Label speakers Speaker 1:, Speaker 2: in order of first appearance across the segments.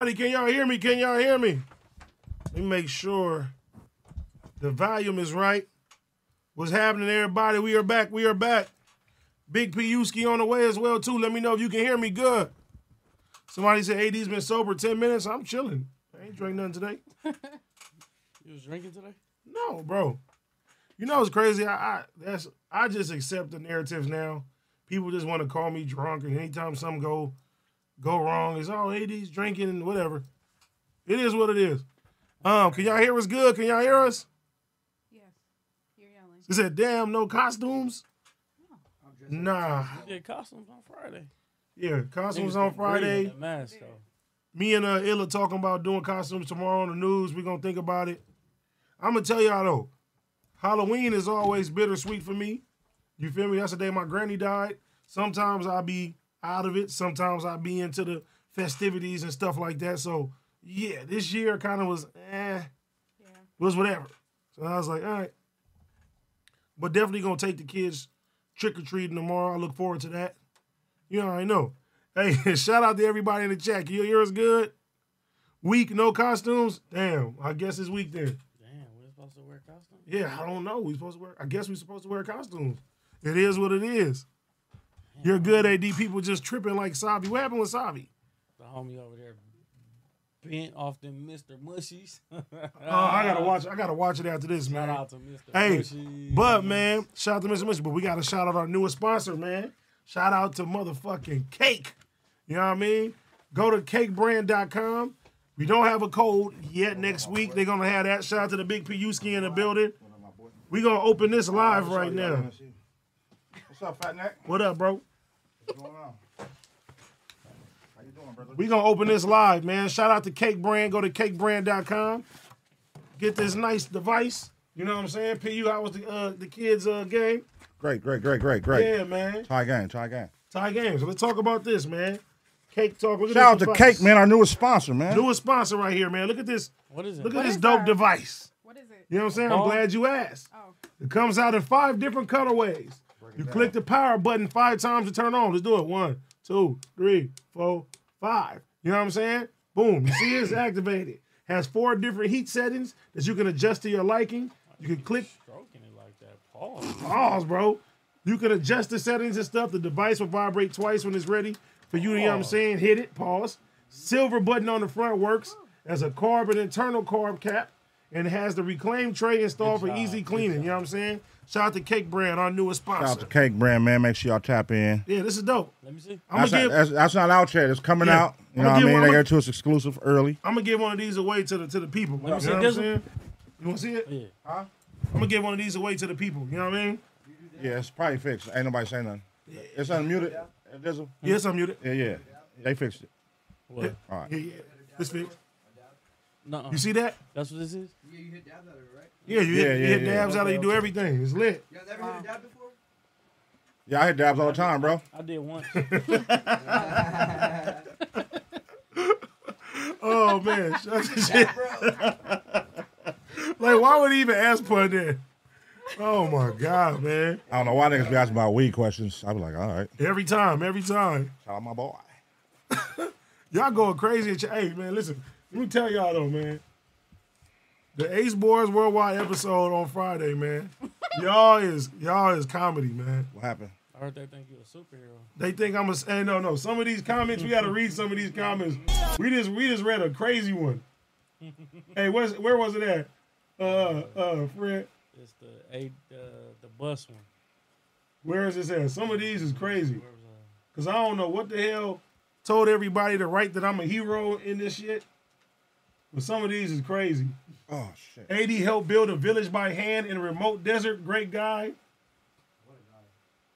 Speaker 1: Honey, can y'all hear me? Can y'all hear me? Let me make sure the volume is right. What's happening, everybody? We are back. We are back. Big P Uski on the way as well, too. Let me know if you can hear me good. Somebody said AD's been sober 10 minutes. I'm chilling. I ain't drank nothing today.
Speaker 2: You was drinking today?
Speaker 1: No, bro. You know what's crazy? I, I that's I just accept the narratives now. People just want to call me drunk, and anytime something go go wrong, it's all AD's drinking and whatever. It is what it is. Um, can y'all hear us good? Can y'all hear us?
Speaker 3: Yes. You're yelling.
Speaker 1: They said, damn, no costumes? Nah.
Speaker 2: You did costumes on Friday.
Speaker 1: Yeah, costumes
Speaker 2: Niggas
Speaker 1: on
Speaker 2: been breathing
Speaker 1: Friday.
Speaker 2: that Mask, though.
Speaker 1: Me and uh, Illa talking about doing costumes tomorrow on the news. We're gonna think about it. I'm gonna tell y'all though, Halloween is always bittersweet for me. You feel me? That's the day my granny died. Sometimes I be out of it. Sometimes I be into the festivities and stuff like that. So yeah, this year kind of was eh,
Speaker 3: Yeah.
Speaker 1: was whatever. So I was like, all right. But definitely gonna take the kids trick or treating tomorrow. I look forward to that. You already know. Hey, shout out to everybody in the chat. Can you hear us good? Week, no costumes? Damn, I guess it's week then.
Speaker 2: Damn, we're supposed to wear costumes?
Speaker 1: Yeah, I don't know. We supposed to wear. I guess we supposed to wear costumes. It is what it is. You're good, AD. People just tripping like Savi. What happened with Savi?
Speaker 2: The homie over there bent off them Mr. Mushies.
Speaker 1: Oh, I gotta watch. I gotta watch it after this,
Speaker 2: Shout
Speaker 1: man.
Speaker 2: out to Mr.
Speaker 1: Hey,
Speaker 2: Mushies.
Speaker 1: But man, shout out to Mr. Mitchell. But we gotta shout out our newest sponsor, man. Shout out to motherfucking Cake. You know what I mean? Go to cakebrand.com. We don't have a code yet. Next week they're gonna have that. Shout out to the big Piyuski in the building. We gonna open this live right now.
Speaker 4: What's up, Fat Neck?
Speaker 1: What up, bro?
Speaker 4: What's going on? How you doing, brother?
Speaker 1: We gonna open this live, man. Shout out to Cake Brand. Go to cakebrand.com. Get this nice device. You know what I'm saying? PU, how was the uh, the kids' uh, game?
Speaker 4: Great, great, great, great, great.
Speaker 1: Yeah, man.
Speaker 4: Try again, try again.
Speaker 1: Tie games. Let's talk about this, man. Cake talk. Look at
Speaker 4: Shout out
Speaker 1: this
Speaker 4: to
Speaker 1: device.
Speaker 4: Cake, man, our newest sponsor, man.
Speaker 1: Newest sponsor right here, man. Look at this.
Speaker 2: What is it?
Speaker 1: Look at
Speaker 3: What
Speaker 1: this
Speaker 3: is
Speaker 1: dope
Speaker 3: that?
Speaker 1: device.
Speaker 3: What is it?
Speaker 1: You know what I'm saying? I'm
Speaker 2: Ball?
Speaker 1: glad you asked.
Speaker 3: Oh,
Speaker 1: It comes out in five different colorways. You click the power button five times to turn on. Let's do it. One, two, three, four, five. You know what I'm saying? Boom. You see, it's activated. Has four different heat settings that you can adjust to your liking. You can click
Speaker 2: Stroking it like that. Paul.
Speaker 1: pause, bro. You can adjust the settings and stuff. The device will vibrate twice when it's ready for you. to, You know what I'm
Speaker 2: Pause.
Speaker 1: saying? Hit it, pause. Silver button on the front works as a carbon internal carb cap and has the reclaim tray installed for
Speaker 2: Good job,
Speaker 1: easy
Speaker 2: good
Speaker 1: cleaning. You know what I'm saying? Shout out to Cake Brand, our newest
Speaker 4: Shout out to
Speaker 1: sponsor.
Speaker 4: Cake Brand, man. Make sure y'all tap in.
Speaker 1: Yeah, this is dope.
Speaker 2: Let me see.
Speaker 1: I'm
Speaker 4: That's,
Speaker 1: gonna
Speaker 4: not,
Speaker 1: give
Speaker 4: that's, that's not out yet. It's coming
Speaker 1: Yeah.
Speaker 4: out.
Speaker 1: I'ma
Speaker 4: You know what I
Speaker 1: give
Speaker 4: mean?
Speaker 1: one-
Speaker 4: They
Speaker 1: I'ma-
Speaker 4: got to us exclusive early.
Speaker 1: I'm gonna give one of these away to the to the people. You know
Speaker 2: me
Speaker 1: what
Speaker 2: see
Speaker 1: I'm
Speaker 2: this one.
Speaker 1: saying? You wanna see it?
Speaker 2: Yeah. Mm-hmm.
Speaker 1: I'm gonna give one of these away to the people. You know what I mean?
Speaker 4: Yeah, it's probably fixed. Ain't nobody saying nothing. It's unmuted. It doesn't-
Speaker 1: Yes, I'm muted.
Speaker 4: Yeah, yeah. They fixed it.
Speaker 2: What?
Speaker 4: All right.
Speaker 1: Yeah, yeah. This fixed.
Speaker 2: Nuh-uh.
Speaker 1: You see that?
Speaker 2: That's what this is?
Speaker 5: Yeah, you hit dab that, right?
Speaker 1: Yeah, you hit,
Speaker 4: Yeah,
Speaker 1: you
Speaker 4: yeah,
Speaker 1: hit
Speaker 4: yeah.
Speaker 1: dabs out of you do everything. It's lit.
Speaker 5: Y'all never hit a dab before?
Speaker 4: Yeah, I hit dabs all the time, bro.
Speaker 2: I did once.
Speaker 1: Oh man, shut the shit. like, why would he even ask for that? Oh my god, man!
Speaker 4: I don't know why niggas be asking about weed questions. I be like, all right.
Speaker 1: Every time, every time,
Speaker 4: Shout out my boy.
Speaker 1: y'all going crazy. At your, hey, man, listen. Let me tell y'all though, man. The Ace Boys Worldwide episode on Friday, man. Y'all is y'all is comedy, man.
Speaker 4: What happened?
Speaker 2: I heard they think you a superhero.
Speaker 1: They think I'm a. Hey, no, no. Some of these comments, we gotta read some of these comments. We just, we just read a crazy one. hey, where's, where was it at? Uh, uh, Fred.
Speaker 2: It's the eight, uh, the bus one.
Speaker 1: Where is this at? Some of these is crazy.
Speaker 2: Where was
Speaker 1: Cause
Speaker 2: uh, I?
Speaker 1: I don't know what the hell told everybody to write that I'm a hero in this shit. But some of these is crazy.
Speaker 4: Oh, shit.
Speaker 1: AD helped build a village by hand in a remote desert. Great guy.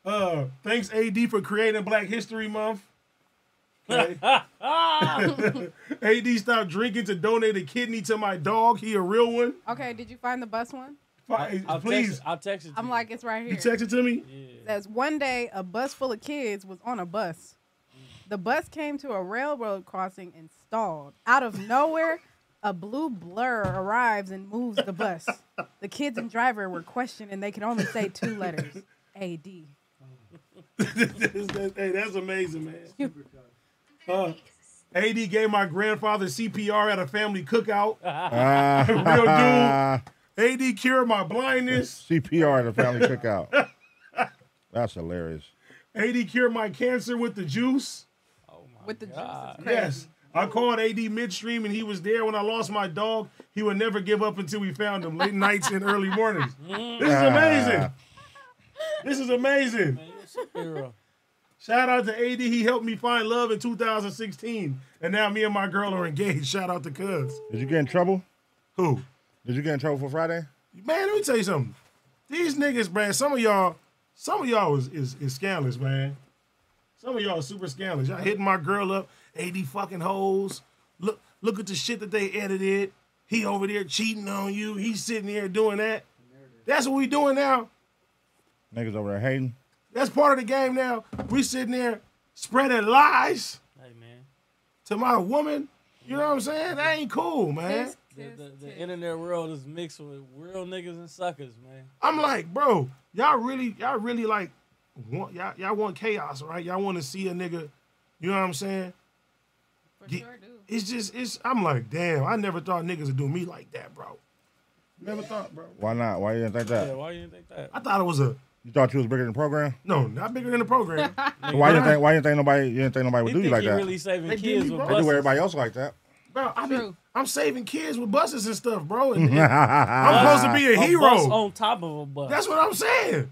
Speaker 1: Uh, thanks AD for creating Black History Month. Okay. AD stopped drinking to donate a kidney to my dog. He a real one.
Speaker 3: okay. Did you find the bus one?
Speaker 1: Fi-
Speaker 2: I'll
Speaker 1: Please,
Speaker 2: Text it, I'll text it to
Speaker 3: I'm
Speaker 2: you.
Speaker 3: like, it's right here.
Speaker 1: you text it to me.
Speaker 2: Yeah.
Speaker 3: says one day a bus full of kids was on a bus. The bus came to a railroad crossing and stalled. Out of nowhere, a blue blur arrives and moves the bus. The kids and driver were questioned and they could only say two letters. A D.
Speaker 1: hey, that's amazing, man.
Speaker 3: You-
Speaker 1: Uh, AD gave my grandfather CPR at a family cookout. Uh,
Speaker 4: Ah,
Speaker 1: AD cured my blindness.
Speaker 4: CPR at a family cookout. That's hilarious.
Speaker 1: AD cured my cancer with the juice.
Speaker 2: Oh my
Speaker 3: With the juice,
Speaker 2: God.
Speaker 3: it's
Speaker 1: Yes. I called AD midstream and he was there when I lost my dog. He would never give up until we found him late nights and early mornings. This is amazing. This is amazing.
Speaker 2: Man, you're a superhero.
Speaker 1: Shout out to AD. He helped me find love in 2016. And now me and my girl are engaged. Shout out to Cuz.
Speaker 4: Did you get in trouble?
Speaker 1: Who?
Speaker 4: Did you get in trouble for Friday?
Speaker 1: Man, let me tell you something. These niggas, man, some of y'all, some of y'all is, is, is scandalous, man. Some of y'all are super scandalous. Y'all hitting my girl up, AD fucking hoes. Look, look at the shit that they edited. He over there cheating on you. He's sitting there doing that. That's what we doing now.
Speaker 4: Niggas over there hating.
Speaker 1: That's part of the game now. We sitting there spreading lies
Speaker 2: Hey man,
Speaker 1: to my woman. You know what I'm saying? That ain't cool, man.
Speaker 3: Kiss, kiss,
Speaker 2: the, the, the
Speaker 3: kiss.
Speaker 2: internet world is mixed with real niggas and suckers, man.
Speaker 1: I'm like, bro, y'all really, y'all really like, want y'all, y'all want chaos, right? Y'all want to see a nigga, you know what I'm saying?
Speaker 3: For
Speaker 1: Get-
Speaker 3: sure do.
Speaker 1: It's just, it's. I'm like, damn, I never thought niggas would do me like that, bro. Never thought, bro.
Speaker 4: Why not? Why you didn't think
Speaker 2: Yeah,
Speaker 4: that?
Speaker 2: why you didn't think that?
Speaker 1: I thought it was a
Speaker 4: You thought you was bigger than the program?
Speaker 1: no, not bigger than the program.
Speaker 4: So why you think why you think nobody you didn't think nobody would
Speaker 2: He
Speaker 4: do you
Speaker 2: think
Speaker 4: like
Speaker 2: he
Speaker 4: that?
Speaker 2: really saving
Speaker 1: They do
Speaker 2: kids
Speaker 1: me wrong.
Speaker 2: with
Speaker 4: I do
Speaker 2: buses.
Speaker 4: everybody else like that.
Speaker 1: bro, I be,
Speaker 3: True.
Speaker 1: I'm saving kids with buses and stuff, bro. And, and I'm
Speaker 4: I'm
Speaker 1: supposed to be a
Speaker 2: A bus
Speaker 1: hero.
Speaker 2: on top of a bus.
Speaker 1: That's what I'm saying.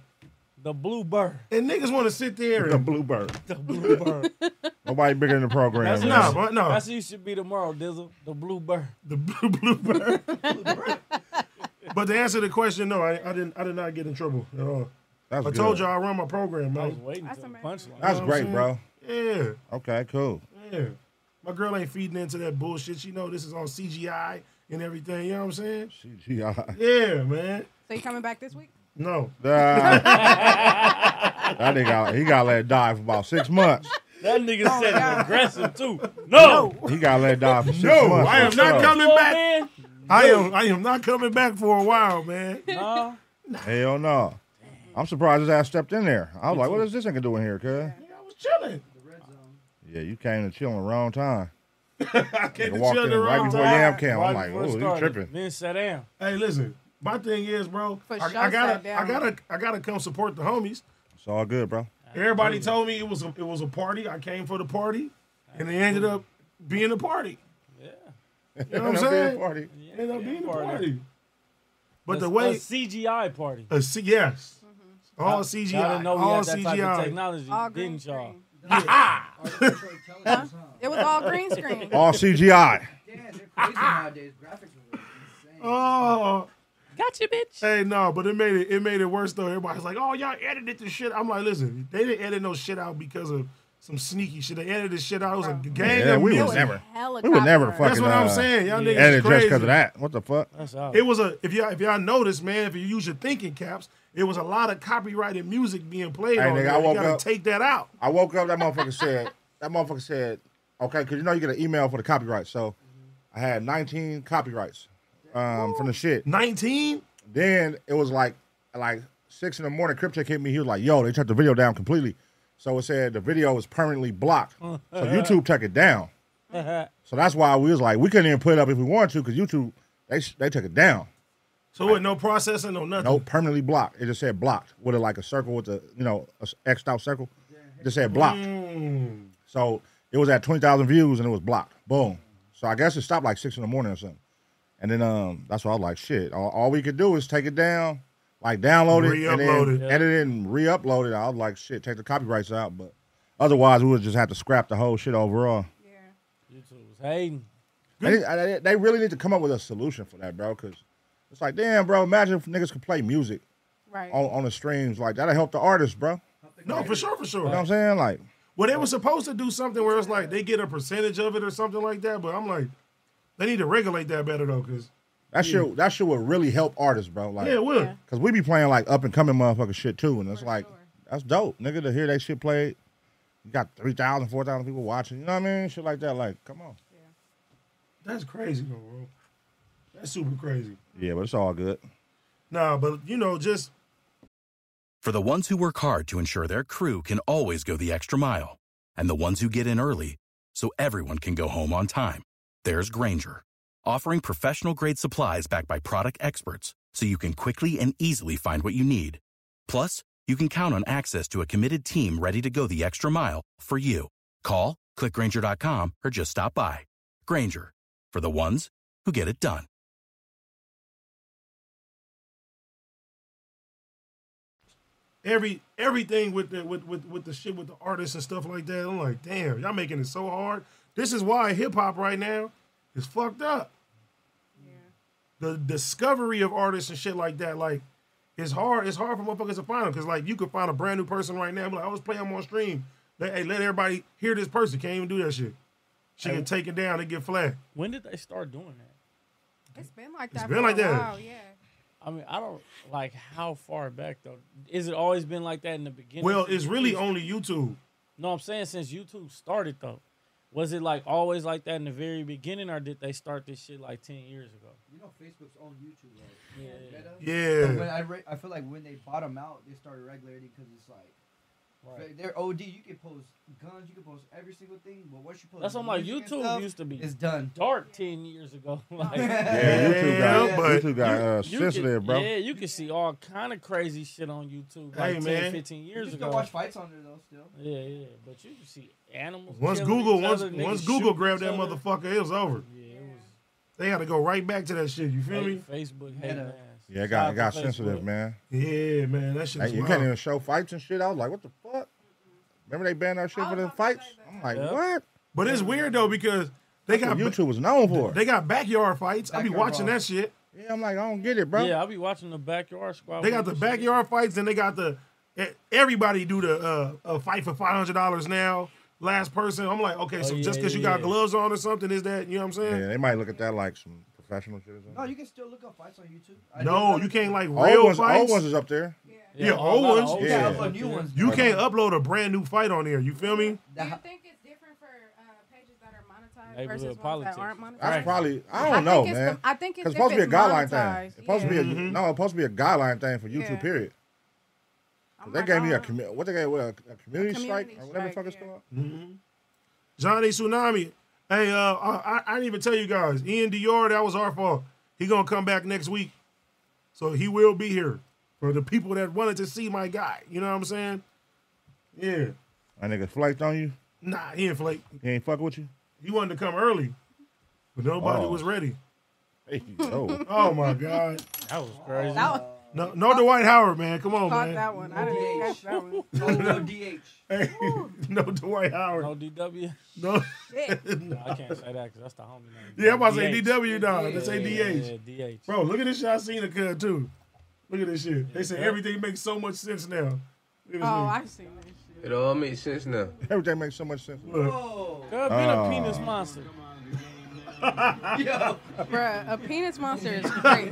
Speaker 2: the blue bird.
Speaker 1: And niggas want to sit there
Speaker 4: the
Speaker 1: and
Speaker 4: bluebird.
Speaker 2: The blue bird.
Speaker 4: Nobody bigger than the program.
Speaker 2: That's
Speaker 4: man.
Speaker 1: no, bro, no.
Speaker 2: That's what you should be tomorrow, Dizzle. The blue bird.
Speaker 1: The blue bluebird. but to answer the question, no, I, I didn't. I did not get in trouble at all.
Speaker 4: That's
Speaker 1: I
Speaker 4: good.
Speaker 1: told you I run my program,
Speaker 2: I was
Speaker 1: man.
Speaker 2: waiting
Speaker 3: That's
Speaker 2: for the
Speaker 3: amazing.
Speaker 2: punchline.
Speaker 4: That's
Speaker 1: know what
Speaker 4: great,
Speaker 1: I'm
Speaker 4: bro.
Speaker 1: Yeah,
Speaker 4: Okay, cool.
Speaker 1: yeah. My girl ain't feeding into that bullshit. She know this is on CGI and everything. You know what I'm saying?
Speaker 4: CGI.
Speaker 1: Yeah, man.
Speaker 3: So you coming back this week?
Speaker 1: No,
Speaker 4: Nah. that nigga, out- he got let it die for about six months.
Speaker 2: that nigga
Speaker 3: Oh,
Speaker 2: said
Speaker 3: God.
Speaker 2: aggressive too. No,
Speaker 4: He got let it die for six
Speaker 1: No,
Speaker 4: months.
Speaker 1: I am
Speaker 4: for
Speaker 1: not
Speaker 4: sure.
Speaker 1: coming-
Speaker 2: Old
Speaker 1: back.
Speaker 3: Oh,
Speaker 2: man.
Speaker 1: I am. I am not coming back for a while, man.
Speaker 2: No,
Speaker 4: Hell no. I'm surprised his ass stepped in there. I was like, what is this nigga doing here, cuz?
Speaker 1: Nigga, I was chilling.
Speaker 5: The red zone.
Speaker 4: Yeah, you came to chill in the wrong time.
Speaker 1: I
Speaker 4: Nigga
Speaker 1: came to
Speaker 4: walked
Speaker 1: chill
Speaker 4: in
Speaker 1: the
Speaker 4: right
Speaker 1: wrong
Speaker 4: before
Speaker 1: time.
Speaker 4: Yam Cam.
Speaker 2: Right
Speaker 4: I'm like,
Speaker 2: before it
Speaker 4: oh, you
Speaker 2: started,
Speaker 4: tripping.
Speaker 2: Then sat down.
Speaker 1: Hey, listen. My thing is, bro.
Speaker 3: For
Speaker 1: I,
Speaker 3: sure,
Speaker 1: I gotta.
Speaker 3: sat down.
Speaker 1: I gotta. I gotta come support the homies.
Speaker 4: It's all good, bro.
Speaker 1: Everybody told me it was a, it was a party. I came for the party, and it ended up being a party.
Speaker 2: Yeah,
Speaker 1: You know what I'm saying?
Speaker 4: Party.
Speaker 2: yeah.
Speaker 1: Ended up
Speaker 2: yeah,
Speaker 1: being a
Speaker 2: party.
Speaker 1: party. But
Speaker 2: A-
Speaker 1: the
Speaker 2: a
Speaker 1: way
Speaker 2: CGI party.
Speaker 1: a C, yes, all
Speaker 2: Mm-hmm. Y'all
Speaker 1: CGI,
Speaker 2: didn't know we
Speaker 1: all
Speaker 2: had that type of
Speaker 1: CGI.
Speaker 2: technology,
Speaker 3: All green
Speaker 2: didn't y'all?
Speaker 3: screen.
Speaker 5: Artificial intelligence, huh?
Speaker 3: It was all green screen.
Speaker 4: All CGI.
Speaker 5: Yeah, they're crazy nowadays. Graphics are insane.
Speaker 1: Oh,
Speaker 3: Gotcha, bitch.
Speaker 1: hey, no, but it made it it made it worse though. Everybody's like, "Oh, y'all edited the shit." I'm like, "Listen, they didn't edit no shit out because of some sneaky shit. They edited the shit out. It was a
Speaker 3: Bro.
Speaker 1: gang
Speaker 4: Yeah,
Speaker 1: of
Speaker 4: we
Speaker 1: music.
Speaker 4: was never-
Speaker 3: Helicopter.
Speaker 4: We would never
Speaker 1: That's
Speaker 4: fucking
Speaker 1: what I'm
Speaker 4: uh,
Speaker 1: saying. Y'all
Speaker 2: yeah.
Speaker 1: niggas
Speaker 4: edit just
Speaker 1: crazy.
Speaker 4: because of that. What the fuck?
Speaker 2: That's all.
Speaker 1: It was a if y'all if y'all notice, man, if you use your thinking caps, it was a lot of copyrighted music being played
Speaker 4: Hey,
Speaker 1: on
Speaker 4: nigga,
Speaker 1: there.
Speaker 4: I
Speaker 1: You
Speaker 4: woke
Speaker 1: gotta
Speaker 4: up-
Speaker 1: take that out.
Speaker 4: I woke up. That motherfucker said. That motherfucker said, okay, because you know you get an email for the copyright. So I had 19 copyrights um, from the shit.
Speaker 1: 19?
Speaker 4: Then it was like like six in the morning. Cryptic hit me. He was like, yo, they shut the video down completely. So it said the video was permanently blocked. So YouTube took it down. So that's why we was like, we couldn't even put it up if we wanted to because YouTube they they took it down.
Speaker 1: So with no processing, no nothing.
Speaker 4: No, permanently blocked. It just said blocked with a, like a circle with a you know a s- xed out circle. It just said blocked.
Speaker 1: Mm.
Speaker 4: So it was at twenty thousand views and it was blocked. Boom. So I guess it stopped like six in the morning or something. And then um, that's why I was like, shit. All, all we could do is take it down, like download it, and
Speaker 1: Re-upload
Speaker 4: then
Speaker 1: it.
Speaker 4: edit it and re-upload it. I was like, shit, take the copyrights out. But otherwise, we would just have to scrap the whole shit overall.
Speaker 3: Yeah.
Speaker 2: YouTube was hating.
Speaker 4: They, need- I- they- they really need to come up with a solution for that, bro. Because it's like, damn, bro. Imagine if niggas could play music
Speaker 3: Right.
Speaker 4: on, on the streams like that'll help the artists, bro. You
Speaker 1: No, for sure, for sure.
Speaker 4: know what I'm saying? Like,
Speaker 1: Well, they were supposed to do something where it's like they get a percentage of it or something like that, but I'm like, they need to regulate that better though, because
Speaker 4: that shit that shit would really help artists, bro. Like,
Speaker 1: yeah, it will.
Speaker 3: Yeah.
Speaker 4: Cause we be playing like up and coming motherfucking shit too, and it's
Speaker 3: For
Speaker 4: like
Speaker 3: sure.
Speaker 4: that's dope, nigga. To hear that shit played, you got 3,000, 4,000 people watching. You know what I mean? Shit like that. Like, come on.
Speaker 1: That's crazy though, bro. That's super crazy.
Speaker 4: Yeah, but it's all good.
Speaker 1: Nah, but you know, just
Speaker 6: For the ones who work hard to ensure their crew can always go the extra mile, and the ones who get in early so everyone can go home on time. There's Granger, offering professional grade supplies backed by product experts so you can quickly and easily find what you need. Plus, you can count on access to a committed team ready to go the extra mile for you. Call, clickgranger.com, or just stop by. Granger, for the ones who get it done.
Speaker 1: Every everything with the with, with with the shit with the artists and stuff like that. I'm like, damn, y'all making it so hard. This is why hip hop right now is fucked up. The discovery of artists and shit like that, like, it's hard. It's hard for motherfuckers to find them because like you could find a brand new person right now. and be Like, I was playing them on stream. Let- hey, let everybody hear this person. Can't even do that shit. She
Speaker 2: Hey.
Speaker 1: can take it down and get flagged.
Speaker 2: When did they start doing that?
Speaker 3: It's been like
Speaker 1: It's
Speaker 3: that.
Speaker 1: been
Speaker 3: for
Speaker 1: like
Speaker 3: a
Speaker 1: that.
Speaker 3: While. Yeah.
Speaker 2: I mean, I don't like how far back though. Is it always been like that in the beginning?
Speaker 1: Well,
Speaker 2: since
Speaker 1: it's really
Speaker 2: YouTube?
Speaker 1: only YouTube.
Speaker 2: No, I'm saying since YouTube started though, was it like always like that in the very beginning, or did they start this shit like ten years ago?
Speaker 5: You know, Facebook's on YouTube, right?
Speaker 2: Yeah.
Speaker 5: Meta? But when
Speaker 1: Yeah.
Speaker 5: I, re- I feel like when they bottom out, they started regulating because it's like
Speaker 2: Right.
Speaker 5: they're OD. You can post guns, you can post every single thing, but once you post,
Speaker 2: That's what my
Speaker 5: music and
Speaker 2: YouTube
Speaker 5: stuff,
Speaker 2: used to be.
Speaker 5: It's done.
Speaker 2: Dark ten years ago. like,
Speaker 4: Yeah, YouTube got
Speaker 1: Yeah, but
Speaker 4: YouTube got uh,
Speaker 2: you
Speaker 4: sensitive,
Speaker 2: could-
Speaker 4: bro.
Speaker 2: Yeah, you can see all kind of crazy shit on YouTube
Speaker 1: Hey,
Speaker 2: like 10,
Speaker 1: man.
Speaker 2: 15
Speaker 5: You
Speaker 2: years
Speaker 5: can
Speaker 2: ago.
Speaker 5: still watch fights on there though. Still,
Speaker 2: Yeah, yeah, but you can see animals.
Speaker 1: Once
Speaker 2: killing
Speaker 1: Google,
Speaker 2: each
Speaker 1: once
Speaker 2: other, niggas
Speaker 1: once Google
Speaker 2: shooting
Speaker 1: grabbed
Speaker 2: each
Speaker 1: that
Speaker 2: other.
Speaker 1: motherfucker, it was over.
Speaker 2: Yeah, it was.
Speaker 1: They had to go right back to that shit. You feel me?
Speaker 2: Fa- Facebook hate
Speaker 5: Meta.
Speaker 2: ass.
Speaker 4: Yeah, it got, it
Speaker 2: Shout
Speaker 4: got
Speaker 2: out to
Speaker 4: sensitive,
Speaker 2: Facebook.
Speaker 4: man.
Speaker 1: Yeah, man, that shit.
Speaker 4: Like,
Speaker 1: Is
Speaker 4: you can't
Speaker 1: wild.
Speaker 4: even show fights and shit. I was like, what the fuck? Remember they banned our shit
Speaker 3: I
Speaker 4: for
Speaker 3: was
Speaker 4: the
Speaker 3: about to
Speaker 4: fights?
Speaker 3: say
Speaker 4: I'm like,
Speaker 2: Yeah.
Speaker 4: what?
Speaker 1: But it's weird though because they got
Speaker 4: What YouTube was known for.
Speaker 1: they got backyard fights. I be
Speaker 5: Backyard
Speaker 1: watching that
Speaker 5: brawls.
Speaker 1: shit.
Speaker 4: yeah, I'm like, I don't get it, bro.
Speaker 2: Yeah, I'll be watching the backyard squad.
Speaker 1: They
Speaker 2: with
Speaker 1: got the
Speaker 2: this
Speaker 1: backyard fights, and they got the e- everybody do the uh, a fight for five hundred dollars now. Last person, I'm like, okay, so
Speaker 2: Oh,
Speaker 1: just
Speaker 2: yeah,
Speaker 1: because you
Speaker 2: yeah,
Speaker 1: got
Speaker 2: yeah.
Speaker 1: gloves on or something, is that you know what I'm saying?
Speaker 3: Mm.
Speaker 4: Yeah, they might look at that like some professional shit or something.
Speaker 5: no, you can still look up fights on YouTube. I
Speaker 1: No,
Speaker 5: did-
Speaker 1: you can't like
Speaker 4: old,
Speaker 1: real
Speaker 4: ones, old
Speaker 1: fights.
Speaker 4: ones is up there.
Speaker 2: shit.
Speaker 1: yeah,
Speaker 2: a
Speaker 1: old
Speaker 2: lot of
Speaker 1: ones.
Speaker 5: You
Speaker 2: shit
Speaker 5: can't
Speaker 4: Yeah.
Speaker 5: upload
Speaker 2: up
Speaker 5: new
Speaker 2: there.
Speaker 5: ones.
Speaker 1: you can't upload a brand new fight on there. You feel me?
Speaker 3: Do you
Speaker 5: That-
Speaker 3: think it's different for uh, pages that are monetized
Speaker 2: Neighborhood
Speaker 3: versus ones
Speaker 2: politics.
Speaker 3: that aren't monetized?
Speaker 4: That's
Speaker 2: Right.
Speaker 4: probably, I
Speaker 3: I
Speaker 4: don't know,
Speaker 3: think it's
Speaker 4: man.
Speaker 3: The, I think it's,
Speaker 4: Cause it's supposed to
Speaker 3: if
Speaker 4: be a
Speaker 3: it's
Speaker 4: guideline thing.
Speaker 3: monetized,
Speaker 4: It's supposed to be a,
Speaker 3: yeah.
Speaker 4: no, it's supposed to be a guideline thing for YouTube,
Speaker 3: Yeah.
Speaker 4: period. 'Cause
Speaker 3: I'm
Speaker 4: They
Speaker 3: like,
Speaker 4: gave me a,
Speaker 3: oh,
Speaker 4: commu- what they gave, what, a, a community strike
Speaker 3: community
Speaker 4: or whatever the
Speaker 3: strike,
Speaker 4: fuck it's
Speaker 3: yeah.
Speaker 4: called?
Speaker 1: Johnny E. Tsunami. Hey, uh, I, I, I didn't even tell you guys. Ian Dior, that was our fault. He gonna come back next week, so he will be here for the people that wanted to see my guy. You know what I'm saying? Yeah.
Speaker 4: That nigga flaked on you.
Speaker 1: Nah, he ain't flake.
Speaker 4: He ain't fuck with you.
Speaker 1: He wanted to come early, but nobody
Speaker 4: Oh.
Speaker 1: was ready.
Speaker 4: Hey, yo.
Speaker 1: Oh my God.
Speaker 2: That was crazy.
Speaker 3: That one,
Speaker 1: No, no, Dwight Howard, man. Come on,
Speaker 3: caught
Speaker 1: man.
Speaker 3: Oh, that one. I didn't catch that one.
Speaker 5: No DH.
Speaker 1: Hey, no Dwight Howard.
Speaker 2: No DW.
Speaker 1: No.
Speaker 3: Shit.
Speaker 2: I can't say that because that's the homie name.
Speaker 1: Yeah, I'm about to say
Speaker 2: DH.
Speaker 1: DW, dog. Let's say
Speaker 2: Yeah,
Speaker 1: DH.
Speaker 2: Yeah, DH.
Speaker 1: Bro, look at this shit I seen a cut too. Look at this shit. They say
Speaker 2: Yeah.
Speaker 1: everything makes so much sense now. Look at this
Speaker 3: Oh,
Speaker 1: nigga.
Speaker 3: I've seen that shit.
Speaker 7: It all makes sense now.
Speaker 4: Everything makes so much sense.
Speaker 5: Whoa.
Speaker 2: Could have been
Speaker 4: Oh.
Speaker 2: a penis monster.
Speaker 5: Yo,
Speaker 3: Bruh, a penis monster is crazy.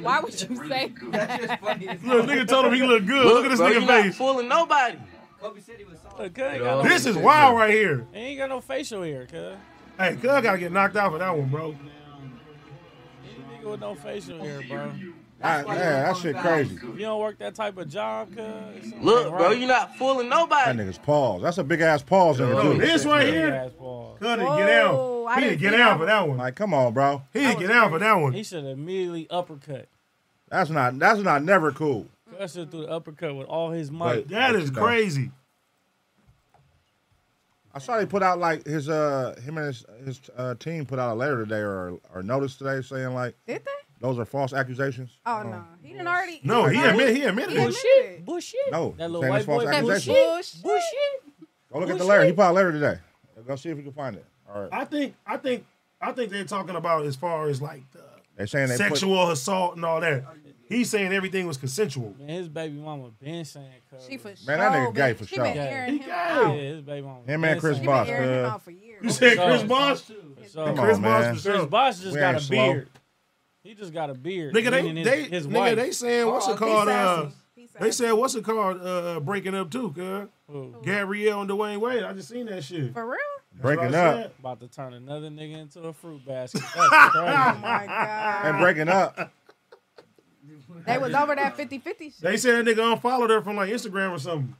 Speaker 3: Why would you say that?
Speaker 5: that's just funny. as
Speaker 1: Look,
Speaker 5: fuck.
Speaker 1: nigga told him he looked good. Look, at this
Speaker 7: bro, you
Speaker 1: nigga
Speaker 7: not
Speaker 1: face.
Speaker 7: fooling nobody.
Speaker 5: Kobe said he was soft.
Speaker 2: Look, cuz ain't
Speaker 7: all
Speaker 2: got no,
Speaker 1: This is wild right here.
Speaker 2: he ain't got no facial hair, cuz.
Speaker 1: Hey, Cuz gotta get knocked out for that one, bro.
Speaker 2: Any nigga with no facial hair, bro.
Speaker 4: I,
Speaker 5: why
Speaker 4: yeah,
Speaker 5: they
Speaker 4: that
Speaker 5: don't
Speaker 4: shit
Speaker 5: bounce.
Speaker 4: crazy.
Speaker 2: If you don't work that type of job, cuz.
Speaker 7: Look, bro, you not fooling
Speaker 4: That
Speaker 7: nobody.
Speaker 4: nigga's paws. That's a big ass paws in
Speaker 7: Yo,
Speaker 4: there, too.
Speaker 1: This right here.
Speaker 2: here.
Speaker 1: Cuz didn't
Speaker 3: Whoa,
Speaker 1: get out.
Speaker 3: I
Speaker 1: He
Speaker 3: didn't
Speaker 1: didn't get
Speaker 3: see
Speaker 1: out
Speaker 3: that
Speaker 1: for that one.
Speaker 4: Like, come on, bro.
Speaker 1: He didn't get out for that
Speaker 2: He
Speaker 1: one.
Speaker 2: should have immediately uppercut.
Speaker 4: That's not that's not never cool.
Speaker 2: Cuz should through the uppercut with all his might.
Speaker 4: But-
Speaker 1: That is
Speaker 4: No.
Speaker 1: crazy.
Speaker 4: I saw they put out like his uh him and his his uh, team put out a letter today or or notice today saying like
Speaker 3: Did they?
Speaker 4: those are false accusations.
Speaker 3: Oh, no. He didn't already.
Speaker 1: No, he
Speaker 3: already-
Speaker 1: admit he admitted it.
Speaker 3: admitted
Speaker 2: Bullshit.
Speaker 4: No,
Speaker 2: That little
Speaker 4: saying
Speaker 2: white
Speaker 4: it's false
Speaker 2: boy
Speaker 3: That
Speaker 4: accusation.
Speaker 3: bullshit.
Speaker 2: Bullshit.
Speaker 4: Go look at the
Speaker 2: Bullshit.
Speaker 4: letter. He put out a letter today. Go see if you can find it. All right.
Speaker 1: I think I think I think they're talking about as far as like the
Speaker 4: They're saying they put,
Speaker 1: sexual assault and all that. He's saying everything was consensual.
Speaker 2: Man, his baby mama been saying cuz.
Speaker 3: She for
Speaker 2: was-
Speaker 4: Man, that
Speaker 3: sure
Speaker 4: nigga gay
Speaker 3: been-
Speaker 4: for
Speaker 3: she
Speaker 4: sure.
Speaker 3: been
Speaker 2: Gay.
Speaker 1: He
Speaker 3: airing him
Speaker 1: gim
Speaker 2: Yeah,
Speaker 1: out.
Speaker 3: out.
Speaker 2: his baby mama.
Speaker 4: Him
Speaker 2: been
Speaker 4: and Chris
Speaker 2: saying-
Speaker 3: She
Speaker 4: Bosh,
Speaker 3: been airing him
Speaker 4: uh,
Speaker 3: out for
Speaker 1: You
Speaker 3: years.
Speaker 1: said
Speaker 2: Oh,
Speaker 1: Chris
Speaker 2: so-
Speaker 1: Bosh?
Speaker 5: too.
Speaker 2: For sure.
Speaker 4: Come on,
Speaker 1: Chris
Speaker 4: man.
Speaker 1: Bosh for
Speaker 2: Chris
Speaker 1: sure.
Speaker 2: Bosh just
Speaker 4: We
Speaker 2: got a
Speaker 4: ain't slow.
Speaker 2: beard. He just got a beard.
Speaker 1: Nigga,
Speaker 2: And
Speaker 1: they
Speaker 2: then his,
Speaker 1: they
Speaker 2: his
Speaker 1: nigga
Speaker 2: wife.
Speaker 1: they saying what's
Speaker 5: Oh,
Speaker 1: it
Speaker 5: he's
Speaker 1: called? Uh,
Speaker 5: asking.
Speaker 3: He's
Speaker 1: they
Speaker 3: out.
Speaker 1: said what's it called? Uh, breaking up too, cuz
Speaker 2: Who?
Speaker 1: Gabrielle and Dwayne Wade. I just seen that shit.
Speaker 3: For real?
Speaker 4: breaking
Speaker 1: That's what I
Speaker 4: up
Speaker 1: said.
Speaker 2: About to turn another nigga into a fruit basket. That's
Speaker 3: Oh,
Speaker 2: crazy.
Speaker 3: my God.
Speaker 4: and breaking up.
Speaker 3: They was over that 50 50 shit.
Speaker 1: They said that nigga unfollowed her from like Instagram or something.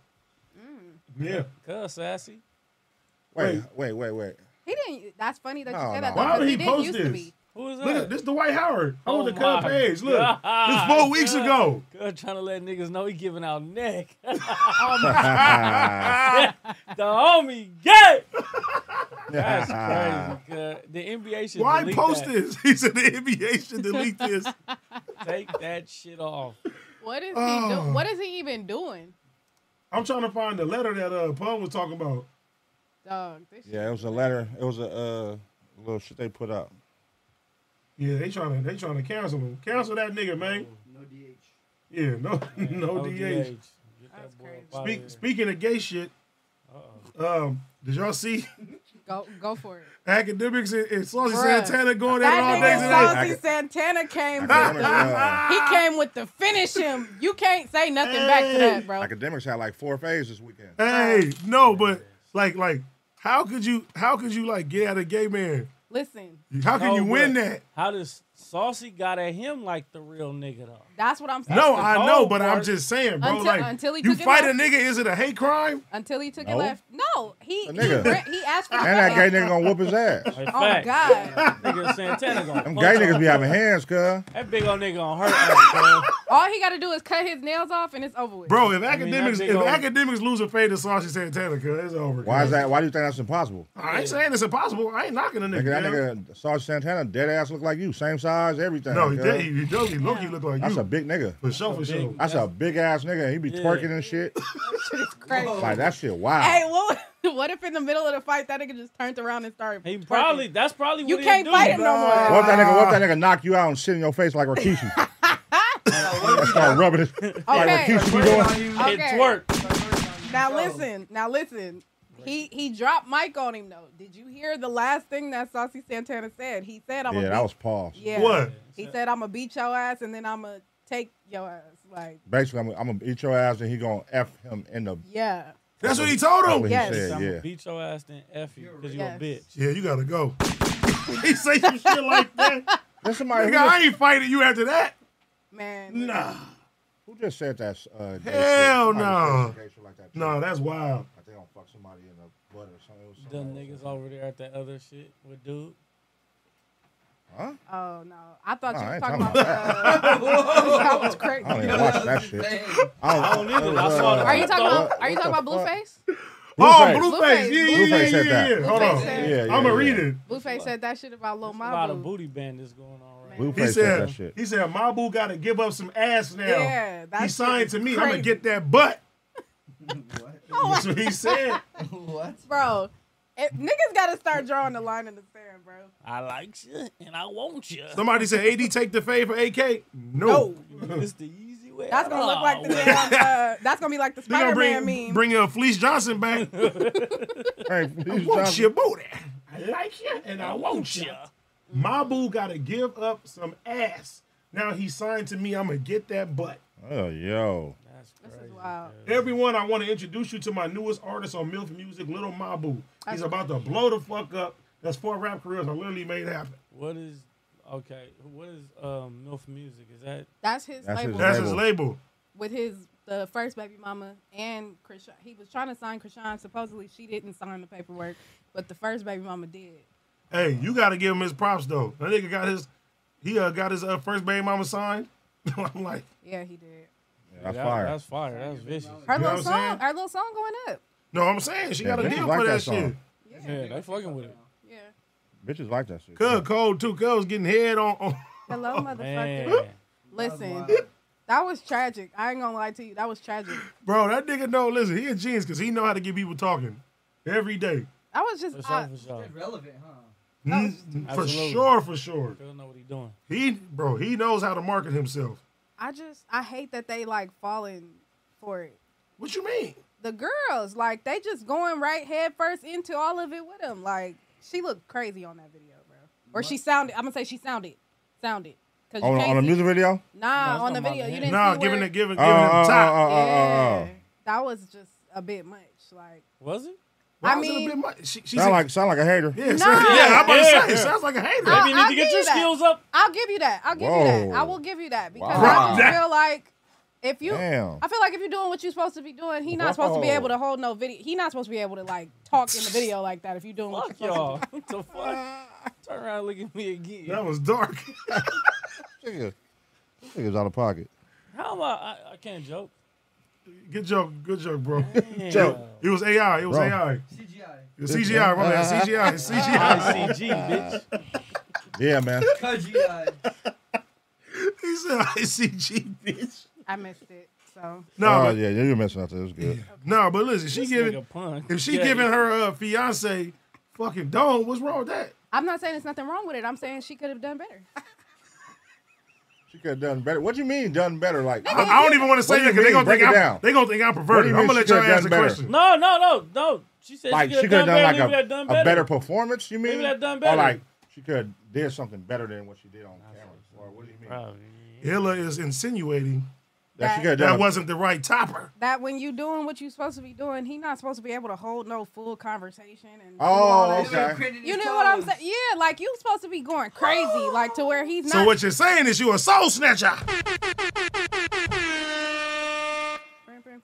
Speaker 1: Yeah.
Speaker 2: Cuz sassy.
Speaker 4: Wait, wait, wait, wait.
Speaker 3: He didn't. That's funny that you
Speaker 4: No,
Speaker 3: said that.
Speaker 4: no.
Speaker 3: though,
Speaker 1: Why
Speaker 3: 'cause
Speaker 1: did he
Speaker 3: didn't
Speaker 1: post
Speaker 3: used to
Speaker 1: this?
Speaker 3: be.
Speaker 2: Who is that?
Speaker 1: Look at this, Dwight Howard. I
Speaker 2: Oh
Speaker 1: went to Cut
Speaker 2: my
Speaker 1: Page. Look,
Speaker 2: God.
Speaker 1: this four weeks ago.
Speaker 2: Good, trying to let niggas know he giving out neck. the
Speaker 4: yeah,
Speaker 2: homie gay. That's crazy. Good. The NBA should
Speaker 1: Why
Speaker 2: delete
Speaker 1: post
Speaker 2: that.
Speaker 1: this? He said the NBA should delete this.
Speaker 2: Take that shit off.
Speaker 3: What is he
Speaker 1: Oh.
Speaker 3: doing? What is he even doing?
Speaker 1: I'm trying to find the letter that uh Pun was talking about.
Speaker 3: Dog, this shit.
Speaker 4: it was a letter. It was a uh, little shit they put up.
Speaker 1: Yeah, they trying to they trying to cancel him. Cancel that nigga, man.
Speaker 2: Oh.
Speaker 5: No DH.
Speaker 1: Yeah, no, no DH.
Speaker 2: Get that
Speaker 3: That's
Speaker 2: boy
Speaker 3: crazy.
Speaker 2: up outta
Speaker 1: Speak,
Speaker 2: here.
Speaker 1: speaking of gay shit, um, did y'all see
Speaker 3: Go, go for it.
Speaker 1: academics and, and Saucy
Speaker 3: Bruh.
Speaker 1: Santana going at it all day
Speaker 3: That
Speaker 1: today?
Speaker 4: Saucy.
Speaker 3: nigga Saucy
Speaker 4: I-
Speaker 3: Santana came with
Speaker 4: Academics, uh,
Speaker 3: the, he came with the finish him. You can't say nothing back to that, bro.
Speaker 4: Academics had like four phases this weekend.
Speaker 1: Hey, no, but like, like, how could you, how could you like get at a gay man?
Speaker 3: Listen,
Speaker 1: How can
Speaker 2: No,
Speaker 1: you win
Speaker 2: but
Speaker 1: that?
Speaker 2: How does Saucy got at him like the real nigga though?
Speaker 3: that's what I'm saying.
Speaker 1: No,
Speaker 2: the
Speaker 1: I know,
Speaker 2: cold
Speaker 1: but I'm
Speaker 2: part.
Speaker 1: just saying, bro.
Speaker 3: Until-
Speaker 1: like,
Speaker 3: until he
Speaker 1: you
Speaker 3: took it
Speaker 1: fight a
Speaker 3: off.
Speaker 1: nigga, is it a hate crime?
Speaker 3: Until he took
Speaker 4: No.
Speaker 3: it left. No, he,
Speaker 4: A
Speaker 3: he,
Speaker 4: nigga.
Speaker 3: re- he asked for the
Speaker 4: And that
Speaker 3: pass.
Speaker 4: gay nigga gonna whoop his ass.
Speaker 2: In
Speaker 3: Oh
Speaker 2: fact,
Speaker 3: God!
Speaker 2: Nigga Santana gonna
Speaker 4: Them
Speaker 2: punch
Speaker 4: gay
Speaker 2: him.
Speaker 4: niggas be having hands, cuz.
Speaker 2: That big old nigga gonna hurt us, bro.
Speaker 3: All he got to do is cut his nails off and it's over with.
Speaker 1: Bro, if
Speaker 2: I mean, that
Speaker 1: academics,
Speaker 2: big
Speaker 1: if
Speaker 2: old-
Speaker 1: academics lose a fade to Saucy Santana, cause it's over.
Speaker 4: Why is
Speaker 1: cuz.
Speaker 4: that? Why do you think that's impossible?
Speaker 1: I ain't saying it's impossible. I ain't knocking a nigga.
Speaker 4: Nigga, that
Speaker 1: man.
Speaker 4: nigga Sergeant Santana, dead ass look like you, same size, everything.
Speaker 1: No, he
Speaker 4: cuz.
Speaker 1: did. He, he joking. Look, he look like
Speaker 4: That's
Speaker 1: you.
Speaker 4: a big nigga.
Speaker 1: for sure, for
Speaker 2: That's a
Speaker 1: sure.
Speaker 2: big-
Speaker 4: That's a big ass nigga. and He be
Speaker 2: Yeah.
Speaker 4: twerking and shit.
Speaker 3: It's crazy.
Speaker 4: Like that shit, wow.
Speaker 3: Hey, what? What if in the middle of the fight that nigga just turned around and started?
Speaker 2: He
Speaker 3: twerking?
Speaker 2: probably that's probably
Speaker 3: You
Speaker 2: what
Speaker 3: can't
Speaker 2: he do.
Speaker 3: fight him no more.
Speaker 4: what if that nigga? What if that nigga knock you out and shit in your face like Rikishi? Start rubbing it like
Speaker 3: Okay.
Speaker 4: Rikishi be doing.
Speaker 2: It
Speaker 3: Okay.
Speaker 2: twerk.
Speaker 3: Now listen, now listen. He he dropped Mike on him though. Did you hear the last thing that Saucy Santana said? He said, "I'm
Speaker 4: Yeah,
Speaker 3: a
Speaker 4: that was Paul.
Speaker 3: yeah."
Speaker 1: What?
Speaker 3: He said, "I'm gonna beat your ass and then I'm gonna take your ass." Like,
Speaker 4: Basically, I'm, I'm gonna eat your ass and he gonna f him in the.
Speaker 3: yeah.
Speaker 1: That's what he told
Speaker 4: That's
Speaker 1: him.
Speaker 4: what he
Speaker 3: Yes.
Speaker 4: said.
Speaker 2: I'm
Speaker 4: Yeah.
Speaker 2: gonna beat your ass then F you because you
Speaker 3: Yes.
Speaker 2: a bitch.
Speaker 1: Yeah, you gotta go. he say some shit like that.
Speaker 4: There's somebody who
Speaker 1: Nigga, I
Speaker 4: just,
Speaker 1: ain't fighting you after that.
Speaker 3: Man,
Speaker 1: Nah,
Speaker 4: who just said that. Uh, gay
Speaker 1: Hell no.
Speaker 4: shit. Somebody said some gay shit Like that, too.
Speaker 1: nah, that's wild.
Speaker 4: Like they gonna fuck somebody in the butt or something. It was
Speaker 2: The
Speaker 4: somebody-
Speaker 2: niggas over there at that other shit with dude.
Speaker 4: Huh?
Speaker 3: oh no, I thought
Speaker 4: No,
Speaker 3: you
Speaker 4: I
Speaker 3: were
Speaker 4: ain't
Speaker 3: talking
Speaker 4: talking
Speaker 3: about. uh, that was crazy.
Speaker 4: I don't even watch that shit. I don't,
Speaker 2: I don't either.
Speaker 4: it was,
Speaker 2: I saw
Speaker 4: uh,
Speaker 2: that.
Speaker 3: Are you
Speaker 2: What
Speaker 3: talking
Speaker 2: the-
Speaker 3: about? Are you
Speaker 4: what
Speaker 3: talking
Speaker 4: the
Speaker 3: about Blueface?
Speaker 1: Oh,
Speaker 4: Blueface.
Speaker 1: Blueface. Yeah, yeah,
Speaker 4: Blueface
Speaker 1: yeah,
Speaker 4: said
Speaker 1: yeah, yeah.
Speaker 4: that.
Speaker 1: Hold on.
Speaker 3: Blueface said-
Speaker 4: Yeah, yeah,
Speaker 1: I'ma
Speaker 4: yeah.
Speaker 1: read it.
Speaker 3: Blueface said that shit about
Speaker 2: A
Speaker 3: Lil
Speaker 2: lot of
Speaker 3: Mabu.
Speaker 2: booty bandits going on right now.
Speaker 4: Blueface
Speaker 1: He
Speaker 4: said
Speaker 1: said,
Speaker 4: that shit.
Speaker 1: he said, Mabu gotta give up some ass now.
Speaker 3: Yeah, that
Speaker 1: he
Speaker 3: shit
Speaker 1: signed
Speaker 3: is
Speaker 1: to me. I'm gonna
Speaker 3: crazy.
Speaker 1: get that butt.
Speaker 5: What?
Speaker 1: That's what he said.
Speaker 5: What?
Speaker 3: Bro, it, niggas gotta start drawing the line in the sand, bro.
Speaker 2: I like you and I want you.
Speaker 1: Somebody said, AD take the fade for AK. No.
Speaker 3: No.
Speaker 2: It's the easy way. Oh,
Speaker 3: That's gonna look like the
Speaker 5: Oh,
Speaker 2: out.
Speaker 3: damn. Uh, that's gonna be like the
Speaker 1: They gonna
Speaker 3: Spider Man
Speaker 1: bring
Speaker 3: meme.
Speaker 1: bring uh, Fleece Johnson back.
Speaker 4: Hey, please
Speaker 1: want
Speaker 4: stop.
Speaker 1: your booty. I like you and I want you. My boo gotta give up some ass. Now he signed to me. I'm gonna get that butt.
Speaker 4: Oh, yo.
Speaker 2: That's
Speaker 3: This
Speaker 2: crazy.
Speaker 3: is wild.
Speaker 1: Everyone, I want to introduce you to my newest artist on MILF Music, Little Mabu. He's
Speaker 3: That's-
Speaker 1: about to blow the fuck up. That's four rap careers I literally made happen.
Speaker 2: What is okay? What is um MILF music? Is that
Speaker 3: That's his
Speaker 4: That's his
Speaker 3: label
Speaker 1: That's his label.
Speaker 3: with his the first baby mama and Krishan. He was trying to sign Krishan. Supposedly she didn't sign the paperwork, but the first baby mama did.
Speaker 1: Hey, you gotta give him his props though. That nigga got his, he uh, got his uh, first baby mama signed. I'm like,
Speaker 3: Yeah, he did.
Speaker 4: Yeah, that's
Speaker 2: that-
Speaker 4: fire.
Speaker 2: That's fire. That's vicious.
Speaker 3: Her
Speaker 1: You know
Speaker 3: little
Speaker 1: what I'm saying?
Speaker 3: song, her little song going up.
Speaker 1: no, I'm saying she
Speaker 4: Yeah,
Speaker 1: got a
Speaker 4: bitches
Speaker 1: deal
Speaker 4: like
Speaker 1: for
Speaker 4: that
Speaker 1: that, shit.
Speaker 4: song.
Speaker 2: Yeah, they fucking with it.
Speaker 3: Yeah.
Speaker 4: Bitches like that shit.
Speaker 1: Cuz cold too. Cuz was getting head on. on.
Speaker 3: Hello, motherfucker.
Speaker 2: Man,
Speaker 3: Listen,
Speaker 5: That was Oh, wild.
Speaker 3: that was tragic. I ain't gonna lie to you. That was tragic.
Speaker 1: Bro, that nigga know. Listen, he a genius because he know how to get people talking every day.
Speaker 3: That was just
Speaker 2: for
Speaker 3: I,
Speaker 2: sure, for sure.
Speaker 5: That's relevant, huh?
Speaker 1: Mm, For
Speaker 2: Oh, Absolutely.
Speaker 1: sure, for sure.
Speaker 2: Phil know what he doing.
Speaker 1: He, bro, he knows how to market himself.
Speaker 3: I just I hate that they like falling for it.
Speaker 1: What you mean?
Speaker 3: the girls like they just going right head first into all of it with him like she looked crazy on that video bro or she sounded i'm gonna say she sounded sounded because
Speaker 4: On, on the music video?
Speaker 3: nah
Speaker 2: No,
Speaker 3: on
Speaker 2: it's
Speaker 3: the
Speaker 2: not
Speaker 3: video
Speaker 2: about
Speaker 3: you
Speaker 2: the
Speaker 3: didn't
Speaker 1: Nah,
Speaker 3: see
Speaker 1: giving
Speaker 3: where,
Speaker 1: it, giving, giving
Speaker 4: Oh,
Speaker 1: it the
Speaker 4: oh,
Speaker 1: top.
Speaker 4: oh, oh, oh,
Speaker 3: yeah
Speaker 4: oh.
Speaker 3: that was just a bit much like
Speaker 2: Was it?
Speaker 1: Why
Speaker 3: I
Speaker 1: was it a
Speaker 3: mean-
Speaker 1: bit much? she, she said,
Speaker 4: Sound like, sound like a hater.
Speaker 1: yeah,
Speaker 3: Nah.
Speaker 1: sound- yeah, I'm about to
Speaker 2: Yeah.
Speaker 1: say, it sounds like a hater.
Speaker 3: I-
Speaker 2: Maybe you need
Speaker 3: I'll
Speaker 2: to get
Speaker 3: give
Speaker 2: your
Speaker 3: you that.
Speaker 2: skills up.
Speaker 3: i'll give you that i'll give you that
Speaker 4: Whoa.
Speaker 3: i will give you that because
Speaker 4: Wow.
Speaker 3: i
Speaker 1: That-
Speaker 3: just feel like If you,
Speaker 4: Damn.
Speaker 3: I feel like if you're doing what you're supposed to be doing, he not supposed to be
Speaker 4: Whoa.
Speaker 3: able to hold no video. He not supposed to be able to like talk in the video like that. If you're doing what
Speaker 2: Fuck
Speaker 3: you're supposed
Speaker 2: y'all. What the fuck? Turn around, and look at me again.
Speaker 1: That was dark.
Speaker 4: Nigga, this nigga's out of pocket.
Speaker 2: How am I? I, I can't joke.
Speaker 1: good joke. Good joke, bro.
Speaker 2: Joke.
Speaker 1: It was AI. It was
Speaker 4: Bro.
Speaker 1: AI.
Speaker 5: CGI.
Speaker 1: It was CGI. My man. CGI. It's CGI.
Speaker 2: ICG, bitch.
Speaker 4: Yeah, man.
Speaker 5: CGI.
Speaker 1: He said ICG, bitch.
Speaker 3: to. I missed it. So
Speaker 1: No,
Speaker 4: oh,
Speaker 1: but,
Speaker 4: yeah, yeah, you're messing up. That was good.
Speaker 1: no, but listen, she
Speaker 2: This
Speaker 1: giving
Speaker 2: nigga pun.
Speaker 1: if she
Speaker 2: Yeah,
Speaker 1: giving her uh, fiance fucking dome, what's wrong with that?
Speaker 3: I'm not saying there's nothing wrong with it. I'm saying she could have done better.
Speaker 4: She could have done better. What do you mean done better? Like,
Speaker 1: I, I don't even want to say
Speaker 4: What do
Speaker 1: that
Speaker 4: you
Speaker 1: because they
Speaker 4: mean?
Speaker 1: gonna
Speaker 4: Break
Speaker 1: think
Speaker 4: it
Speaker 1: I'm
Speaker 4: down.
Speaker 1: they gonna think I'm perverted.
Speaker 4: you
Speaker 1: I'm
Speaker 4: mean
Speaker 1: gonna let
Speaker 4: she
Speaker 1: y'all
Speaker 4: could've
Speaker 1: ask the
Speaker 4: done better?
Speaker 1: question.
Speaker 2: No, no, no, no. She said
Speaker 4: like
Speaker 2: she could have done,
Speaker 4: coulda
Speaker 2: better.
Speaker 4: like
Speaker 2: Maybe
Speaker 4: a,
Speaker 2: that done
Speaker 4: a
Speaker 2: better.
Speaker 4: better performance. You mean?
Speaker 2: Maybe that done
Speaker 4: Or
Speaker 2: better.
Speaker 4: like she could have did something better than what she did on camera. Or what do you mean?
Speaker 2: Probably.
Speaker 1: Hilla is insinuating
Speaker 4: That she could have
Speaker 1: that
Speaker 4: done.
Speaker 1: wasn't the right topper.
Speaker 3: That when you doing what you supposed to be doing, he not supposed to be able to hold no full conversation and do all
Speaker 4: Oh,
Speaker 3: that shit.
Speaker 4: okay.
Speaker 3: You know what I'm saying? Yeah, like you supposed to be going crazy, like to where he's not.
Speaker 1: So what you're saying is you a soul snatcher.
Speaker 3: You're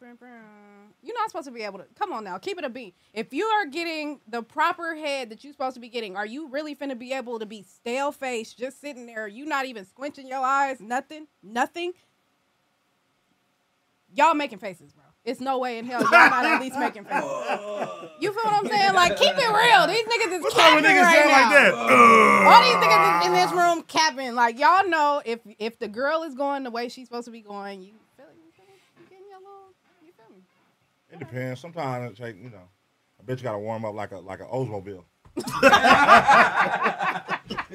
Speaker 3: not supposed to be able to. Come on now, keep it a bean. If you are getting the proper head that you're supposed to be getting, are you really finna be able to be stale faced, just sitting there? You not even squinching your eyes, nothing, nothing. Y'all making faces, bro. It's no way in hell y'all not at least making faces. You feel what I'm saying? Like keep it real. These niggas is
Speaker 1: What's wrong
Speaker 3: capping
Speaker 1: with niggas
Speaker 3: right
Speaker 1: saying
Speaker 3: now.
Speaker 1: like that? Ugh.
Speaker 3: All these niggas is in this room capping. Like y'all know if if the girl is going the way she's supposed to be going, you feel it. You feel me? You getting your little. You feel me?
Speaker 4: It depends. Sometimes it take you know, a bitch got to warm up like a like an Oldsmobile. you know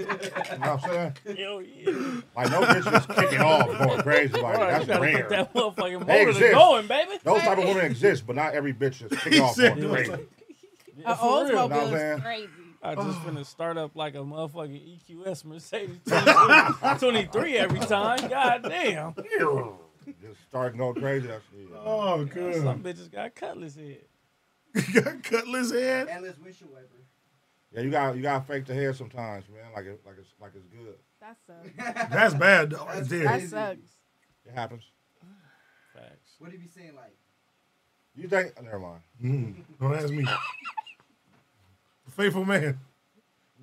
Speaker 4: what I'm saying?
Speaker 2: Hell yeah.
Speaker 4: Like no bitch is kicking off going crazy like
Speaker 2: All right, you
Speaker 4: that's
Speaker 2: gotta
Speaker 4: rare.
Speaker 2: get that motherfucking motor
Speaker 4: They
Speaker 2: to
Speaker 4: exist.
Speaker 2: going, baby.
Speaker 4: Those type of women exist, but not every bitch is kicking
Speaker 1: He
Speaker 4: off
Speaker 1: said
Speaker 4: going
Speaker 1: those
Speaker 4: crazy.
Speaker 2: Yeah,
Speaker 3: A
Speaker 2: for real.
Speaker 4: Nah,
Speaker 3: Oldsmobile
Speaker 4: man.
Speaker 3: is crazy.
Speaker 2: I just finna start up like a motherfucking EQS Mercedes 22 23 every time. God damn.
Speaker 4: Just starting going crazy. That's, yeah.
Speaker 1: Oh
Speaker 2: Some
Speaker 1: good.
Speaker 2: bitches got cutlass head.
Speaker 1: Got Cutlass head.
Speaker 5: Endless windshield wiper.
Speaker 4: yeah, you got you got to fake the head sometimes, man. Like it, like it's like it's good.
Speaker 3: That sucks.
Speaker 1: That's bad though. Right
Speaker 3: That
Speaker 1: there.
Speaker 5: That's-
Speaker 3: sucks.
Speaker 4: It happens.
Speaker 2: Facts.
Speaker 5: What did he be saying? Like,
Speaker 4: You think? Never mind.
Speaker 1: Mm, don't ask me. Faithful man.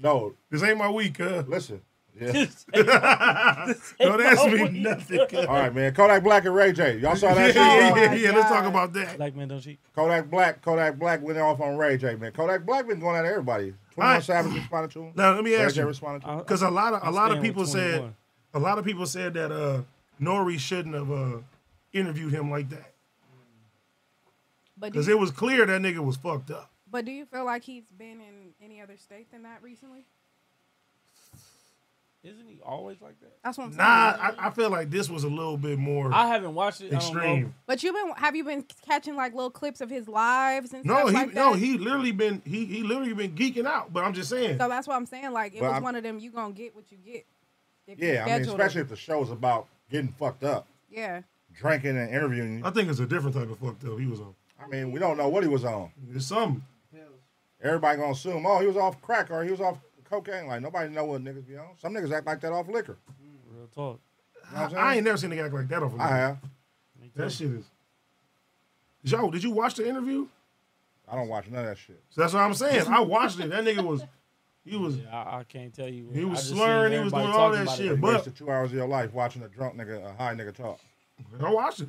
Speaker 4: No,
Speaker 1: This ain't my week, huh?
Speaker 4: listen. Yeah.
Speaker 2: Just say-
Speaker 1: Don't ask
Speaker 2: my
Speaker 1: me
Speaker 2: week.
Speaker 1: nothing. cuz.
Speaker 4: All right, man. Kodak Black and Ray J. Y'all saw
Speaker 1: Yeah,
Speaker 4: that shit?
Speaker 1: yeah,
Speaker 3: Oh
Speaker 1: yeah,
Speaker 3: my
Speaker 1: yeah. Let's talk
Speaker 3: God.
Speaker 1: about that.
Speaker 2: Black men don't cheat.
Speaker 4: Kodak Black, Kodak Black went off on Ray J, man. Kodak Black been going at everybody. 21
Speaker 1: right.
Speaker 4: Savage responded to him.
Speaker 1: Now let me
Speaker 4: Ray
Speaker 1: ask
Speaker 4: J
Speaker 1: you,
Speaker 4: responded to
Speaker 3: Uh,
Speaker 4: him.
Speaker 2: I-
Speaker 1: because a lot of a
Speaker 2: I'm
Speaker 1: lot of
Speaker 2: staying with
Speaker 1: people said
Speaker 2: 21.
Speaker 1: a lot of people said that uh Nori shouldn't have uh interviewed him like that
Speaker 3: But do,
Speaker 1: because
Speaker 3: you,
Speaker 1: it was clear that nigga was fucked up.
Speaker 3: but do you feel like he's been in any other state than that recently?
Speaker 2: Isn't he always like that?
Speaker 3: That's what I'm saying.
Speaker 1: Nah, I, I feel like this was a little bit more
Speaker 2: I haven't watched it. I don't know.
Speaker 1: extreme.
Speaker 3: but you've been have you been catching like little clips of his lives and
Speaker 1: No,
Speaker 3: stuff
Speaker 1: he
Speaker 3: like that?
Speaker 1: no, he literally been he he literally been geeking out. But I'm just saying,
Speaker 3: So that's what I'm saying. Like it
Speaker 4: But
Speaker 3: was
Speaker 4: I'm-
Speaker 3: one of them. You gonna get what you get. if you
Speaker 4: Yeah, I mean,
Speaker 3: schedule it.
Speaker 4: especially if the show's about getting fucked up,
Speaker 3: Yeah.
Speaker 4: drinking and interviewing. you.
Speaker 1: I think it's a different type of fucked up he was on.
Speaker 4: I mean, we don't know what he was on.
Speaker 1: It's something.
Speaker 5: pills.
Speaker 4: Everybody gonna assume, oh, he was off crack or he was off cocaine. Like nobody know what niggas be on. Some niggas act like that off liquor.
Speaker 2: Real talk.
Speaker 4: You know what I'm saying?
Speaker 1: I ain't never seen a guy act like that off.
Speaker 4: I have.
Speaker 2: Me too.
Speaker 1: That shit is. Yo, did you watch the interview?
Speaker 4: I don't watch none of that shit.
Speaker 1: So that's what I'm saying. I watched it. That nigga was, he was.
Speaker 2: Yeah, I, I can't tell you.
Speaker 1: He
Speaker 2: I
Speaker 1: was
Speaker 2: just seen
Speaker 1: slurring, he was
Speaker 2: everybody
Speaker 1: doing all
Speaker 2: talking
Speaker 1: that
Speaker 2: about it.
Speaker 1: shit.
Speaker 4: You
Speaker 1: But-
Speaker 4: wasted two hours of your life watching a drunk nigga, a high nigga talk.
Speaker 1: I watched it.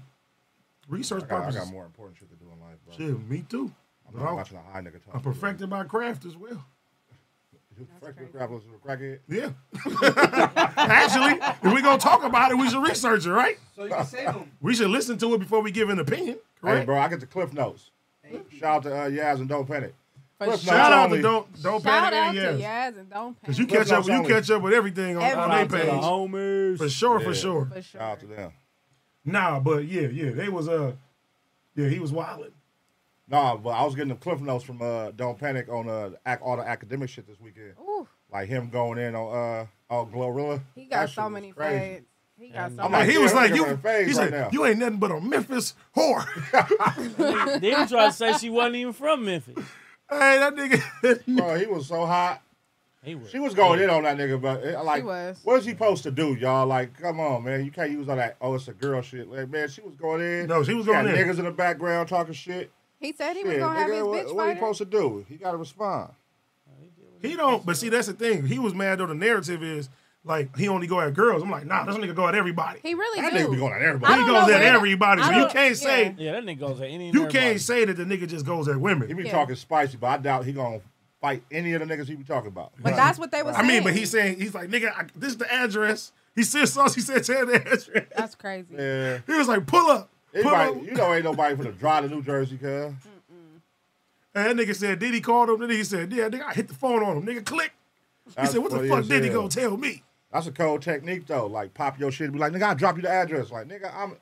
Speaker 1: Research
Speaker 4: I got, I
Speaker 1: purposes.
Speaker 4: got more important shit to do in life, bro.
Speaker 1: Shit, me too.
Speaker 4: I'm
Speaker 1: But
Speaker 4: not
Speaker 1: I,
Speaker 4: watching a high nigga talk.
Speaker 1: I perfected my craft as well.
Speaker 4: You perfected grapplers with a crackhead.
Speaker 1: Yeah. Actually, if we gonna talk about it, we should research it, right?
Speaker 5: So you can save him.
Speaker 1: We should listen to it before we give an opinion,
Speaker 4: Hey,
Speaker 1: correct?
Speaker 4: bro, I get the cliff notes. Shout out to uh, Yaz and Don't Panic.
Speaker 3: For
Speaker 4: Cliff
Speaker 3: sure.
Speaker 4: notes
Speaker 1: Shout out
Speaker 4: only.
Speaker 1: to don't don't
Speaker 3: Shout
Speaker 1: panic
Speaker 3: out
Speaker 1: and
Speaker 3: to
Speaker 1: yes.
Speaker 3: Yaz and don't panic.
Speaker 1: Cause you catch up,
Speaker 4: Cliff
Speaker 1: you
Speaker 4: notes
Speaker 1: catch up with everything on, on
Speaker 3: Everything.
Speaker 1: their
Speaker 2: Shout out to the
Speaker 1: page.
Speaker 2: homies.
Speaker 1: For sure, for
Speaker 4: Yeah.
Speaker 1: sure.
Speaker 3: for sure.
Speaker 4: Shout out to them.
Speaker 1: Nah, but yeah, yeah, they was uh, yeah, he was wilding.
Speaker 4: No, but I was getting the cliff notes from uh, Don't Panic on uh, ac- all the academic shit this weekend.
Speaker 3: Ooh,
Speaker 4: Like him going in on uh, on Glorilla.
Speaker 3: he
Speaker 4: That
Speaker 3: got
Speaker 4: shit
Speaker 3: so
Speaker 4: was
Speaker 3: many
Speaker 4: crazy.
Speaker 3: fades. He got so
Speaker 2: I'm
Speaker 1: Like,
Speaker 3: many.
Speaker 1: he was
Speaker 4: yeah,
Speaker 1: like,
Speaker 4: I'm
Speaker 1: you,
Speaker 4: giving her a
Speaker 1: he
Speaker 4: phase
Speaker 1: said,
Speaker 4: right now.
Speaker 1: you ain't nothing but a Memphis whore.
Speaker 2: Then try to say she wasn't even from Memphis.
Speaker 1: hey, that nigga,
Speaker 4: Bro, he was so hot.
Speaker 2: He was.
Speaker 4: She was going in on that nigga, but eh, like,
Speaker 3: was.
Speaker 4: what is he supposed to do, y'all? Like, come on, man, you can't use all that. Oh, it's a girl shit. Like, man, she was going in.
Speaker 1: No, she was
Speaker 4: She had
Speaker 1: going in.
Speaker 4: Niggas in the background talking shit.
Speaker 3: He said he was
Speaker 4: Shit,
Speaker 3: gonna have
Speaker 4: nigga,
Speaker 3: his
Speaker 4: what,
Speaker 3: bitch
Speaker 4: what he
Speaker 3: fighter.
Speaker 4: supposed to do? He got to respond.
Speaker 1: He don't. But see, that's the thing. He was mad though. The narrative is like he only go at girls. I'm like, nah, this nigga go at everybody.
Speaker 3: He really
Speaker 4: That
Speaker 3: do.
Speaker 4: nigga be going at
Speaker 3: I
Speaker 4: everybody.
Speaker 1: He
Speaker 3: don't
Speaker 1: goes
Speaker 3: know
Speaker 1: at
Speaker 3: where the-
Speaker 1: everybody.
Speaker 3: I
Speaker 1: So you
Speaker 3: don't-
Speaker 1: can't say
Speaker 2: Yeah, that nigga goes at any. and
Speaker 1: you
Speaker 2: everybody.
Speaker 1: can't say that the nigga just goes at
Speaker 4: He
Speaker 1: women.
Speaker 4: be
Speaker 3: Yeah.
Speaker 4: talking spicy, but I doubt he gonna fight any of the niggas he be talking about.
Speaker 3: But that's what they was
Speaker 1: I
Speaker 3: saying.
Speaker 1: mean, but he's saying he's like, nigga, I, this is the address. He said sauce. He said tell the address.
Speaker 3: that's crazy.
Speaker 4: yeah,
Speaker 1: He was like, pull up, pull up.
Speaker 4: anybody, you know, ain't nobody for the drive to New Jersey,
Speaker 3: Mm.
Speaker 4: cuz.
Speaker 1: And that nigga said, Diddy called him. Then he said, Yeah, nigga, I hit the phone on him. Nigga, click. He
Speaker 4: That's
Speaker 1: said, What the
Speaker 4: funny
Speaker 1: fuck
Speaker 4: as
Speaker 1: did he
Speaker 4: hell.
Speaker 1: gonna tell me?
Speaker 4: That's a cold technique though. Like pop your shit, and be like, nigga, I will drop you the address. Like, nigga, I'm,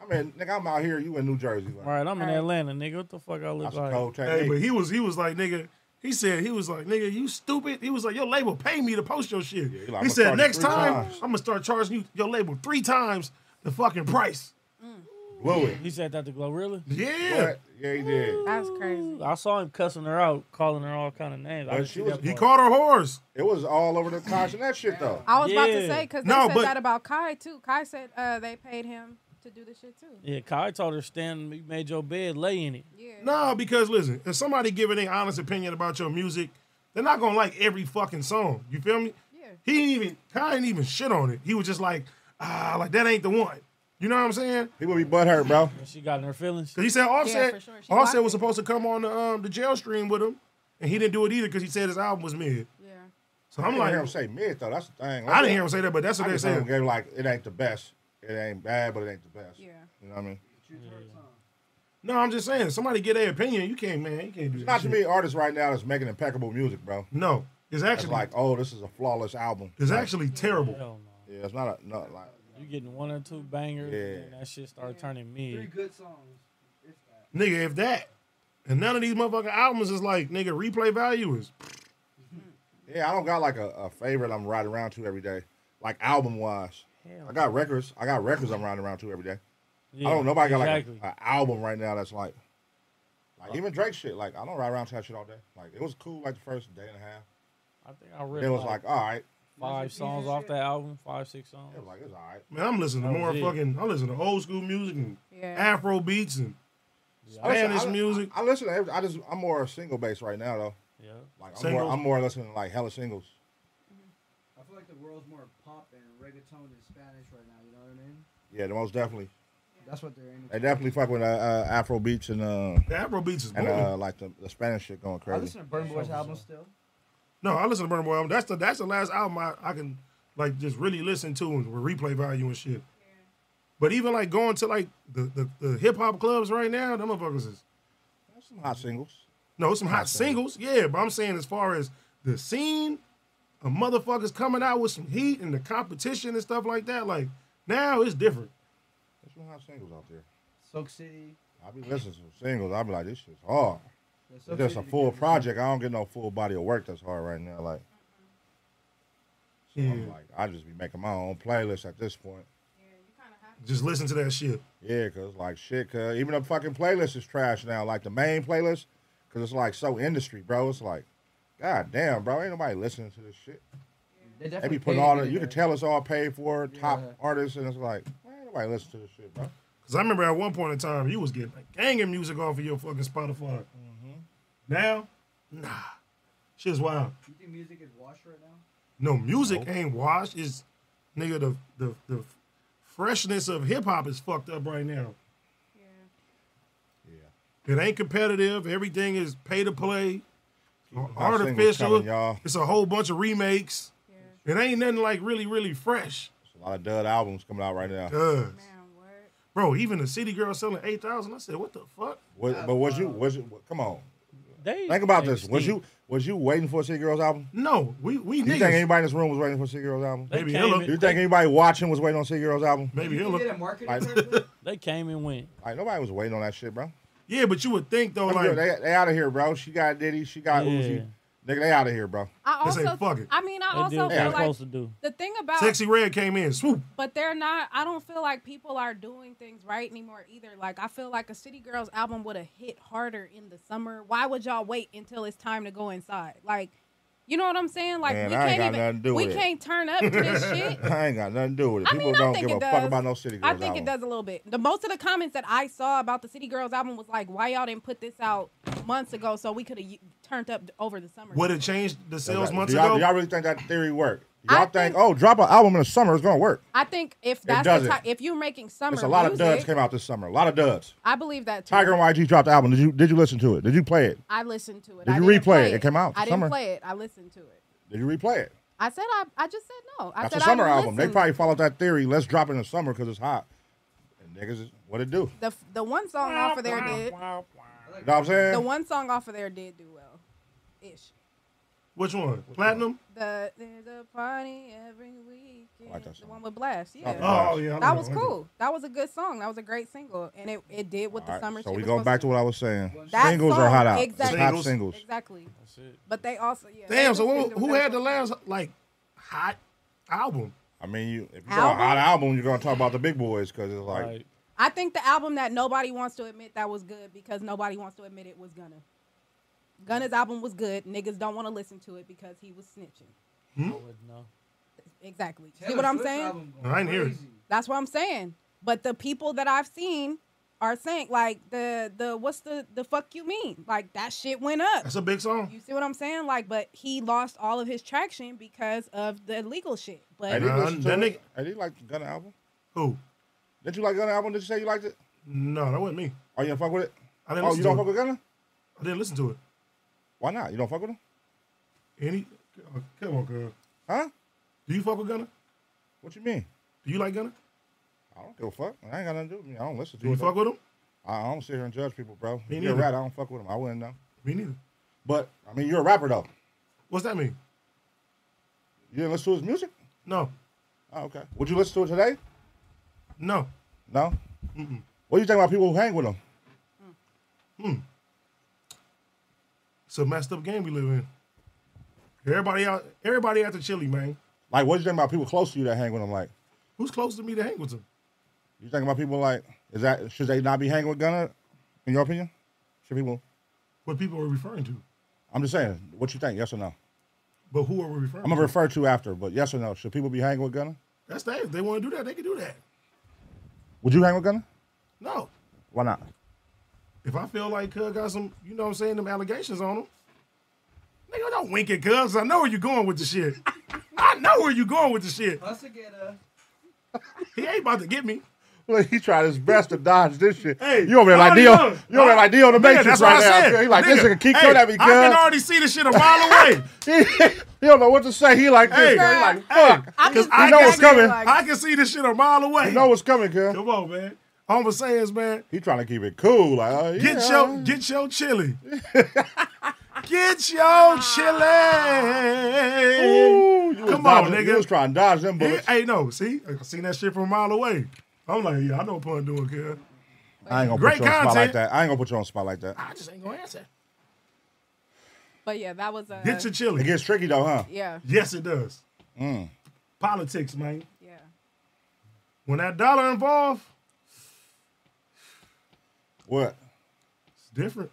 Speaker 4: I mean, nigga, I'm out here. You in New Jersey? Like,
Speaker 2: All right, I'm in
Speaker 3: All right.
Speaker 2: Atlanta, nigga. What the fuck I look
Speaker 4: That's a
Speaker 2: like?
Speaker 4: cold technique.
Speaker 1: Hey, but he was he was like, nigga, he said, he was like, nigga, you stupid. He was like, Your label pay me to post your shit.
Speaker 4: he like,
Speaker 1: he
Speaker 4: "I'ma
Speaker 1: said,
Speaker 4: charge you
Speaker 1: next
Speaker 4: three
Speaker 1: time,
Speaker 4: times."
Speaker 1: I'm gonna start charging you your label three times the fucking price.
Speaker 4: Blew it.
Speaker 2: He said that to Glow. Really?
Speaker 1: Yeah.
Speaker 4: Yeah, he did.
Speaker 3: That's crazy.
Speaker 2: I saw him cussing her out, calling her all kind of names. I
Speaker 4: But
Speaker 2: didn't
Speaker 4: she
Speaker 2: see
Speaker 4: was-
Speaker 2: that
Speaker 1: He
Speaker 2: part.
Speaker 1: called her whores.
Speaker 4: It was all over the cosh and that shit though.
Speaker 3: I was about to
Speaker 2: Yeah.
Speaker 3: say because they
Speaker 1: No,
Speaker 3: said
Speaker 1: but-
Speaker 3: that about Kai too. Kai said uh, they paid him to do the shit too.
Speaker 2: Yeah, Kai told her stand. You made your bed, lay in it.
Speaker 3: Yeah.
Speaker 1: No, because listen, if somebody giving their honest opinion about your music, they're not gonna like every fucking song. You feel me?
Speaker 3: Yeah.
Speaker 1: He didn't even Kai didn't even shit on it. He was just like, ah, like that ain't the one. You know what I'm saying?
Speaker 4: People be butthurt, bro.
Speaker 2: And she got in her feelings.
Speaker 1: Cause he said Offset,
Speaker 3: for sure. She blocked
Speaker 1: Offset
Speaker 3: him.
Speaker 1: was supposed to come on the um the jail stream with him, and he didn't do it either because he said his album was mid.
Speaker 3: Yeah.
Speaker 1: So
Speaker 4: I'm
Speaker 1: I'm
Speaker 4: like,
Speaker 1: like,
Speaker 4: hear him say mid though. That's the thing.
Speaker 1: I didn't hear him say that, but that's what
Speaker 4: I
Speaker 1: they
Speaker 4: just heard him
Speaker 1: said.
Speaker 4: go like, it ain't the best. It ain't bad, but it ain't the best.
Speaker 3: Yeah.
Speaker 4: You know what I mean?
Speaker 1: No, I'm just saying, somebody get their opinion. You can't, man. You can't do that.
Speaker 4: Not to
Speaker 1: shit.
Speaker 4: me, artists right now that's making impeccable music, bro.
Speaker 1: No, it's
Speaker 4: It's
Speaker 1: actually
Speaker 4: like, oh, this is a flawless album.
Speaker 1: it's
Speaker 4: Like,
Speaker 1: actually terrible.
Speaker 2: Hell no.
Speaker 4: yeah, it's not a no like.
Speaker 2: You getting one or two bangers,
Speaker 4: Yeah.
Speaker 2: and that shit started turning
Speaker 5: Three
Speaker 2: mid.
Speaker 5: good songs. If that.
Speaker 1: Nigga, if that. And none of these motherfucking albums is like, nigga, replay value is.
Speaker 4: Yeah, I don't got like a, a favorite I'm riding around to every day, like album wise.
Speaker 2: Hell
Speaker 4: I got records. I got records I'm riding around to every day.
Speaker 2: Yeah,
Speaker 4: I don't. Nobody
Speaker 2: exactly.
Speaker 4: got like an album right now that's like, like even Drake shit. Like I don't ride around to that shit all day. Like it was cool like the first day and a half.
Speaker 2: I think I read
Speaker 4: Then it was like all right.
Speaker 2: five songs off that album, five six songs.
Speaker 4: It was like it's all right.
Speaker 1: Man, I'm listening to
Speaker 2: That
Speaker 1: more
Speaker 2: was it.
Speaker 1: fucking, I listen to old school music and
Speaker 3: Yeah.
Speaker 1: Afro beats and
Speaker 4: I listen-
Speaker 1: Spanish
Speaker 4: I-
Speaker 1: music.
Speaker 4: I, I listen to. Every, I just I'm more single based right now though.
Speaker 2: yeah,
Speaker 4: Like I'm
Speaker 1: Singles.
Speaker 4: more I'm more listening to like hella singles.
Speaker 5: I feel like the world's more pop and reggaeton than Spanish right now. You know what I mean?
Speaker 4: Yeah, the most definitely.
Speaker 5: That's what they're into.
Speaker 4: They definitely fuck with uh, uh, Afro beats and uh
Speaker 1: The Afro beats is
Speaker 4: and
Speaker 1: booming.
Speaker 4: uh like the, the Spanish shit going
Speaker 5: I
Speaker 4: crazy.
Speaker 5: listen to Burn Boy's album still.
Speaker 1: no, I listen to Burna Boy album. That's the that's the last album I, I can like just really listen to and with replay value and shit. But even like going to like the the, the hip hop clubs right now, them motherfuckers is
Speaker 4: Some hot singles.
Speaker 1: no some hot singles. Yeah, but I'm saying as far as the scene of motherfuckers coming out with some heat and the competition and stuff like that, like now it's different.
Speaker 4: There's some hot singles out there.
Speaker 5: Silk City.
Speaker 4: I be listening to some singles. I be like, this shit's hard.
Speaker 5: Yeah, Silk
Speaker 4: It's just a
Speaker 5: City
Speaker 4: full
Speaker 5: became-
Speaker 4: project. I don't get no full body of work that's hard right now. Like, so
Speaker 1: Yeah.
Speaker 4: I'm
Speaker 5: Hmm.
Speaker 4: like, I just be making my own playlist at this point.
Speaker 1: Just listen to that shit.
Speaker 4: Yeah, cause like shit, cause even the fucking playlist is trash now. Like the main playlist, cause it's like so industry, bro. It's like, god damn, bro, ain't nobody listening to this shit.
Speaker 5: They,
Speaker 4: They
Speaker 5: definitely
Speaker 4: be putting
Speaker 5: paid
Speaker 4: all
Speaker 5: to
Speaker 4: the,
Speaker 5: do
Speaker 4: you
Speaker 5: that.
Speaker 4: can tell it's all paid for, top
Speaker 5: Yeah.
Speaker 4: artists, and it's like, ain't nobody listen to this shit, bro.
Speaker 1: Cause I remember at one point in time you was getting like gang of music off of your fucking Spotify. Now, nah, shit's wild.
Speaker 5: You think music is washed right now?
Speaker 1: No music ain't washed. Is nigga the the the freshness of hip hop is fucked up right now.
Speaker 4: Yeah,
Speaker 1: It ain't competitive. Everything is pay to play,
Speaker 4: hot singles
Speaker 1: artificial.
Speaker 4: coming, y'all.
Speaker 1: it's a whole bunch of remakes.
Speaker 3: Yeah.
Speaker 1: It ain't nothing like really really fresh.
Speaker 4: There's a lot of dud albums coming out right now.
Speaker 1: Cause,
Speaker 3: Man, what?
Speaker 1: bro, even the city girl selling eight thousand. I said, what the fuck?
Speaker 4: What, but was you, was you, come on,
Speaker 2: they
Speaker 4: Think about
Speaker 2: they
Speaker 4: this. Was
Speaker 2: steep.
Speaker 4: you was you waiting for a City Girls album?
Speaker 1: No, we we
Speaker 4: Do you think
Speaker 1: niggas.
Speaker 4: anybody in this room was waiting for a City Girls album?
Speaker 2: They
Speaker 1: Maybe
Speaker 2: came
Speaker 1: Hilla.
Speaker 2: in-
Speaker 4: Do you think anybody watching was waiting on City Girls album?
Speaker 1: Maybe
Speaker 5: You
Speaker 1: Hilla.
Speaker 5: get a marketing
Speaker 4: I-
Speaker 5: person?
Speaker 2: They came and went.
Speaker 4: Like nobody was waiting on that shit, bro.
Speaker 1: Yeah, but you would think though,
Speaker 4: Them
Speaker 1: like
Speaker 4: girls, Oh, they, they out of here, bro. She got Diddy, she got
Speaker 2: Yeah.
Speaker 4: Uzi. Nigga, they out of here, bro.
Speaker 3: I
Speaker 1: They say,
Speaker 3: also,
Speaker 1: "Fuck it."
Speaker 3: I mean, I
Speaker 2: They did
Speaker 3: also
Speaker 2: what they
Speaker 3: feel
Speaker 2: were
Speaker 3: like
Speaker 2: supposed to do.
Speaker 3: the thing about,
Speaker 1: Sexy Red came in, swoop.
Speaker 3: but they're not. I don't feel like people are doing things right anymore either. Like I feel like a City Girls album would have hit harder in the summer. Why would y'all wait until it's time to go inside? Like You know what I'm saying? Like
Speaker 4: Man,
Speaker 3: we
Speaker 4: I ain't
Speaker 3: can't
Speaker 4: got
Speaker 3: even
Speaker 4: nothing to do
Speaker 3: we
Speaker 4: with it.
Speaker 3: can't turn up to this shit.
Speaker 4: I ain't got nothing to do with it.
Speaker 3: I mean,
Speaker 4: People
Speaker 3: I
Speaker 4: don't
Speaker 3: think
Speaker 4: give
Speaker 3: it
Speaker 4: a
Speaker 3: does.
Speaker 4: fuck about no city girls.
Speaker 3: I think it
Speaker 4: album.
Speaker 3: does a little bit. The most of the comments that I saw about the City Girls album was like, "Why y'all didn't put this out months ago so we could have turned up over the summer?"
Speaker 1: Would it change the sales
Speaker 4: Do
Speaker 1: months
Speaker 4: y'all,
Speaker 1: ago?
Speaker 4: do y'all really think that theory worked?
Speaker 3: I
Speaker 4: Y'all think,
Speaker 3: think-
Speaker 4: oh, drop an album in the summer, it's gonna work.
Speaker 3: I think if that's the
Speaker 4: doesn't.
Speaker 3: type, if you're making summer
Speaker 4: It's a lot
Speaker 3: music,
Speaker 4: of duds came out this summer. A lot of duds.
Speaker 3: I believe that too.
Speaker 4: Tiger and YG dropped the album. Did you did you listen to it? Did you play it?
Speaker 3: I listened to it.
Speaker 4: Did
Speaker 3: I
Speaker 4: you
Speaker 3: didn't
Speaker 4: replay
Speaker 3: play
Speaker 4: it? It came out
Speaker 3: I
Speaker 4: summer.
Speaker 3: didn't play it. I listened to it.
Speaker 4: Did you replay it?
Speaker 3: I said I. I just said no. I
Speaker 4: That's
Speaker 3: said
Speaker 4: a summer
Speaker 3: I
Speaker 4: album. They
Speaker 3: listened.
Speaker 4: probably followed that theory. Let's drop it in the summer because it's hot. And niggas, is- what it do? You know
Speaker 3: the the one song off of there did
Speaker 4: what I'm saying?
Speaker 3: the one song off of there did do well, ish.
Speaker 1: Which one? Platinum?
Speaker 3: The there's a party every weekend.
Speaker 4: like that
Speaker 3: the
Speaker 4: song.
Speaker 3: one with Blast. Yeah.
Speaker 4: that
Speaker 1: Oh yeah, I
Speaker 3: That
Speaker 1: don't
Speaker 3: was
Speaker 1: know. Okay.
Speaker 3: cool. That was a good song. That was a great single, and it, it did what the
Speaker 4: All right,
Speaker 3: summer.
Speaker 4: so
Speaker 3: shit
Speaker 4: we
Speaker 3: was
Speaker 4: going
Speaker 3: supposed
Speaker 4: back to
Speaker 3: to
Speaker 4: what I was saying.
Speaker 3: That
Speaker 4: singles are hot
Speaker 3: song,
Speaker 4: out.
Speaker 3: exactly.
Speaker 4: It's hot singles.
Speaker 3: Exactly,
Speaker 2: Shit.
Speaker 3: but they also yeah.
Speaker 1: Damn.
Speaker 3: they
Speaker 1: So
Speaker 3: just
Speaker 1: what,
Speaker 3: did
Speaker 1: who
Speaker 3: what they-
Speaker 1: had the last like hot album?
Speaker 4: I mean, you if you got a hot album, you're gonna talk about the big boys because it's like
Speaker 2: Like,
Speaker 3: I think the album that nobody wants to admit that was good because nobody wants to admit it was Gunna. Gunna's album was good. Niggas don't want to listen to it because he was snitching.
Speaker 2: I wouldn't know.
Speaker 3: Exactly. See
Speaker 5: Taylor
Speaker 3: what I'm
Speaker 5: Swift's
Speaker 3: saying?
Speaker 5: album
Speaker 1: I didn't hear it.
Speaker 5: crazy.
Speaker 3: That's what I'm saying. But the people that I've seen are saying like the the what's the the fuck you mean? Like that shit went up.
Speaker 1: That's a big song.
Speaker 3: You see what I'm saying? Like, but he lost all of his traction because of the legal shit.
Speaker 4: I
Speaker 3: But
Speaker 4: did
Speaker 1: Nah,
Speaker 4: listen
Speaker 1: that
Speaker 4: to it.
Speaker 1: nigga-
Speaker 4: I did like the Gunna album.
Speaker 1: Who?
Speaker 4: Did you like Gunna album? Did you say you liked it?
Speaker 1: No, that wasn't me.
Speaker 4: Oh, you don't fuck with it?
Speaker 1: I didn't
Speaker 4: Oh, you
Speaker 1: listen
Speaker 4: don't
Speaker 1: to
Speaker 4: fuck
Speaker 1: it.
Speaker 4: with Gunna?
Speaker 1: I didn't listen to it.
Speaker 4: Why not? You don't fuck with him?
Speaker 1: Any? oh, Come on, girl.
Speaker 4: Huh?
Speaker 1: Do you fuck with Gunna?
Speaker 4: What you mean?
Speaker 1: Do you like Gunna?
Speaker 4: I don't give a fuck. I ain't got nothing to do with me. I don't listen to
Speaker 1: Do you
Speaker 4: it.
Speaker 1: fuck with him?
Speaker 4: I I don't sit here and judge people, bro.
Speaker 1: Me
Speaker 4: If you're a
Speaker 1: neither.
Speaker 4: rat, I don't fuck with him. I wouldn't know.
Speaker 1: Me neither.
Speaker 4: But I mean, you're a rapper though.
Speaker 1: What's that mean?
Speaker 4: You didn't listen to his music?
Speaker 1: No,
Speaker 4: Oh, okay. Would you listen to it today?
Speaker 1: no.
Speaker 4: No. What do you think about people who hang with him?
Speaker 1: It's a messed up game we live in. Everybody out, everybody out to Chile, man.
Speaker 4: Like, what do you think about people close to you that hang with him? Like,
Speaker 1: Who's close to me to hang with them?
Speaker 4: you think about people like, is that should they not be hanging with Gunna? In your opinion, should people?
Speaker 1: What people are referring to?
Speaker 4: I'm just saying, what you think? Yes or no?
Speaker 1: But who are we referring?
Speaker 4: I'm gonna
Speaker 1: to?
Speaker 4: refer to after, but yes or no? Should people be hanging with Gunna?
Speaker 1: That's that. If they want to do that, they can do that.
Speaker 4: Would you hang with Gunna?
Speaker 1: No,
Speaker 4: Why not?
Speaker 1: if I feel like Cuz got some, you know, what I'm saying them allegations on him. Nigga, don't wink at Cuz. I know where you going with the shit. I know where you going with the shit.
Speaker 5: Us again, uh,
Speaker 1: He ain't about to get me.
Speaker 4: Look, he tried his best to dodge this shit.
Speaker 1: Hey,
Speaker 4: you over there like
Speaker 1: already
Speaker 4: Neo?
Speaker 1: done.
Speaker 4: You over there like Neo the
Speaker 1: Nigga,
Speaker 4: Matrix
Speaker 1: that's what
Speaker 4: right
Speaker 1: I
Speaker 4: now?
Speaker 1: said.
Speaker 4: He like this nigga keep
Speaker 1: hey,
Speaker 4: killing at me,
Speaker 1: I can
Speaker 4: cuz.
Speaker 1: already see this shit a mile away.
Speaker 4: He, he don't know what to say. He like this.
Speaker 1: Hey,
Speaker 4: cuz. he like
Speaker 1: hey,
Speaker 4: fuck.
Speaker 3: I'm
Speaker 1: Because
Speaker 3: just
Speaker 1: I
Speaker 4: know
Speaker 1: can
Speaker 4: what's
Speaker 1: see-
Speaker 4: coming.
Speaker 1: I can see this shit a mile away.
Speaker 4: You know what's coming, cuz.
Speaker 1: Come on, man. All I'm saying is, man,
Speaker 4: He trying to keep it cool. Like, oh,
Speaker 1: get
Speaker 4: yeah.
Speaker 1: your get your chili. get your chili.
Speaker 4: Ah. Ooh, you was
Speaker 1: Come on,
Speaker 4: dodging-
Speaker 1: nigga.
Speaker 4: You was trying to dodge them bullets.
Speaker 1: Hey, no, see? I seen that shit from a mile away. I'm like, yeah, I know what pun doing, cuz.
Speaker 4: I ain't gonna
Speaker 1: Great
Speaker 4: put you on a spot like
Speaker 1: content.
Speaker 4: that. I ain't gonna put you on a spot like that.
Speaker 1: I just ain't gonna answer.
Speaker 3: but yeah, that was a
Speaker 1: Get your
Speaker 4: It
Speaker 1: chili.
Speaker 4: gets tricky though, huh?
Speaker 3: yeah
Speaker 1: Yes, it does. Politics, man.
Speaker 3: yeah.
Speaker 1: When that dollar involved,
Speaker 4: What?
Speaker 1: it's different.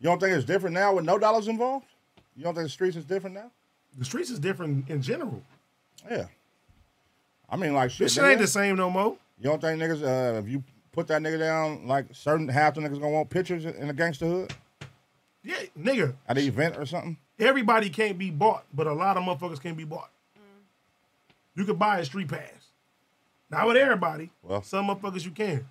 Speaker 4: You don't think it's different now with no dollars involved? You don't think the streets is different now?
Speaker 1: The streets is different in general.
Speaker 4: Yeah. I mean, like shit.
Speaker 1: This shit
Speaker 4: nigga.
Speaker 1: ain't the same no more.
Speaker 4: You don't think niggas, uh, if you put that nigga down, like certain half the niggas gonna want pictures in the gangster hood
Speaker 1: Yeah, nigga.
Speaker 4: at an event or something?
Speaker 1: Everybody can't be bought, but a lot of motherfuckers can be bought. Mm. You could buy a street pass. Not with everybody.
Speaker 4: Well.
Speaker 1: some motherfuckers you can.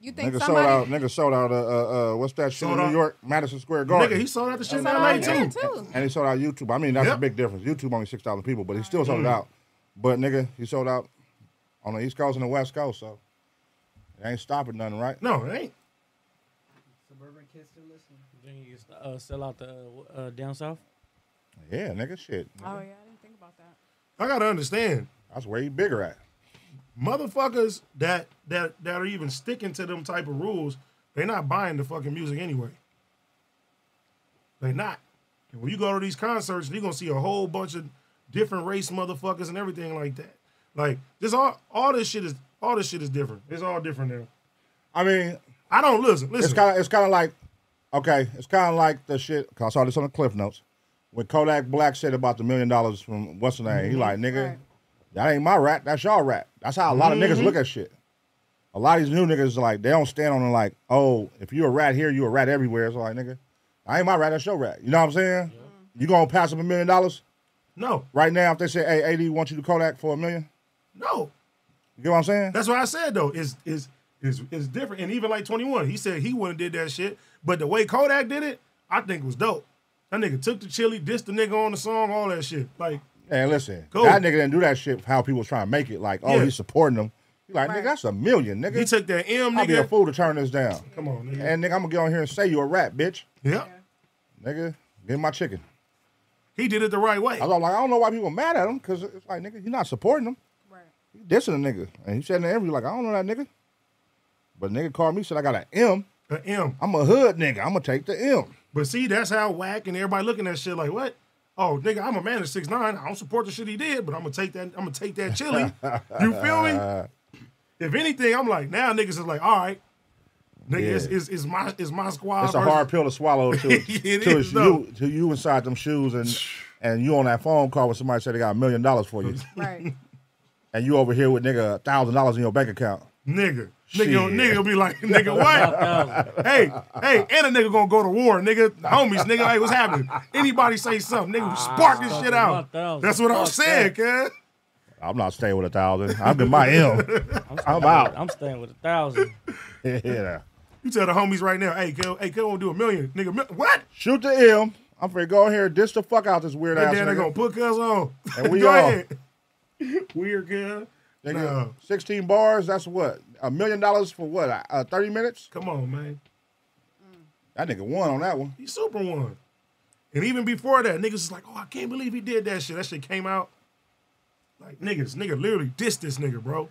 Speaker 3: You think
Speaker 4: Nigga sold
Speaker 3: somebody?
Speaker 4: out. Nigga sold out. Uh, uh, uh, what's that shit in
Speaker 1: Sold
Speaker 4: New
Speaker 1: out-
Speaker 4: York, Madison Square Garden?
Speaker 1: Nigga, he sold out the shit in
Speaker 3: Sold out
Speaker 1: LA
Speaker 3: here,
Speaker 1: too.
Speaker 3: too.
Speaker 4: And he sold out YouTube. I mean, that's a
Speaker 1: Yep. Mm.
Speaker 4: big difference. YouTube only 6,000 people, but he still sold it out. But, nigga, he sold out on the East Coast and the West Coast, so it ain't stopping nothing, right?
Speaker 1: No, it ain't.
Speaker 5: suburban kids still listening.
Speaker 2: Then you can uh, sell out the uh, uh, down south.
Speaker 4: Yeah, nigga, shit.
Speaker 3: Oh yeah, I didn't think about that.
Speaker 1: I gotta understand.
Speaker 4: That's way bigger at.
Speaker 1: Motherfuckers that that that are even sticking to them type of rules, they're not buying the fucking music anyway. They're not. And when you go to these concerts, you're gonna see a whole bunch of different race motherfuckers and everything like that. Like this all all this shit is all this shit is different. It's all different now.
Speaker 4: I mean,
Speaker 1: I don't listen. Listen,
Speaker 4: it's kind of it's kind of like, okay, it's kind of like the shit. Cause I saw this on the Cliff Notes. when Kodak Black said about the million dollars from what's her name, he like, nigga,
Speaker 3: Right.
Speaker 4: that ain't my rat, that's y'all rat. That's how a lot of niggas look at shit. A lot of these new niggas like they don't stand on it like, oh, if you a rat here, you a rat everywhere. It's like, nigga, I ain't my rat, that's your rat. You know what I'm saying? You gonna pass up a million dollars
Speaker 1: No,
Speaker 4: right now if they say, hey, AD want you to Kodak for a million?
Speaker 1: no.
Speaker 4: You get what I'm saying?
Speaker 1: That's what I said though. Is is is is different. And even like 21, he said he wouldn't did that shit. But the way Kodak did it, I think was dope. That nigga took the chili, dissed the nigga on the song, all that shit. Like,
Speaker 4: And listen,
Speaker 1: Cool.
Speaker 4: that nigga didn't do that shit. How people was trying to make it like, oh,
Speaker 1: Yeah.
Speaker 4: he's supporting them. You like,
Speaker 3: Right.
Speaker 4: nigga, that's a million, nigga.
Speaker 1: he took that M
Speaker 4: I'll be a
Speaker 1: nigga.
Speaker 4: fool to turn this down.
Speaker 1: Come on, nigga.
Speaker 4: And nigga, I'm gonna get on here and say you a rat, bitch.
Speaker 1: yeah.
Speaker 4: Nigga, get my chicken.
Speaker 1: He did it the right way.
Speaker 4: I was like, I don't know why people mad at him, cause it's like, nigga, you're not supporting him.
Speaker 3: Right.
Speaker 4: You dissing a nigga, and he said in the interview like, I don't know that nigga. But nigga called me, said I got an M.
Speaker 1: The M.
Speaker 4: I'm a hood nigga. I'm gonna take the M.
Speaker 1: But see, that's how whack and everybody looking at shit like what? Oh, nigga, I'm a man of six nine. I don't support the shit he did, but I'm gonna take that. I'm gonna take that chili. you feel me? If anything, I'm like now niggas is like, all right, nigga, it's,
Speaker 4: Yeah.
Speaker 1: it's, it's my it's my squad.
Speaker 4: It's a
Speaker 1: versus-
Speaker 4: hard pill to swallow to,
Speaker 1: It
Speaker 4: to
Speaker 1: is, though.
Speaker 4: you to you inside them shoes and and you on that phone call where somebody said they got a million dollars for you.
Speaker 3: Right.
Speaker 4: and you over here with nigga a thousand dollars in your bank account.
Speaker 1: nigga. Nigga,
Speaker 4: Shit.
Speaker 1: nigga be like, nigga, what? hey, hey, and a nigga gonna go to war, nigga. Homies, nigga, hey, what's happening? Anybody say something, nigga, spark this shit out.
Speaker 2: thousand.
Speaker 1: That's what I'm
Speaker 2: Fuck
Speaker 1: saying, cuz.
Speaker 4: I'm not staying with a thousand. I'm getting my M. I'm out.
Speaker 2: I'm staying with a thousand.
Speaker 4: yeah.
Speaker 1: You tell the homies right now, hey, cuz, hey, cuz, won't do a million. Nigga, mil- what?
Speaker 4: Shoot the M. I'm finna go in here and dish the fuck out this weird ass
Speaker 1: And then they gonna
Speaker 4: nigga.
Speaker 1: put cuz on.
Speaker 4: And we
Speaker 1: Go
Speaker 4: all-
Speaker 1: ahead. Weird, cuz.
Speaker 4: Nigga,
Speaker 1: Nah.
Speaker 4: 16 bars, that's what? A million dollars for what? Uh, 30 minutes?
Speaker 1: Come on, man.
Speaker 4: That nigga won on that one.
Speaker 1: He super one. And even before that, niggas was like, oh, I can't believe he did that shit. That shit came out. Like, niggas, nigga literally dissed this nigga, bro.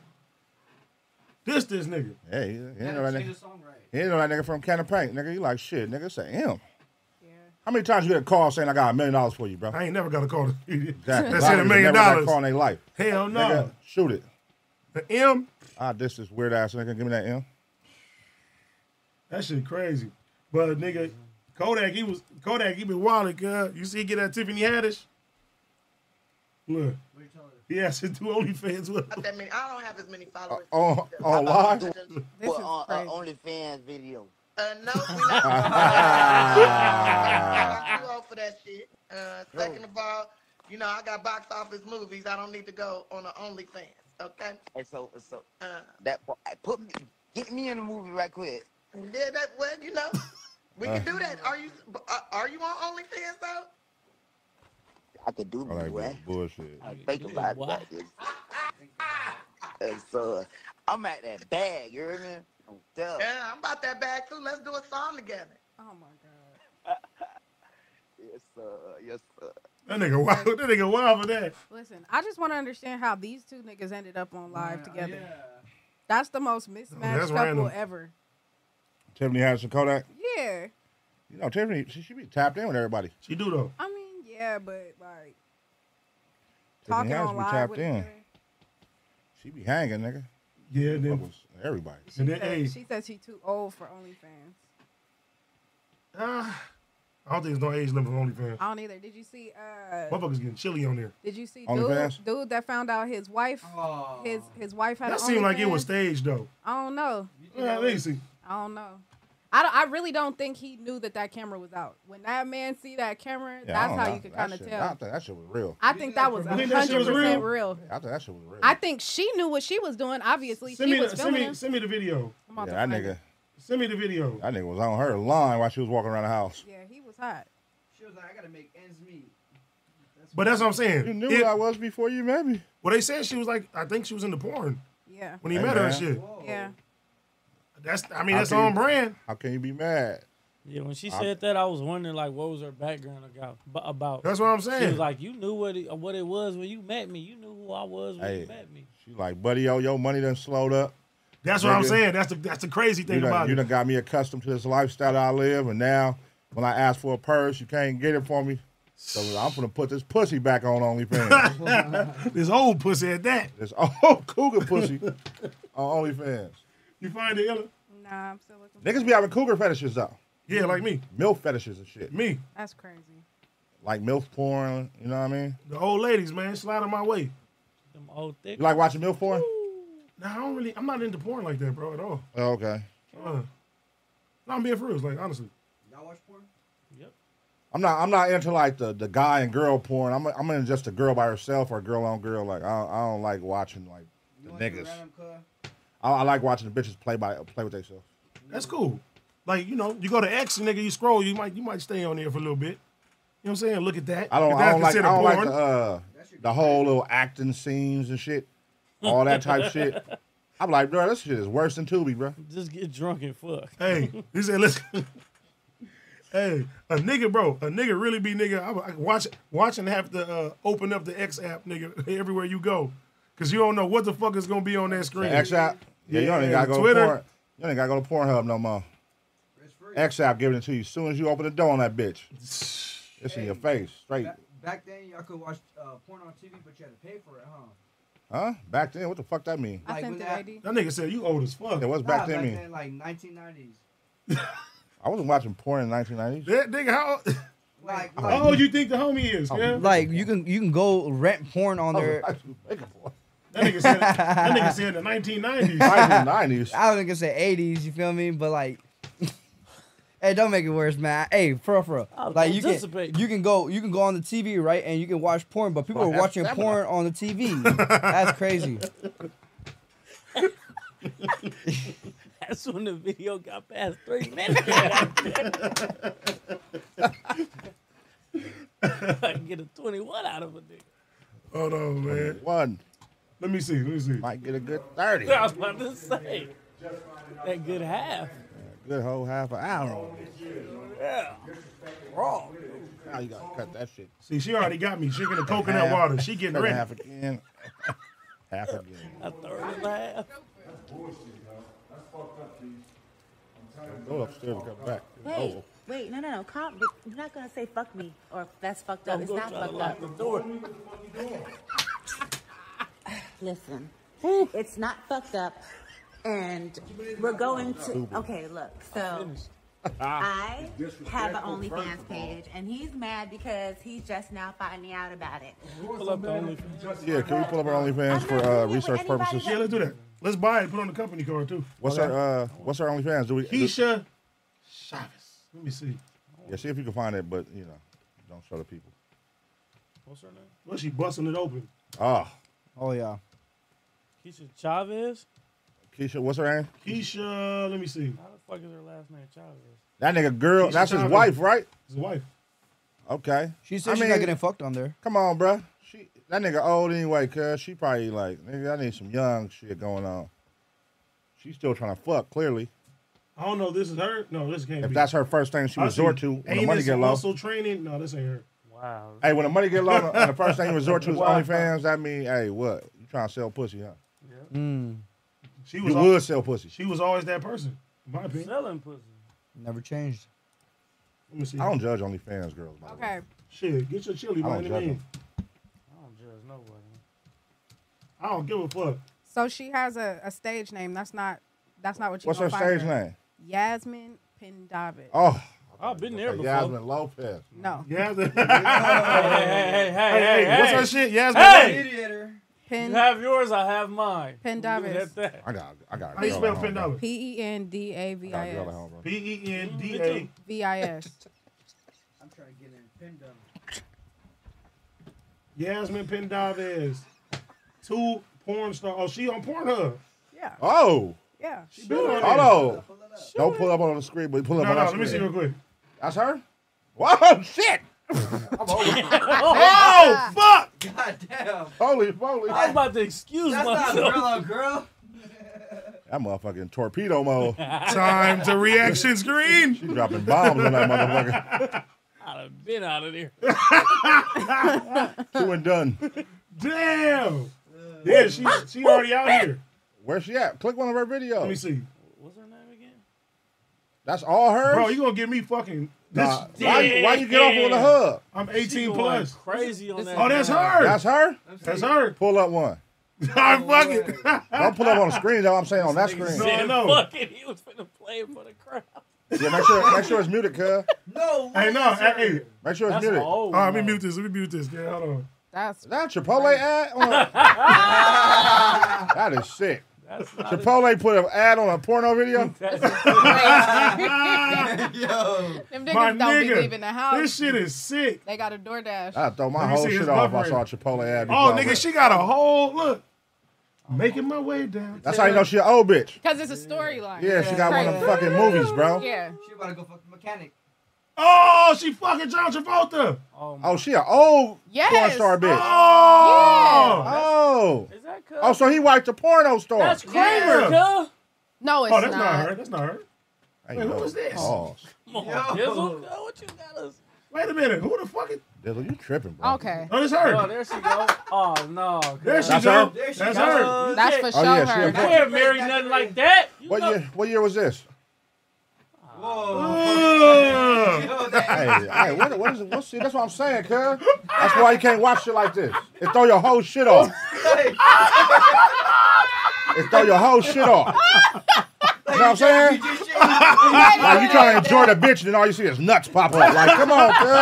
Speaker 1: Dissed this nigga.
Speaker 4: Yeah, he, he didn't
Speaker 5: Yeah,
Speaker 4: know that
Speaker 5: sing
Speaker 4: nigga.
Speaker 5: the song right.
Speaker 4: He didn't know that nigga from Can of Paint. Nigga, you like shit, nigga. It's a M.
Speaker 3: Yeah.
Speaker 4: How many times you get a call saying I got a million dollars for you, bro?
Speaker 1: I ain't never got a call.
Speaker 4: Exactly.
Speaker 1: That's
Speaker 4: lot
Speaker 1: it, a
Speaker 4: of niggas
Speaker 1: million
Speaker 4: never got a
Speaker 1: dollars.
Speaker 4: Call in their life.
Speaker 1: Hell no.
Speaker 4: Nigga, shoot it.
Speaker 1: The M,
Speaker 4: I dish this weird ass nigga. Give me that M.
Speaker 1: that shit crazy. But nigga, Kodak, he was Kodak, he been wildin', cuz. You see, he get that Tiffany Haddish. Look,
Speaker 5: What you telling her?
Speaker 1: he asked to do OnlyFans with
Speaker 8: Not that many. I don't have as many followers.
Speaker 4: Oh,
Speaker 8: I
Speaker 4: oh,
Speaker 8: thought-
Speaker 4: live?
Speaker 3: This is
Speaker 9: on uh,
Speaker 3: crazy.
Speaker 9: OnlyFans video.
Speaker 8: Uh, no, we not. I'm too old for that shit. Uh, second of all, you know, I got box office movies. I don't need to go on the OnlyFans. Okay.
Speaker 9: And so, so
Speaker 8: Uh,
Speaker 9: that part- put me, get me in the movie right quick.
Speaker 8: yeah, that well, you know, we can do that. Are you uh, are you on OnlyFans though?
Speaker 9: I could do
Speaker 4: All
Speaker 9: me
Speaker 4: right,
Speaker 9: what?
Speaker 4: bullshit.
Speaker 9: I think about it.
Speaker 2: What?
Speaker 9: Like this. And so uh, I'm at that bag. You hear me? I'm telling you.
Speaker 8: Yeah, I'm about that bag too. Let's do a song together.
Speaker 3: Oh my god.
Speaker 9: Yes, sir. Yes, sir.
Speaker 1: that nigga wild. That nigga wild for that.
Speaker 3: Listen, I just want to understand how these two niggas ended up on live
Speaker 5: Yeah,
Speaker 3: together.
Speaker 5: Yeah.
Speaker 3: That's the most mismatched
Speaker 1: that's
Speaker 3: couple
Speaker 1: random.
Speaker 3: ever.
Speaker 4: Tiffany Harrison Kodak.
Speaker 3: Yeah.
Speaker 4: You know, Tiffany, she, she be tapped in with everybody.
Speaker 1: She do though.
Speaker 3: I mean, yeah, but like
Speaker 4: Tiffany
Speaker 3: talking on
Speaker 4: Harrison be
Speaker 3: live
Speaker 4: tapped
Speaker 3: with
Speaker 4: in.
Speaker 3: her.
Speaker 4: She be hanging, nigga.
Speaker 1: Yeah, and
Speaker 4: Fuck
Speaker 1: then
Speaker 4: with everybody.
Speaker 3: She,
Speaker 1: And then,
Speaker 3: said,
Speaker 1: hey.
Speaker 3: she said she too old for OnlyFans.
Speaker 1: uh, I don't think there's no age limit on OnlyFans.
Speaker 3: I don't either. Did you see? uh
Speaker 1: Motherfuckers getting chilly on there.
Speaker 3: Did you see dude,
Speaker 4: OnlyFans?
Speaker 3: dude that found out his wife
Speaker 5: Oh.
Speaker 3: his his wife had
Speaker 1: That
Speaker 3: an
Speaker 1: seemed like it
Speaker 3: OnlyFans?
Speaker 1: was staged though.
Speaker 3: I don't know.
Speaker 5: You think
Speaker 1: Yeah,
Speaker 5: that
Speaker 1: let me
Speaker 5: was-
Speaker 1: see.
Speaker 3: I don't know. I, don't, I really don't think he knew that that camera was out. When that man see that camera,
Speaker 4: Yeah, I
Speaker 3: that's
Speaker 4: don't
Speaker 3: how
Speaker 4: know.
Speaker 3: you could
Speaker 4: That
Speaker 3: kind of
Speaker 4: shit-
Speaker 3: tell.
Speaker 4: I thought that shit was real.
Speaker 3: I
Speaker 5: You
Speaker 3: think
Speaker 5: think
Speaker 3: that
Speaker 5: that
Speaker 3: was
Speaker 5: promote-
Speaker 1: You think that shit
Speaker 3: hundred
Speaker 1: was
Speaker 3: percent
Speaker 1: real?
Speaker 3: real.
Speaker 4: I thought that shit was real.
Speaker 3: I think she knew what she was doing. Obviously,
Speaker 1: Send
Speaker 3: she
Speaker 1: me,
Speaker 3: was
Speaker 1: the, send,
Speaker 3: filming.
Speaker 1: me,
Speaker 3: him.
Speaker 1: send me the video.
Speaker 3: I'm
Speaker 4: Yeah,
Speaker 3: about to
Speaker 4: that
Speaker 3: find
Speaker 4: nigga,
Speaker 3: it.
Speaker 1: Send me the video.
Speaker 4: that nigga was on her line while she was walking around the house.
Speaker 3: Yeah, he was hot.
Speaker 5: She was like, I gotta make ends meet.
Speaker 1: But that's what I'm
Speaker 4: You
Speaker 1: saying.
Speaker 4: knew
Speaker 1: It-
Speaker 4: what I was before you met me.
Speaker 1: well, they said she was like, I think she was in the porn
Speaker 3: Yeah,
Speaker 1: when he
Speaker 4: Hey,
Speaker 1: met her and
Speaker 4: man.
Speaker 1: shit.
Speaker 5: Whoa.
Speaker 3: yeah.
Speaker 1: That's, I mean,
Speaker 4: I
Speaker 1: that's
Speaker 4: think-
Speaker 1: on brand.
Speaker 4: How can you be mad?
Speaker 2: Yeah, when she
Speaker 4: I-
Speaker 2: said that, I was wondering like, what was her background about? bu- about?
Speaker 1: That's what I'm
Speaker 2: She
Speaker 1: saying.
Speaker 2: was like, you knew what it, what it was when you met me. You knew who I was when
Speaker 4: Hey.
Speaker 2: you met me.
Speaker 4: She like, buddy, oh, your money done slowed up.
Speaker 1: that's what I'm
Speaker 4: nigga.
Speaker 1: saying. That's the that's the crazy thing
Speaker 4: You done,
Speaker 1: about
Speaker 4: you
Speaker 1: it.
Speaker 4: done got me accustomed to this lifestyle I live, and now when I ask for a purse, you can't get it for me. So I'm gonna put this pussy back on OnlyFans.
Speaker 1: This old pussy at that.
Speaker 4: this old cougar pussy on OnlyFans.
Speaker 1: You find it, Ella?
Speaker 3: Nah, I'm still looking.
Speaker 4: Niggas be having cougar fetishes though,
Speaker 1: Yeah, like me.
Speaker 4: milf fetishes and shit.
Speaker 1: Me.
Speaker 3: That's crazy.
Speaker 4: like milf porn. You know what I mean?
Speaker 1: The old ladies, man, slide on my way.
Speaker 2: Them old thick.
Speaker 4: You like watching milf porn?
Speaker 1: Nah, I don't really. I'm not into porn like that, bro, at all.
Speaker 4: Oh, okay.
Speaker 1: Uh, no, I'm being for real, like honestly.
Speaker 5: Y'all watch porn?
Speaker 4: I'm not. I'm not into like the, the guy and girl porn. I'm I'm into just a girl by herself or girl on girl. Like I don't, I don't like watching like
Speaker 5: You
Speaker 4: the
Speaker 5: want your
Speaker 4: niggas.
Speaker 5: random cut?
Speaker 4: I, I like watching the bitches play by play with themselves.
Speaker 1: That's cool. Like you know, you go to X, nigga, you scroll, you might you might stay on there for a little bit. You know what I'm saying? Look at that.
Speaker 4: I don't.
Speaker 1: If
Speaker 4: I
Speaker 1: that's
Speaker 4: don't like. I
Speaker 1: considered
Speaker 4: don't like
Speaker 1: porn.
Speaker 4: the uh, the whole little acting scenes and shit, all that type shit. I'm like, bro, this shit is worse than Tubi, bro.
Speaker 2: Just get drunk and fuck.
Speaker 1: Hey, he said, listen. hey, a nigga, bro, a nigga really be nigga. I, I watch watching have to uh, open up the X app, nigga, everywhere you go, cause you don't know what the fuck is gonna be on that screen.
Speaker 4: X app. Yeah, you don't even
Speaker 1: Yeah,
Speaker 4: gotta go
Speaker 1: Twitter.
Speaker 4: to porn. You don't even gotta go to Pornhub no more.
Speaker 5: It's free.
Speaker 4: X app giving it to you as soon as you open the door on that bitch. It's in your face, straight.
Speaker 5: Back, back then, y'all could watch uh, porn on TV, but you had to pay for it, huh?
Speaker 4: Huh? Back then, what the fuck that mean?
Speaker 3: I
Speaker 5: Like,
Speaker 3: sent
Speaker 5: with
Speaker 3: the
Speaker 5: that-
Speaker 3: ID.
Speaker 1: That nigga said you old as fuck.
Speaker 4: Yeah, what's
Speaker 5: Nah,
Speaker 4: back then mean?
Speaker 5: like 1990s.
Speaker 4: I wasn't watching porn in 1990s.
Speaker 1: That nigga, how
Speaker 5: Like,
Speaker 4: Oh,
Speaker 1: how
Speaker 5: like,
Speaker 1: old you think the homie is? Yeah,
Speaker 10: Like you can you can go rent porn
Speaker 1: Oh,
Speaker 10: on there.
Speaker 4: I was making porn.
Speaker 1: that nigga said that nigga said the 1990s.
Speaker 4: 1990s.
Speaker 10: I was gonna say eighties, you feel me? But like Hey, don't make it worse, man. Hey, for real, for real.
Speaker 2: I was
Speaker 10: Like you can,
Speaker 2: anticipating.
Speaker 10: you can go you can go on the TV, right? And you can watch porn, but people
Speaker 4: Well,
Speaker 10: are
Speaker 4: that's
Speaker 10: watching
Speaker 4: stamina.
Speaker 10: porn on the TV. That's crazy.
Speaker 2: That's when the video got past three minutes. I can get a 21 out of a nigga.
Speaker 1: Hold on, man.
Speaker 4: One
Speaker 1: Let me see. Let me see.
Speaker 4: might get a good 30.
Speaker 2: I was about to say. That good half.
Speaker 4: Good whole half an hour.
Speaker 2: Yeah.
Speaker 10: Raw.
Speaker 4: Now you gotta cut that shit.
Speaker 1: See, she already got me. She getting the coconut
Speaker 4: Half.
Speaker 1: water. She getting
Speaker 4: Cut it half
Speaker 1: ready.
Speaker 4: again. half again.
Speaker 2: A third and a half.
Speaker 4: Go upstairs and come back.
Speaker 2: Oh.
Speaker 11: Wait, wait, no, no, no. Calm. You're not gonna say fuck me or that's fucked up.
Speaker 2: I'm
Speaker 11: It's
Speaker 2: gonna
Speaker 11: not
Speaker 2: try to
Speaker 11: fucked
Speaker 2: lock
Speaker 11: up.
Speaker 2: the door.
Speaker 11: Listen, it's not fucked up, and we're going to. Okay, look. So I have an OnlyFans page, and he's mad because he's just now finding out about it.
Speaker 2: Pull up the OnlyFans.
Speaker 4: Yeah, can we pull up our OnlyFans
Speaker 11: I'm
Speaker 4: for
Speaker 11: not
Speaker 4: uh,
Speaker 11: doing it with
Speaker 4: research
Speaker 11: anybody
Speaker 4: purposes?
Speaker 1: Yeah, let's do that. Let's buy it. Put on the company card too.
Speaker 4: What's our uh, what's our OnlyFans? Do we?
Speaker 1: Keisha Chavez. Let me see.
Speaker 4: yeah, see if you can find it, but you know, don't show the people.
Speaker 2: What's her name?
Speaker 1: Well, she busting it open.
Speaker 4: Oh,
Speaker 10: Oh yeah.
Speaker 2: Keisha Chavez.
Speaker 4: Keisha, what's her name?
Speaker 1: Keisha, let me see.
Speaker 2: How the fuck is her last name Chavez?
Speaker 4: That nigga girl.
Speaker 1: Keisha
Speaker 4: that's his
Speaker 1: Chavez.
Speaker 4: wife, right?
Speaker 1: His wife.
Speaker 4: Okay.
Speaker 10: She said
Speaker 4: I
Speaker 10: she's
Speaker 4: mean,
Speaker 10: not getting fucked on there.
Speaker 4: Come on, bruh. She that nigga old anyway, cuz she probably like, nigga, I need some young shit going on. She's still trying to fuck, clearly.
Speaker 1: I don't know. if This is her. No, this can't
Speaker 4: If
Speaker 1: be.
Speaker 4: that's her first thing she
Speaker 1: I
Speaker 4: resort
Speaker 1: see
Speaker 4: to when the
Speaker 1: anus
Speaker 4: money get low.
Speaker 1: muscle training. No, this ain't her.
Speaker 2: Wow.
Speaker 4: Hey, when the money get low and the first thing you resort to is
Speaker 2: Wow.
Speaker 4: OnlyFans, that mean, hey, what? You trying to sell pussy, huh?
Speaker 10: Mm,
Speaker 1: She was.
Speaker 4: You
Speaker 1: Always,
Speaker 4: would sell pussy.
Speaker 1: she was always that person. In my opinion.
Speaker 2: Selling pussy.
Speaker 10: never changed.
Speaker 1: Let me see.
Speaker 4: I don't judge OnlyFans girls. By the way.
Speaker 3: Okay.
Speaker 1: Shit, get your chili.
Speaker 4: I
Speaker 1: I
Speaker 4: don't
Speaker 1: do
Speaker 4: judge
Speaker 1: mean.
Speaker 2: I don't judge nobody.
Speaker 1: I don't give a fuck.
Speaker 3: So she has a, a stage name. That's not that's not what you
Speaker 4: What's her
Speaker 3: gonna find
Speaker 4: stage name?
Speaker 3: Yasmin Pendavid.
Speaker 4: Oh,
Speaker 2: I've been there before.
Speaker 4: Yasmin Lopez.
Speaker 3: No.
Speaker 1: Yeah.
Speaker 2: Hey, hey, hey, hey,
Speaker 1: hey,
Speaker 2: hey, hey,
Speaker 1: what's her shit? Yasmin.
Speaker 2: Hey!
Speaker 5: Mediator.
Speaker 2: You
Speaker 3: Pen
Speaker 2: have yours, I have mine.
Speaker 3: Pendavis.
Speaker 2: Leave it at that.
Speaker 4: I got, I got. a
Speaker 1: How you
Speaker 4: girl
Speaker 1: spell
Speaker 4: at home, bro.
Speaker 1: Pendavis?
Speaker 3: P E N D A V
Speaker 4: I
Speaker 3: I
Speaker 4: got a girl at
Speaker 3: S.
Speaker 4: home, bro.
Speaker 1: P E N D A.
Speaker 3: V I S.
Speaker 5: I'm trying to get in pinned up.
Speaker 1: Yasmin Pendavis. Two porn star. Oh, she on Pornhub.
Speaker 3: Yeah.
Speaker 4: Oh,
Speaker 3: Yeah.
Speaker 1: She been on there.
Speaker 4: hello.
Speaker 5: Pull it up.
Speaker 4: Don't pull up on the screen, but pull up
Speaker 1: No, no,
Speaker 4: on our
Speaker 1: let me see
Speaker 4: screen.
Speaker 1: real quick.
Speaker 4: That's her. Whoa, shit!
Speaker 1: Oh, fuck!
Speaker 5: God damn.
Speaker 4: Holy moly!
Speaker 2: I was about to excuse
Speaker 5: That's not
Speaker 2: myself.
Speaker 5: girl on girl.
Speaker 4: That motherfucking torpedo mode.
Speaker 1: Time to reaction screen.
Speaker 4: She dropping bombs on that motherfucker.
Speaker 2: I'd have been out of there.
Speaker 4: Two and done.
Speaker 1: Damn. Yeah, she she already out here.
Speaker 4: Where's she at? Click one of her
Speaker 1: Let me
Speaker 4: videos.
Speaker 1: see.
Speaker 2: What's her name again?
Speaker 4: That's all her.
Speaker 1: Bro, you gonna get me fucking this
Speaker 4: Nah, why, why you get off on the hub?
Speaker 1: I'm
Speaker 2: She
Speaker 1: 18
Speaker 2: going
Speaker 1: plus.
Speaker 2: Crazy on that.
Speaker 1: Oh, that's
Speaker 2: guy.
Speaker 1: her.
Speaker 4: That's her.
Speaker 1: That's her.
Speaker 4: Pull up one.
Speaker 1: I'm fucking
Speaker 4: Don't pull up on the screen though. I'm saying on that
Speaker 2: Nigga
Speaker 4: screen.
Speaker 1: No, I
Speaker 2: said,
Speaker 1: know.
Speaker 2: Fuck it. He was finna play it for the crowd.
Speaker 4: Yeah, make sure make sure it's muted, cuz.
Speaker 10: No.
Speaker 1: Hey, no. Hey, hey.
Speaker 4: Make sure it's
Speaker 1: That's
Speaker 4: muted.
Speaker 1: old, All right, let me mute this. Let me mute this. Yeah, hold on.
Speaker 3: That's
Speaker 4: that Chipotle ad. On that is sick. Chipotle put an ad on a porno video.
Speaker 3: Yo. Them niggas
Speaker 1: Ah! My
Speaker 3: don't be
Speaker 1: nigga,
Speaker 3: leaving the house.
Speaker 1: this shit is sick.
Speaker 3: They got a DoorDash.
Speaker 4: I throw my
Speaker 1: Let me
Speaker 4: whole
Speaker 1: see his
Speaker 4: shit off.
Speaker 1: butt
Speaker 4: I saw a
Speaker 1: ring.
Speaker 4: Chipotle ad.
Speaker 1: Oh, nigga, she got a whole look. Making my way down.
Speaker 4: That's how you know she an old bitch.
Speaker 3: Because it's a storyline.
Speaker 4: Yeah, she got one of them fucking movies, bro.
Speaker 3: Yeah.
Speaker 5: She about to go fuck the mechanic.
Speaker 1: Oh, she fucking John Travolta.
Speaker 4: Oh, she an old
Speaker 3: Yes.
Speaker 4: porn star bitch.
Speaker 1: Oh,
Speaker 4: Oh.
Speaker 2: Is that
Speaker 4: Oh, so he wiped the porno star.
Speaker 2: That's Kramer, cuz.
Speaker 3: No, it's
Speaker 1: oh, that's
Speaker 3: not.
Speaker 1: not. her. That's not her.
Speaker 4: Hey,
Speaker 1: Wait, who
Speaker 4: yo, Oh,
Speaker 1: is this?
Speaker 4: pause.
Speaker 2: Come on, Dizzle, cuz, what you got us?
Speaker 1: Wait a minute. Who the fuck is?
Speaker 4: Dizzle, you tripping, bro.
Speaker 3: Okay.
Speaker 1: Oh, this
Speaker 2: Oh,
Speaker 1: her.
Speaker 2: there she go. Oh no. cuz.
Speaker 1: There she
Speaker 4: That's
Speaker 1: go.
Speaker 4: her?
Speaker 5: There she
Speaker 1: That's
Speaker 5: go.
Speaker 1: her.
Speaker 3: That's for
Speaker 4: Oh,
Speaker 3: sure
Speaker 4: yeah, she
Speaker 3: her.
Speaker 4: a
Speaker 2: You can't marry nothing like that. You
Speaker 4: What
Speaker 2: know-
Speaker 4: year, what year was this?
Speaker 5: Whoa.
Speaker 1: Ugh.
Speaker 5: Yo,
Speaker 4: Hey,
Speaker 5: that-
Speaker 4: hey, what, what is it? What's, that's what I'm saying, cuz. That's why you can't watch shit like this. It throw your whole shit off.
Speaker 5: hey,
Speaker 4: It throw your whole shit off. You know what I'm saying?
Speaker 5: you just shit.
Speaker 4: Like you trying to enjoy the bitch and then all you see is nuts pop up. Like, come on, cuz.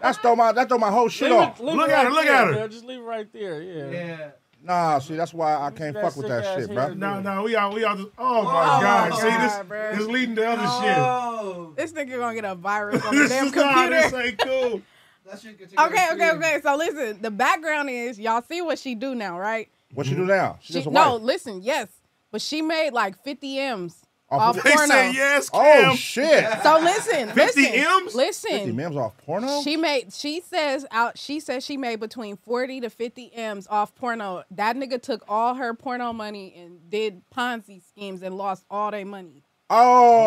Speaker 4: That's throw my that throw my whole shit
Speaker 2: Leave it-
Speaker 4: off.
Speaker 2: leave
Speaker 1: Look
Speaker 2: it
Speaker 1: at
Speaker 2: right
Speaker 1: her, look
Speaker 2: there,
Speaker 1: at her.
Speaker 2: girl. Just leave it right there. Yeah.
Speaker 5: Yeah.
Speaker 4: Nah, see, that's why I can't
Speaker 2: That
Speaker 4: fuck with that
Speaker 2: sick-ass
Speaker 4: shit, bro.
Speaker 2: hair.
Speaker 1: No, no, we out. We out. This, oh my
Speaker 5: Oh,
Speaker 1: god!
Speaker 5: my
Speaker 1: See this?
Speaker 3: God, bruh.
Speaker 1: This leading to other
Speaker 5: Oh.
Speaker 3: This nigga gonna get a virus
Speaker 1: shit.
Speaker 3: on the
Speaker 1: This
Speaker 3: damn
Speaker 1: is not. This
Speaker 3: computer.
Speaker 1: ain't cool.
Speaker 5: That shit could take
Speaker 3: Okay,
Speaker 5: her
Speaker 3: okay,
Speaker 5: to-
Speaker 3: okay. So listen, the background is y'all see what she do now, right?
Speaker 4: What you do now? She,
Speaker 3: She,
Speaker 4: just a
Speaker 3: no,
Speaker 4: wife.
Speaker 3: listen, yes, but she made like 50 m's
Speaker 4: Off
Speaker 3: off,
Speaker 4: of-
Speaker 1: They
Speaker 3: porno.
Speaker 1: say yes, Cam.
Speaker 4: Oh shit.
Speaker 3: So listen,
Speaker 1: 50
Speaker 3: listen,
Speaker 1: M's?
Speaker 4: Fifty
Speaker 3: listen.
Speaker 4: mams off porno?
Speaker 3: She made. She says out. She says she made between 40 to 50 m's off porno. That nigga took all her porno money and did Ponzi schemes and lost all their money.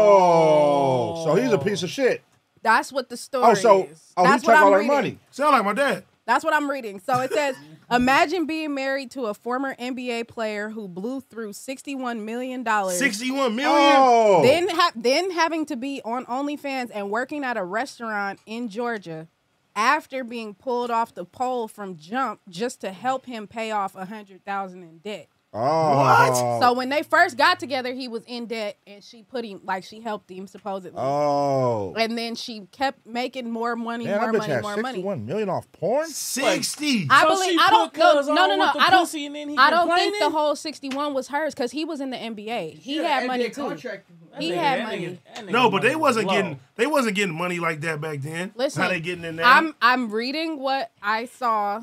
Speaker 4: Oh, so he's a piece of shit.
Speaker 3: That's what the story
Speaker 4: Oh, so
Speaker 3: is.
Speaker 4: oh, he
Speaker 3: That's
Speaker 4: took
Speaker 3: what I'm
Speaker 4: all her
Speaker 3: reading.
Speaker 4: money.
Speaker 1: Sound like my dad.
Speaker 3: That's what I'm reading. So it says, imagine being married to a former NBA player who blew through 61 million dollars.
Speaker 1: Sixty-one million.
Speaker 4: Oh,
Speaker 3: Then, ha- then having to be on OnlyFans and working at a restaurant in Georgia after being pulled off the pole from Jump just to help him pay off a hundred thousand in debt.
Speaker 4: oh,
Speaker 3: So when they first got together, he was in debt, and she put him like she helped him supposedly.
Speaker 4: Oh,
Speaker 3: And then she kept making more money,
Speaker 4: man,
Speaker 3: more
Speaker 4: that bitch
Speaker 3: money,
Speaker 4: had
Speaker 3: more money.
Speaker 4: sixty-one million off porn.
Speaker 1: Sixty.
Speaker 3: I
Speaker 2: So she
Speaker 3: believe I don't
Speaker 2: put
Speaker 3: no
Speaker 2: cuz
Speaker 3: no
Speaker 2: on
Speaker 3: no, no
Speaker 2: with the
Speaker 3: I don't
Speaker 2: pussy and then he
Speaker 3: I don't think
Speaker 2: complaining?
Speaker 3: the whole 61 was hers cuz he was in the NBA. He
Speaker 5: Yeah,
Speaker 3: had
Speaker 5: NBA
Speaker 3: money too.
Speaker 5: Contract.
Speaker 3: He
Speaker 2: That
Speaker 3: had
Speaker 2: nigga- that
Speaker 3: money.
Speaker 2: nigga- that nigga
Speaker 1: No, but they
Speaker 2: money
Speaker 1: wasn't
Speaker 2: low.
Speaker 1: getting. They wasn't getting money like that back then.
Speaker 3: Listen.
Speaker 1: how they getting in there?
Speaker 3: I'm I'm reading what I saw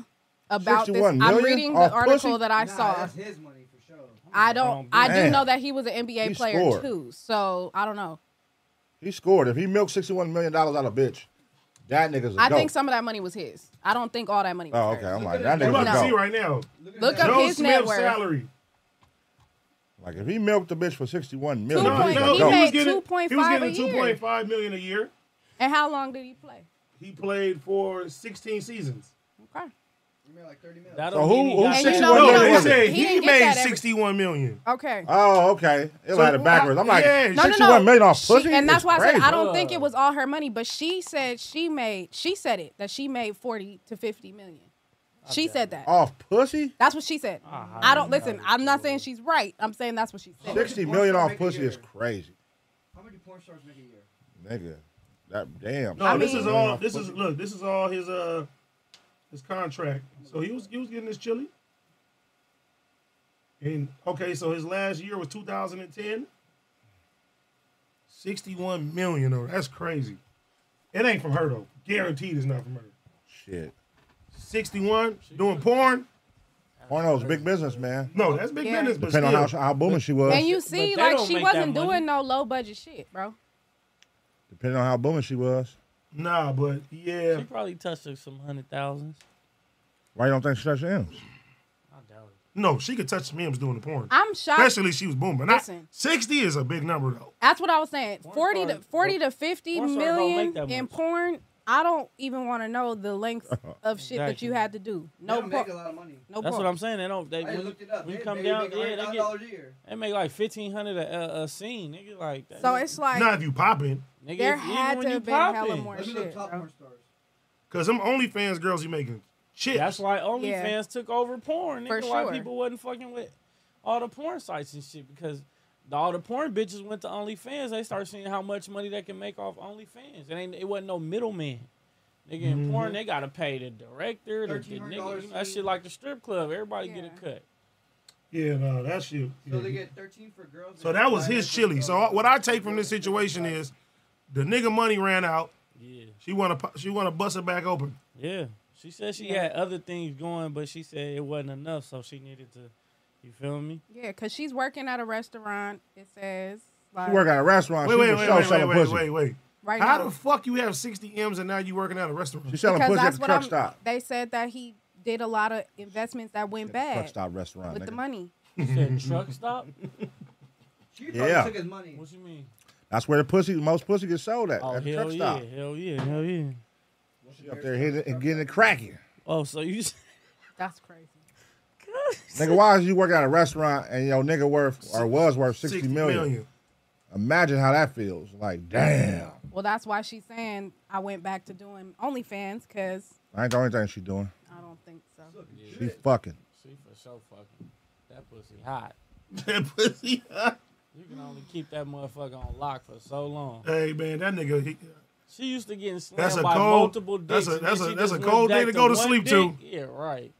Speaker 3: about this.
Speaker 4: 61
Speaker 3: I'm
Speaker 4: million
Speaker 3: reading
Speaker 4: off
Speaker 3: the article
Speaker 4: pussy?
Speaker 3: that I
Speaker 5: Nah,
Speaker 3: saw.
Speaker 5: That's his money for sure.
Speaker 3: I
Speaker 2: Oh,
Speaker 3: don't I do
Speaker 4: man.
Speaker 3: know that he was an NBA
Speaker 4: He
Speaker 3: player
Speaker 4: scored.
Speaker 3: too. So, I don't know.
Speaker 4: He scored. If he milked sixty-one million dollars out of bitch, that nigga's a
Speaker 3: I
Speaker 4: dope.
Speaker 3: think some of that money was his. I don't think all that money was
Speaker 4: Oh, okay.
Speaker 3: hers.
Speaker 4: I'm like that
Speaker 1: We're
Speaker 5: Look
Speaker 4: nigga's
Speaker 1: about
Speaker 4: a
Speaker 1: to see
Speaker 4: dope.
Speaker 1: right now.
Speaker 3: Look
Speaker 5: at
Speaker 3: up
Speaker 1: Joe
Speaker 3: his net
Speaker 1: Smith's
Speaker 3: worth.
Speaker 1: salary.
Speaker 4: Like if he milked the bitch for sixty-one
Speaker 3: Two
Speaker 4: million,
Speaker 1: No,
Speaker 3: point-
Speaker 4: he's
Speaker 1: no,
Speaker 4: a
Speaker 3: he
Speaker 4: dope.
Speaker 3: made
Speaker 1: He was
Speaker 3: 2.5 a
Speaker 1: getting two
Speaker 3: year.
Speaker 1: point five million a year.
Speaker 3: And how long did he play?
Speaker 1: He played for sixteen seasons.
Speaker 3: Okay.
Speaker 5: You made like 30 mil.
Speaker 2: That
Speaker 4: So
Speaker 2: don't
Speaker 4: who-
Speaker 2: mean he
Speaker 4: who
Speaker 2: got-
Speaker 4: said
Speaker 3: And you
Speaker 4: Oh,
Speaker 3: know
Speaker 1: No,
Speaker 4: no,
Speaker 1: they
Speaker 4: wait.
Speaker 1: said
Speaker 3: He
Speaker 1: he,
Speaker 3: didn't get
Speaker 1: made
Speaker 3: that every-
Speaker 1: sixty-one million.
Speaker 3: Okay.
Speaker 4: Oh, okay. It had it backwards. I'm like,
Speaker 1: Yeah,
Speaker 3: No, no,
Speaker 4: sixty-one million
Speaker 3: no.
Speaker 4: off
Speaker 3: She-
Speaker 4: pussy.
Speaker 3: and that's
Speaker 4: It's
Speaker 3: why I said
Speaker 4: crazy.
Speaker 3: I don't think it was all her money, but she said she made she said it that she made 40 to 50 million. She said that.
Speaker 4: off pussy.
Speaker 3: That's what she said.
Speaker 2: Ah,
Speaker 3: I don't listen, I'm not saying she's right. I'm saying that's what she said.
Speaker 4: Sixty million off
Speaker 5: Make a
Speaker 4: pussy
Speaker 5: year.
Speaker 4: is crazy,
Speaker 5: How many porn stars make a year?
Speaker 4: nigga. That damn.
Speaker 1: No,
Speaker 3: I
Speaker 1: this is
Speaker 3: mean-
Speaker 1: all. This is look. This is all his uh his contract. So he was he was getting this chili. And okay, so his last year was 2010. 61 million though. That's crazy. It ain't from her though. Guaranteed it's not from her.
Speaker 4: Shit.
Speaker 1: 61 doing porn?
Speaker 4: Porno's a big business, man.
Speaker 1: No, that's big
Speaker 3: Yeah.
Speaker 1: business, but
Speaker 4: Depending on how,
Speaker 1: still.
Speaker 4: how booming she was.
Speaker 3: And you
Speaker 2: But
Speaker 3: see,
Speaker 2: they
Speaker 3: like
Speaker 2: don't
Speaker 3: she
Speaker 2: make that
Speaker 3: wasn't
Speaker 2: money.
Speaker 3: doing no low budget shit, bro.
Speaker 4: depending on how booming she was.
Speaker 1: Nah, but yeah.
Speaker 2: She probably touched her some hundred thousands.
Speaker 4: Why you don't think she touched M's?
Speaker 2: I doubt it.
Speaker 1: No, she could touch Mims doing the porn.
Speaker 3: I'm shocked.
Speaker 1: Especially she was booming. Not-
Speaker 3: Listen.
Speaker 1: 60 is a big number though.
Speaker 3: That's what I was saying.
Speaker 2: Porn
Speaker 3: Forty to
Speaker 2: stars-
Speaker 3: forty to fifty
Speaker 2: porn stars don't make
Speaker 3: million
Speaker 2: that
Speaker 3: in
Speaker 2: much.
Speaker 3: porn. I don't even want to know the length of shit that
Speaker 2: Exactly.
Speaker 3: you had to do.
Speaker 5: No,
Speaker 3: No,
Speaker 5: they don't make a
Speaker 3: por-
Speaker 5: lot of money.
Speaker 3: no.
Speaker 2: That's
Speaker 3: porn.
Speaker 2: what I'm saying. They don't. They
Speaker 5: I
Speaker 2: when,
Speaker 5: looked it up.
Speaker 2: when
Speaker 5: They,
Speaker 2: you come
Speaker 5: they
Speaker 2: down,
Speaker 5: make
Speaker 2: yeah, they get
Speaker 5: $100,000 a year.
Speaker 2: they make like fifteen hundred a, a, a scene, nigga. Like that.
Speaker 3: So it's like
Speaker 1: Not if you popping.
Speaker 2: nigga,
Speaker 3: there
Speaker 2: even
Speaker 3: had
Speaker 2: when
Speaker 3: to
Speaker 2: you
Speaker 3: have been hella
Speaker 2: popping.
Speaker 3: more
Speaker 5: Let me
Speaker 10: Oh,
Speaker 3: shit,
Speaker 5: look top
Speaker 3: bro.
Speaker 5: porn stars.
Speaker 1: Cause them OnlyFans girls you making shit.
Speaker 2: That's why OnlyFans took over porn.
Speaker 3: For
Speaker 2: Nigga, why
Speaker 3: sure.
Speaker 2: people wasn't fucking with all the porn sites and shit because all the porn bitches went to OnlyFans. They start seeing how much money they can make off OnlyFans. It ain't it wasn't no middleman. Nigga in porn,
Speaker 10: Mhm.
Speaker 2: they gotta pay the director, the, the
Speaker 5: $1,300
Speaker 2: nigga. You know, that
Speaker 5: fee.
Speaker 2: shit like the strip club. Everybody get a cut.
Speaker 1: Yeah, no, that shit.
Speaker 5: So they get 13 for girls.
Speaker 1: So that was his chili. So what I take from this situation is, the nigga money ran out.
Speaker 2: Yeah.
Speaker 1: She wanna pu- she wanna bust it back open.
Speaker 2: Yeah. She said she
Speaker 3: Yeah.
Speaker 2: had other things going, but she said it wasn't enough, so she needed to you feel me?
Speaker 3: Yeah, because she's working at a restaurant. It says. Like,
Speaker 4: She work at a restaurant.
Speaker 1: Wait,
Speaker 4: Oh, she
Speaker 1: wait,
Speaker 4: was
Speaker 1: wait,
Speaker 4: show
Speaker 1: wait,
Speaker 4: selling
Speaker 1: wait, wait,
Speaker 4: pussy.
Speaker 1: wait, wait.
Speaker 3: Right
Speaker 1: How
Speaker 3: now.
Speaker 1: the fuck you have 60 M's and now you working at a restaurant?
Speaker 4: She selling
Speaker 3: because
Speaker 4: pussy at
Speaker 3: that's
Speaker 4: the
Speaker 3: what
Speaker 4: truck
Speaker 3: I'm-
Speaker 4: stop.
Speaker 3: They said that he did a lot of investments that went
Speaker 4: Truck
Speaker 3: bad
Speaker 4: stop restaurant.
Speaker 3: with the
Speaker 4: nigga.
Speaker 3: money.
Speaker 2: said
Speaker 1: Mm-hmm.
Speaker 2: truck stop?
Speaker 5: She
Speaker 4: probably Yeah. took
Speaker 5: his money.
Speaker 2: What you mean?
Speaker 4: That's where the pussy, most pussy gets sold at.
Speaker 2: Oh,
Speaker 4: at the
Speaker 2: hell
Speaker 4: truck
Speaker 2: yeah,
Speaker 4: stop.
Speaker 2: hell yeah, hell yeah.
Speaker 4: She up there hitting and getting it cracking.
Speaker 2: Oh, so you s-
Speaker 3: That's crazy.
Speaker 4: nigga, why is you working at a restaurant and your nigga worth or was worth 60,
Speaker 1: 60
Speaker 4: million?
Speaker 1: million.
Speaker 4: Imagine how that feels. Like, damn.
Speaker 3: Well, that's why she's saying I went back to doing OnlyFans because
Speaker 4: I ain't the only thing she doing.
Speaker 3: I don't think so.
Speaker 4: She fucking.
Speaker 2: She for sure fucking. That pussy hot.
Speaker 1: That pussy hot.
Speaker 2: You can only keep that motherfucker on lock for so long.
Speaker 1: Hey man, that nigga. He,
Speaker 2: She used to getting slammed
Speaker 1: That's a
Speaker 2: by
Speaker 1: cold-
Speaker 2: multiple
Speaker 1: that's
Speaker 2: dicks.
Speaker 1: a-
Speaker 2: and
Speaker 1: that's
Speaker 2: then
Speaker 1: a-
Speaker 2: she
Speaker 1: that's
Speaker 2: just
Speaker 1: a
Speaker 2: went
Speaker 1: cold day
Speaker 2: back
Speaker 1: to go to
Speaker 2: one
Speaker 1: sleep
Speaker 2: dick.
Speaker 1: to.
Speaker 2: Yeah, right.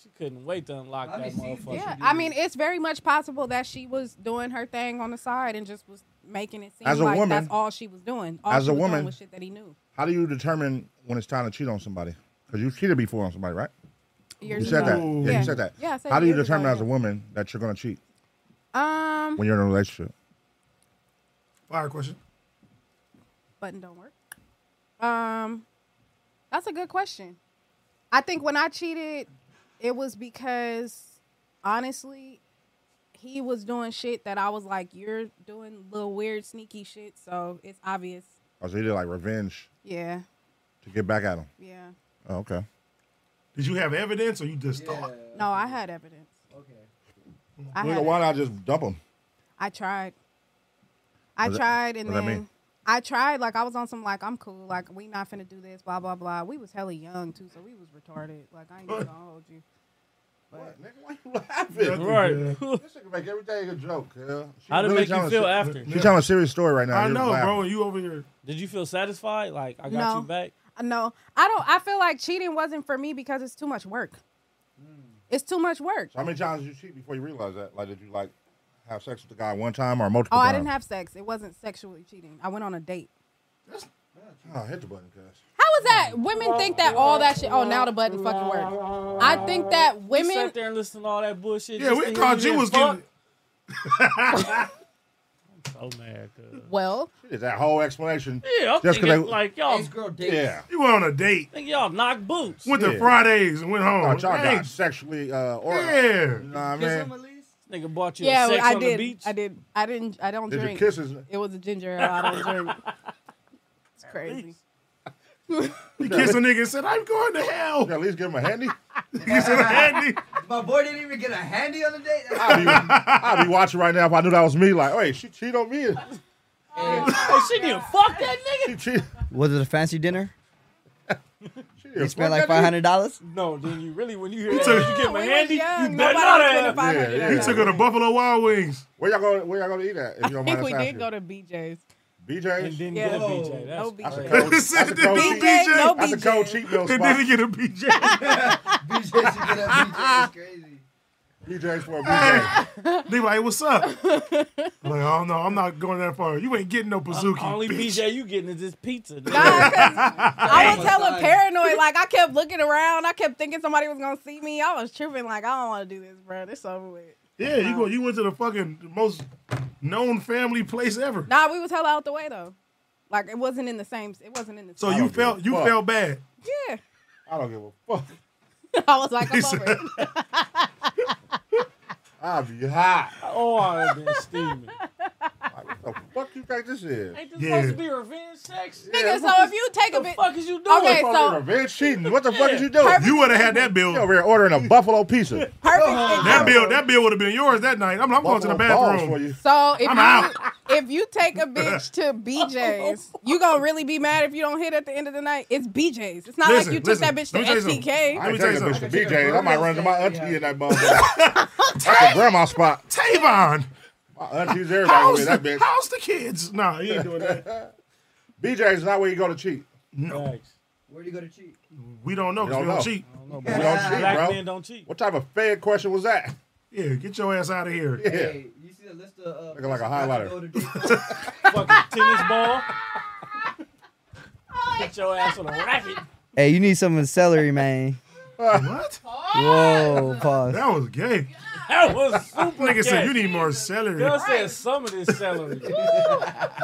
Speaker 2: She couldn't wait to unlock
Speaker 5: I
Speaker 2: that
Speaker 5: mean, see,
Speaker 2: motherfucker.
Speaker 3: Yeah, I mean, it's very much possible that she was doing her thing on the side and just was making it seem
Speaker 4: As a
Speaker 3: like
Speaker 4: woman-
Speaker 3: that's all she was doing. All
Speaker 4: as
Speaker 3: she
Speaker 4: a
Speaker 3: was doing
Speaker 4: woman-
Speaker 3: was shit that he knew.
Speaker 4: How do you determine when it's time to cheat on somebody? Because you cheated before on somebody, right?
Speaker 3: Years
Speaker 4: you said
Speaker 3: ago.
Speaker 4: that. Yeah, you said that.
Speaker 3: Yeah, I said
Speaker 4: How do you
Speaker 3: years ago,
Speaker 4: determine as a
Speaker 3: yeah.
Speaker 4: woman that you're going to cheat
Speaker 3: Um,
Speaker 4: when you're in a relationship?
Speaker 1: fire question.
Speaker 3: button don't work. Um, that's a good question. I think when I cheated, it was because honestly, he was doing shit that I was like, "You're doing little weird, sneaky shit," so it's obvious.
Speaker 4: Or Oh, so you did like revenge
Speaker 3: Yeah,
Speaker 4: to get back at him?
Speaker 3: yeah.
Speaker 4: Oh, okay.
Speaker 1: Did you have evidence or you just thought?
Speaker 3: No, I had evidence. Okay. I had
Speaker 4: Nigga, why not just dump him?
Speaker 3: I tried. I
Speaker 4: What that-
Speaker 3: tried, and
Speaker 4: what that
Speaker 3: then
Speaker 4: mean?
Speaker 3: I tried. Like I was on some like I'm cool. Like we not finna do this. Blah blah blah. We was hella young too, so we was retarded. Like I ain't even gonna hold you. But
Speaker 2: Right.
Speaker 4: This nigga make every day a joke, girl. She
Speaker 2: How did it make you
Speaker 4: telling a
Speaker 2: feel
Speaker 4: se-
Speaker 2: after?
Speaker 4: She telling a serious story right now.
Speaker 1: I
Speaker 4: You're
Speaker 1: know,
Speaker 4: laughing.
Speaker 1: bro. You over here.
Speaker 2: Did you feel satisfied? Like I got
Speaker 3: No.
Speaker 2: you back.
Speaker 3: no, I don't. I feel like cheating wasn't for me because it's too much work. It's too much work.
Speaker 4: So how many times did you cheat before you realize that? Like, did you like have sex with the guy one time or multiple
Speaker 3: Oh, I
Speaker 4: times?
Speaker 3: didn't have sex. It wasn't sexually cheating. I went on a date.
Speaker 4: Oh, hit the button, cuz.
Speaker 3: How is that? Women think that all that shit. Oh, now the button fucking works. I think that
Speaker 2: We
Speaker 3: women
Speaker 2: sat there and listened to all that bullshit.
Speaker 1: Yeah,
Speaker 2: just
Speaker 1: we
Speaker 2: to hear
Speaker 1: thought you
Speaker 2: get
Speaker 1: was
Speaker 2: fucked.
Speaker 1: getting.
Speaker 2: So mad, cuz.
Speaker 3: Well,
Speaker 4: She did that whole explanation.
Speaker 2: Yeah, I'm
Speaker 4: Just 'cause
Speaker 2: thinking
Speaker 4: they-
Speaker 2: like y'all,
Speaker 5: These girl dates.
Speaker 4: Yeah.
Speaker 1: You went on a date.
Speaker 2: think y'all knock boots.
Speaker 1: Went to
Speaker 4: Yeah.
Speaker 1: Fridays and went home.
Speaker 4: Oh, y'all
Speaker 1: Hey,
Speaker 4: got sexually uh, or
Speaker 1: Yeah.
Speaker 4: You know what I
Speaker 5: Kiss him,
Speaker 4: mean?
Speaker 5: Elise.
Speaker 2: This nigga bought you
Speaker 3: yeah,
Speaker 2: a sex
Speaker 3: I
Speaker 2: on the
Speaker 3: did.
Speaker 2: beach.
Speaker 3: I did. I didn't. I don't
Speaker 4: Did your
Speaker 3: drink.
Speaker 4: kisses?
Speaker 3: It was a ginger ale. I don't drink. It's crazy.
Speaker 1: he kissed a nigga and said, "I'm going to hell."
Speaker 4: You at least give him a handy.
Speaker 1: He said, "Handy."
Speaker 5: My boy didn't even get a handy on the date.
Speaker 1: Ah.
Speaker 4: I'd be, I'd be watching right now if I knew that was me. Like, wait, she cheated on me.
Speaker 2: Hey, Oh, she didn't fuck that nigga.
Speaker 4: She cheated.
Speaker 10: Was it a fancy dinner?
Speaker 4: She
Speaker 10: You
Speaker 4: didn't
Speaker 10: spent
Speaker 4: fuck
Speaker 10: like
Speaker 4: that
Speaker 10: five
Speaker 4: nigga.
Speaker 10: hundred dollars.
Speaker 2: No, then you really when you hear that,
Speaker 1: took-
Speaker 2: you get my
Speaker 3: we was
Speaker 2: handy.
Speaker 3: young.
Speaker 2: You better
Speaker 3: Nobody
Speaker 2: not
Speaker 3: was spending
Speaker 2: have.
Speaker 3: five hundred.
Speaker 4: Yeah,
Speaker 1: He
Speaker 4: yeah.
Speaker 1: took her to Buffalo Wild Wings.
Speaker 4: Where y'all going? Where y'all going to eat at? If you don't
Speaker 3: I think
Speaker 4: mind
Speaker 3: we
Speaker 4: us
Speaker 3: did
Speaker 4: asking?
Speaker 3: go to BJ's.
Speaker 2: And
Speaker 4: BJ's.
Speaker 2: didn't
Speaker 3: Yeah.
Speaker 2: get a
Speaker 5: Whoa.
Speaker 2: BJ. Oh, That's
Speaker 3: No BJ's.
Speaker 4: That's a cold. That's
Speaker 1: Said
Speaker 4: a
Speaker 1: the
Speaker 4: cold
Speaker 1: BJ.
Speaker 4: cheat.
Speaker 3: BJ's, no
Speaker 4: That's a cold cheat meal
Speaker 1: And then he
Speaker 4: spot.
Speaker 1: get a BJ.
Speaker 5: BJ, she get that BJ. It's crazy.
Speaker 4: BJ's for a BJ.
Speaker 1: they like, "What's up?" I'm like, "Oh no, I'm not going that far. You ain't getting no Pazuki."
Speaker 2: Only
Speaker 1: bitch."
Speaker 2: BJ you getting is this pizza. nigga.
Speaker 3: Nah, 'cause I was
Speaker 5: Damn.
Speaker 3: hella paranoid. Like I kept looking around. I kept thinking somebody was gonna see me. I was tripping. Like I don't want to do this, bro. This over with.
Speaker 1: Yeah, you go. You went to the fucking most known family place ever.
Speaker 3: Nah, we was hella out the way though. Like it wasn't in the same. It wasn't in the.
Speaker 1: So
Speaker 3: same.
Speaker 1: you
Speaker 4: don't give
Speaker 1: felt
Speaker 4: a
Speaker 1: you
Speaker 4: fuck.
Speaker 1: felt bad.
Speaker 3: yeah.
Speaker 4: I don't give a fuck.
Speaker 3: I was like,
Speaker 1: He
Speaker 3: I'm over
Speaker 1: said-
Speaker 3: it.
Speaker 4: I'll be hot.
Speaker 2: Oh, I've been steaming.
Speaker 4: Like, what the fuck you think this is?
Speaker 2: Ain't this
Speaker 1: Yeah.
Speaker 2: supposed to be revenge sex?
Speaker 3: Nigga, so if you take a
Speaker 2: What the
Speaker 3: bit,
Speaker 2: fuck is you doing?
Speaker 3: Okay,
Speaker 4: Fuck
Speaker 3: so-
Speaker 4: you, revenge cheating. What the fuck is you doing?
Speaker 3: Perfect-
Speaker 1: You would have had that bill.
Speaker 4: You over here ordering a buffalo pizza.
Speaker 3: perfect.
Speaker 1: That
Speaker 3: example.
Speaker 1: bill, that bill would have been yours that night. I'm, I'm going to the
Speaker 4: Buffalo balls for
Speaker 1: bathroom.
Speaker 4: you.
Speaker 3: So if
Speaker 1: I'm
Speaker 3: you
Speaker 1: out. Oh.
Speaker 3: if you take a bitch to BJ's, you gonna really be mad if you don't hit at the end of the night. It's BJ's. It's not
Speaker 1: Listen,
Speaker 3: like you took
Speaker 1: listen.
Speaker 3: that bitch
Speaker 1: Let me tell you
Speaker 3: to
Speaker 1: something.
Speaker 3: STK.
Speaker 4: I
Speaker 1: me
Speaker 4: ain't
Speaker 1: tell you
Speaker 4: taking a bitch to
Speaker 1: something.
Speaker 4: BJ's. I might run to my auntie in that motherfucker.
Speaker 1: Tay-
Speaker 4: Grandma spot.
Speaker 1: Tavon,
Speaker 4: aunties, everybody with
Speaker 1: How's
Speaker 4: that
Speaker 1: the-
Speaker 4: bitch.
Speaker 1: how's the kids? Nah, he ain't doing that.
Speaker 4: BJ's not where you go to cheat.
Speaker 1: No.
Speaker 5: Where do you go to cheat?
Speaker 1: We don't know
Speaker 4: We
Speaker 1: 'cause
Speaker 4: don't
Speaker 1: we don't
Speaker 4: know.
Speaker 1: cheat.
Speaker 4: We don't cheat, bro. What type of fed question was that?
Speaker 1: Yeah, get your ass out of here.
Speaker 4: Yeah.
Speaker 5: Hey, you see the list of uh,
Speaker 4: Looking like a
Speaker 5: places not to
Speaker 4: highlighter.
Speaker 5: go to date?
Speaker 2: Fucking tennis ball. Get your ass on a racket.
Speaker 10: Hey, you need some of the celery, man.
Speaker 1: What?
Speaker 10: Whoa, pause.
Speaker 1: That was gay.
Speaker 2: That was super.
Speaker 1: Nigga said
Speaker 2: gay.
Speaker 1: you need more celery.
Speaker 2: Girl said some of this celery.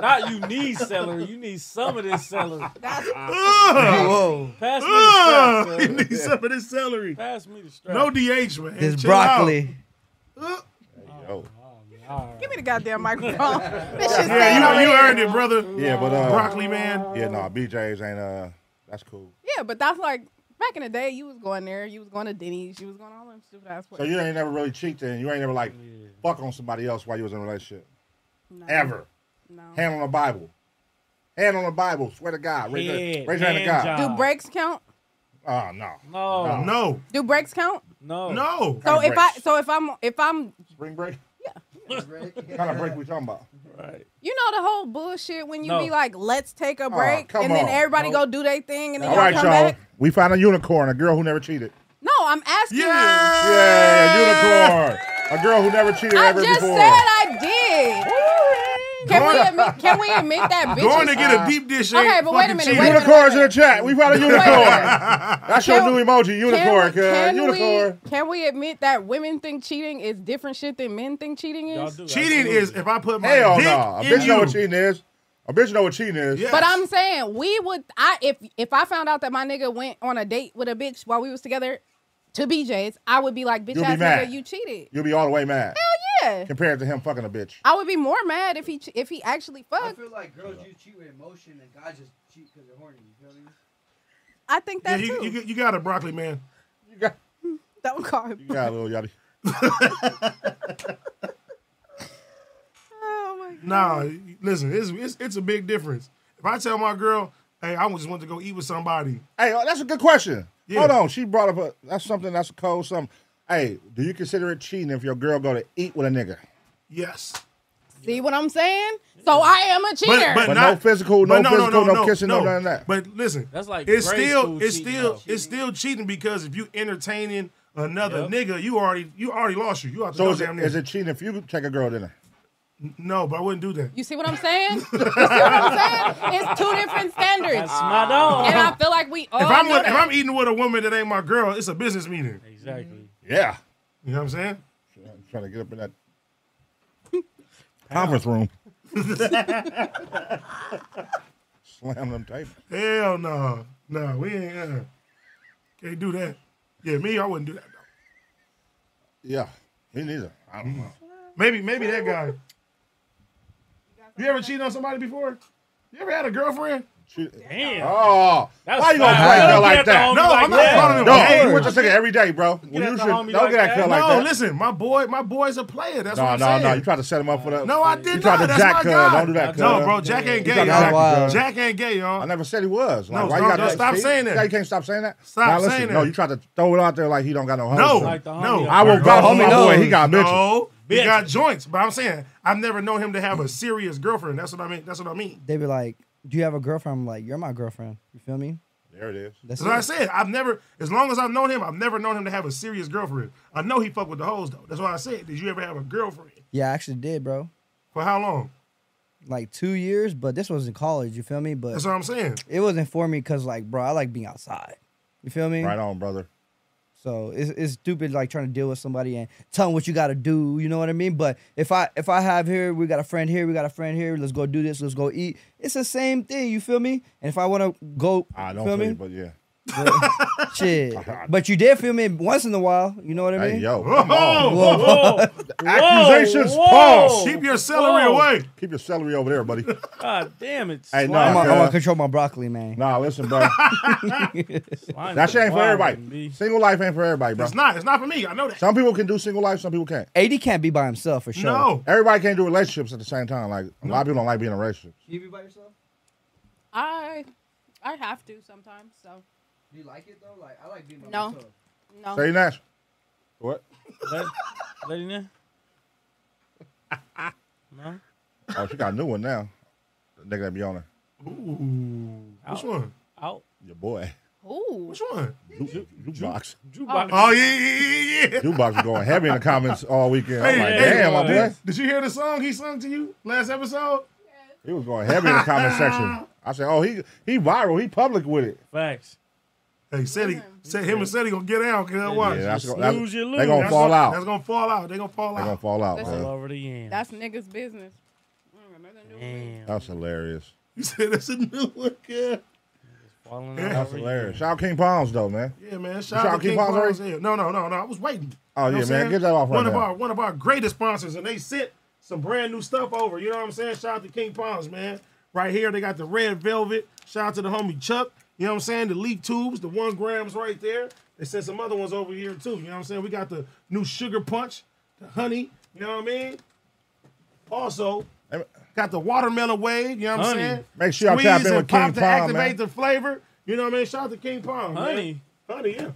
Speaker 2: Not you need celery. You need some of this celery.
Speaker 1: Ugh.
Speaker 10: Whoa.
Speaker 2: Pass me
Speaker 1: Ugh.
Speaker 2: the
Speaker 1: He
Speaker 2: strap.
Speaker 1: needs some of this celery.
Speaker 2: bro. Pass me the strap.
Speaker 1: No DH, man.
Speaker 10: This
Speaker 1: Chill out.
Speaker 10: broccoli.
Speaker 1: Ugh.
Speaker 4: Yo.
Speaker 3: Give me the goddamn microphone. Bitch, shit stayed
Speaker 1: Yeah,
Speaker 3: over
Speaker 1: you, you
Speaker 3: here.
Speaker 1: earned it, brother.
Speaker 4: Yeah, but uh,
Speaker 1: Broccoli man.
Speaker 4: Yeah, no, BJ's ain't uh, that's cool.
Speaker 3: Yeah, but that's like back in the day. You was going there. You was going to Denny's. You was going to all them stupid ass
Speaker 4: So
Speaker 3: places.
Speaker 4: you ain't never really cheat then. You ain't never like fuck on somebody else while you was in a relationship. Ever.
Speaker 3: No.
Speaker 4: Hand on the Bible. Hand on the Bible. Swear to God. Raise, your,
Speaker 2: Head,
Speaker 4: raise your hand to
Speaker 2: hand
Speaker 4: God.
Speaker 2: job.
Speaker 3: Do breaks count?
Speaker 4: Oh no.
Speaker 2: No.
Speaker 1: No,
Speaker 3: Do breaks count?
Speaker 2: No.
Speaker 1: no.
Speaker 3: So
Speaker 4: Kind of
Speaker 3: if I
Speaker 4: breaks.
Speaker 3: so if I'm if I'm
Speaker 4: Spring break?
Speaker 5: Right?
Speaker 4: What kind of break we talking about?
Speaker 2: Right.
Speaker 3: you know the whole bullshit when you
Speaker 2: No.
Speaker 3: be like, let's take a break,
Speaker 4: Oh, come
Speaker 3: and then
Speaker 4: on.
Speaker 3: everybody
Speaker 2: No.
Speaker 3: go do their thing, and then
Speaker 4: All
Speaker 3: y'all
Speaker 4: right,
Speaker 3: come
Speaker 4: y'all.
Speaker 3: back.
Speaker 4: We found a unicorn, a girl who never cheated.
Speaker 3: No, I'm asking
Speaker 1: Yeah.
Speaker 4: Yeah, unicorn. A girl who never cheated
Speaker 3: you. I
Speaker 4: ever
Speaker 3: just
Speaker 4: before.
Speaker 3: said I did. Can we admit? Can we admit that bitch?
Speaker 1: Going to
Speaker 3: is-
Speaker 1: get a deep dish.
Speaker 3: uh, Okay,
Speaker 1: ain't
Speaker 3: but wait a
Speaker 1: fucking
Speaker 3: minute,
Speaker 1: cheating.
Speaker 3: wait a minute.
Speaker 4: Unicorns in the chat. We found a unicorn. That's your
Speaker 3: Can-
Speaker 4: new emoji,
Speaker 3: Can,
Speaker 4: unicorn. cuz.
Speaker 3: we-
Speaker 4: Unicorn.
Speaker 3: We, can we admit that women think cheating is different shit than men think cheating
Speaker 2: Y'all
Speaker 3: is?
Speaker 2: do.
Speaker 1: Cheating
Speaker 2: absolutely.
Speaker 1: is if I put my
Speaker 4: Hell no.
Speaker 1: dick
Speaker 4: A
Speaker 1: in
Speaker 4: bitch know
Speaker 1: you.
Speaker 4: what cheating is. A bitch know what cheating is.
Speaker 1: Yeah.
Speaker 3: But I'm saying we would. I if if I found out that my nigga went on a date with a bitch while we was together to BJ's, I would be like, bitch
Speaker 4: You'll be
Speaker 3: ass nigga,
Speaker 4: mad.
Speaker 3: you cheated.
Speaker 4: You'll be all the way mad
Speaker 3: Yeah,
Speaker 4: compared to him fucking a bitch.
Speaker 3: I would be more mad if he che- if he actually
Speaker 5: I
Speaker 3: fucked.
Speaker 5: feel like girls you cheat with emotion and guys just cheat because they're horny. You feel me?
Speaker 3: I think
Speaker 1: Yeah,
Speaker 3: that
Speaker 1: you,
Speaker 3: too.
Speaker 1: you, you got a broccoli man.
Speaker 4: You got,
Speaker 3: Don't call him.
Speaker 4: you got a little yachty.
Speaker 3: Oh my god.
Speaker 1: Nah, listen, it's, it's it's a big difference. If I tell my girl, hey, I just want to go eat with somebody.
Speaker 4: Hey, oh, that's a good question.
Speaker 1: Yeah.
Speaker 4: Hold on. She brought up a, that's something that's a cold something. Hey, do you consider it cheating if your girl go to eat with a nigga?
Speaker 1: Yes.
Speaker 3: See what I'm saying? So I am a cheater.
Speaker 4: But no physical, no physical, no kissing, no none of that.
Speaker 1: But listen,
Speaker 2: That's like
Speaker 1: it's
Speaker 2: grade
Speaker 1: still
Speaker 2: school
Speaker 1: it's
Speaker 2: cheating,
Speaker 1: still
Speaker 2: though.
Speaker 1: it's still cheating because if you entertaining another
Speaker 2: Yep.
Speaker 1: nigga, you already you already lost you. You have to
Speaker 4: So
Speaker 1: go
Speaker 4: is it,
Speaker 1: damn near.
Speaker 4: is it cheating if you take a girl to dinner?
Speaker 1: No, but I wouldn't do that.
Speaker 3: you see what I'm saying? You see what I'm saying? It's two different standards.
Speaker 2: That's my dog.
Speaker 3: And I feel like we all
Speaker 1: if I'm
Speaker 3: know
Speaker 1: with, if
Speaker 3: that.
Speaker 1: I'm eating with a woman that ain't my girl, it's a business meeting.
Speaker 2: exactly.
Speaker 4: Yeah.
Speaker 1: You know what I'm saying?
Speaker 4: I'm trying to get up in that conference room. Slam them tables.
Speaker 1: Hell no, no, we ain't uh, can't do that. Yeah, me, I wouldn't do that. Though.
Speaker 4: Yeah. Me neither. I don't know.
Speaker 1: Maybe maybe that guy. You ever cheated on somebody before? You ever had a girlfriend?
Speaker 4: Cheat-
Speaker 2: Damn.
Speaker 4: Oh,
Speaker 2: That's
Speaker 4: why you gonna
Speaker 2: foul.
Speaker 4: play her
Speaker 2: Don't
Speaker 4: like
Speaker 2: get the
Speaker 4: that?
Speaker 2: homie
Speaker 1: No,
Speaker 2: like
Speaker 1: I'm not
Speaker 2: that.
Speaker 1: calling him.
Speaker 4: No,
Speaker 1: Hey,
Speaker 4: you with your nigga every day, bro.
Speaker 2: at
Speaker 4: you
Speaker 2: the
Speaker 4: should,
Speaker 2: homie
Speaker 4: don't
Speaker 2: like
Speaker 4: get that
Speaker 2: that.
Speaker 4: kid like
Speaker 1: no,
Speaker 4: that.
Speaker 1: listen, my boy, my boy's a player. That's
Speaker 4: no,
Speaker 1: what I'm
Speaker 4: no,
Speaker 1: saying.
Speaker 4: no. You tried to set him up for that.
Speaker 1: No, I
Speaker 4: You
Speaker 1: did
Speaker 4: tried
Speaker 1: not.
Speaker 4: to
Speaker 1: That's
Speaker 4: jack
Speaker 1: my
Speaker 4: her.
Speaker 1: guy.
Speaker 4: Don't do that,
Speaker 1: No,
Speaker 4: cuz.
Speaker 1: bro, Jack ain't
Speaker 4: You
Speaker 1: gay,
Speaker 4: tried to
Speaker 10: That's
Speaker 4: jack her,
Speaker 1: y'all.
Speaker 10: wild.
Speaker 4: cuz.
Speaker 1: Jack ain't gay, y'all.
Speaker 4: I never said he was. Like,
Speaker 1: No,
Speaker 4: why you
Speaker 1: no,
Speaker 4: gotta
Speaker 1: no,
Speaker 4: do
Speaker 1: stop
Speaker 4: See?
Speaker 1: saying that.
Speaker 4: Yeah, you can't stop saying that.
Speaker 1: Stop
Speaker 4: Now, listen,
Speaker 1: saying that.
Speaker 4: No, you tried to throw it out there like he don't got no hoes.
Speaker 1: No,
Speaker 2: Like the homie
Speaker 1: no.
Speaker 2: up
Speaker 4: I will
Speaker 2: there.
Speaker 4: vouch for
Speaker 1: Homie,
Speaker 4: my
Speaker 1: no.
Speaker 4: boy. He got bitches.
Speaker 1: No, he
Speaker 2: Bitches.
Speaker 1: got joints. But I'm saying I've never known him to have a serious girlfriend. That's what I mean. That's what I mean.
Speaker 10: They be like, "Do you have a girlfriend?" I'm like, "You're my girlfriend." You feel me?
Speaker 4: There it is.
Speaker 10: That's
Speaker 1: That's what I
Speaker 10: it.
Speaker 1: said. I've never, as long as I've known him, I've never known him to have a serious girlfriend. I know he fuck with the hoes though. That's why I said, did you ever have a girlfriend?
Speaker 10: Yeah, I actually did, bro.
Speaker 1: For how long?
Speaker 10: Like two years, but this was in college. You feel me? But
Speaker 1: That's what I'm saying.
Speaker 10: it wasn't for me because, like, bro, I like being outside. You feel me?
Speaker 4: Right on, brother.
Speaker 10: So it's, it's stupid like trying to deal with somebody and tell them what you gotta do. You know what I mean? But if I if I have here, we got a friend here, we got a friend here. Let's go do this. Let's go eat. It's the same thing. You feel me? And if I wanna go,
Speaker 4: I don't feel
Speaker 10: feel me?
Speaker 4: you, but yeah.
Speaker 10: But- shit. But you did feel me once in a while. You know what I mean?
Speaker 4: Hey, yo,
Speaker 1: Whoa,
Speaker 4: come on.
Speaker 1: whoa,
Speaker 2: Whoa.
Speaker 4: Accusations
Speaker 2: whoa.
Speaker 4: false.
Speaker 1: Keep your celery
Speaker 2: Whoa.
Speaker 1: away.
Speaker 4: Keep your celery over there, buddy.
Speaker 2: God damn it.
Speaker 4: Hey, no,
Speaker 10: I'm
Speaker 2: Slime-
Speaker 10: gonna, I'm
Speaker 4: Yeah.
Speaker 10: gonna control my broccoli, man.
Speaker 4: Nah, listen, bro.
Speaker 2: slime
Speaker 4: That shit ain't for
Speaker 2: wild with
Speaker 4: everybody.
Speaker 2: me.
Speaker 4: Single life ain't for everybody, bro.
Speaker 1: It's not. It's not for me. I know that.
Speaker 4: Some people can do single life, some people can't.
Speaker 10: AD can't be by himself for sure.
Speaker 1: No.
Speaker 4: Everybody can't do relationships at the same time. Like a lot of people don't like being in relationships.
Speaker 5: Can you be by yourself?
Speaker 3: I I have to sometimes. So
Speaker 5: Do you like it though? Like I like being by
Speaker 3: No.
Speaker 5: myself.
Speaker 3: no.
Speaker 4: Say that. What?
Speaker 2: Let, let it in.
Speaker 4: Oh, she got a new one now. The nigga that be on her.
Speaker 1: Ooh. Which one?
Speaker 2: Out.
Speaker 4: Your boy.
Speaker 3: Ooh.
Speaker 1: Which one?
Speaker 4: Ju- Jukebox.
Speaker 2: Jukebox.
Speaker 1: Oh, yeah, yeah, yeah, yeah.
Speaker 4: Jukebox was going heavy in the comments all weekend. I'm
Speaker 1: Hey,
Speaker 4: like,
Speaker 1: hey,
Speaker 4: damn, my
Speaker 1: did,
Speaker 4: boy.
Speaker 1: did you hear the song he sung to you last episode?
Speaker 4: He was going heavy in the comment section. I said, oh, he he viral. He public with
Speaker 3: Oh.
Speaker 4: it.
Speaker 2: Facts.
Speaker 1: Hey, said he said him and said he gonna get out. Cause I watch.
Speaker 4: Yeah, that's gonna-
Speaker 1: That's-
Speaker 4: that's-
Speaker 2: you
Speaker 4: they gonna
Speaker 1: that's
Speaker 4: fall
Speaker 1: gonna-
Speaker 4: out.
Speaker 1: That's gonna fall out. They gonna fall
Speaker 4: They gonna
Speaker 1: out.
Speaker 4: fall out,
Speaker 2: All
Speaker 4: man.
Speaker 2: over the end.
Speaker 3: That's niggas' business. Mm, nothing to do with it.
Speaker 2: Damn.
Speaker 4: That's hilarious.
Speaker 1: You said that's a new one. Yeah,
Speaker 2: Falling
Speaker 1: Yeah.
Speaker 2: out
Speaker 4: That's
Speaker 2: over the
Speaker 4: hilarious.
Speaker 2: end.
Speaker 4: Shout out King Palms though, man.
Speaker 1: yeah man.
Speaker 4: You
Speaker 1: Shout
Speaker 4: trying
Speaker 1: out
Speaker 4: to
Speaker 1: to King
Speaker 4: keep on
Speaker 1: Palms. Yeah. No, no, no, no. I was waiting.
Speaker 4: Oh,
Speaker 1: You know
Speaker 4: yeah,
Speaker 1: what
Speaker 4: man.
Speaker 1: I'm saying?
Speaker 4: Get that off right
Speaker 1: one of
Speaker 4: now.
Speaker 1: our one of our greatest sponsors, and they sent some brand new stuff over. You know what I'm saying? Shout out to King Palms, man. Right here, they got the red velvet. Shout out to the homie Chuck. You know what I'm saying? The leak tubes, the one grams right there. They sent some other ones over here too. You know what I'm saying? We got the new sugar punch, the honey. You know what I mean? Also, got the watermelon wave. You know what I'm
Speaker 2: Honey.
Speaker 1: saying?
Speaker 4: Make sure y'all tap
Speaker 1: Squeeze
Speaker 4: in
Speaker 1: and
Speaker 4: with King
Speaker 1: pop to
Speaker 4: Palm,
Speaker 1: activate
Speaker 4: man.
Speaker 1: the flavor. You know what I mean? Shout out to King Palm. man.
Speaker 2: Honey.
Speaker 1: Honey, yeah.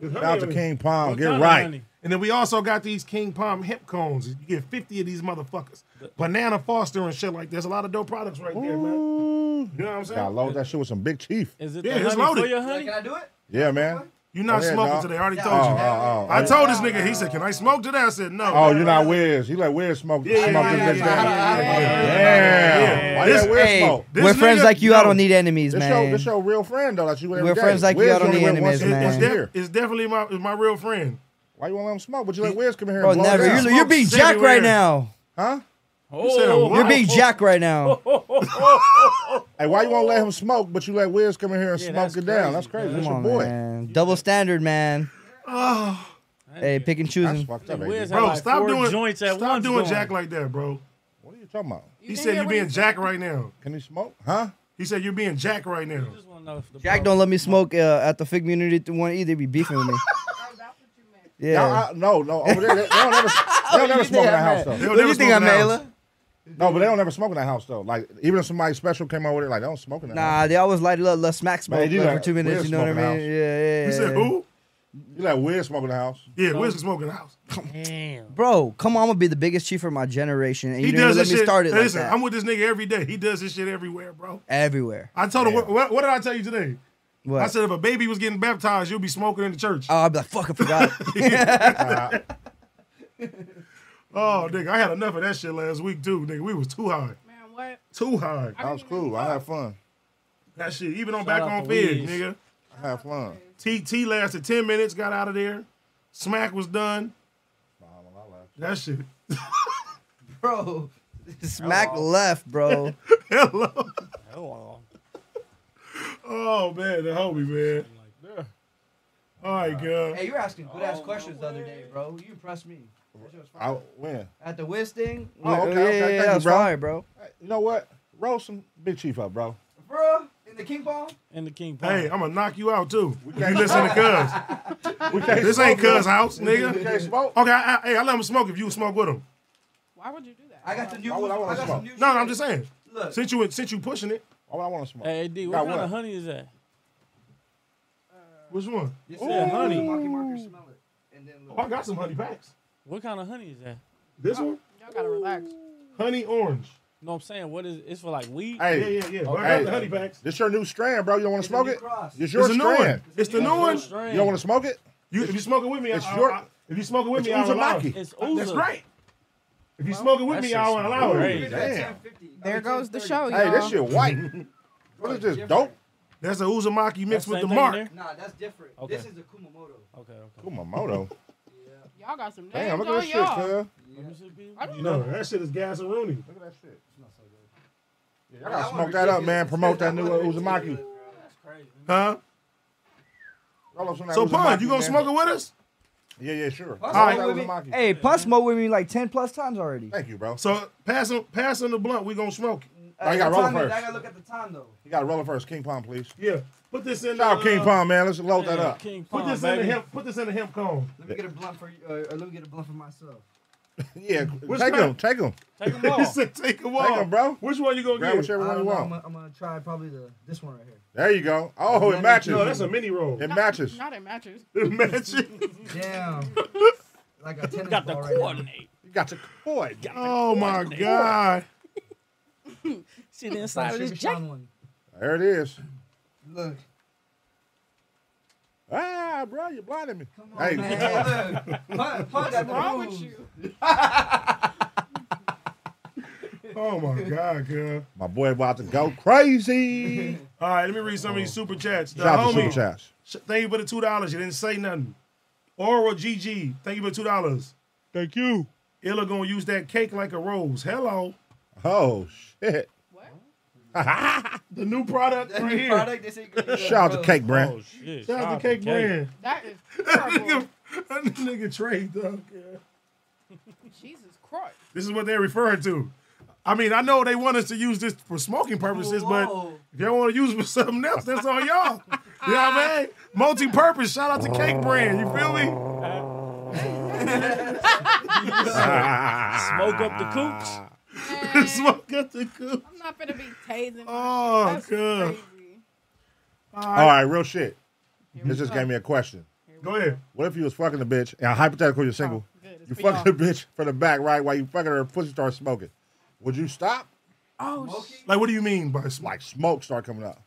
Speaker 1: There's
Speaker 4: Shout out
Speaker 1: honey
Speaker 4: to
Speaker 1: on
Speaker 4: King
Speaker 1: it.
Speaker 4: Palm. Get
Speaker 2: kind of
Speaker 4: right.
Speaker 2: honey?
Speaker 1: And then we also got these King Palm hemp cones. You get 50 of these motherfuckers. Banana Foster and shit like that. There's a lot of dope products right there, man.
Speaker 4: Ooh.
Speaker 1: You know what I'm
Speaker 4: Gotta
Speaker 1: saying?
Speaker 4: load that shit with some big chief.
Speaker 2: Is it
Speaker 1: Yeah,
Speaker 2: the
Speaker 1: it's
Speaker 2: honey for
Speaker 1: loaded.
Speaker 2: your
Speaker 5: Like,
Speaker 2: honey?
Speaker 5: can I do it?
Speaker 4: Yeah, man.
Speaker 1: You're not
Speaker 4: Oh, yeah,
Speaker 1: smoking
Speaker 4: dog.
Speaker 1: today. I already
Speaker 5: Yeah.
Speaker 1: told you.
Speaker 4: Oh, oh, oh.
Speaker 1: I told this nigga, he said, Can I smoke today? I said, No.
Speaker 4: Oh, you're not Wiz. He let Wiz smoke.
Speaker 1: Yeah,
Speaker 4: smoke
Speaker 1: yeah,
Speaker 4: this
Speaker 1: yeah,
Speaker 4: bitch down.
Speaker 1: yeah, yeah, yeah.
Speaker 4: Damn.
Speaker 1: Yeah.
Speaker 4: Why
Speaker 1: This-
Speaker 4: that Wiz
Speaker 10: Hey,
Speaker 4: smoke?
Speaker 1: This
Speaker 10: we're friends
Speaker 1: nigga-
Speaker 10: like you. I
Speaker 1: yo,
Speaker 10: don't need enemies,
Speaker 4: This
Speaker 10: man.
Speaker 4: your, this your real friend though that you with every
Speaker 10: We're
Speaker 4: day.
Speaker 10: friends like you.
Speaker 4: Wiz
Speaker 10: I don't
Speaker 4: only
Speaker 10: need
Speaker 4: went
Speaker 10: enemies,
Speaker 4: once in-
Speaker 10: man.
Speaker 1: It's,
Speaker 4: once a
Speaker 1: de-
Speaker 4: year.
Speaker 1: it's definitely my, it's my real friend.
Speaker 4: Why you want to let him smoke? Would you let Wiz come here and
Speaker 10: Bro,
Speaker 4: blow it
Speaker 10: never.
Speaker 4: down?
Speaker 10: You're, you're being
Speaker 1: Smokes
Speaker 10: Jack
Speaker 1: everywhere.
Speaker 10: right now.
Speaker 4: Huh?
Speaker 1: said
Speaker 2: Oh,
Speaker 1: what?
Speaker 10: You're being Jack right now.
Speaker 4: Hey, why you want to let him smoke, but you let Wiz come in here and
Speaker 2: Yeah,
Speaker 4: smoke
Speaker 2: that's
Speaker 4: it down?
Speaker 2: crazy.
Speaker 4: That's crazy.
Speaker 10: Come
Speaker 4: That's
Speaker 10: on,
Speaker 4: your boy.
Speaker 10: man. Double standard, man.
Speaker 1: Oh,
Speaker 10: Hey, pick and
Speaker 4: That's
Speaker 10: choosing.
Speaker 4: fucked up,
Speaker 2: Wiz
Speaker 4: AD.
Speaker 2: had
Speaker 1: bro,
Speaker 2: like
Speaker 1: stop
Speaker 2: four
Speaker 1: doing
Speaker 2: joints at
Speaker 1: stop
Speaker 2: once
Speaker 1: doing
Speaker 2: going.
Speaker 1: Jack like that, bro.
Speaker 4: What are you talking about?
Speaker 1: He
Speaker 3: didn't
Speaker 1: said
Speaker 3: hear
Speaker 1: you're
Speaker 3: what he
Speaker 1: being Jack right now.
Speaker 4: Can he smoke? Huh?
Speaker 1: He said you're being Jack right now.
Speaker 2: Just wanna know if the
Speaker 10: Jack
Speaker 2: bro-
Speaker 10: don't let me smoke uh, at the Fig Community one either. He Be beefing with me.
Speaker 4: Yeah.
Speaker 10: Yeah.
Speaker 4: I, no, no. Over there, they, they don't ever, they don't ever smoke in that house, though.
Speaker 1: They'll never smoke in the house.
Speaker 4: No, but they don't ever smoke in that house, though. Like, even if somebody special came over there, like, they don't smoke in that house.
Speaker 10: Nah, they always light it up, let smack smoke
Speaker 4: do
Speaker 10: like,
Speaker 4: that.
Speaker 10: for two minutes.
Speaker 4: We're
Speaker 10: You know what I mean?
Speaker 4: smoking house.
Speaker 10: Yeah, yeah.
Speaker 1: He said,
Speaker 10: yeah.
Speaker 1: Who?
Speaker 4: You let Wiz smoke in the house.
Speaker 1: Yeah, Wiz is smoking house.
Speaker 2: Damn.
Speaker 10: Bro, come on, I'm gonna be the biggest chief of my generation, and
Speaker 1: He
Speaker 10: you didn't
Speaker 1: does
Speaker 10: even let
Speaker 1: this
Speaker 10: me
Speaker 1: shit.
Speaker 10: start it like
Speaker 1: listen,
Speaker 10: that.
Speaker 1: I'm with this nigga every day. He does this shit everywhere, bro.
Speaker 10: Everywhere.
Speaker 1: I told him, what, what, what did I tell you today?
Speaker 10: What?
Speaker 1: I said, if a baby was getting baptized, you'll be smoking in the church.
Speaker 10: oh, I'd be like, fuck, I forgot.
Speaker 1: Oh, nigga, I had enough of that shit last week, too. Nigga, we was too high.
Speaker 3: Man, what?
Speaker 1: Too high.
Speaker 4: That was cool. I had fun.
Speaker 1: That shit, even on back
Speaker 2: out
Speaker 1: on
Speaker 2: to
Speaker 1: fig,
Speaker 2: Wiz.
Speaker 1: nigga.
Speaker 4: I had fun.
Speaker 1: TT lasted 10 minutes, got out of there. Smack was done. That shit.
Speaker 5: Bro.
Speaker 10: Smack
Speaker 4: Oh.
Speaker 10: left, bro.
Speaker 1: Hello.
Speaker 2: Hello.
Speaker 1: Oh, man, the homie, man. All right, girl.
Speaker 5: Hey, you were asking good ass questions the other day, bro. You impressed me. That shit was fire.
Speaker 4: I, when?
Speaker 5: At the whiz thing,
Speaker 4: Oh, okay,
Speaker 10: yeah,
Speaker 4: okay.
Speaker 10: yeah,
Speaker 4: Thank
Speaker 10: yeah,
Speaker 4: you,
Speaker 10: that's
Speaker 4: bro.
Speaker 10: fire, bro.
Speaker 4: Hey, You know what? Roll some Big Chief up, bro.
Speaker 5: bro, in the king ball.
Speaker 2: And the king. Paul.
Speaker 1: Hey, I'm going to knock you out, too. If You listen to
Speaker 4: We
Speaker 1: Cuz.
Speaker 4: can't
Speaker 1: This ain't
Speaker 4: smoke,
Speaker 1: Cuz house,
Speaker 4: yo. We
Speaker 1: nigga.
Speaker 4: can't smoke.
Speaker 1: Okay, I, I, hey, I let him smoke if you smoke with him.
Speaker 3: Why would you do that?
Speaker 5: I got the new.
Speaker 4: I would- I wanna
Speaker 5: I got
Speaker 4: smoke.
Speaker 5: some new
Speaker 1: No, no,
Speaker 5: shit.
Speaker 1: I'm just saying.
Speaker 5: Look,
Speaker 1: Since you since you pushing it,
Speaker 4: Why would Oh, I want to smoke?
Speaker 2: Hey, D, what
Speaker 4: Got
Speaker 2: kind
Speaker 4: what?
Speaker 2: of honey is that?
Speaker 1: which one?
Speaker 5: this
Speaker 2: Ooh.
Speaker 5: is honey. Marky Marker, smell it, and then
Speaker 1: Oh, I
Speaker 5: look.
Speaker 1: got some honey packs.
Speaker 2: What kind of honey is that?
Speaker 1: This one,
Speaker 3: Y'all gotta relax.
Speaker 1: honey orange.
Speaker 2: You know what I'm saying? What is it's for like weed?
Speaker 1: Yeah,
Speaker 4: Hey,
Speaker 1: yeah, yeah. But I got the honey packs.
Speaker 4: this your new strand, bro. You don't want to
Speaker 5: It's a
Speaker 4: smoke
Speaker 5: new
Speaker 4: it?
Speaker 5: cross.
Speaker 4: It's your
Speaker 1: it's the new
Speaker 4: strand.
Speaker 1: one. It's the new one.
Speaker 4: You don't want to smoke it?
Speaker 1: You, if you smoke it with me,
Speaker 4: It's
Speaker 1: I,
Speaker 4: your-
Speaker 1: I, if you smoke it with
Speaker 4: it's
Speaker 1: me, I'll allow
Speaker 4: Uzumaki.
Speaker 1: it.
Speaker 2: It's Uza.
Speaker 1: That's right. If you smoke it with
Speaker 2: That
Speaker 1: me,
Speaker 2: shit
Speaker 1: I'll allow
Speaker 2: smell
Speaker 1: it.
Speaker 2: great.
Speaker 4: Damn.
Speaker 3: There goes the show, y'all.
Speaker 4: Hey, this shit white. what is this, dope?
Speaker 1: That's a Uzumaki mixed
Speaker 2: That's
Speaker 1: with the
Speaker 2: same thing in
Speaker 1: mark.
Speaker 2: there?
Speaker 5: Nah, that's different.
Speaker 2: Okay.
Speaker 5: This is a Kumamoto.
Speaker 2: Okay, okay.
Speaker 4: Kumamoto.
Speaker 3: Y'all got some names
Speaker 4: Damn, look at
Speaker 3: on
Speaker 4: this shit,
Speaker 3: y'all.
Speaker 4: cuz.
Speaker 2: Let me see, B.
Speaker 3: I don't
Speaker 1: You
Speaker 3: know.
Speaker 1: know that shit is gas and Rooney.
Speaker 4: Look at that shit. Yeah,
Speaker 5: I
Speaker 4: y'all gotta smoke that up, man. Promote that new uh, Uzumaki.
Speaker 1: Huh?
Speaker 4: Roll up some of that
Speaker 1: So
Speaker 4: Uzumaki,
Speaker 1: pun, you gonna
Speaker 4: man.
Speaker 1: smoke it with us?
Speaker 4: Yeah, yeah, sure.
Speaker 5: All
Speaker 4: Roll up
Speaker 5: right.
Speaker 4: that Uzumaki.
Speaker 10: Hey, Puss smoked with me like 10 plus times already.
Speaker 4: Thank you, bro.
Speaker 1: So pass him, pass him the blunt. We gonna smoke it.
Speaker 4: I got roll first.
Speaker 5: I gotta look at the time though.
Speaker 4: You gotta roll it first. King Palm, please.
Speaker 1: Yeah. Put this in. the,
Speaker 4: Shout out King
Speaker 1: uh,
Speaker 4: Palm, man. Let's load
Speaker 2: Yeah,
Speaker 4: that up.
Speaker 2: King
Speaker 1: Put
Speaker 2: Pond,
Speaker 1: this in
Speaker 2: baby.
Speaker 1: the hemp. Put this in the hemp cone.
Speaker 5: Let me get a blunt for you, uh, or let me get a blunt for myself.
Speaker 4: Yeah,
Speaker 1: What's
Speaker 4: take
Speaker 1: that?
Speaker 4: him. Take him.
Speaker 2: Take them
Speaker 1: He
Speaker 2: all.
Speaker 1: said, "Take them all,
Speaker 4: them, bro.
Speaker 1: Which one you gonna
Speaker 4: Grab
Speaker 1: get?
Speaker 4: whichever
Speaker 5: I
Speaker 4: one you
Speaker 5: don't know, I'm, gonna,
Speaker 4: want.
Speaker 5: I'm gonna try probably the this one right here.
Speaker 4: There you go. Oh, it matches.
Speaker 1: No, that's a mini roll.
Speaker 4: It matches.
Speaker 3: Not in matches.
Speaker 1: It matches.
Speaker 5: Damn. like a tennis
Speaker 2: Got the
Speaker 5: ball right now.
Speaker 2: coordinate.
Speaker 4: You got to coin.
Speaker 1: Oh my god.
Speaker 2: Shit inside of this jacket.
Speaker 4: There it is.
Speaker 5: Look.
Speaker 4: Ah, bro, you blinded me. Come
Speaker 5: on, man. Look, Pun- Pun got the moves.
Speaker 1: Oh my God, girl.
Speaker 4: My boy about to go crazy.
Speaker 1: All right, let me read some of these super chats. The
Speaker 4: Shout out to
Speaker 1: homie,
Speaker 4: Super Chats.
Speaker 1: sh- Thank you for the two dollars. You didn't say nothing. Oral GG, thank you for the two dollars. Thank you. Illa gonna use that cake like a rose. Hello.
Speaker 4: Oh shit.
Speaker 1: the new product
Speaker 5: That
Speaker 1: right
Speaker 5: new
Speaker 1: here.
Speaker 5: product, they say green
Speaker 4: Shout out to Cake Brand.
Speaker 1: Oh, shit. Shout out to Cake Brand.
Speaker 3: That is
Speaker 1: That nigga, that nigga trade dog.
Speaker 3: Jesus Christ.
Speaker 1: This is what they're referring to. I mean, I know they want us to use this for smoking purposes, but
Speaker 3: Whoa.
Speaker 1: if y'all want to use it for something else, that's on y'all. you know what I mean? Multi-purpose. Shout out to Cake Brand. You feel me?
Speaker 2: Smoke up the
Speaker 1: coops. Smoke up the coops.
Speaker 3: I'm not gonna be tasing.
Speaker 1: Oh,
Speaker 3: That's
Speaker 1: God.
Speaker 3: crazy.
Speaker 4: All right, real shit. This just gave me a question.
Speaker 1: Go ahead.
Speaker 4: What if you was fucking the bitch? And hypothetical, you're single. you fucking the bitch from the back, right? While you fucking her, pussy starts smoking. Would you stop?
Speaker 3: Oh,
Speaker 1: like, what do you mean by smoke?
Speaker 4: Like smoke start coming up.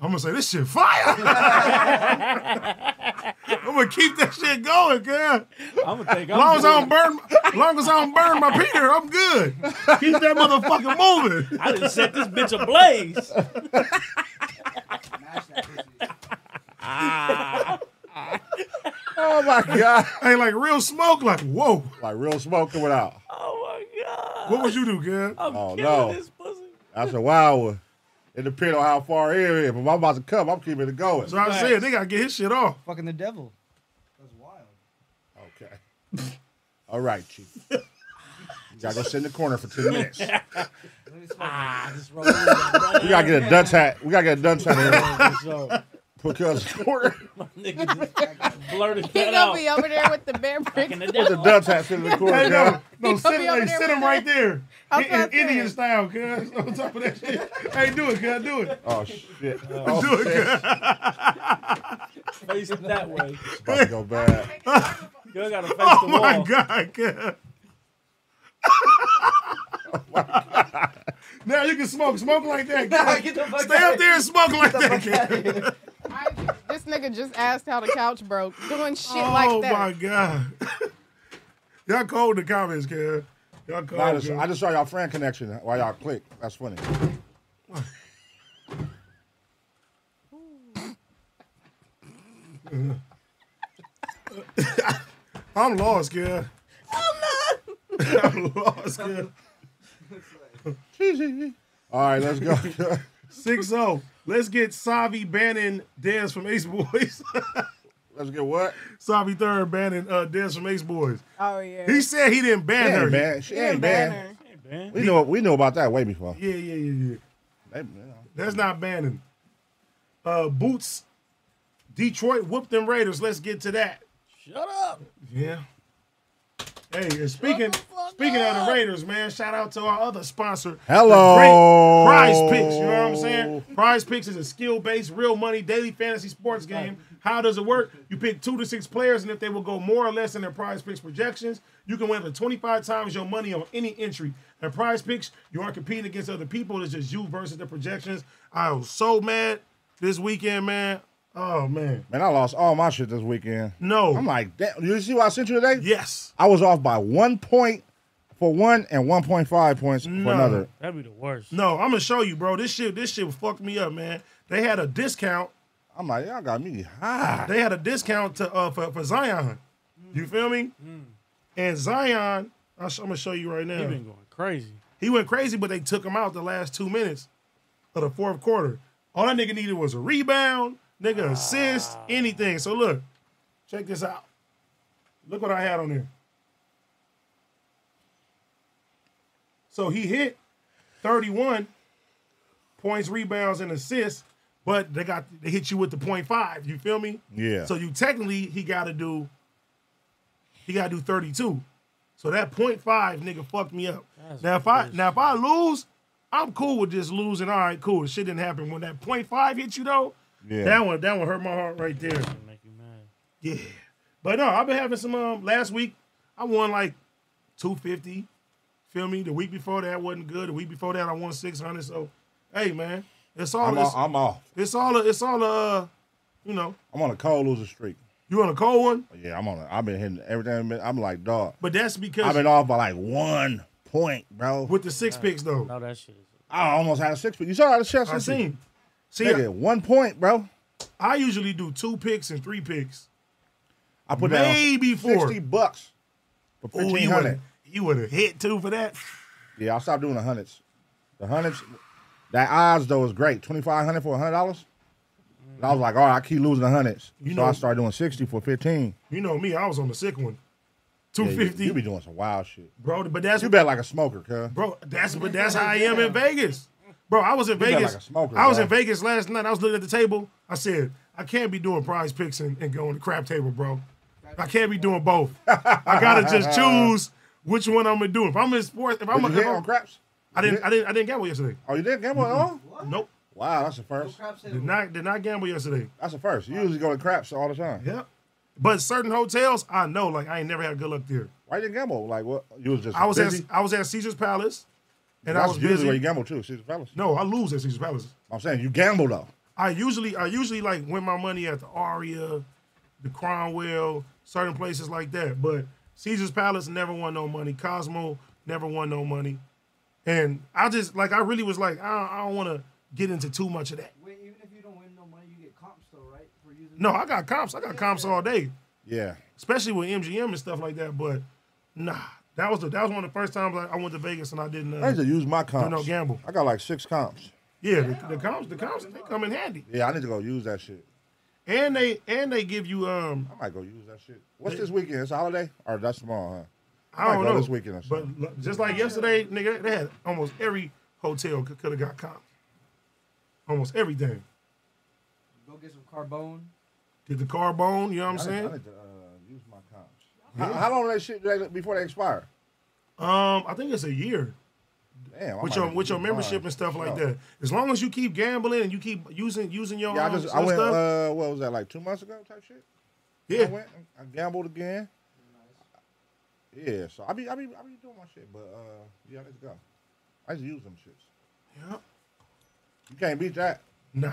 Speaker 1: I'm gonna say this shit fire. I'm gonna keep that shit going, girl.
Speaker 2: I'm gonna think. I'm
Speaker 1: long as I don't
Speaker 2: good.
Speaker 1: burn, long as I don't burn my Peter, I'm good. Keep that motherfucker moving.
Speaker 2: I done set this bitch ablaze.
Speaker 4: oh my god!
Speaker 1: Hey, like real smoke, like whoa,
Speaker 4: like real smoke coming out.
Speaker 2: Oh,
Speaker 1: What would you do, girl?
Speaker 4: oh no! I said, wow. It depends on how far it is, but if I'm about to come. I'm keeping it going.
Speaker 1: So I was saying they gotta get his shit off.
Speaker 10: Fucking the devil.
Speaker 4: Okay. All right, chief. You gotta go sit in the corner for two minutes. we gotta get a dunce hat. We gotta get a dunce hat. in here. Put you in the corner.
Speaker 2: Blurted
Speaker 3: He
Speaker 2: that
Speaker 3: gonna
Speaker 2: out.
Speaker 3: be over there with the bear brick.
Speaker 4: Put the dunce hat sit in the corner.
Speaker 1: Hey, no,
Speaker 4: girl.
Speaker 1: no,
Speaker 3: He
Speaker 1: sit,
Speaker 3: gonna be over
Speaker 1: hey,
Speaker 3: there
Speaker 1: sit
Speaker 3: with
Speaker 1: him
Speaker 3: that-
Speaker 1: right there,
Speaker 3: I'm
Speaker 1: In- in
Speaker 3: about to
Speaker 1: Indian
Speaker 3: say.
Speaker 1: style, cuz. On top of that shit, hey, do it, cuz, do it.
Speaker 4: Oh shit!
Speaker 1: do it, cuz.
Speaker 2: Face it that way.
Speaker 4: It's about to go bad.
Speaker 2: Girl gotta face
Speaker 1: Oh
Speaker 2: the wall.
Speaker 1: my god, cuz. Now you can smoke, smoke like that.
Speaker 5: Nah,
Speaker 1: cuz.
Speaker 5: get the fuck
Speaker 1: Stay up
Speaker 5: outta
Speaker 1: there
Speaker 5: here.
Speaker 1: and smoke like
Speaker 5: Get the
Speaker 1: that.
Speaker 5: fuck outta
Speaker 1: cuz.
Speaker 3: This nigga just asked how the couch broke, doing shit
Speaker 1: oh
Speaker 3: like that.
Speaker 1: my god. y'all cold in the comments, cuz. Y'all cold.
Speaker 4: Nah, I, just,
Speaker 1: cuz.
Speaker 4: I just saw y'all friend connection while y'all click. That's funny.
Speaker 1: I'm lost, girl. I'm not. I'm lost, girl.
Speaker 4: All right, let's go.
Speaker 1: Six zero. Let's get Savi Bannon Dance from Ace Boys.
Speaker 4: let's get what?
Speaker 1: Savi Third Bannon uh, Dance from Ace Boys.
Speaker 3: Oh yeah.
Speaker 1: He said he didn't
Speaker 4: She
Speaker 1: ban her.
Speaker 4: ain't bad. She ain't bad.
Speaker 3: Banner.
Speaker 4: We know we know about that way before.
Speaker 1: Yeah, yeah, yeah, yeah.
Speaker 4: They- you know.
Speaker 1: That's not banning. Uh, Boots. Detroit whooped them Raiders. Let's get to that.
Speaker 2: Shut up.
Speaker 1: Yeah. Hey, and speaking speaking of the Raiders, man, shout out to our other sponsor.
Speaker 4: Hello.
Speaker 1: the great Prize Picks. You know what I'm saying? Prize Picks is a skill based, real money, daily fantasy sports game. How does it work? You pick two to six players, and if they will go more or less than their Prize Picks projections, you can win up to 25 times your money on any entry. And Prize Picks, you aren't competing against other people. It's just you versus the projections. I was so mad this weekend, man. Oh man.
Speaker 4: Man, I lost all my shit this weekend.
Speaker 1: No.
Speaker 4: I'm like, damn. You see what I sent you today?
Speaker 1: Yes.
Speaker 4: I was off by one point for one and 1.5 points
Speaker 1: No.
Speaker 4: for another.
Speaker 2: That'd be the worst.
Speaker 1: No, I'm gonna show you, bro. This shit, this shit fucked me up, man. They had a discount.
Speaker 4: I'm like, y'all got me high.
Speaker 1: They had a discount to uh for, for Zion.
Speaker 2: Mm.
Speaker 1: You feel me? And Zion, I am gonna show you right
Speaker 2: He
Speaker 1: now.
Speaker 2: been going crazy.
Speaker 1: He went crazy, but they took him out the last two minutes of the fourth quarter. All that nigga needed was a rebound, nigga assist,
Speaker 2: Ah.
Speaker 1: anything. So look, check this out. Look what I had on there. So he hit 31 points, rebounds, and assists, but they got they hit you with the point five. You feel me?
Speaker 4: Yeah.
Speaker 1: So you technically he gotta do he gotta do 32. So that point five nigga fucked me up. now if I now if I lose, I'm cool with just losing. All right, cool. Shit didn't happen. When that point five hit you though,
Speaker 4: Yeah.
Speaker 1: that one that one hurt my heart right there.
Speaker 2: Make you mad.
Speaker 1: Yeah. But no, I've been having some um last week I won like 250, Feel me? The week before that wasn't good. The week before that I won six hundred. So, hey man, it's all.
Speaker 4: I'm,
Speaker 1: it's,
Speaker 4: off, I'm off.
Speaker 1: it's all. A, it's all. A, uh, you know.
Speaker 4: I'm on a cold loser streak.
Speaker 1: You on a cold one?
Speaker 4: Yeah, I'm on. A, I've been hitting everything. I'm like dog.
Speaker 1: But that's because
Speaker 4: I've been off by like one point, bro.
Speaker 1: With the six picks though.
Speaker 2: No, that shit. Is-
Speaker 4: I almost had a six. But you saw how the shots I
Speaker 1: I
Speaker 4: seen.
Speaker 1: seen. See,
Speaker 4: Nigga, one point, bro.
Speaker 1: I usually do two picks and three picks.
Speaker 4: I put
Speaker 1: Maybe
Speaker 4: down
Speaker 1: four.
Speaker 4: sixty bucks for
Speaker 1: Ooh,
Speaker 4: fifteen
Speaker 1: you
Speaker 4: hundred.
Speaker 1: would you would have hit two for that.
Speaker 4: Yeah, I stopped doing the hundreds. The hundreds, that odds though is great. Twenty five hundred for hundred dollars. I was like, all right, I keep losing the hundreds.
Speaker 1: You
Speaker 4: so
Speaker 1: know-
Speaker 4: I started doing sixty for fifteen.
Speaker 1: You know me, I was on the sick one. Two
Speaker 4: Yeah, you-
Speaker 1: fifty,
Speaker 4: you, be doing some wild shit.
Speaker 1: bro. But that's
Speaker 4: You bet like a smoker, cuz.
Speaker 1: bro. That's but that's how I am in Vegas, bro. I was in
Speaker 4: bet
Speaker 1: Vegas.
Speaker 4: like a smoker,
Speaker 1: I was
Speaker 4: bro.
Speaker 1: in Vegas last night. I was looking at the table. I said, I can't be doing prize picks and, and going to crap table, bro. I can't be doing both. I gotta just choose which one I'm gonna do. If I'm in sports, if
Speaker 4: But
Speaker 1: I'm,
Speaker 4: you
Speaker 1: if
Speaker 4: hit
Speaker 1: I'm-
Speaker 4: on craps?
Speaker 1: I didn't, I didn't, I didn't gamble yesterday.
Speaker 4: Oh, you didn't gamble at all?
Speaker 1: Nope,
Speaker 4: Wow, that's the first.
Speaker 1: did not, did not gamble yesterday.
Speaker 4: That's the first. You usually go to craps all the time.
Speaker 1: Yep. But certain hotels, I know, like I ain't never had good luck there.
Speaker 4: Why you didn't gamble? Like what? You was just
Speaker 1: I was
Speaker 4: busy?
Speaker 1: at I was at Caesar's Palace, and
Speaker 4: That's
Speaker 1: I was
Speaker 4: usually
Speaker 1: busy.
Speaker 4: where you gamble too. Caesar Palace.
Speaker 1: No, I lose at Caesar's Palace.
Speaker 4: I'm saying you gamble though.
Speaker 1: I usually I usually like win my money at the Aria, the Cromwell, certain places like that. But Caesar's Palace never won no money. Cosmo never won no money, and I just like I really was like I don't, I don't want to get into too much of that.
Speaker 5: Wait, even if you don't win no money, you get comps though, right? For using
Speaker 1: No, I got comps. I got comps all day,
Speaker 4: Yeah.
Speaker 1: especially with MGM and stuff like that. But nah, that was the that was one of the first times I, I went to Vegas and I didn't.
Speaker 4: I used
Speaker 1: Uh,
Speaker 4: to use my comps.
Speaker 1: no gamble.
Speaker 4: I got like six comps.
Speaker 1: yeah, the, the comps the comps they come in handy,
Speaker 4: Yeah, I need to go use that shit.
Speaker 1: and they and they give you um
Speaker 4: I might go use that shit. What's this weekend? It's a holiday? Or that's tomorrow, huh?
Speaker 1: I
Speaker 4: might
Speaker 1: don't
Speaker 4: go
Speaker 1: know
Speaker 4: this weekend or
Speaker 1: But
Speaker 4: something.
Speaker 1: l- just like yesterday, nigga, they had almost every hotel could have got comp. Almost everything.
Speaker 5: Go get some carbone.
Speaker 1: Did the carbone? You know what I'm
Speaker 4: I need- I
Speaker 1: saying?
Speaker 4: need to uh, use my comps. How, how long that shit do they- before they expire?
Speaker 1: Um, I think it's a year
Speaker 4: Damn. I
Speaker 1: with
Speaker 4: might
Speaker 1: your
Speaker 4: have to
Speaker 1: with your
Speaker 4: use
Speaker 1: membership
Speaker 4: mine.
Speaker 1: and stuff like
Speaker 4: No.
Speaker 1: that. As long as you keep gambling and you keep using using your
Speaker 4: Yeah, I
Speaker 1: own
Speaker 4: just I went.
Speaker 1: stuff.
Speaker 4: Uh, what was that? Like two months ago, type shit. I
Speaker 1: yeah,
Speaker 4: went. and I gambled again. Yeah, so I be I be I be doing my shit, but uh, yeah, let's go. I just use them shits.
Speaker 1: yeah,
Speaker 4: You can't beat that.
Speaker 1: nah.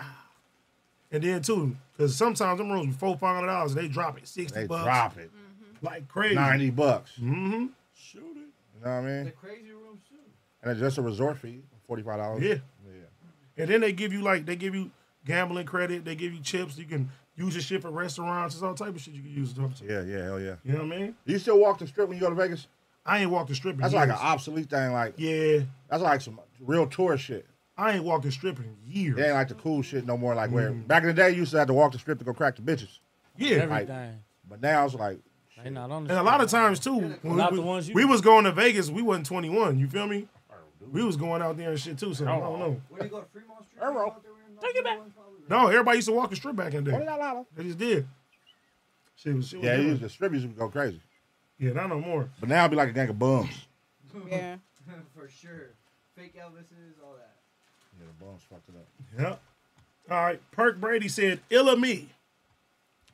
Speaker 1: And then too, because sometimes them rooms be four five hundred dollars and they drop it sixty
Speaker 4: They
Speaker 1: bucks
Speaker 4: drop it.
Speaker 5: Mm-hmm.
Speaker 1: like crazy.
Speaker 4: Ninety bucks. You
Speaker 1: Mm-hmm.
Speaker 4: know what
Speaker 5: The
Speaker 4: I mean?
Speaker 5: crazy rooms too.
Speaker 4: And it's just a resort fee, forty five dollars.
Speaker 1: Yeah.
Speaker 4: Yeah.
Speaker 1: And then they give you like they give you gambling credit, they give you chips, you can use your shit for restaurants, it's all type of shit you can use it for.
Speaker 4: Yeah, yeah, hell yeah.
Speaker 1: You know what I mean?
Speaker 4: You still walk the strip when you go to Vegas?
Speaker 1: I ain't walked the strip in
Speaker 4: That's
Speaker 1: years.
Speaker 4: like an obsolete thing. Like
Speaker 1: yeah,
Speaker 4: that's like some real tour shit.
Speaker 1: I ain't walked the strip in years.
Speaker 4: It ain't like the cool shit no more. Like where back in the day, you used to have to walk the strip to go crack the bitches.
Speaker 1: yeah.
Speaker 4: Right.
Speaker 2: Everything.
Speaker 4: But now it's like
Speaker 2: They not on the
Speaker 1: And a lot of times too, when
Speaker 2: Not
Speaker 1: we,
Speaker 2: the ones you-
Speaker 1: we was going to Vegas, we wasn't 21, you feel me? We was going out there and shit too, so I don't know.
Speaker 5: Where do you go to Fremont Street?
Speaker 4: Arrow.
Speaker 5: Take it back.
Speaker 1: No, everybody used to walk the strip back in the day.
Speaker 4: yeah,
Speaker 1: They just did. Shit was, shit was
Speaker 4: it
Speaker 1: different.
Speaker 4: used the strip used to go crazy.
Speaker 1: yeah, not no more.
Speaker 4: But now it'd be like a gang of bums.
Speaker 3: Yeah.
Speaker 5: For sure. Fake Elvises, all that.
Speaker 4: Yeah, the bums fucked it up.
Speaker 1: Yep. All right, Perk Brady said, "Illa me."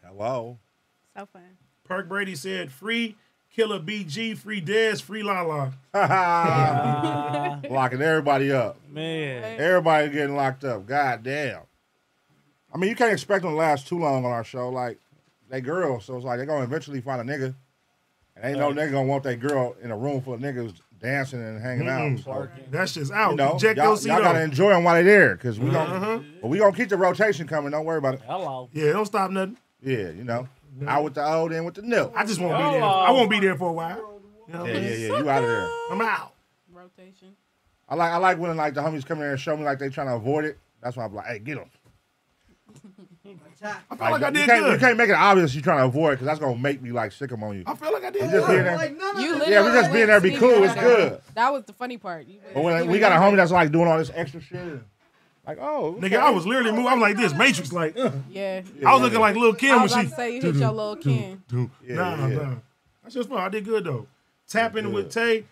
Speaker 4: Hello.
Speaker 3: So fun.
Speaker 1: Perk Brady said, "Free Killer BG, free Dez, free La La."
Speaker 4: Locking everybody up.
Speaker 2: man.
Speaker 4: Everybody getting locked up. God damn. I mean, you can't expect them to last too long on our show. Like, they girls, so it's like they're gonna eventually find a nigga. And ain't no nigga gonna want that girl in a room full of niggas dancing and hanging out. So,
Speaker 1: That shit's out.
Speaker 4: you know,
Speaker 1: Jack
Speaker 4: y'all, y'all gotta enjoy them while they there, cause we gonna,
Speaker 1: Uh-huh.
Speaker 4: but we gonna keep the rotation coming. Don't worry about it.
Speaker 2: Hello.
Speaker 1: Yeah, don't stop nothing.
Speaker 4: Yeah, you know, out with the old, in with the new.
Speaker 1: I just won't be there. I won't be there for a while. You know what
Speaker 4: Yeah,
Speaker 1: I'm
Speaker 4: yeah,
Speaker 1: saying?
Speaker 4: yeah. You out of there.
Speaker 1: I'm out.
Speaker 3: Rotation.
Speaker 4: I like I like when like the homies come in there and show me like they trying to avoid it. That's why I'm like, hey, get them.
Speaker 5: Attack.
Speaker 1: I feel like, I
Speaker 4: you
Speaker 1: did
Speaker 4: can't,
Speaker 1: good.
Speaker 4: You can't make it obvious you're trying to avoid because that's gonna make me like sick 'em on you.
Speaker 1: I feel like I did
Speaker 4: I'm just here
Speaker 1: good.
Speaker 4: to-
Speaker 5: Like, no, no,
Speaker 3: You
Speaker 5: no.
Speaker 3: literally
Speaker 4: Yeah, we just being there, be
Speaker 3: went
Speaker 4: cool.
Speaker 3: to
Speaker 4: It's
Speaker 3: the-
Speaker 4: good. Oh.
Speaker 3: That was the funny part. You-
Speaker 4: But when
Speaker 3: you
Speaker 4: we
Speaker 3: went
Speaker 4: got a
Speaker 3: there.
Speaker 4: homie that's like doing all this extra shit, like oh, okay.
Speaker 1: Nigga, I was literally moving. I was like this, Matrix. Like uh.
Speaker 3: Yeah.
Speaker 1: I was looking like little Kim
Speaker 3: I
Speaker 1: when
Speaker 3: was about
Speaker 1: she.
Speaker 3: to say you hit your little kin.
Speaker 1: Dude,
Speaker 4: Yeah,
Speaker 1: nah,
Speaker 4: yeah.
Speaker 1: nah. That's just fun. I did good though. Tapping with Tay.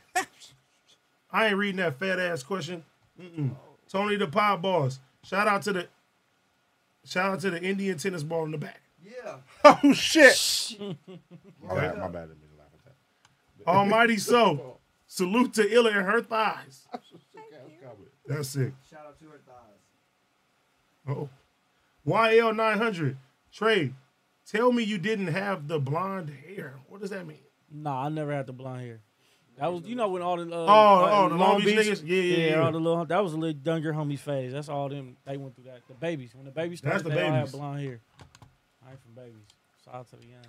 Speaker 1: I ain't reading that fat ass question. Mm-mm. Tony the Pod Boss. Shout out to the. Shout out to the Indian tennis ball in the back.
Speaker 5: Yeah.
Speaker 4: oh shit. my bad, my bad. I didn't mean to laugh at that.
Speaker 1: Almighty so. Salute to Illa and her thighs. That's sick.
Speaker 5: Shout out to her thighs.
Speaker 1: Oh. YL900. Trey, tell me you didn't have the blonde hair. What does that mean?
Speaker 2: Nah, I never had the blonde hair. That was, you know, when all the uh,
Speaker 1: oh,
Speaker 2: all
Speaker 1: the Long Beach niggas? Yeah, yeah, yeah.
Speaker 2: all the little that was a little younger homie phase. That's all them they went through that. The babies when the babies started,
Speaker 1: That's the
Speaker 2: they all had
Speaker 1: babies.
Speaker 2: blonde hair. I ain't from babies. Shout out to the youngs.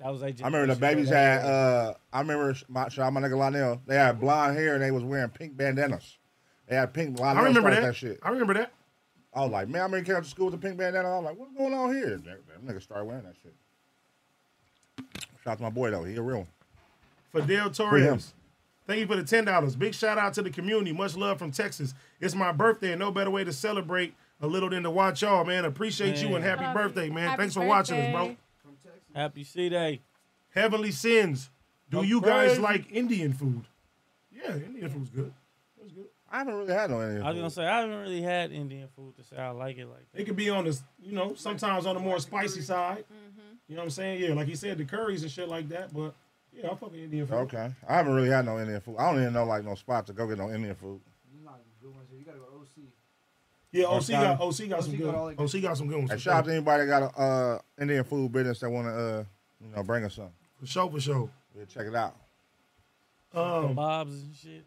Speaker 2: That was they.
Speaker 4: I remember the babies had. uh I remember sh- my shout out my nigga Lionel. They had blonde hair and they was wearing pink bandanas. They had pink. Lionel
Speaker 1: remember
Speaker 4: started
Speaker 1: that.
Speaker 4: shit.
Speaker 1: I remember that.
Speaker 4: I was like, man, I remember came to school with a pink bandana. I was like, what's going on here? That, that nigga started wearing that shit. Shout out to my boy though. He a real one.
Speaker 1: Fidel Torres. Thank you for the ten dollars. Big shout out to the community. Much love from Texas. It's my birthday, and no better way to celebrate a little than to watch y'all, man. Appreciate you and
Speaker 2: Man.
Speaker 1: happy birthday, man.
Speaker 2: Happy
Speaker 1: Thanks for watching us, bro.
Speaker 2: birthday. Happy C Day.
Speaker 1: Heavenly Sins. Do
Speaker 2: I'm
Speaker 1: you guys
Speaker 2: crazy.
Speaker 1: like Indian food? Yeah, Indian food's good. That's good.
Speaker 4: I haven't really had no Indian
Speaker 2: I was gonna say I haven't really had Indian food to say I like it like that.
Speaker 1: It could be on the, you know, sometimes on the more spicy side. You know what I'm saying? Yeah, like he said, the curries and shit like that. But yeah, I'm fucking Indian food.
Speaker 4: Okay. I haven't really had no Indian food. I don't even know like no spot to go get no Indian food.
Speaker 5: You're not good ones here. You gotta go OC.
Speaker 1: Yeah, OC got
Speaker 4: Okay.
Speaker 1: OC got some
Speaker 5: OC got
Speaker 1: good.
Speaker 5: all the-
Speaker 1: OC got some good ones.
Speaker 4: Hey,
Speaker 1: for
Speaker 4: shout
Speaker 1: sure.
Speaker 4: out to anybody that got a uh, Indian food business that want to uh, you know bring us some.
Speaker 1: For sure, for sure.
Speaker 4: We'll check it out.
Speaker 1: Um,
Speaker 2: Bob's and shit.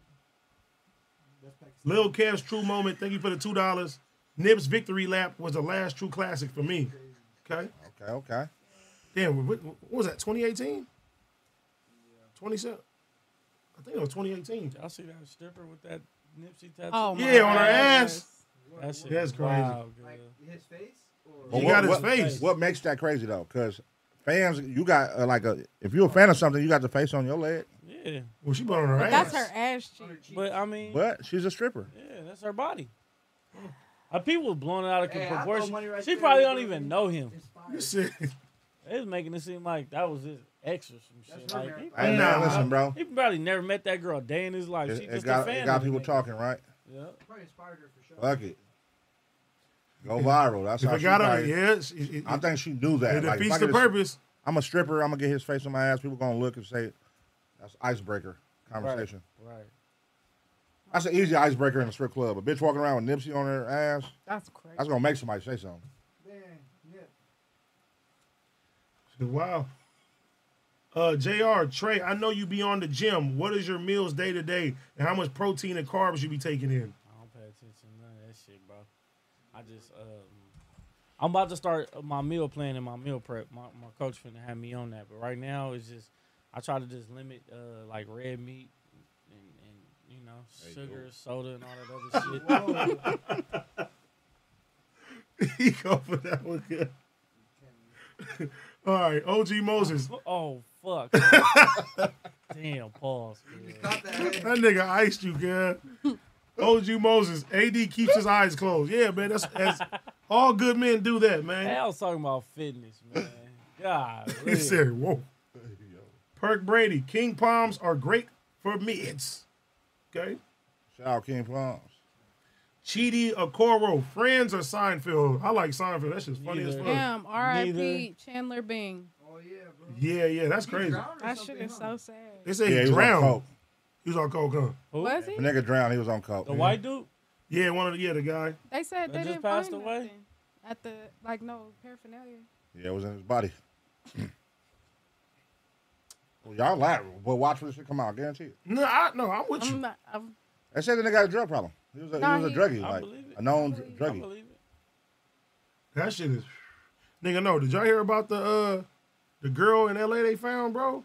Speaker 1: Lil Kev's True Moment. Thank you for the two dollars. Nip's Victory Lap was the last true classic for me. Okay.
Speaker 4: Okay, okay.
Speaker 1: Damn, what, what was that? 2018? 27. I think it was 2018.
Speaker 2: Y'all see that stripper with that Nipsey tattoo?
Speaker 3: Oh my
Speaker 1: Yeah, on her ass.
Speaker 3: goodness.
Speaker 2: That shit
Speaker 1: That's crazy.
Speaker 2: wild, girl.
Speaker 5: Like his face or
Speaker 2: Oh,
Speaker 4: But
Speaker 1: He
Speaker 4: what-
Speaker 1: got his
Speaker 4: what-
Speaker 1: face.
Speaker 4: What makes that crazy though? Because fans, you got uh, like a if you're a fan of something, you got the face on your leg.
Speaker 2: Yeah,
Speaker 1: Well, she put on her
Speaker 3: But
Speaker 1: ass.
Speaker 3: that's her ass cheek.
Speaker 2: but I mean,
Speaker 4: But she's a stripper.
Speaker 2: yeah, that's her body. Uh, people blowing it out of
Speaker 5: Hey, I throw
Speaker 2: proportion.
Speaker 5: money right
Speaker 2: she
Speaker 5: there,
Speaker 2: probably
Speaker 5: you
Speaker 2: don't
Speaker 5: know.
Speaker 2: even know him.
Speaker 1: You
Speaker 5: inspired.
Speaker 1: said,
Speaker 2: They was making it seem like that was his ex or some shit.
Speaker 5: That's her
Speaker 2: Like, he,
Speaker 5: man.
Speaker 4: Hey, man,
Speaker 1: Nah.
Speaker 4: listen, bro.
Speaker 2: he probably never met that girl a day in his life.
Speaker 4: It,
Speaker 2: She
Speaker 4: it
Speaker 2: just
Speaker 4: got,
Speaker 2: a fan.
Speaker 4: it got
Speaker 2: of him,
Speaker 4: people
Speaker 2: nigga.
Speaker 4: talking, right?
Speaker 2: Yeah.
Speaker 5: Probably inspired her for sure.
Speaker 4: Fuck it. Go viral. That's
Speaker 1: if
Speaker 4: how
Speaker 1: I
Speaker 4: she
Speaker 1: got her,
Speaker 4: probably-
Speaker 1: yeah, she, it,
Speaker 4: I think she knew that.
Speaker 1: it
Speaker 4: Like, if I
Speaker 1: defeats
Speaker 4: get
Speaker 1: the
Speaker 4: a-
Speaker 1: purpose.
Speaker 4: I'm a stripper. I'm gonna get his face on my ass. People gonna look and say, "That's icebreaker conversation."
Speaker 2: Right.
Speaker 4: That's an easy icebreaker in a strip club. A bitch walking around with Nipsey on her ass,
Speaker 3: That's crazy.
Speaker 4: that's gonna make somebody say something.
Speaker 5: Man, yeah.
Speaker 1: Wow. Uh, Jr. Trey, I know you be on the gym. What is your meals day to day, and how much protein and carbs you be taking in?
Speaker 2: I don't pay attention to none of that shit, bro. I just um, I'm about to start my meal plan and my meal prep. My my coach finna have me on that, but right now it's just I try to just limit uh like red meat and, and you know sugar, soda, and all that other shit.
Speaker 1: he go for that one good. All right, OG Moses.
Speaker 2: Oh fuck! Damn, pause. man.
Speaker 5: Got that.
Speaker 1: That nigga iced you, girl. OG Moses. AD keeps his eyes closed. Yeah, man. That's, that's all good men do that,
Speaker 2: Hey,
Speaker 1: man.
Speaker 2: I was talking about fitness, man. God,
Speaker 1: He said, whoa. Perk Brady. King palms are great for mids. Okay.
Speaker 4: Shout out King Plums.
Speaker 1: Chidi Okoro. Friends or Seinfeld? I like Seinfeld. That shit's funny as
Speaker 2: Neither.
Speaker 1: fuck.
Speaker 3: Damn,
Speaker 2: Neither.
Speaker 3: R.I.P. Chandler Bing.
Speaker 5: Oh yeah, bro.
Speaker 1: Yeah, yeah. That's crazy.
Speaker 5: Drowned or
Speaker 3: That shit
Speaker 5: something,
Speaker 3: is
Speaker 5: huh?
Speaker 3: so sad.
Speaker 1: They say
Speaker 4: Yeah,
Speaker 1: he
Speaker 4: he was on
Speaker 1: drowned.
Speaker 4: coke.
Speaker 1: He was on coke, huh?
Speaker 2: Who?
Speaker 3: Was
Speaker 4: The
Speaker 3: he?
Speaker 4: nigga drowned. He was on coke.
Speaker 2: The white dude.
Speaker 1: Yeah, one of the, yeah, the guy.
Speaker 3: They said
Speaker 2: That
Speaker 3: they
Speaker 2: just
Speaker 3: didn't
Speaker 2: passed
Speaker 3: find
Speaker 2: away?
Speaker 3: nothing at the like no paraphernalia.
Speaker 4: Yeah, it was in his body. well, y'all laughing, but watch when this shit come out. Guarantee it.
Speaker 1: No, I, no, I'm with
Speaker 3: I'm
Speaker 1: you.
Speaker 3: not. I'm,
Speaker 4: They said the nigga had a drug problem. He was a,
Speaker 3: Nah,
Speaker 4: he was a
Speaker 3: he-
Speaker 4: druggie,
Speaker 2: I
Speaker 4: like
Speaker 2: believe it.
Speaker 4: a known
Speaker 3: I believe
Speaker 2: I
Speaker 4: druggie.
Speaker 2: believe it.
Speaker 1: That shit is. Nigga, no. Did y'all hear about the uh the girl in LA they found, bro?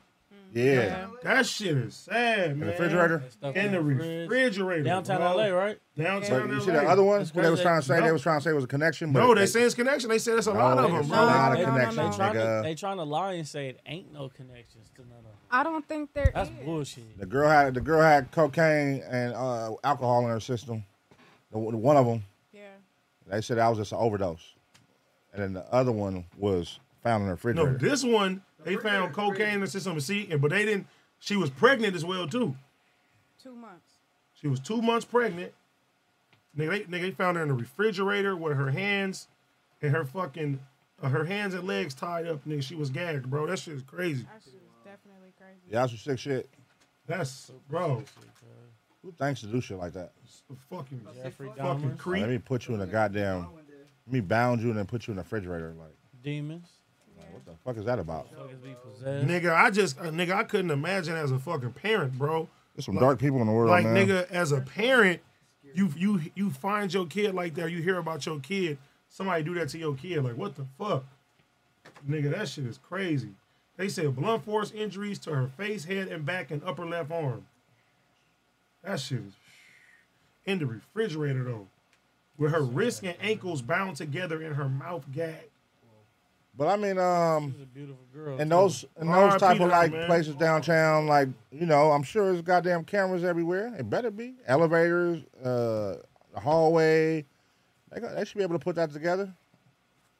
Speaker 4: Yeah.
Speaker 3: yeah.
Speaker 1: That shit is sad, man.
Speaker 4: In the refrigerator.
Speaker 2: That stuff
Speaker 1: In the
Speaker 2: fridge.
Speaker 1: refrigerator.
Speaker 2: Downtown
Speaker 1: bro.
Speaker 2: LA, right?
Speaker 1: Downtown
Speaker 4: But
Speaker 1: LA.
Speaker 4: you see the other one?
Speaker 2: It's
Speaker 4: What they was
Speaker 2: crazy.
Speaker 4: trying to say? They
Speaker 1: Nope.
Speaker 4: was trying to say it was a connection.
Speaker 1: No,
Speaker 4: but
Speaker 1: they say it's connection. They said it's a
Speaker 4: No,
Speaker 1: lot of
Speaker 4: they
Speaker 1: them,
Speaker 4: said a
Speaker 1: bro.
Speaker 4: lot of
Speaker 2: They-
Speaker 4: connections,
Speaker 2: They trying, to,
Speaker 4: nigga.
Speaker 2: they trying to lie and say it ain't no connections to none of them.
Speaker 3: I don't think there
Speaker 2: That's
Speaker 3: is.
Speaker 2: bullshit.
Speaker 4: The girl had the girl had cocaine and uh, alcohol in her system. The, the one of them,
Speaker 3: Yeah.
Speaker 4: they said that was just an overdose, and then the other one was found in the
Speaker 1: No,
Speaker 4: refrigerator.
Speaker 1: this one they found
Speaker 5: refrigerator.
Speaker 1: cocaine in the system, see, and- but they didn't. She was pregnant as well too.
Speaker 3: Two months.
Speaker 1: She was two months pregnant. Nigga, they, nigga, they found her in the refrigerator with her hands and her fucking uh, her hands and legs tied up. Nigga, she was gagged, bro. That shit is crazy.
Speaker 3: That shit is definitely crazy.
Speaker 4: yeah, that's some sick shit.
Speaker 1: That's bro.
Speaker 4: Who thanks to do shit like that?
Speaker 1: Fucking
Speaker 2: Jeffrey
Speaker 1: fucking
Speaker 2: Dahmer.
Speaker 1: creep.
Speaker 4: Let me put you in a goddamn. Let me bound you and then put you in the refrigerator. Like,
Speaker 2: Demons.
Speaker 4: what the fuck is that about?
Speaker 2: Motherfuckers be possessed.
Speaker 1: Nigga, I just uh, nigga, I couldn't imagine as a fucking parent, bro.
Speaker 4: There's some dark people in the world,
Speaker 1: Like
Speaker 4: man.
Speaker 1: nigga, as a parent, you you you find your kid like that. You hear about your kid. Somebody do that to your kid. Like what the fuck, nigga? That shit is crazy. They said blunt force injuries to her face, head, and back, and upper left arm. That shit is in the refrigerator though, with her wrists and ankles bound together and her mouth gagged.
Speaker 4: But I mean, um,
Speaker 2: She's a beautiful girl.
Speaker 4: in
Speaker 2: too.
Speaker 4: those in those
Speaker 1: R.I.P.
Speaker 4: type
Speaker 1: to
Speaker 4: of
Speaker 1: her,
Speaker 4: like
Speaker 1: man.
Speaker 4: places downtown, like you know, I'm sure there's goddamn cameras everywhere. It better be elevators, uh, the hallway. They, got, they should be able to put that together.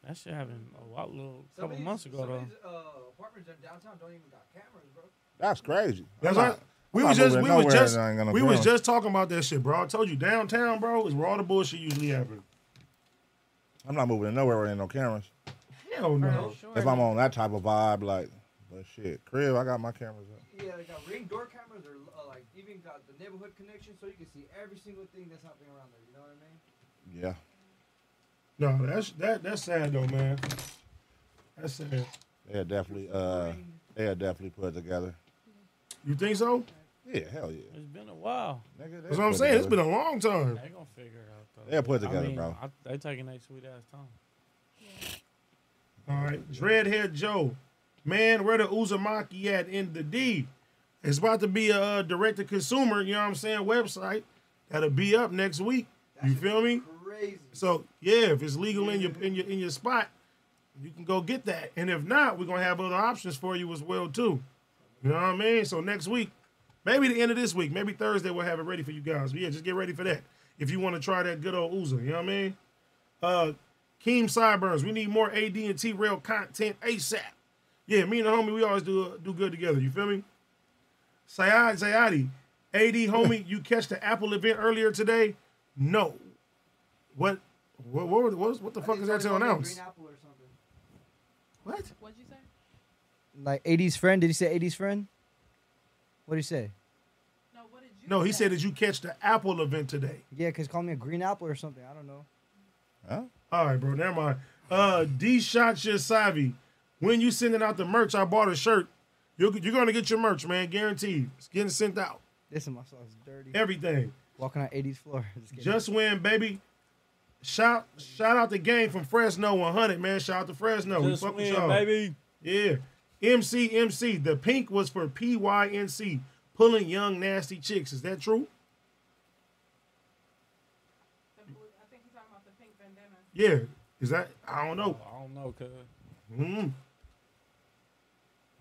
Speaker 2: That shit happened a lot, little
Speaker 5: Some
Speaker 2: couple
Speaker 5: of these-
Speaker 2: months ago
Speaker 5: some of
Speaker 2: though. Oh.
Speaker 5: these, uh, apartments in downtown don't even got cameras, bro.
Speaker 4: That's crazy.
Speaker 1: That's
Speaker 4: I'm
Speaker 1: right.
Speaker 4: not-
Speaker 1: We
Speaker 4: I'm
Speaker 1: was
Speaker 4: not
Speaker 1: just
Speaker 4: moving
Speaker 1: we was
Speaker 4: nowhere
Speaker 1: just
Speaker 4: that ain't gonna
Speaker 1: we
Speaker 4: be
Speaker 1: was
Speaker 4: on.
Speaker 1: just talking about that shit, bro. I told you downtown, bro, is where all the bullshit usually happens.
Speaker 4: I'm not moving to nowhere where there ain't no cameras.
Speaker 1: Hell no.
Speaker 4: if I'm on that type of vibe, like, but shit, crib, I got my cameras up.
Speaker 5: Yeah, they got ring door cameras or uh, like even got the neighborhood connection, so you can see every single thing that's happening around there. You know what I mean?
Speaker 1: No,
Speaker 4: Yeah.
Speaker 1: that's that that's sad though, man. That's sad.
Speaker 4: They'll definitely uh they'll definitely put it together.
Speaker 1: You think so?
Speaker 4: Yeah, hell yeah.
Speaker 2: It's been a while.
Speaker 4: Nigga,
Speaker 1: That's what I'm saying. It's been a long time.
Speaker 2: They gonna figure it out though.
Speaker 4: They'll put it
Speaker 2: I
Speaker 4: together,
Speaker 2: mean,
Speaker 4: bro.
Speaker 2: I, they taking that sweet ass time.
Speaker 1: All right, Dreadhead Joe, man, where the Uzumaki at in the D? It's about to be a uh, direct to consumer, you know what I'm saying, website that'll be up next week. You feel me?
Speaker 5: Crazy.
Speaker 1: So yeah, if it's legal in your in your in your spot, you can go get that. And if not, we're gonna have other options for you as well too. You know what I mean? So next week, maybe the end of this week, maybe Thursday, we'll have it ready for you guys. But yeah, just get ready for that if you want to try that good old Uza. You know what I mean? Uh, Keem Sideburns, we need more AD and T Rail content ASAP. Yeah, me and the homie, we always do uh, do good together. You feel me? Sayad Zayadi, AD homie, you catch the Apple event earlier today? No. What? What? What? What, what the fuck is that to announce?
Speaker 5: Green apple or something.
Speaker 1: What?
Speaker 3: What'd you say?
Speaker 10: Like 80s friend? Did he say 80s friend? What did he say?
Speaker 3: No, what did you?
Speaker 1: No, he said that you catch the Apple event today.
Speaker 10: Yeah, cause call me a green apple or something. I don't know.
Speaker 4: Huh?
Speaker 1: All right, bro. Never mind. Uh, D Shot Savi, when you sending out the merch, I bought a shirt. You're, you're gonna get your merch, man. Guaranteed. It's getting sent out.
Speaker 10: This is my sauce is dirty.
Speaker 1: Everything.
Speaker 10: Walking on 80s floor. Just kidding.
Speaker 1: Just win, baby. Shout shout out the gang from Fresno 100, man. Shout out to Fresno.
Speaker 2: Just
Speaker 1: we fuck
Speaker 2: win,
Speaker 1: with y'all.
Speaker 2: baby.
Speaker 1: Yeah. MC, MC. The pink was for PYNC, pulling young, nasty chicks. Is that true?
Speaker 3: The blue- I think he's talking about the pink bandana.
Speaker 1: Yeah. Is that? I don't know.
Speaker 2: I don't know, cuz
Speaker 4: Hmm.
Speaker 1: Mm.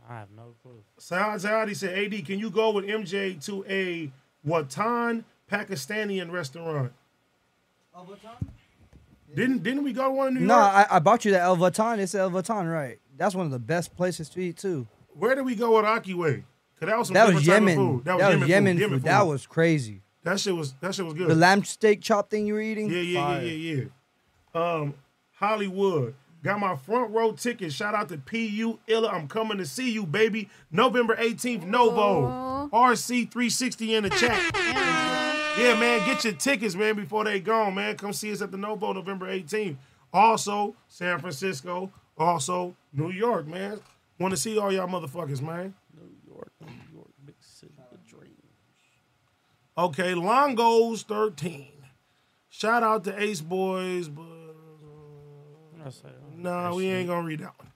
Speaker 2: I have no clue.
Speaker 1: Saad Zaidi said, AD, can you go with MJ to a Watan Pakistani restaurant?
Speaker 5: Oh, what time?
Speaker 1: Didn't didn't we go to one in New
Speaker 10: No,
Speaker 1: York?
Speaker 10: I, I bought you that El Vatan. It's El Vatan, right? That's one of the best places to eat too.
Speaker 1: Where did we go with Aki Way? Cause that was some
Speaker 10: That
Speaker 1: different
Speaker 10: was,
Speaker 1: type of
Speaker 10: Yemen.
Speaker 1: food.
Speaker 10: That was Yemen. food.
Speaker 1: Yemen
Speaker 10: That was crazy.
Speaker 1: that shit was that shit was good.
Speaker 10: The lamb steak chop thing you were eating.
Speaker 1: Yeah, yeah,
Speaker 10: fire.
Speaker 1: yeah, yeah, yeah. Um, Hollywood. Got my front row ticket. Shout out to PU Illa. I'm coming to see you, baby. November 18th, Novo. RC360 in the chat. yeah, man. Get your tickets, man, before they gone, man. Come see us at the Novo November 18th. Also, San Francisco. Also, New York, man. Want to see all y'all motherfuckers, man.
Speaker 2: New York, New York, big city of dreams.
Speaker 1: Okay, Longo's 13. Shout out to Ace Boys, but
Speaker 2: What I say? Oh,
Speaker 1: nah,
Speaker 2: that
Speaker 1: we
Speaker 2: shit.
Speaker 1: ain't gonna read that one.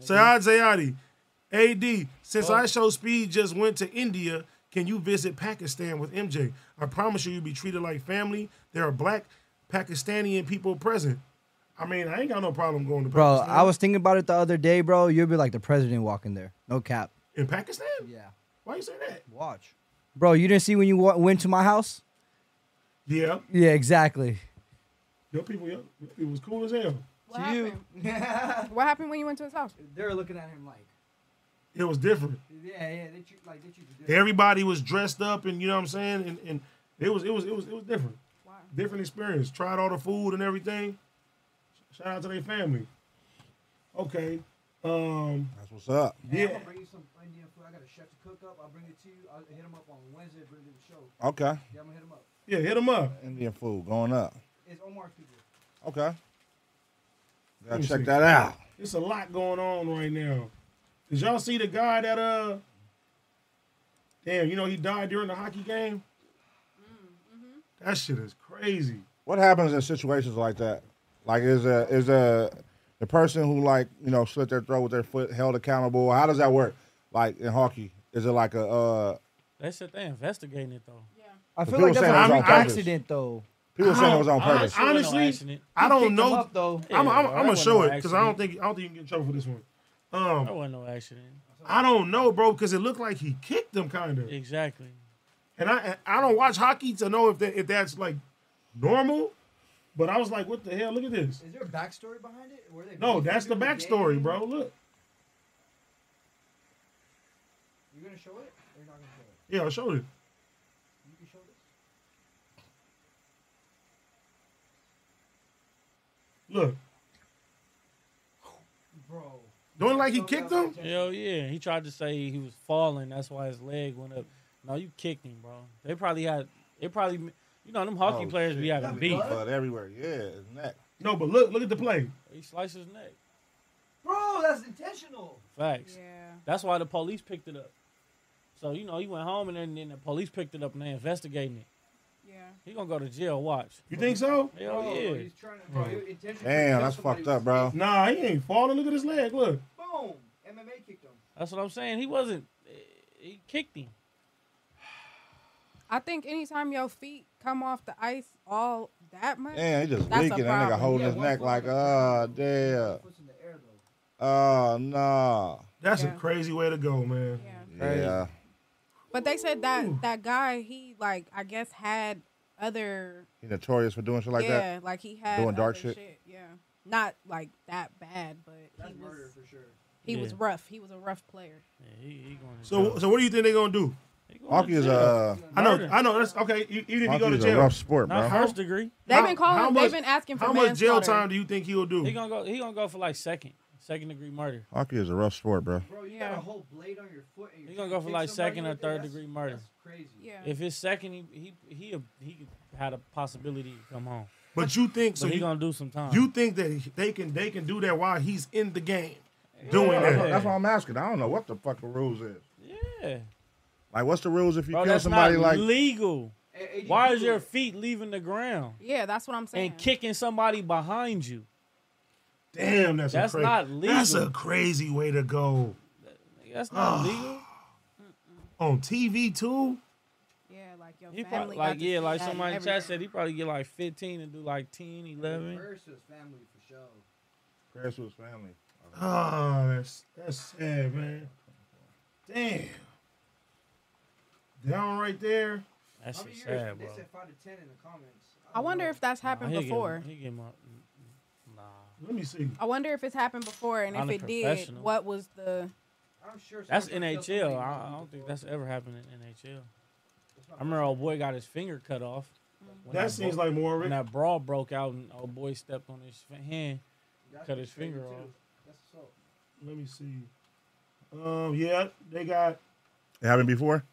Speaker 1: Sayad Zayadi, AD, since I show speed just went to India, can you visit Pakistan with MJ? I promise you, you'll be treated like family. There are black Pakistani people present. I mean, I ain't got no problem going to
Speaker 10: Bro,
Speaker 1: Pakistan.
Speaker 10: I was thinking about it the other day, bro. You'll be like the president walking there. No cap.
Speaker 1: in Pakistan.
Speaker 10: Yeah.
Speaker 1: Why you say that?
Speaker 10: Watch. Bro, you didn't see when you wa- went to my house?
Speaker 1: Yeah,
Speaker 10: Yeah, exactly.
Speaker 1: your people, your, your people was cool as hell.
Speaker 3: What
Speaker 10: To you.
Speaker 3: happened? what happened when you went to his house?
Speaker 5: They're looking at him like,
Speaker 1: It was different.
Speaker 5: yeah, yeah, they treat like they treat you different.
Speaker 1: everybody was dressed up and you know what I'm saying and, and it was it was it was it was different
Speaker 3: Wow.
Speaker 1: different experience tried all the food and everything shout out to their family okay um
Speaker 4: That's what's up.
Speaker 5: Hey, I'm
Speaker 1: yeah
Speaker 5: gonna bring you some Indian food. I I got a chef to cook up. I'll bring it to you. I'll hit him up on Wednesday. Bring him to the show.
Speaker 4: Okay.
Speaker 5: Yeah, I'm gonna hit him up.
Speaker 1: Yeah, hit him up.
Speaker 4: Indian food going up.
Speaker 5: It's Omar's people.
Speaker 4: Okay.
Speaker 1: Let
Speaker 4: Gotta
Speaker 1: me
Speaker 4: check
Speaker 1: see.
Speaker 4: that out.
Speaker 1: It's a lot going on right now. Did y'all see the guy that uh Damn, you know he died during the hockey game? That shit is crazy.
Speaker 4: What happens in situations like that? Like is a is a the person who like you know slit their throat with their foot held accountable? How does that work? Like in hockey, is it like a uh,
Speaker 2: They said they investigating it though. Yeah.
Speaker 4: But
Speaker 10: I feel
Speaker 4: people
Speaker 10: like that's
Speaker 4: saying it was
Speaker 10: an
Speaker 4: on purpose.
Speaker 10: accident though.
Speaker 4: people saying it was on
Speaker 2: I don't-
Speaker 4: purpose?
Speaker 2: I don't-
Speaker 1: Honestly,
Speaker 2: accident.
Speaker 1: I
Speaker 10: He
Speaker 1: don't
Speaker 10: picked him
Speaker 1: know.
Speaker 10: up, though.
Speaker 1: I'm, I'm,
Speaker 2: Yeah,
Speaker 1: I'm
Speaker 2: that
Speaker 1: gonna
Speaker 2: wasn't
Speaker 1: show
Speaker 2: no
Speaker 1: it because I don't
Speaker 2: accident.
Speaker 1: think I don't think you can get in trouble for this one.
Speaker 2: That
Speaker 1: Um,
Speaker 2: wasn't no accident.
Speaker 1: I don't know, bro, because it looked like he kicked him kind of.
Speaker 2: Exactly.
Speaker 1: And I and I don't watch hockey to know if that if that's like normal, but I was like, what the hell? Look at this.
Speaker 5: Is there a backstory behind it? Were they
Speaker 1: No,
Speaker 5: beefing
Speaker 1: that's the
Speaker 5: during
Speaker 1: backstory,
Speaker 5: game?
Speaker 1: bro. Look,
Speaker 5: You're gonna show it? Or you're not gonna show it?
Speaker 1: yeah, I showed it.
Speaker 5: You can show this.
Speaker 1: Look,
Speaker 5: Bro.
Speaker 1: don't it like he kicked him.
Speaker 2: Hell yeah. He tried to say he was falling. That's why his leg went up. No, you kicked him, bro. They probably had. It probably. You know them hockey
Speaker 4: Oh,
Speaker 2: players be
Speaker 4: shit.
Speaker 2: having beef.
Speaker 4: Blood everywhere. Yeah, his neck.
Speaker 1: No, but look, look at the play.
Speaker 2: He sliced his neck.
Speaker 5: Bro, that's intentional.
Speaker 2: Facts.
Speaker 3: Yeah.
Speaker 2: That's why the police picked it up. So you know he went home and then, then the police picked it up and they investigating it.
Speaker 3: Yeah.
Speaker 2: He gonna go to jail. Watch.
Speaker 1: You think so?
Speaker 2: Hell
Speaker 4: Oh,
Speaker 5: Bro,
Speaker 2: Oh, yeah.
Speaker 5: He's trying to, bro, he intentionally
Speaker 4: Damn,
Speaker 5: killed
Speaker 4: that's
Speaker 5: somebody
Speaker 4: fucked
Speaker 5: with
Speaker 4: up, bro.
Speaker 1: Nah, he ain't falling. Look at his leg. Look,
Speaker 5: Boom. MMA kicked him.
Speaker 2: That's what I'm saying. He wasn't. He kicked him.
Speaker 3: I think anytime your feet come off the ice all that much,
Speaker 4: Damn, he just
Speaker 3: That's a
Speaker 4: leaking. That nigga
Speaker 3: problem.
Speaker 4: holding
Speaker 5: Yeah,
Speaker 4: his
Speaker 5: one
Speaker 4: neck
Speaker 5: foot on
Speaker 4: like,
Speaker 5: the ground.
Speaker 4: oh, damn.
Speaker 5: Foot's in the air, though.
Speaker 4: Oh, no.
Speaker 1: that's
Speaker 3: Yeah.
Speaker 1: a crazy way to go, man.
Speaker 3: yeah.
Speaker 10: Crazy.
Speaker 4: Yeah.
Speaker 3: But they said that that guy, he like I guess had other
Speaker 4: He notorious for doing shit like
Speaker 3: yeah,
Speaker 4: that.
Speaker 3: like he had
Speaker 4: Doing dark
Speaker 3: other
Speaker 4: shit?
Speaker 3: Yeah, not like that bad, but
Speaker 5: That's
Speaker 3: he was
Speaker 5: murder for sure.
Speaker 3: he was
Speaker 2: Yeah.
Speaker 3: rough. He was a rough player.
Speaker 2: Yeah, he, he going to
Speaker 1: So,
Speaker 2: jail.
Speaker 1: so what do you think they're gonna do?
Speaker 2: He going
Speaker 4: Hockey
Speaker 2: to
Speaker 4: is uh,
Speaker 2: jail.
Speaker 4: a,
Speaker 1: I know,
Speaker 2: Murder.
Speaker 1: I know. That's okay. e- Even if you go
Speaker 4: hockey
Speaker 1: to
Speaker 4: is a
Speaker 1: jail,
Speaker 4: rough sport,
Speaker 2: Not
Speaker 4: bro.
Speaker 2: first degree.
Speaker 3: They've
Speaker 1: How-
Speaker 3: been calling.
Speaker 1: how
Speaker 3: they've
Speaker 1: much-
Speaker 3: been asking for
Speaker 1: how much jail
Speaker 3: manslaughter.
Speaker 1: time do you think he'll do?
Speaker 2: He gonna go. He gonna go for like second, second degree murder.
Speaker 4: Hockey is a rough sport, bro.
Speaker 5: Bro, you
Speaker 3: Yeah.
Speaker 5: got a whole blade on your foot. And you're
Speaker 2: He
Speaker 5: trying
Speaker 2: gonna go
Speaker 5: to
Speaker 2: for
Speaker 5: kick
Speaker 2: like
Speaker 5: somebody
Speaker 2: second or
Speaker 5: with it?
Speaker 2: third
Speaker 5: That's-
Speaker 2: degree murder.
Speaker 5: That's crazy.
Speaker 3: Yeah.
Speaker 2: If it's second, he he he he had a possibility to come home.
Speaker 1: But you think
Speaker 2: But
Speaker 1: so?
Speaker 2: he
Speaker 1: You,
Speaker 2: gonna do some time.
Speaker 1: you think that they can they can do that while he's in the game, doing
Speaker 4: That's,
Speaker 1: that?
Speaker 4: what, that's what I'm asking. I don't know what the fuck the rules is.
Speaker 2: yeah,
Speaker 4: Like, what's the rules if you
Speaker 2: bro,
Speaker 4: kill
Speaker 2: that's
Speaker 4: somebody
Speaker 2: not
Speaker 4: like
Speaker 2: legal.
Speaker 5: A- AD
Speaker 2: Why is
Speaker 5: Google
Speaker 2: your
Speaker 5: it.
Speaker 2: feet leaving the ground
Speaker 3: Yeah, that's what I'm saying.
Speaker 2: and kicking somebody behind you?
Speaker 1: Damn, that's
Speaker 2: That's
Speaker 1: a crazy,
Speaker 2: not legal.
Speaker 1: That's a crazy way to go
Speaker 2: That's not legal.
Speaker 1: on TV too.
Speaker 3: Yeah, like your
Speaker 2: He
Speaker 3: family.
Speaker 2: probably,
Speaker 3: got
Speaker 2: like
Speaker 3: to
Speaker 2: yeah,
Speaker 3: see
Speaker 2: like
Speaker 3: that and
Speaker 2: somebody in
Speaker 3: everything.
Speaker 2: chat said he probably get like 15 and do like 10, 11.
Speaker 5: Versus family for sure.
Speaker 4: Prayers to his family.
Speaker 1: Oh, that's that's sad, man. Damn. Down right there.
Speaker 2: That
Speaker 5: How many
Speaker 2: shit
Speaker 5: years?
Speaker 2: sad,
Speaker 5: they
Speaker 2: bro.
Speaker 5: said five to ten in the comments.
Speaker 3: I wonder if that's happened
Speaker 2: Nah, he get-
Speaker 3: before.
Speaker 2: he get my- mm, nah.
Speaker 1: Let me see.
Speaker 3: I wonder if it's happened before, and if
Speaker 2: Not a
Speaker 3: it did,
Speaker 2: professional.
Speaker 3: what was the?
Speaker 5: I'm sure.
Speaker 2: That's
Speaker 5: someone killed
Speaker 2: NHL.
Speaker 5: somebody
Speaker 2: I, I
Speaker 5: in
Speaker 2: don't think
Speaker 5: Google.
Speaker 2: that's ever happened in NHL.
Speaker 5: It's not
Speaker 2: I remember old boy got his finger cut off.
Speaker 3: Mm.
Speaker 2: when
Speaker 1: That seems
Speaker 2: bro-
Speaker 1: like more of
Speaker 2: when
Speaker 1: it.
Speaker 2: that brawl broke out and old boy stepped on his f- hand.
Speaker 5: That's
Speaker 2: cut his
Speaker 5: crazy,
Speaker 2: finger
Speaker 5: too.
Speaker 2: off.
Speaker 5: That's assault.
Speaker 1: Let me see. Um, yeah, they got a
Speaker 4: It happened before?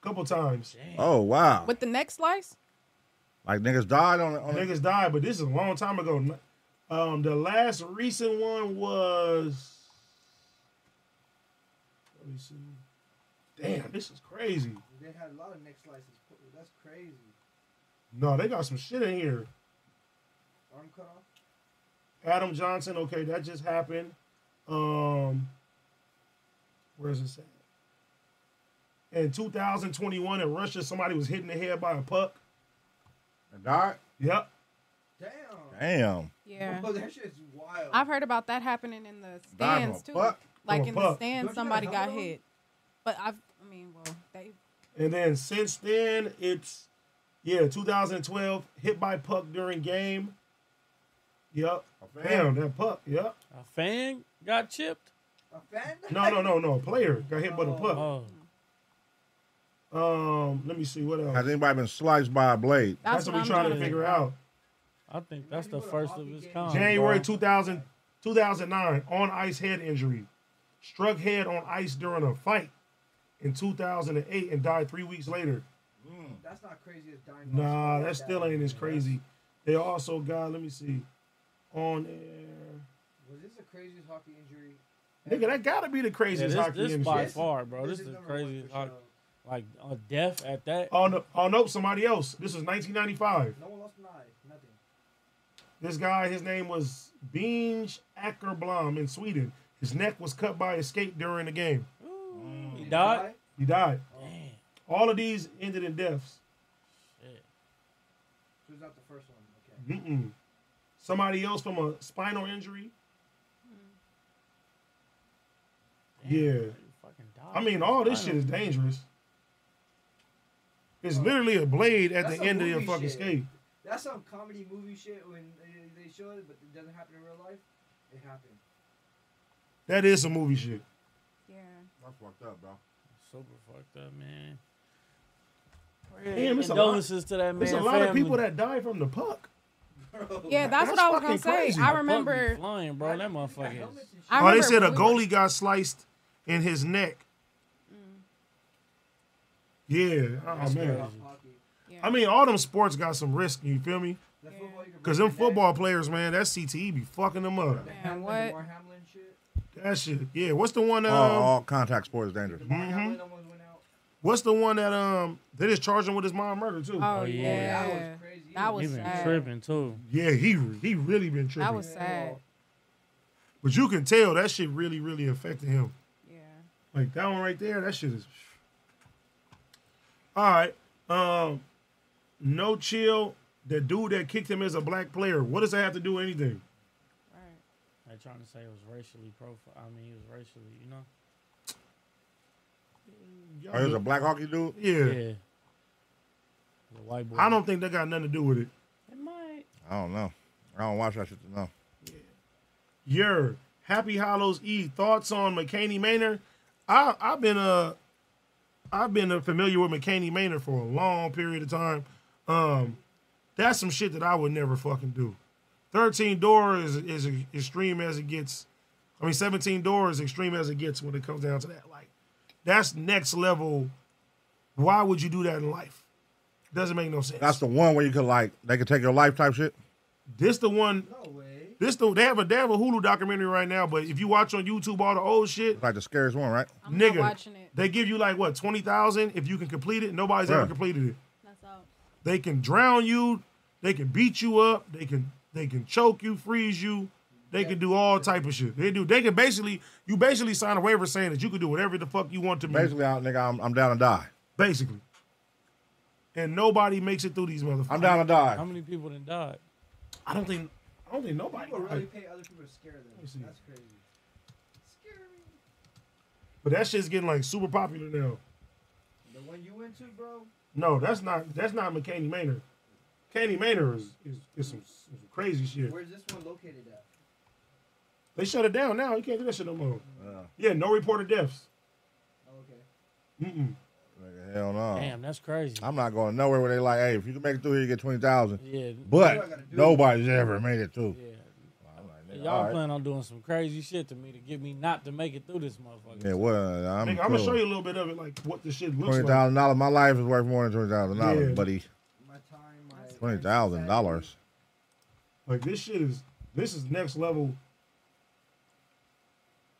Speaker 1: couple times.
Speaker 2: Damn.
Speaker 4: Oh, wow.
Speaker 3: With the next slice?
Speaker 4: Like, niggas died on, on
Speaker 1: Niggas died, but this is a long time ago. Um, the last recent one was. Let me see. Damn, this is crazy.
Speaker 5: They had a lot of neck slices. That's crazy.
Speaker 1: No, they got some shit in here.
Speaker 5: Arm cut off.
Speaker 1: Adam Johnson, okay, that just happened. Um, where's this at? In 2021 in Russia, somebody was hit in the head by a puck.
Speaker 4: and died?
Speaker 1: Yep.
Speaker 5: Damn.
Speaker 4: Damn.
Speaker 3: Yeah.
Speaker 5: Bro, that shit's wild.
Speaker 3: I've heard about that happening in the
Speaker 4: Died from a
Speaker 3: stands too.
Speaker 4: puck?
Speaker 1: From
Speaker 3: Like
Speaker 1: a
Speaker 3: in the
Speaker 1: puck.
Speaker 5: Don't you
Speaker 3: stands,
Speaker 5: gotta
Speaker 3: somebody
Speaker 5: help
Speaker 3: got
Speaker 5: them?
Speaker 3: hit. But I've, I mean, well, they.
Speaker 1: And then since then, it's yeah, 2012 hit by puck during game. Yep.
Speaker 4: A fan?
Speaker 1: Damn, that puck. Yep.
Speaker 2: A fan got chipped.
Speaker 5: A fan?
Speaker 1: No, no, no, no. A player got hit by the puck.
Speaker 2: Oh,
Speaker 1: Um, let me see what else.
Speaker 4: Has anybody been sliced by a blade?
Speaker 1: That's,
Speaker 3: That's,
Speaker 1: what we're
Speaker 3: I'm
Speaker 1: trying to
Speaker 2: trying to Oh,
Speaker 1: figure out.
Speaker 2: I think that's the
Speaker 5: Imagine what a
Speaker 2: first of
Speaker 5: hockey
Speaker 2: his
Speaker 5: game-
Speaker 2: kind.
Speaker 1: January
Speaker 2: bro.
Speaker 1: 2000, 2009, on ice head injury. Struck head on ice during a fight. in 2008 and died three weeks later.
Speaker 5: That's not crazy as dying.
Speaker 1: Nah, that still ain't as crazy. They also got, let me see, on air.
Speaker 5: Was this the craziest hockey injury?
Speaker 1: Nigga, that gotta be the
Speaker 2: Yeah,
Speaker 1: craziest
Speaker 2: this,
Speaker 1: hockey
Speaker 2: this
Speaker 1: injury.
Speaker 2: by far, bro. This, is the craziest hockey. Like a death at that.
Speaker 1: Oh no! Oh no! Somebody else. This was 1995.
Speaker 5: No one lost an eye. Nothing.
Speaker 1: This guy, his name was Binge Ackerblom in Sweden. His neck was cut by a skate during the game.
Speaker 5: Mm.
Speaker 2: He died.
Speaker 1: He died. All of these ended in deaths.
Speaker 5: So it's not the first one. Okay.
Speaker 1: Mm-mm. Somebody else from a spinal injury. yeah. I mean, all this shit is dangerous. It's literally a blade at
Speaker 5: That's
Speaker 1: the
Speaker 5: some
Speaker 1: end of your
Speaker 5: movie
Speaker 1: fucking
Speaker 5: shit.
Speaker 1: skate.
Speaker 5: That's some comedy movie shit when they- they show it, but it doesn't happen in real life. It happened.
Speaker 1: That is some movie shit.
Speaker 3: Yeah.
Speaker 4: That's fucked up, bro.
Speaker 2: Super fucked up, man.
Speaker 1: Damn, it's a lot.
Speaker 2: Condolences to that man.
Speaker 1: There's a lot of
Speaker 2: family.
Speaker 1: people that die from the puck.
Speaker 3: Yeah, that's, what I was
Speaker 1: fucking
Speaker 3: gonna say.
Speaker 1: crazy.
Speaker 3: I
Speaker 2: Fuck me
Speaker 3: remember.
Speaker 2: flying, bro. That motherfucker. is-
Speaker 3: I
Speaker 1: oh, they
Speaker 3: remember
Speaker 1: said a
Speaker 3: we
Speaker 1: goalie got sliced in his neck. Mm. Yeah. Oh,
Speaker 2: That's
Speaker 1: man.
Speaker 2: crazy.
Speaker 1: I mean, all them sports got some risk. You feel me? Because them football players, man, that CTE be fucking them up.
Speaker 3: And what?
Speaker 1: That shit. Yeah. What's the one that?
Speaker 4: all,
Speaker 1: Um,
Speaker 4: all contact sport is dangerous.
Speaker 1: mhm. What's the one that um they just charged him with his mom murder too?
Speaker 3: Oh, yeah. That was
Speaker 2: He been
Speaker 3: sad.
Speaker 2: tripping too.
Speaker 1: Yeah, he he really been tripping.
Speaker 3: That was sad.
Speaker 1: But you can tell that shit really, really affected him.
Speaker 3: Yeah.
Speaker 1: Like that one right there, that shit is. All right. Um, no chill. The dude that kicked him is a black player. What does that have to do with anything?
Speaker 2: They trying to say it was racially profile. I mean, he was racially, you know.
Speaker 4: Oh, he was a black hockey dude.
Speaker 1: Yeah.
Speaker 2: The white boy.
Speaker 1: I don't think that got nothing to do with it.
Speaker 2: It might.
Speaker 4: I don't know. I don't watch that shit to know.
Speaker 1: Your Happy Hollows E thoughts on McCaney Maynard? I I've been uh I've been uh, familiar with McCaney Maynard for a long period of time. Um, that's some shit that I would never fucking do. Thirteen door is is extreme as it gets. I mean, seventeen door is extreme as it gets when it comes down to that. Like, that's next level. Why would you do that in life? Doesn't make no sense.
Speaker 4: That's the one where you could like they could take your life type shit.
Speaker 1: This the one. This the they have a they have a Hulu documentary right now. But if you watch on YouTube all the old shit,
Speaker 4: It's like the scariest one, right?
Speaker 3: I'm
Speaker 1: nigga,
Speaker 3: not watching it.
Speaker 1: they give you like what twenty thousand if you can complete it. Nobody's ever
Speaker 4: Yeah.
Speaker 1: completed it.
Speaker 3: That's out.
Speaker 1: They can drown you. They can beat you up. They can they can choke you, freeze you. They can do all type of shit. They do. They can basically you basically sign a waiver saying that you can do whatever the fuck you want to me.
Speaker 4: Basically, I, nigga, I'm, I'm down to die.
Speaker 1: basically. And nobody makes it through these motherfuckers.
Speaker 4: I'm down to
Speaker 2: How
Speaker 4: die.
Speaker 2: many people done died?
Speaker 1: I don't think I don't think nobody.
Speaker 5: People really pay other people to scare them. That's crazy. Scary.
Speaker 1: But that shit's getting like super popular now.
Speaker 5: The one you went to, bro.
Speaker 1: No, that's not that's not McCaney Maynard. Candy Maynard is, is, is some, some crazy shit.
Speaker 5: Where's this one located at?
Speaker 1: They shut it down now. You can't do that shit no more. Yeah, no reported deaths.
Speaker 5: Oh, okay.
Speaker 1: Mm-mm.
Speaker 4: Nigga, hell
Speaker 1: Oh.
Speaker 4: no.
Speaker 2: Damn, that's crazy.
Speaker 4: I'm not going nowhere where they like, hey, if you can make it through here, you get twenty thousand.
Speaker 2: yeah,
Speaker 4: But nobody's ever made it through.
Speaker 2: yeah.
Speaker 4: I'm like, nigga, all
Speaker 2: Y'all
Speaker 4: right.
Speaker 2: plan on doing some crazy shit to me to get me not to make it through this motherfucker.
Speaker 4: Yeah, what? I'm,
Speaker 1: Nigga, I'm gonna show you a little bit of it, like what the shit looks
Speaker 4: twenty
Speaker 1: like.
Speaker 4: thousand dollars. My life is worth more than twenty thousand
Speaker 1: Yeah.
Speaker 4: dollars, buddy.
Speaker 5: My time, my.
Speaker 4: Twenty thousand dollars.
Speaker 1: Like this shit is this is next level.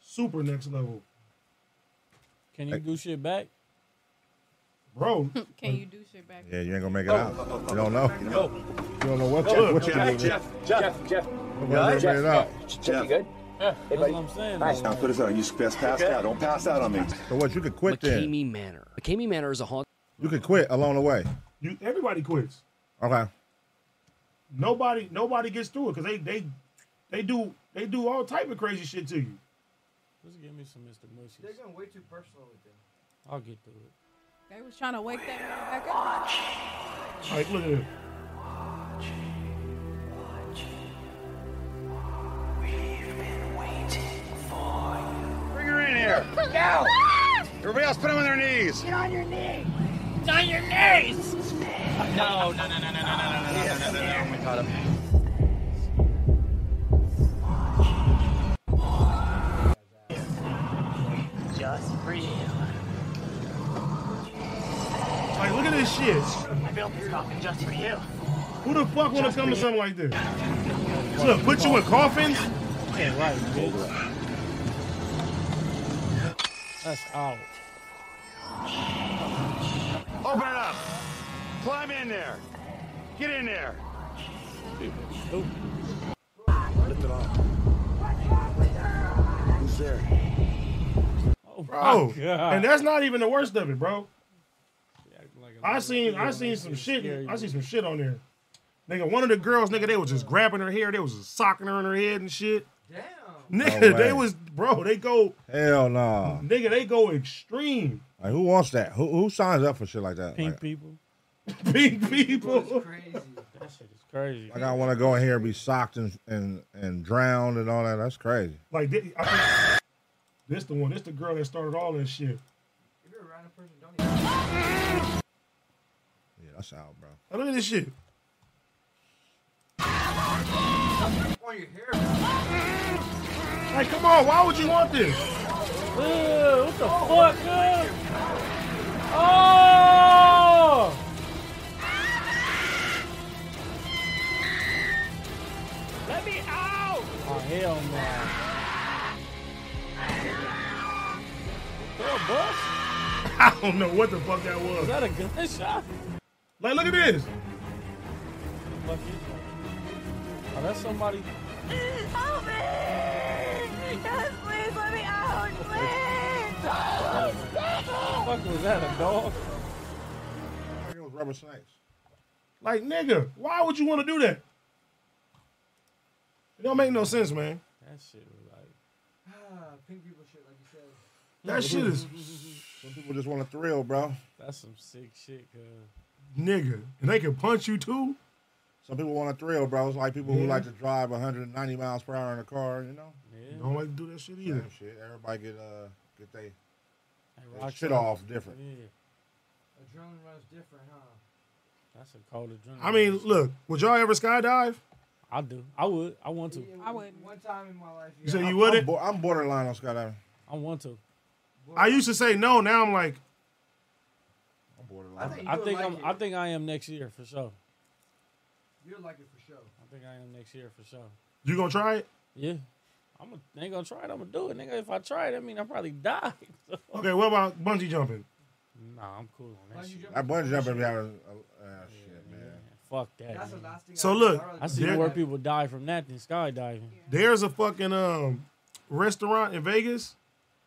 Speaker 1: Super next level,
Speaker 2: Can you do shit back?
Speaker 1: bro.
Speaker 3: Can you do shit back?
Speaker 4: Yeah, you ain't gonna make it out. You don't know. You don't know what you
Speaker 1: Look,
Speaker 4: what you gonna do.
Speaker 12: Jeff, Jeff,
Speaker 4: Nobody's ever made it out.
Speaker 12: Jeff, you good?
Speaker 2: That's what I'm saying. though.
Speaker 12: Now put us on. You best pass out. Don't pass out on me.
Speaker 4: So what? You could quit then.
Speaker 13: McCamey Manor. McCamey Manor is a haunt.
Speaker 4: You could quit along the way.
Speaker 1: You everybody quits.
Speaker 4: Okay.
Speaker 1: Nobody nobody gets through it because they they they do they do all type of crazy shit to you.
Speaker 2: Just give me some Mr.
Speaker 5: They're
Speaker 2: Mushies.
Speaker 5: going way too personal with them.
Speaker 2: I'll get through it.
Speaker 3: They was trying to wake that man back up.
Speaker 1: Like look at this.
Speaker 12: Bring her in here. Now. Everybody else, put them on their knees. Get on your knees. It's on your knees. No, no, no, no, no, no, no, no, no, no, no, no. We caught him.
Speaker 13: Just real.
Speaker 1: Like, look at this shit.
Speaker 14: I built this coffin just for you.
Speaker 1: Who the fuck wanna come to something like this? So put you in coffins? Yeah, right,
Speaker 2: That's out.
Speaker 12: Open it up. Climb in there. Get in there. Lift it off.
Speaker 1: Who's there?
Speaker 2: Oh,
Speaker 1: bro.
Speaker 2: God.
Speaker 1: And that's not even the worst of it, bro.
Speaker 2: Like a
Speaker 1: I
Speaker 2: little
Speaker 1: seen
Speaker 2: kid,
Speaker 1: I seen
Speaker 2: man.
Speaker 1: some
Speaker 2: It's
Speaker 1: shit.
Speaker 2: scary,
Speaker 1: I seen some shit on there. Nigga, one of the girls, nigga, they was just grabbing her hair. They was just socking her in her head and shit.
Speaker 2: Oh,
Speaker 1: Damn. Nigga,
Speaker 4: No way.
Speaker 1: they was bro. They go,
Speaker 4: Hell no.
Speaker 1: nigga, they go extreme.
Speaker 4: Like, who wants that? Who who signs up for shit like that? Like,
Speaker 2: people.
Speaker 1: Pink people.
Speaker 2: That shit is crazy.
Speaker 4: like, I want to go in here and be socked and, and and drowned and all that. That's crazy.
Speaker 1: Like this, I think, this the one. This the girl that started all this shit.
Speaker 4: Yeah, that's out, bro.
Speaker 1: Now, look at this shit. Like, come on, why would you want this?
Speaker 2: Ew, what the fuck, man? Oh!
Speaker 14: Let me out!
Speaker 2: Oh, hell no. Throw a bus?
Speaker 1: I don't know what the fuck that was.
Speaker 2: Is that a gunshot?
Speaker 1: Like, look at this.
Speaker 2: Fuck it. Oh, that's somebody.
Speaker 14: Help me! Yes, please let me out! Please! Oh,
Speaker 2: Fuck, was that a dog?
Speaker 4: I think it was rubber snakes.
Speaker 1: Like, nigga, why would you want to do that? It don't make no sense, man.
Speaker 2: That shit was like.
Speaker 5: Ah, pink people shit, like you said.
Speaker 1: That shit is
Speaker 4: Some people just want a thrill, bro.
Speaker 2: That's some sick shit, cuz.
Speaker 1: nigga, and they can punch you too.
Speaker 4: Some people want a thrill, bro. It's like people who
Speaker 1: Yeah.
Speaker 4: like to drive 190 miles per hour in a car. You know,
Speaker 1: Don't like to do that shit either.
Speaker 4: Same shit. Everybody get uh get they, they
Speaker 2: Rock
Speaker 4: shit
Speaker 2: star.
Speaker 4: off different.
Speaker 2: Yeah,
Speaker 5: Adrenaline runs different, huh?
Speaker 2: that's a cold adrenaline.
Speaker 1: I mean, look, would y'all ever skydive?
Speaker 2: I do. I would. I want to.
Speaker 5: I would. One time in my life,
Speaker 1: You said
Speaker 4: I'm-
Speaker 1: you wouldn't.
Speaker 4: I'm, bo- I'm borderline on skydiving.
Speaker 2: I want to.
Speaker 1: I used to say no. Now I'm like,
Speaker 4: I'm
Speaker 5: I
Speaker 4: borderline.
Speaker 5: think, you
Speaker 2: I
Speaker 5: would
Speaker 2: think
Speaker 5: like
Speaker 2: I'm.
Speaker 5: it.
Speaker 2: I think I am next year for sure.
Speaker 5: You'll like it for sure.
Speaker 2: I think I am next year for sure.
Speaker 1: you gonna try it?
Speaker 2: Yeah. I'm gonna, ain't gonna try it. I'm gonna do it, nigga. If I try it, I mean I probably die.
Speaker 1: Okay, what about bungee jumping?
Speaker 2: nah, I'm cool on that
Speaker 5: Bungee
Speaker 2: shit.
Speaker 5: jumping-
Speaker 4: That bungee jumping be having a, uh, shit, man.
Speaker 2: Fuck that.
Speaker 5: That's the
Speaker 2: man.
Speaker 5: last thing
Speaker 1: So
Speaker 5: I
Speaker 1: look,
Speaker 2: I see
Speaker 1: Yeah.
Speaker 2: more people die from that than skydiving.
Speaker 1: There's a fucking um restaurant in Vegas.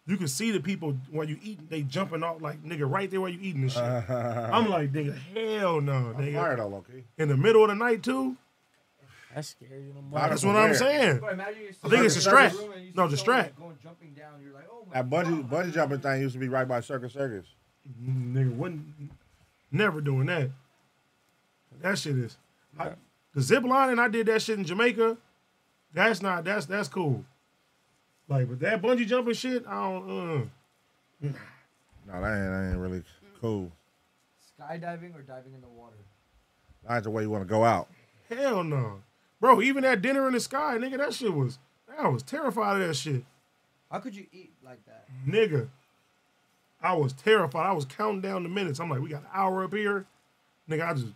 Speaker 1: You can see the people while you eating, they jumping off like nigga right there while you eating this shit. I'm like, nigga, hell no,
Speaker 4: Uh-huh. I'm
Speaker 1: nigga.
Speaker 4: fired though, Loki.
Speaker 1: In the middle of the night too.
Speaker 2: That's scary. You know,
Speaker 4: Not
Speaker 1: That's
Speaker 4: from
Speaker 1: what I'm
Speaker 4: where?
Speaker 1: saying.
Speaker 5: But imagine you're
Speaker 1: I think it's a
Speaker 5: sitting in
Speaker 1: strat.
Speaker 5: room and you
Speaker 1: No,
Speaker 5: see
Speaker 1: the
Speaker 5: someone
Speaker 1: strat.
Speaker 5: Going jumping down, you're like, oh my
Speaker 4: That bungee bungee jumping thing used to be right by Circus Circus.
Speaker 1: Nigga, wouldn't never doing that. That shit is I, the zip line, and I did that shit in Jamaica. That's not that's that's cool. Like, but that bungee jumping shit, I don't. Uh,
Speaker 4: No, that ain't, that ain't really
Speaker 5: Mm.
Speaker 4: cool.
Speaker 5: Skydiving or diving in the water?
Speaker 4: That's the way you want to go out.
Speaker 1: Hell no. Bro, even that dinner in the sky, nigga, that shit was I was terrified of that shit.
Speaker 5: How could you eat like that?
Speaker 1: Mm. Nigga. I was terrified. I was counting down the minutes. I'm like, we got an hour up here. Nigga, I just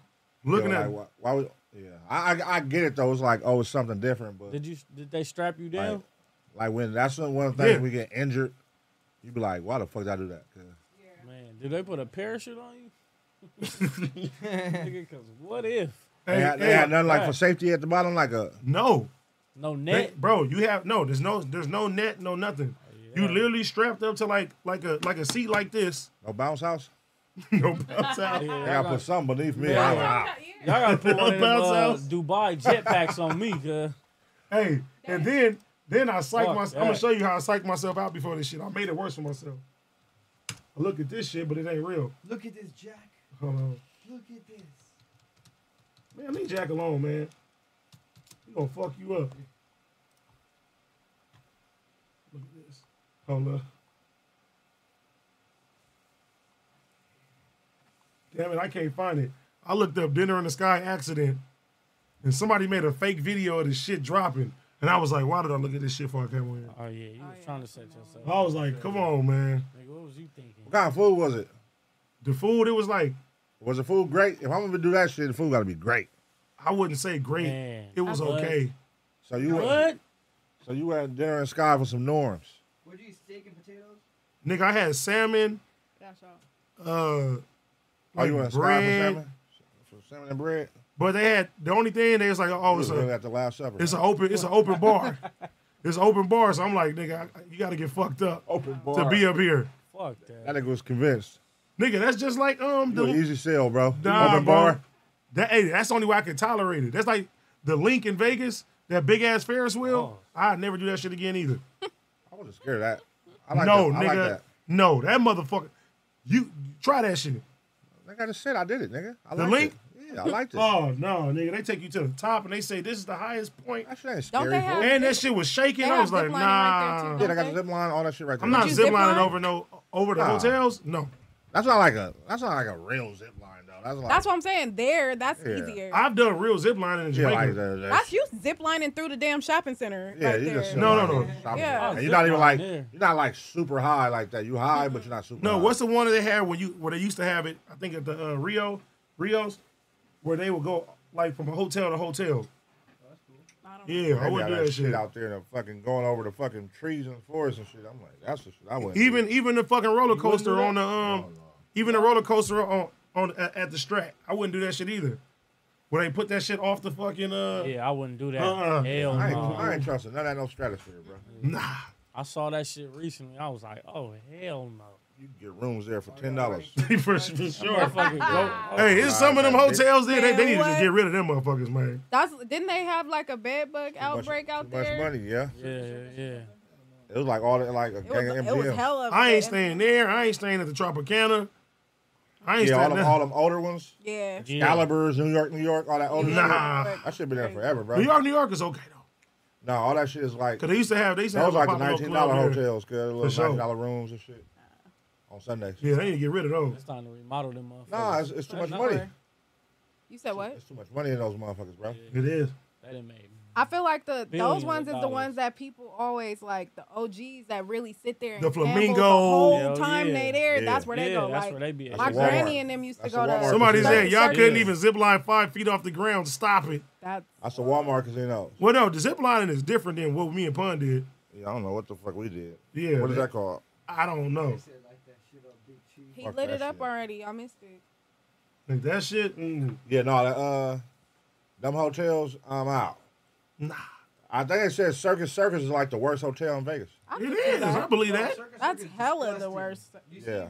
Speaker 1: looking
Speaker 4: You know,
Speaker 1: at
Speaker 4: like, why, why would, yeah. I, I I get it though. It's like oh, it's something different, but
Speaker 2: Did you? Did they strap you down?
Speaker 4: Like, like when that's one of the things
Speaker 1: Yeah.
Speaker 4: we get injured, you be like, why the fuck did I do that? 'Cause
Speaker 2: Man, did they put a parachute on you? Nigga, cause what if?
Speaker 4: They,
Speaker 1: Hey,
Speaker 4: had, they
Speaker 1: hey,
Speaker 4: had nothing like
Speaker 2: right.
Speaker 4: for safety at the bottom, like a
Speaker 1: No.
Speaker 2: No
Speaker 1: They-
Speaker 2: net.
Speaker 1: bro, you have no, there's no there's no net, no nothing. You literally strapped up to like like a like a seat like this.
Speaker 4: no bounce house.
Speaker 1: no bounce out.
Speaker 4: They
Speaker 2: Yeah,
Speaker 4: gotta
Speaker 2: y'all,
Speaker 4: put something beneath me.
Speaker 2: Yeah.
Speaker 4: I'm like, "Ah,
Speaker 2: got, to put one of them,
Speaker 1: Bounce
Speaker 2: uh,
Speaker 1: house.
Speaker 2: Dubai jetpacks on me, cause
Speaker 1: Hey, and then then I psych
Speaker 2: Fuck
Speaker 1: myself. I'm gonna
Speaker 2: that.
Speaker 1: show you how I psych myself out before this shit. I made it worse for myself. I look at this shit, but it ain't real.
Speaker 5: Look at this, Jack.
Speaker 1: Hold on.
Speaker 5: Look at this.
Speaker 1: Man, leave Jack alone, man. He gonna fuck you up. Look at this. Hold up. Damn it, I can't find it. I looked up dinner in the sky accident, and somebody made a fake video of this shit dropping. And I was like, why did I look at this shit before I came on here?
Speaker 2: oh yeah, you was trying to set yourself.
Speaker 1: I was like, come on, man.
Speaker 2: Nigga, what was you thinking?
Speaker 4: what kind of food was it?
Speaker 1: The food, it was like
Speaker 4: Was the food great? If I'm gonna do that shit, the food gotta be great.
Speaker 1: I wouldn't say great. It was okay.
Speaker 4: So you
Speaker 1: What?
Speaker 4: went- So you had dinner in Sky for some norms.
Speaker 5: Would you eat steak and potatoes?
Speaker 1: Nigga, I had salmon. Uh,
Speaker 4: Oh, you
Speaker 1: like
Speaker 4: went to Sky for salmon? Salmon and bread.
Speaker 1: But they had the only thing they was like, oh, it's
Speaker 4: You was
Speaker 1: a
Speaker 4: at the last supper.
Speaker 1: it's an open it's an open bar. It's an open bar, so I'm like, nigga, I- you gotta get fucked up
Speaker 4: open
Speaker 1: to
Speaker 4: bar.
Speaker 1: be up here.
Speaker 2: Fuck
Speaker 4: That nigga was convinced.
Speaker 1: Nigga, that's just like um
Speaker 4: You an
Speaker 1: the
Speaker 4: easy sell, bro.
Speaker 1: nah,
Speaker 4: open
Speaker 1: bro.
Speaker 4: bar.
Speaker 1: That hey, that's the only way I can tolerate it. That's like the link in Vegas, that big ass Ferris wheel. I'd never do that shit again either.
Speaker 4: I wasn't scared of that. I like
Speaker 1: no,
Speaker 4: that.
Speaker 1: nigga.
Speaker 4: I like that.
Speaker 1: No, that motherfucker. You try that shit.
Speaker 4: Nigga, I just said I did it, nigga. I
Speaker 1: the
Speaker 4: liked
Speaker 1: link?
Speaker 4: It. Yeah, I liked it.
Speaker 1: Oh no, nigga! They take you to the top and they say this is the highest point. That
Speaker 4: shit ain't
Speaker 1: scary.
Speaker 4: Don't they have-
Speaker 1: and that shit was shaking.
Speaker 4: they
Speaker 1: I
Speaker 4: have
Speaker 1: was like,
Speaker 4: zip lining
Speaker 1: nah.
Speaker 4: right there, too, Yeah, they don't got the zip line, all that shit right
Speaker 1: I'm
Speaker 4: there.
Speaker 1: not
Speaker 4: Did you
Speaker 1: zip
Speaker 4: zip
Speaker 1: lining
Speaker 4: line?
Speaker 1: over no over the
Speaker 4: Nah.
Speaker 1: hotels. No,
Speaker 4: that's not like a that's not like a real zip line though. That's like
Speaker 3: That's what I'm saying. There, that's
Speaker 4: Yeah.
Speaker 3: easier.
Speaker 1: I've done real zip lining in
Speaker 4: Yeah,
Speaker 1: Jamaica.
Speaker 4: like the- the-
Speaker 3: That's you zip lining through the damn shopping center.
Speaker 4: Yeah,
Speaker 3: right
Speaker 4: you
Speaker 3: there.
Speaker 4: just
Speaker 1: No, no, no.
Speaker 3: Yeah.
Speaker 4: And you're not even like
Speaker 1: Yeah.
Speaker 4: you're not like super high like that. You high, but you're not super.
Speaker 1: No,
Speaker 4: high.
Speaker 1: what's the one that they had when you where they used to have it? I think at the uh, Rio Rios, where they would go like from hotel to hotel. Yeah, I
Speaker 4: They
Speaker 1: wouldn't
Speaker 4: got
Speaker 1: do that shit.
Speaker 4: out there and fucking going over the fucking trees and forests and shit. I'm like, that's the shit I wouldn't.
Speaker 1: Even even the fucking roller
Speaker 4: wouldn't do
Speaker 1: coaster
Speaker 4: that?
Speaker 1: on the um, even the roller coaster on on at, at the Strat, I wouldn't do that shit either. Where they put that shit off the fucking uh.
Speaker 2: Yeah, I wouldn't do that.
Speaker 1: Uh-uh.
Speaker 2: Hell
Speaker 1: I ain't-
Speaker 2: no.
Speaker 1: I ain't
Speaker 4: trusting none of that no stratosphere, bro.
Speaker 1: Nah.
Speaker 2: I saw that shit recently. I was like, oh hell no.
Speaker 4: You can get rooms there for ten dollars.
Speaker 1: for, for sure.
Speaker 2: go- Oh,
Speaker 1: hey, it's some of them hotels there. They, they need to
Speaker 3: Man,
Speaker 1: just
Speaker 3: what?
Speaker 1: get rid of them motherfuckers, man.
Speaker 3: That's didn't they have like a bed bug outbreak out
Speaker 4: Much
Speaker 3: there?
Speaker 4: money, yeah.
Speaker 2: Yeah, yeah.
Speaker 4: It was like all the like a gang of
Speaker 3: it was
Speaker 4: MGM.
Speaker 3: hell of
Speaker 1: I ain't staying there. I ain't staying at the Tropicana. I ain't
Speaker 4: yeah, all
Speaker 1: staying
Speaker 4: them,
Speaker 1: there.
Speaker 4: all them older ones.
Speaker 3: Yeah.
Speaker 4: Excalibur's, New York, New York, all that older
Speaker 1: Nah.
Speaker 4: shit. That should be there forever, bro.
Speaker 1: New York, New York is okay though.
Speaker 4: No, all that shit is like.
Speaker 1: 'Cause they used to have- they used to have
Speaker 4: those like
Speaker 1: a
Speaker 4: the
Speaker 1: Papa
Speaker 4: nineteen
Speaker 1: Club
Speaker 4: dollar
Speaker 1: here.
Speaker 4: hotels, cause the
Speaker 1: For
Speaker 4: little
Speaker 1: sure.
Speaker 4: nineteen dollar rooms and shit on Sundays.
Speaker 1: Yeah, they need to get rid of those.
Speaker 2: It's time to remodel them motherfuckers.
Speaker 4: Nah, it's, it's too much money.
Speaker 3: You said what?
Speaker 4: Too much money in those motherfuckers, bro.
Speaker 1: It is.
Speaker 2: That done made
Speaker 3: I feel like the
Speaker 4: Billions
Speaker 3: those
Speaker 4: of
Speaker 3: ones is the
Speaker 4: dollars.
Speaker 3: ones that people always like the OGs that really sit there and
Speaker 1: The
Speaker 3: gamble
Speaker 1: flamingo.
Speaker 3: the whole
Speaker 1: Hell
Speaker 3: time
Speaker 1: yeah.
Speaker 3: they there.
Speaker 1: Yeah.
Speaker 3: That's where they
Speaker 1: Yeah,
Speaker 3: go.
Speaker 1: that's
Speaker 3: like
Speaker 1: where they be at.
Speaker 3: my
Speaker 1: That's a Walmart.
Speaker 3: granny and them used to go to
Speaker 1: Somebody
Speaker 3: Circle
Speaker 1: said y'all
Speaker 3: Circle.
Speaker 1: couldn't even zip line five feet off the ground. Stop it.
Speaker 3: That's
Speaker 4: That's a Walmart casino.
Speaker 1: Well, no, the zip lining is different than what me and Pun did.
Speaker 4: Yeah, I don't know what the fuck we did.
Speaker 1: Yeah,
Speaker 4: What is
Speaker 1: that-
Speaker 4: that called?
Speaker 1: I don't know.
Speaker 3: he
Speaker 4: Fuck
Speaker 3: lit
Speaker 4: that
Speaker 3: it up already. I missed it.
Speaker 1: Like that shit. Mm.
Speaker 4: Yeah, no, that, uh, them hotels, I'm out.
Speaker 1: Nah.
Speaker 4: I think it says Circus Circus is like the worst hotel in Vegas.
Speaker 1: It is. I believe that.
Speaker 3: That's hella the worst.
Speaker 4: Yeah.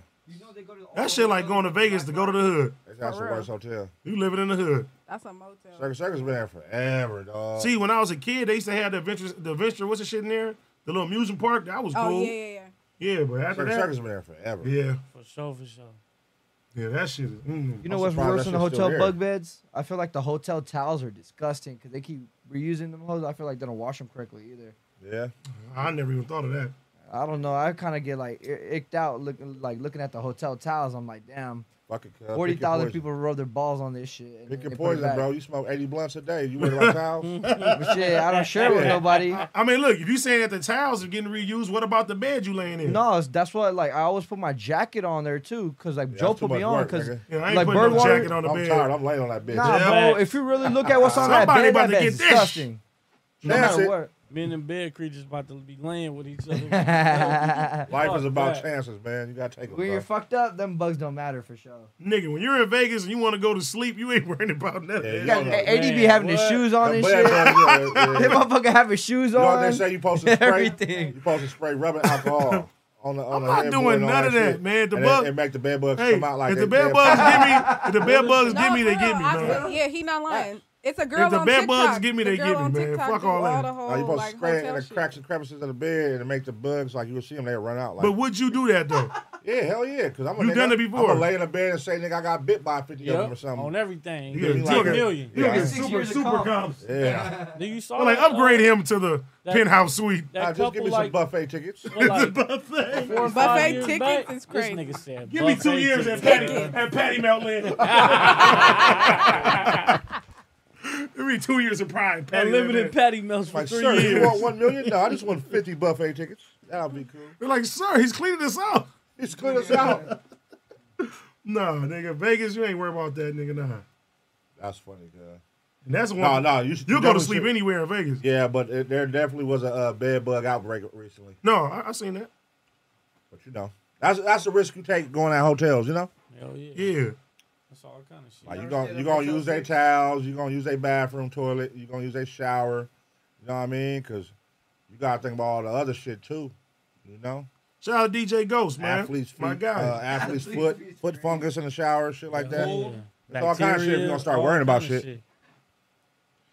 Speaker 1: That shit like going to Vegas to go to the hood.
Speaker 4: That's the worst hotel.
Speaker 1: You living in the hood.
Speaker 3: That's a motel.
Speaker 4: Circus Circus been there forever, dog.
Speaker 1: See, when I was a kid, they used to have the adventure. The adventure, what's the shit in there? The little amusement park. That was
Speaker 3: Oh
Speaker 1: cool.
Speaker 3: yeah, yeah, yeah.
Speaker 1: Yeah, but after
Speaker 4: Circus
Speaker 1: that,
Speaker 4: Circus been there forever.
Speaker 1: Yeah,
Speaker 2: for sure, for sure.
Speaker 1: yeah, that shit. Is, mm.
Speaker 10: You know what's worse than the hotel bug beds? I feel like the hotel towels are disgusting because they keep reusing them. Hoes, I feel like they don't wash them correctly either.
Speaker 4: Yeah.
Speaker 1: I never even thought of that.
Speaker 10: I don't know. I kind of get like i- icked out looking like looking at the hotel towels. I'm like, damn,
Speaker 4: Fucking uh, pick your
Speaker 10: forty thousand
Speaker 4: poison.
Speaker 10: people rub their balls on this shit. and
Speaker 4: Pick
Speaker 10: then
Speaker 4: your
Speaker 10: they put it
Speaker 4: poison,
Speaker 10: back.
Speaker 4: bro. You smoke 80 blunts a day. You worried about towels?
Speaker 10: But shit, I don't share with nobody.
Speaker 1: I mean, look, if you saying that the towels are getting reused, what about the bed you laying in?
Speaker 10: No, it's- that's what like I always put my jacket on there too, cause like Joe
Speaker 4: that's too
Speaker 10: put
Speaker 4: much
Speaker 10: me on,
Speaker 4: work,
Speaker 10: cause
Speaker 4: nigga. Yeah, I ain't
Speaker 10: like
Speaker 4: putting no
Speaker 10: bird water.
Speaker 1: jacket on the
Speaker 4: I'm
Speaker 1: bed.
Speaker 4: tired. I'm laying on that bitch.
Speaker 10: Nah, bro. If you really look at what's on that
Speaker 2: Somebody
Speaker 10: bed,
Speaker 2: about
Speaker 10: that
Speaker 2: to
Speaker 10: bed's
Speaker 2: get this.
Speaker 10: disgusting. No
Speaker 4: That's
Speaker 10: matter
Speaker 4: it.
Speaker 10: what.
Speaker 2: Men and bed creatures about to be laying with each other.
Speaker 4: Life is
Speaker 2: Fuck
Speaker 4: about
Speaker 2: that.
Speaker 4: chances, man. You gotta take them.
Speaker 10: When you're
Speaker 4: Bro.
Speaker 10: fucked up, them bugs don't matter for sure.
Speaker 1: Nigga, when you're in Vegas and you want to go to sleep, you ain't worrying about nothing.
Speaker 4: you
Speaker 10: Got AD be having his shoes on and shit. They motherfucker have his shoes
Speaker 4: You know what
Speaker 10: on.
Speaker 4: they say? You supposed to spray.
Speaker 10: Everything.
Speaker 4: You supposed to spray rubbing alcohol on the on the
Speaker 1: I'm not
Speaker 4: headboard
Speaker 1: doing
Speaker 4: and all
Speaker 1: none of that,
Speaker 4: shit.
Speaker 1: man. The
Speaker 4: and
Speaker 1: bug-
Speaker 4: and make the bed bugs
Speaker 1: Hey,
Speaker 4: come out like
Speaker 1: if
Speaker 4: they-
Speaker 1: the bed
Speaker 4: they-
Speaker 1: bugs get me, if the bed bugs get
Speaker 3: No,
Speaker 1: me, they
Speaker 3: for
Speaker 1: get
Speaker 3: real,
Speaker 1: me,
Speaker 3: I
Speaker 1: man.
Speaker 3: swear- yeah, he not lying. It's a girl
Speaker 1: If the
Speaker 3: on
Speaker 1: bed
Speaker 3: TikTok.
Speaker 1: bugs get me,
Speaker 3: The
Speaker 1: they
Speaker 3: girl
Speaker 1: get me,
Speaker 3: on
Speaker 1: man.
Speaker 3: TikTok
Speaker 1: Fuck
Speaker 3: do
Speaker 1: all that.
Speaker 3: the whole,
Speaker 4: Now you supposed
Speaker 3: Oh, like,
Speaker 4: to spray it in
Speaker 3: hotel
Speaker 4: the
Speaker 3: shit.
Speaker 4: cracks and crevices of the bed and make the bugs like you'll see them. They run out. Like,
Speaker 1: But would you do that though?
Speaker 4: yeah, hell yeah, because I'm a
Speaker 1: You
Speaker 4: nigga-
Speaker 1: done it
Speaker 4: I'm
Speaker 1: before.
Speaker 4: gonna lay in the bed and say, "Nigga, I got bit by 50 of
Speaker 2: Yep,
Speaker 4: them or something."
Speaker 2: on everything.
Speaker 4: You
Speaker 1: Yeah,
Speaker 4: get
Speaker 1: you
Speaker 4: like
Speaker 1: get-
Speaker 4: a
Speaker 2: million.
Speaker 1: You get
Speaker 4: Yeah.
Speaker 1: super super comps.
Speaker 4: Yeah.
Speaker 2: Do you saw
Speaker 1: I'm like
Speaker 2: that,
Speaker 1: upgrade
Speaker 2: uh,
Speaker 1: him to the
Speaker 2: that-
Speaker 1: penthouse suite.
Speaker 2: that
Speaker 4: Nah, just give
Speaker 2: couple,
Speaker 4: me some
Speaker 2: like-
Speaker 4: buffet tickets.
Speaker 2: Well, like,
Speaker 1: Buffet.
Speaker 2: four or
Speaker 3: Buffet
Speaker 2: five years
Speaker 3: tickets
Speaker 2: back,
Speaker 3: is crazy.
Speaker 2: This nigga said,
Speaker 1: Give me two
Speaker 2: buffet
Speaker 1: years at
Speaker 2: tickets.
Speaker 1: Patty at Patty Mount Landing. Give me two years of pride. Patty
Speaker 2: Unlimited
Speaker 1: Mount
Speaker 2: patty melts for
Speaker 4: Like,
Speaker 2: three
Speaker 4: sir, you want
Speaker 2: years.
Speaker 4: one million? No, I just want fifty buffet tickets. That'll be cool.
Speaker 1: Landing. They're like, sir, he's cleaning this out.
Speaker 4: It's clear us out.
Speaker 1: Nah, nigga, Vegas, you ain't worried about that, nigga. Nah.
Speaker 4: That's funny, girl.
Speaker 1: And that's one.
Speaker 4: No, no, you should-
Speaker 1: will go to
Speaker 4: definitely
Speaker 1: sleep
Speaker 4: should-
Speaker 1: anywhere in Vegas.
Speaker 4: Yeah, but it, there definitely was a uh, bed bug outbreak recently.
Speaker 1: No, I, I seen that.
Speaker 4: But you know, that's that's the risk you take going at hotels. You know.
Speaker 2: Hell yeah.
Speaker 1: Yeah.
Speaker 2: That's all kind of shit.
Speaker 4: Like you gonna you gonna use their towels, you gonna use their bathroom toilet, you gonna use their shower. You know what I mean? Cause you gotta think about all the other shit too. You know.
Speaker 1: Shout out DJ Ghost, man.
Speaker 4: Athlete's feet,
Speaker 1: My guy.
Speaker 4: uh, athlete's foot, foot fungus in the shower, shit like that.
Speaker 1: Yeah.
Speaker 4: It's all kind of shit. We
Speaker 1: Bacteria,
Speaker 4: gonna start
Speaker 1: all
Speaker 4: worrying about
Speaker 1: kinda
Speaker 4: shit.
Speaker 1: shit.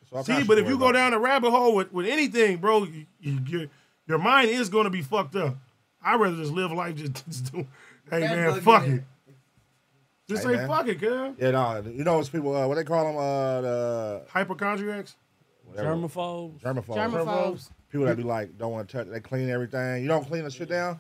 Speaker 4: It's all kinda
Speaker 1: See,
Speaker 4: shit
Speaker 1: but
Speaker 4: to
Speaker 1: if you
Speaker 4: worry
Speaker 1: go down a rabbit hole with, with anything, bro, you, you, your, your mind is going to be fucked up. I'd rather just live life just, just do, hey,
Speaker 4: That
Speaker 1: man,
Speaker 4: bug
Speaker 1: fuck
Speaker 4: in
Speaker 1: it. Just
Speaker 4: Hey,
Speaker 1: say
Speaker 4: man.
Speaker 1: fuck it, girl.
Speaker 4: Yeah, no, you know it's people. Uh, what they call them? Uh, the
Speaker 1: Hypochondriacs,
Speaker 4: whatever.
Speaker 2: Germaphobes.
Speaker 4: germaphobes,
Speaker 2: Germaphobes.
Speaker 4: People that be like, don't want to touch. They clean everything. You don't clean the shit down.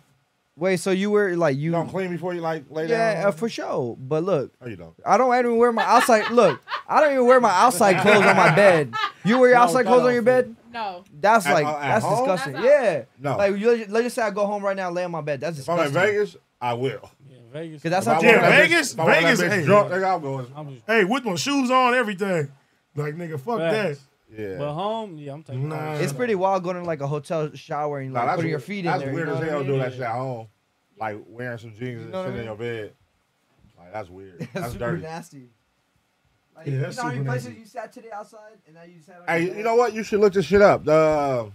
Speaker 10: Wait, so you were like you
Speaker 4: don't clean before you like lay
Speaker 10: yeah,
Speaker 4: down?
Speaker 10: uh, for sure. But look,
Speaker 4: oh, you don't.
Speaker 10: I don't even wear my outside. look, I don't even wear my outside clothes on my bed. You wear your
Speaker 4: No,
Speaker 10: outside
Speaker 4: cut
Speaker 10: clothes on
Speaker 4: off
Speaker 10: your bed?
Speaker 3: No.
Speaker 10: That's
Speaker 4: At-
Speaker 10: like
Speaker 4: uh, at
Speaker 10: that's
Speaker 4: home? Oh.
Speaker 10: disgusting.
Speaker 4: That's
Speaker 10: yeah.
Speaker 4: No.
Speaker 10: Like you, let's just say I go home right now, lay on my bed. That's
Speaker 4: If I'm
Speaker 10: disgusting.
Speaker 4: in Vegas, I will.
Speaker 2: Vegas.
Speaker 10: Cause that's
Speaker 4: If I
Speaker 10: how
Speaker 4: want
Speaker 10: Yeah,
Speaker 4: that bitch-
Speaker 1: Vegas,
Speaker 4: if I want that
Speaker 1: Vegas,
Speaker 4: bitch
Speaker 1: hey.
Speaker 4: drunk, nigga, I'm going.
Speaker 1: Hey, with my shoes on, everything. Like, nigga, fuck that.
Speaker 2: Facts.
Speaker 4: Yeah.
Speaker 2: But home, yeah, I'm taking.
Speaker 1: Nah.
Speaker 10: It's pretty wild going to like a hotel shower and
Speaker 4: Nah,
Speaker 10: like
Speaker 4: that's
Speaker 10: putting your
Speaker 4: weird-
Speaker 10: feet in
Speaker 4: that's
Speaker 10: there. you
Speaker 4: weird
Speaker 10: know
Speaker 4: as
Speaker 10: what I
Speaker 4: hell
Speaker 10: mean?
Speaker 4: doing that shit at home. Like wearing some jeans and
Speaker 10: know what
Speaker 4: sitting
Speaker 10: I
Speaker 4: in your bed. Like that's weird. That's, dirty.
Speaker 10: nasty.
Speaker 5: Like,
Speaker 4: Yeah,
Speaker 5: you know
Speaker 4: that's
Speaker 5: how many
Speaker 4: super
Speaker 5: places
Speaker 4: nasty.
Speaker 5: you sat today outside and now you sat on your
Speaker 4: Hey,
Speaker 5: bed?
Speaker 4: you know what? You should look this shit up. The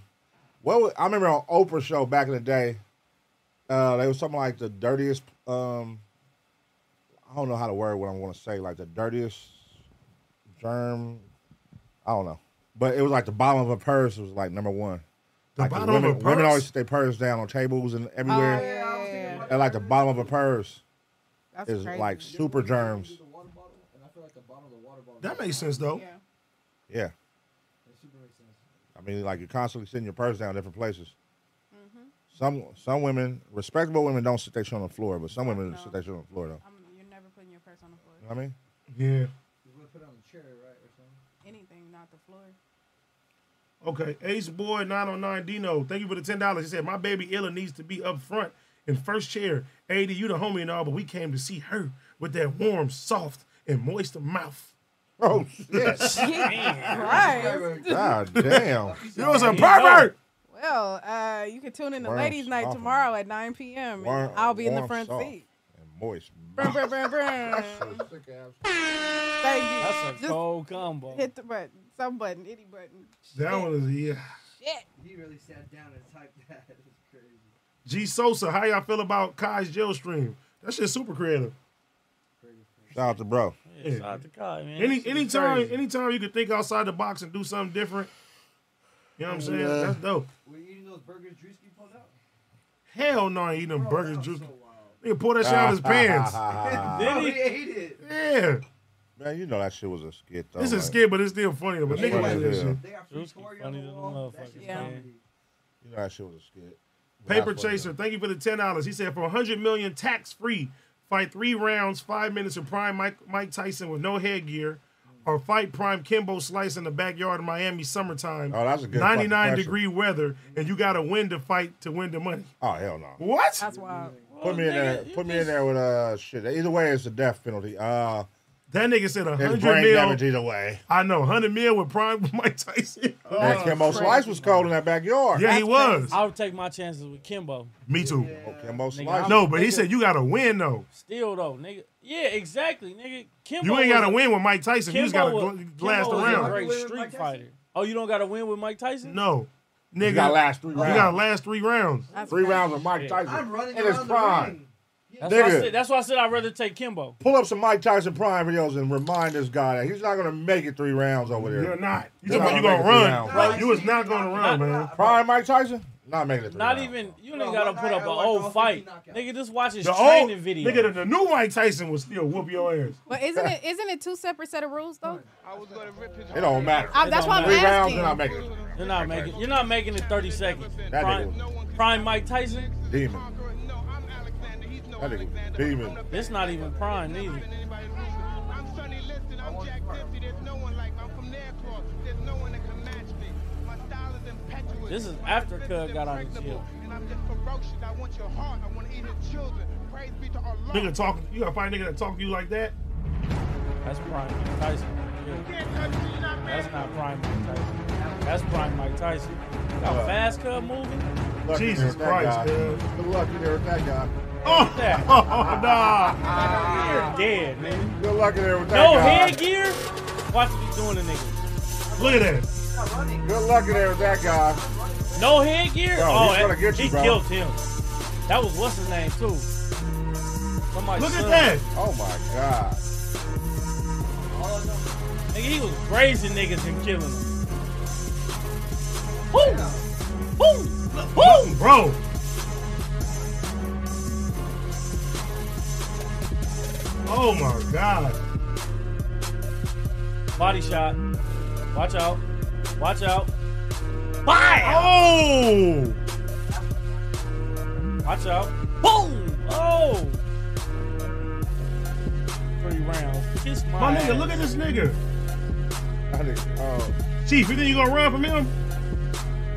Speaker 4: what was, I remember on Oprah show back in the day, uh, they was something like the dirtiest. Um, I don't know how to word what I want to say. Like the dirtiest germ. I don't know, but it was like the bottom of a purse was like number one.
Speaker 1: The
Speaker 4: like
Speaker 1: bottom of
Speaker 4: women,
Speaker 1: a
Speaker 4: Women
Speaker 1: purse?
Speaker 4: always sit their purse down on tables and everywhere.
Speaker 3: Oh, yeah, I was thinking about
Speaker 4: And like the bottom of a purse
Speaker 3: That's
Speaker 4: is
Speaker 3: crazy.
Speaker 4: like super germs.
Speaker 1: That makes sense, though.
Speaker 4: Yeah. I mean, like you're constantly sitting your purse down in different places. Some some women, respectable women, don't sit their shit on the floor, but some women sit their shit on the floor though.
Speaker 3: You're Um, never putting your purse on the floor.
Speaker 4: You know what I mean?
Speaker 1: Yeah.
Speaker 5: You would put it on the chair, right, or something.
Speaker 3: Anything, not the floor.
Speaker 1: Okay, Ace Boy 909 Dino, thank you for the $10. He said, My baby Illa needs to be up front in first chair. AD, you the homie and all, but we came to see her with that warm, soft, and moist mouth.
Speaker 4: Oh, shit.
Speaker 3: Christ.
Speaker 4: God damn.
Speaker 1: You was a pervert.
Speaker 3: Well, uh, you can tune in to
Speaker 4: Warm
Speaker 3: Ladies Night
Speaker 4: soft.
Speaker 3: tomorrow at 9 p.m.
Speaker 4: Warm-
Speaker 3: and I'll be in the
Speaker 4: warm
Speaker 3: front
Speaker 4: soft.
Speaker 3: seat.
Speaker 4: And moist.
Speaker 3: Brum, brum, brum, brum. Thank you.
Speaker 2: That's a
Speaker 3: Just
Speaker 2: cold combo.
Speaker 3: hit the button, some button, any button.
Speaker 1: That one is, yeah.
Speaker 3: Shit.
Speaker 5: He really sat down and typed that. It's crazy.
Speaker 1: G Sosa, how y'all feel about Kai's jail stream? That shit's super creative.
Speaker 4: Shout out to bro.
Speaker 2: Yeah, shout out to Kai, man.
Speaker 1: Any
Speaker 2: That shit
Speaker 1: anytime,
Speaker 2: crazy.
Speaker 1: anytime you can think outside the box and do something different. You know what I'm saying?
Speaker 4: Yeah.
Speaker 1: That's dope.
Speaker 5: Were you eating those burgers Drewski pulled out?
Speaker 1: Hell no, I ain't eating them burgers. Juicy. Nigga pour that shit out of his pants.
Speaker 5: Bro, Oh, he ate it.
Speaker 1: Yeah.
Speaker 4: Man, you know that shit was a skit though.
Speaker 1: This is
Speaker 4: like,
Speaker 1: skit, but it's still funny. But
Speaker 4: That's
Speaker 1: nigga
Speaker 4: funny
Speaker 1: do
Speaker 4: as
Speaker 1: that
Speaker 4: hell.
Speaker 1: shit.
Speaker 2: Funny than a motherfucker.
Speaker 3: Yeah.
Speaker 4: You know that shit was a skit.
Speaker 1: Paper
Speaker 4: That's funny,
Speaker 1: Chaser, thank you for the ten dollars. He said for hundred million tax free, fight three rounds, five minutes of prime Mike, Mike Tyson with no headgear, or fight prime Kimbo Slice in the backyard in Miami summertime.
Speaker 4: Oh, that's a good fucking
Speaker 1: ninety nine
Speaker 4: question.
Speaker 1: degree weather, and you got to win the fight to win the money.
Speaker 4: Oh hell no.
Speaker 1: What?
Speaker 3: That's wild.
Speaker 4: Put me in there. Put me in there with uh shit. Either way, it's a death penalty. Uh,
Speaker 1: that nigga said a
Speaker 4: It's
Speaker 1: 100
Speaker 4: brain
Speaker 1: mil.
Speaker 4: damage either way.
Speaker 1: I know hundred mil with prime Mike Tyson.
Speaker 4: that Kimbo Slice was cold in that backyard.
Speaker 1: Oh, Yeah, he was.
Speaker 2: I would take my chances with Kimbo.
Speaker 1: Me too.
Speaker 4: Oh, Kimbo Slice.
Speaker 2: I'm-
Speaker 1: No, but he
Speaker 2: nigga.
Speaker 1: said you got to win though.
Speaker 2: Still though, nigga. Yeah, exactly, nigga. Kimbo
Speaker 1: You ain't got to
Speaker 2: was a-
Speaker 1: win with Mike Tyson. you just got
Speaker 2: Kimbo
Speaker 1: to
Speaker 2: was- Kimbo
Speaker 1: last
Speaker 2: was
Speaker 1: around.
Speaker 2: A great street fighter. Oh, you don't got to win with Mike Tyson?
Speaker 1: No. Nigga,
Speaker 4: gotta last three
Speaker 1: You got
Speaker 4: rounds.
Speaker 1: last three rounds.
Speaker 4: Three rounds of Mike Tyson.
Speaker 5: I'm running
Speaker 4: in his
Speaker 5: around the
Speaker 4: prime.
Speaker 2: That's why, I
Speaker 4: Nigga.
Speaker 2: said, that's why I said I'd rather take Kimbo.
Speaker 4: Pull up some Mike Tyson prime videos and remind this guy that he's not gonna make it three rounds over there.
Speaker 1: You're not. You
Speaker 4: He's
Speaker 1: talking about you gonna
Speaker 4: gonna make it three
Speaker 1: run?
Speaker 4: rounds.
Speaker 1: Right. You was not gonna run, man.
Speaker 4: Prime Mike Tyson, not making it three
Speaker 2: Not
Speaker 4: rounds.
Speaker 2: even you ain't gotta put up an old fight, nigga. Just watch his
Speaker 1: The old
Speaker 2: training video.
Speaker 1: nigga, the, the new Mike Tyson was still whoop your ass.
Speaker 3: But isn't it isn't it two separate set of rules though?
Speaker 4: It don't matter.
Speaker 3: I- that's why I'm
Speaker 4: three rounds,
Speaker 3: asking.
Speaker 4: you're not making it.
Speaker 2: You're not making. You're not making it 30 seconds.
Speaker 4: That
Speaker 2: Prime, prime Mike Tyson.
Speaker 4: Demon. That nigga was demon.
Speaker 2: This not even prime neither. This is after Cud got out of jail.
Speaker 15: And I'm just ferocious. I want your heart. I want to eat his children. Pray
Speaker 1: Nigga talk, you gotta find a nigga that talk to you like that.
Speaker 2: That's prime Mike Tyson. Yeah. That's not prime Mike Tyson. That's prime Mike Tyson. Look How
Speaker 4: Yeah.
Speaker 2: fast Cub moving?
Speaker 1: Jesus Christ, dude.
Speaker 4: Good luck in there with that guy.
Speaker 1: Oh, oh
Speaker 2: nah. You're dead, nigga.
Speaker 4: Good luck in there with that
Speaker 2: No
Speaker 4: guy.
Speaker 2: headgear? Watch what he's doing to niggas.
Speaker 1: Look at that.
Speaker 4: Good luck in there with that guy.
Speaker 2: No headgear?
Speaker 4: Bro,
Speaker 2: oh,
Speaker 4: he's
Speaker 2: that-
Speaker 4: gonna get you,
Speaker 2: he
Speaker 4: bro.
Speaker 2: killed him. That was what's his name, too. Somebody's
Speaker 4: Look at
Speaker 2: son.
Speaker 4: that. Oh, my God.
Speaker 2: Nigga, he was grazing niggas and killing them. Woo! Woo! Woo!
Speaker 1: Bro. Oh my God.
Speaker 2: Body shot. Watch out. Watch out.
Speaker 1: Oh!
Speaker 2: Watch out. Boom! Oh! Three rounds. Kiss my,
Speaker 1: My nigga,
Speaker 2: ass.
Speaker 1: look at this nigga.
Speaker 4: I think, oh.
Speaker 1: Chief, you think you gonna run from him?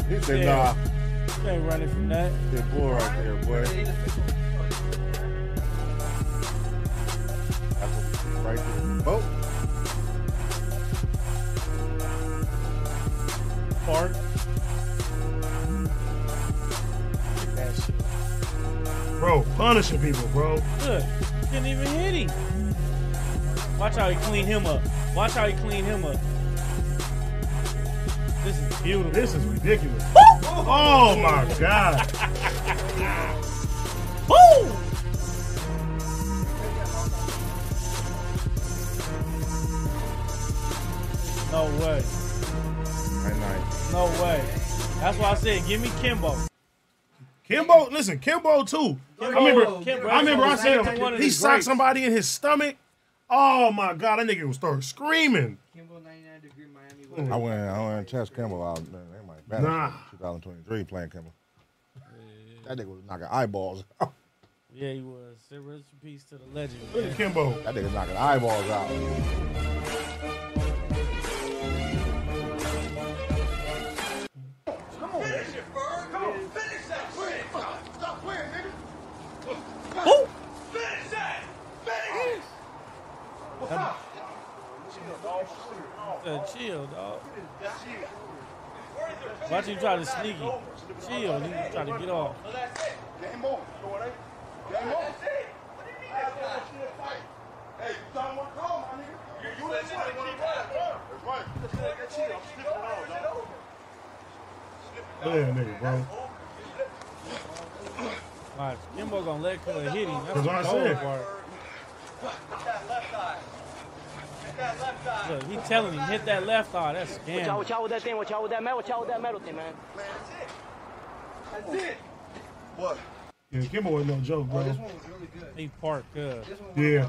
Speaker 4: He said,
Speaker 2: Yeah. You ain't running from that.
Speaker 4: nah. Good boy right there, boy. That's what we see right there. Oh,
Speaker 2: Fart. Get that shit.
Speaker 1: Bro, punishing people, bro.
Speaker 2: Look, couldn't even hit him. Watch how he clean him up. Watch how he clean him up. This is beautiful.
Speaker 1: This is ridiculous. Oh my God.
Speaker 2: Woo! No way.
Speaker 4: right night.
Speaker 2: No way. That's why I said, give me Kimbo.
Speaker 1: Kimbo, listen, Kimbo too.
Speaker 2: Kimbo-
Speaker 1: I remember,
Speaker 2: Kimbo
Speaker 1: I remember, I
Speaker 2: was actually one
Speaker 1: said
Speaker 2: of
Speaker 1: he
Speaker 2: the
Speaker 1: socked
Speaker 2: greats.
Speaker 1: somebody in his stomach. Oh my God, that nigga would start screaming.
Speaker 4: I went, I went and test Kimball out. Man, they might better.
Speaker 1: Nah.
Speaker 4: 2023 playing Kimball. That nigga was knocking eyeballs out.
Speaker 2: Yeah, he was. Say rest in peace to the legend.
Speaker 1: Look
Speaker 2: man.
Speaker 1: at Kimbo.
Speaker 4: That nigga knocking eyeballs out.
Speaker 2: Uh, chill, dog. Watch you try to sneak it. Chill, you try to get off.
Speaker 1: Look at that nigga, bro.
Speaker 2: Watch, Kimbo gonna let Cuz hit him. That's
Speaker 1: That's what I
Speaker 2: the cold
Speaker 1: said.
Speaker 2: part. Look, he telling him hit that left eye. That's
Speaker 14: Watch out,
Speaker 2: scam.
Speaker 14: watch out with that thing, watch out with that metal, watch out with that metal thing, man.
Speaker 1: Yeah, Kimbo was no joke, bro.
Speaker 2: He parked up.
Speaker 1: Yeah.
Speaker 5: There's a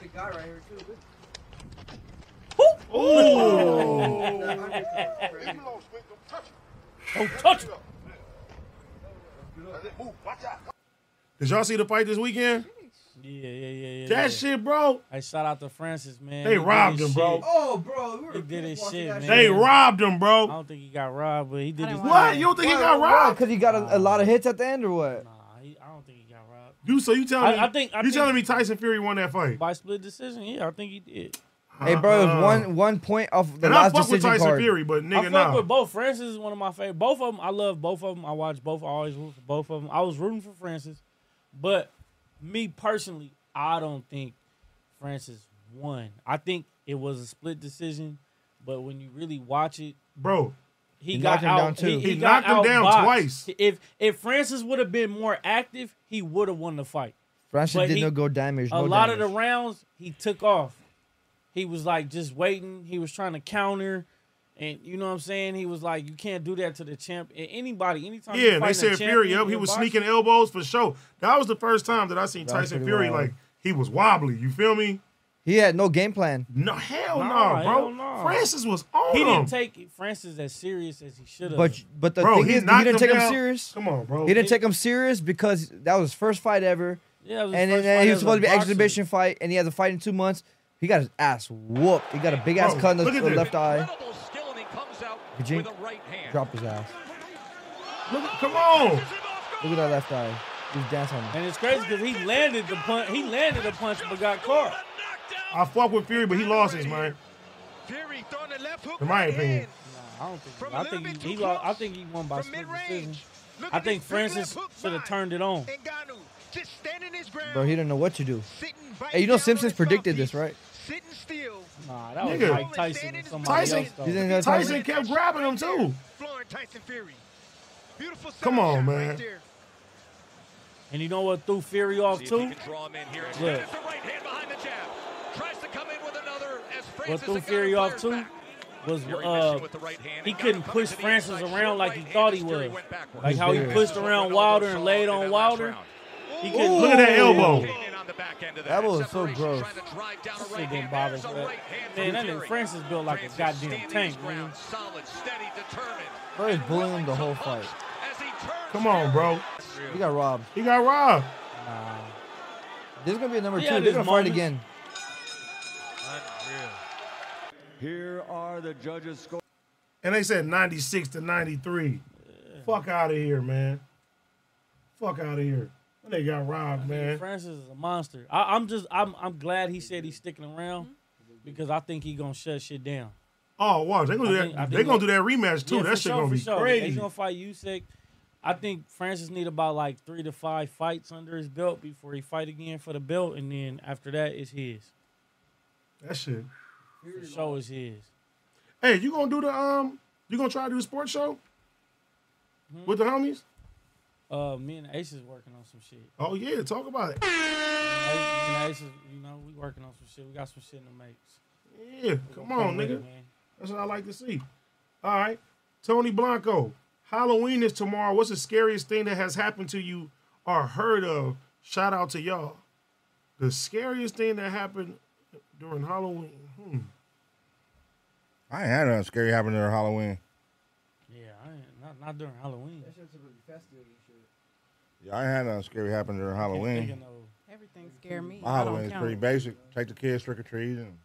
Speaker 5: big guy right here too.
Speaker 2: Don't Oh, touch him.
Speaker 1: Did y'all see the fight this weekend?
Speaker 2: Yeah, yeah, yeah, yeah. yeah.
Speaker 1: That shit, bro.
Speaker 2: Hey, shout out to Francis, man.
Speaker 1: They
Speaker 2: He did
Speaker 1: robbed
Speaker 2: his
Speaker 1: him, bro.
Speaker 2: shit.
Speaker 5: Oh, bro, we were
Speaker 2: He did his shit, man.
Speaker 1: They robbed him,
Speaker 2: I
Speaker 1: bro.
Speaker 2: don't think he got robbed, but he did his
Speaker 1: What? You don't think he got robbed?
Speaker 10: Because he got a, a lot of hits at the end or what?
Speaker 2: He- I don't think he got robbed.
Speaker 1: You so you telling
Speaker 2: I-
Speaker 1: me?
Speaker 2: I think- I
Speaker 1: you
Speaker 2: think-
Speaker 1: telling me Tyson Fury won that fight?
Speaker 2: By split decision, yeah, I think he did.
Speaker 10: Hey, bro, it was
Speaker 1: Uh-uh.
Speaker 10: one one point off the
Speaker 1: And I
Speaker 10: last
Speaker 1: fuck with
Speaker 10: decision
Speaker 1: Tyson
Speaker 10: card.
Speaker 1: Fury, but
Speaker 2: I
Speaker 1: nigga,
Speaker 2: fuck
Speaker 1: nah.
Speaker 2: with both. Francis is one of my favorite. Both of them, I love both of them. I watch both. I always root for both of them. I was rooting for Francis, but me personally, I don't think Francis won. I think it was a split decision, but when you really watch it,
Speaker 1: bro.
Speaker 2: he,
Speaker 10: He
Speaker 2: got
Speaker 10: knocked him
Speaker 2: out.
Speaker 10: down, too.
Speaker 2: He,
Speaker 1: He
Speaker 2: got
Speaker 1: knocked him down
Speaker 2: outboxed.
Speaker 1: twice.
Speaker 2: If if Francis would have been more active, he would have won the fight.
Speaker 10: Francis
Speaker 2: But
Speaker 10: did
Speaker 2: he-
Speaker 10: not go damage.
Speaker 2: a
Speaker 10: no
Speaker 2: lot
Speaker 10: damage.
Speaker 2: of the rounds he took off. He was like just waiting. He was trying to counter, and you know what I'm saying. He was like, you can't do that to the champ. And anybody, anytime. you
Speaker 1: Yeah, they
Speaker 2: fighting a
Speaker 1: said Fury
Speaker 2: champion
Speaker 1: up. He
Speaker 2: in
Speaker 1: was
Speaker 2: boxing-
Speaker 1: sneaking elbows for sure. That was the first time that I seen
Speaker 10: That was
Speaker 1: Tyson
Speaker 10: pretty
Speaker 1: Fury
Speaker 10: wild.
Speaker 1: like he was wobbly. You feel me?
Speaker 10: He had no game plan.
Speaker 1: No, hell no,
Speaker 2: Nah,
Speaker 1: bro.
Speaker 2: hell nah.
Speaker 1: Francis was on
Speaker 2: He
Speaker 1: him.
Speaker 2: didn't take Francis as serious as he should have.
Speaker 10: But but the
Speaker 1: Bro,
Speaker 10: thing
Speaker 1: he
Speaker 10: is, he
Speaker 1: knocked
Speaker 10: didn't
Speaker 1: him
Speaker 10: take him
Speaker 1: down.
Speaker 10: serious.
Speaker 1: Come on, bro.
Speaker 10: He didn't take him serious because that was his first fight ever.
Speaker 2: yeah, it was his
Speaker 10: and then
Speaker 2: first
Speaker 10: and
Speaker 2: fight
Speaker 10: he
Speaker 2: as
Speaker 10: was
Speaker 2: a
Speaker 10: supposed to be an
Speaker 2: boxer.
Speaker 10: exhibition fight, and he has a fight in two months. He got his ass whooped. He got a big ass
Speaker 2: Oh,
Speaker 1: Bro,
Speaker 10: cut in the,
Speaker 1: look at
Speaker 10: the
Speaker 1: this.
Speaker 10: left eye.
Speaker 15: skill and he comes out
Speaker 10: Kajink
Speaker 15: with a right hand.
Speaker 10: dropped his ass.
Speaker 1: Look, come on.
Speaker 10: Look at that left eye. He's dancing.
Speaker 2: And it's crazy because he landed the punch. He landed a punch, but got caught.
Speaker 1: I fuck with Fury, but he lost his man. In my opinion,
Speaker 2: I don't think. I think he, he lost, I think he won by split decision. I think Francis should have turned it on.
Speaker 10: Bro, he didn't know what to do. Hey, you know Simpsons predicted this, right?
Speaker 2: Nah, that was
Speaker 1: Nigga.
Speaker 2: Mike Tyson or somebody
Speaker 1: Tyson,
Speaker 2: else. Though.
Speaker 10: He's in there talking-
Speaker 1: Tyson kept grabbing him too. Come on, man.
Speaker 2: And you know what threw Fury off too? Look, what threw Fury off too was uh, he couldn't push Francis around like he thought he was. Like how he
Speaker 10: Big.
Speaker 2: pushed around Wilder and laid on Wilder. He couldn't
Speaker 1: Look at that elbow.
Speaker 10: That was so gross.
Speaker 2: That shit didn't bother me. Man, that nigga Francis built like a goddamn tank, man.
Speaker 10: Bro, he's bullying him the whole fight.
Speaker 1: Come on, bro.
Speaker 10: He got robbed.
Speaker 1: He got robbed.
Speaker 10: There's gonna be a number
Speaker 2: He
Speaker 10: two.
Speaker 2: had
Speaker 10: They're
Speaker 2: his
Speaker 10: gonna fight
Speaker 2: moments.
Speaker 10: again.
Speaker 12: Here are the judges' scores.
Speaker 1: And they said 96 to 93. Fuck out of here, man. Fuck out of here. They got robbed, man.
Speaker 2: Francis is a monster. I, I'm just, I'm, I'm glad he said he's sticking around because I think he gonna shut shit down.
Speaker 1: Oh, wow. They're going
Speaker 2: I think- I
Speaker 1: to
Speaker 2: think
Speaker 1: they gonna do
Speaker 2: they-
Speaker 1: that rematch, too.
Speaker 2: Yeah, for
Speaker 1: that shit
Speaker 2: sure,
Speaker 1: going
Speaker 2: for
Speaker 1: to be
Speaker 2: sure. He's
Speaker 1: crazy.
Speaker 2: gonna fight Usyk. I think Francis need about like three to five fights under his belt before he fight again for the belt, and then after that it's his.
Speaker 1: That shit.
Speaker 2: The show is his.
Speaker 1: Hey, you going to do the, um, you going to try to do the sports show?
Speaker 2: Hmm?
Speaker 1: With the homies?
Speaker 2: Uh, me and Ace is working on some shit.
Speaker 1: Oh, yeah. Talk about it.
Speaker 2: Ace, me and Ace is, you know, we working on some shit. We got some shit in the makes.
Speaker 1: Yeah. Come on,
Speaker 2: with
Speaker 1: nigga.
Speaker 2: it, man.
Speaker 1: That's what I like to see. All right. Tony Blanco, Halloween is tomorrow. What's the scariest thing that has happened to you or heard of? Shout out to y'all. The scariest thing that happened during Halloween. Hmm.
Speaker 4: I ain't had nothing scary happen during Halloween.
Speaker 2: Yeah, I ain't, not not during Halloween.
Speaker 5: That shit's supposed to be festive and shit.
Speaker 4: Yeah, I ain't had nothing scary happen during
Speaker 1: Oh,
Speaker 2: Thinking
Speaker 4: Halloween.
Speaker 2: of-
Speaker 3: Everything scared me.
Speaker 4: My Halloween is pretty basic. Take the kids trick or treat and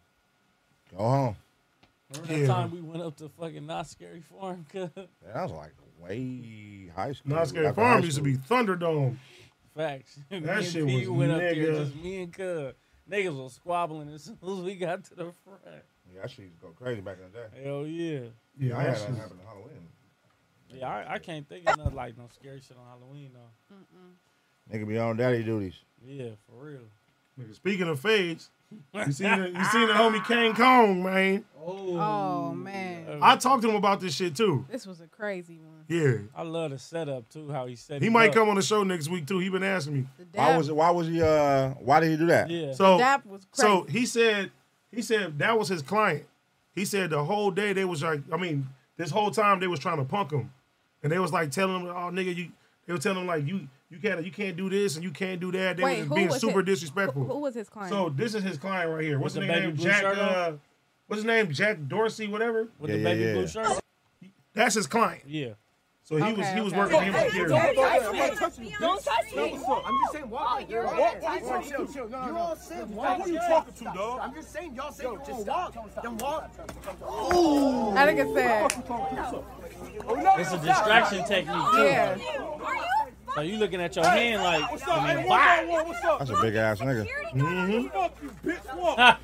Speaker 4: go home.
Speaker 2: Remember that
Speaker 1: Yeah.
Speaker 2: time we went up to fucking not scary farm? cuz?
Speaker 4: Man, that was like way high school.
Speaker 1: Not Scary
Speaker 4: after
Speaker 1: Farm
Speaker 4: high
Speaker 1: used to
Speaker 4: school.
Speaker 1: be Thunderdome.
Speaker 2: Facts. That
Speaker 1: shit was
Speaker 2: went up there,
Speaker 1: nigga.
Speaker 2: just me and Cuz. Niggas was squabbling as soon as we got to the front.
Speaker 4: Yeah, that shit used to go crazy back in the day.
Speaker 2: Hell yeah.
Speaker 1: Yeah,
Speaker 4: I ain't
Speaker 1: that
Speaker 4: had
Speaker 1: shit-
Speaker 4: nothing happen to Halloween.
Speaker 2: Yeah, I, I can't think of nothing like no scary shit on Halloween though.
Speaker 4: Nigga be on daddy duties.
Speaker 2: Yeah, for real.
Speaker 1: Nigga, Speaking of fades, you seen the, you seen the homie Kane Kong, man.
Speaker 3: Oh man,
Speaker 1: I talked to him about this shit too.
Speaker 3: this was a crazy one.
Speaker 1: Yeah.
Speaker 2: I love the setup too, how he said
Speaker 1: He might come on the show next week too. He been asking me.
Speaker 3: The dap,
Speaker 4: Why was why was he uh why did he do that?
Speaker 2: Yeah.
Speaker 1: So
Speaker 3: dap was crazy.
Speaker 1: So he said, he said that was his client. He said the whole day they was like, I mean, this whole time they was trying to punk him, and they was like telling him, "Oh, nigga, you." They were telling him like, "You, you can't, you can't do this, and you can't do that." They
Speaker 3: Wait,
Speaker 1: was just
Speaker 3: who
Speaker 1: being
Speaker 3: was
Speaker 1: super
Speaker 3: his-
Speaker 1: disrespectful.
Speaker 3: who, who was his client?
Speaker 1: so this is his client right here. What's
Speaker 2: With
Speaker 1: his
Speaker 2: the baby
Speaker 1: name?
Speaker 2: blue
Speaker 1: Jack.
Speaker 2: shirt on?
Speaker 1: Uh, what's his name? Jack Dorsey, whatever.
Speaker 2: with
Speaker 4: Yeah,
Speaker 2: the
Speaker 4: yeah,
Speaker 2: baby blue
Speaker 4: yeah.
Speaker 2: shirt.
Speaker 1: That's his client.
Speaker 2: Yeah.
Speaker 1: So he
Speaker 3: Okay,
Speaker 1: was, he was
Speaker 3: okay,
Speaker 1: working
Speaker 3: okay.
Speaker 1: him right here.
Speaker 15: Don't touch me.
Speaker 12: I'm just saying, why?
Speaker 15: You're
Speaker 12: Why-
Speaker 15: right.
Speaker 12: why-
Speaker 15: Chill, chill,
Speaker 12: You all said, why?
Speaker 15: Who you talking to, dog?
Speaker 12: I'm just saying, y'all said you were walk. Then walk.
Speaker 3: I think it said,
Speaker 2: It's a distraction technique too.
Speaker 3: yeah.
Speaker 2: So you looking at your hand like and then whack.
Speaker 15: What's up? Mm-hmm.
Speaker 4: That's a big ass nigga.
Speaker 15: Fuck you, bitch. Walk.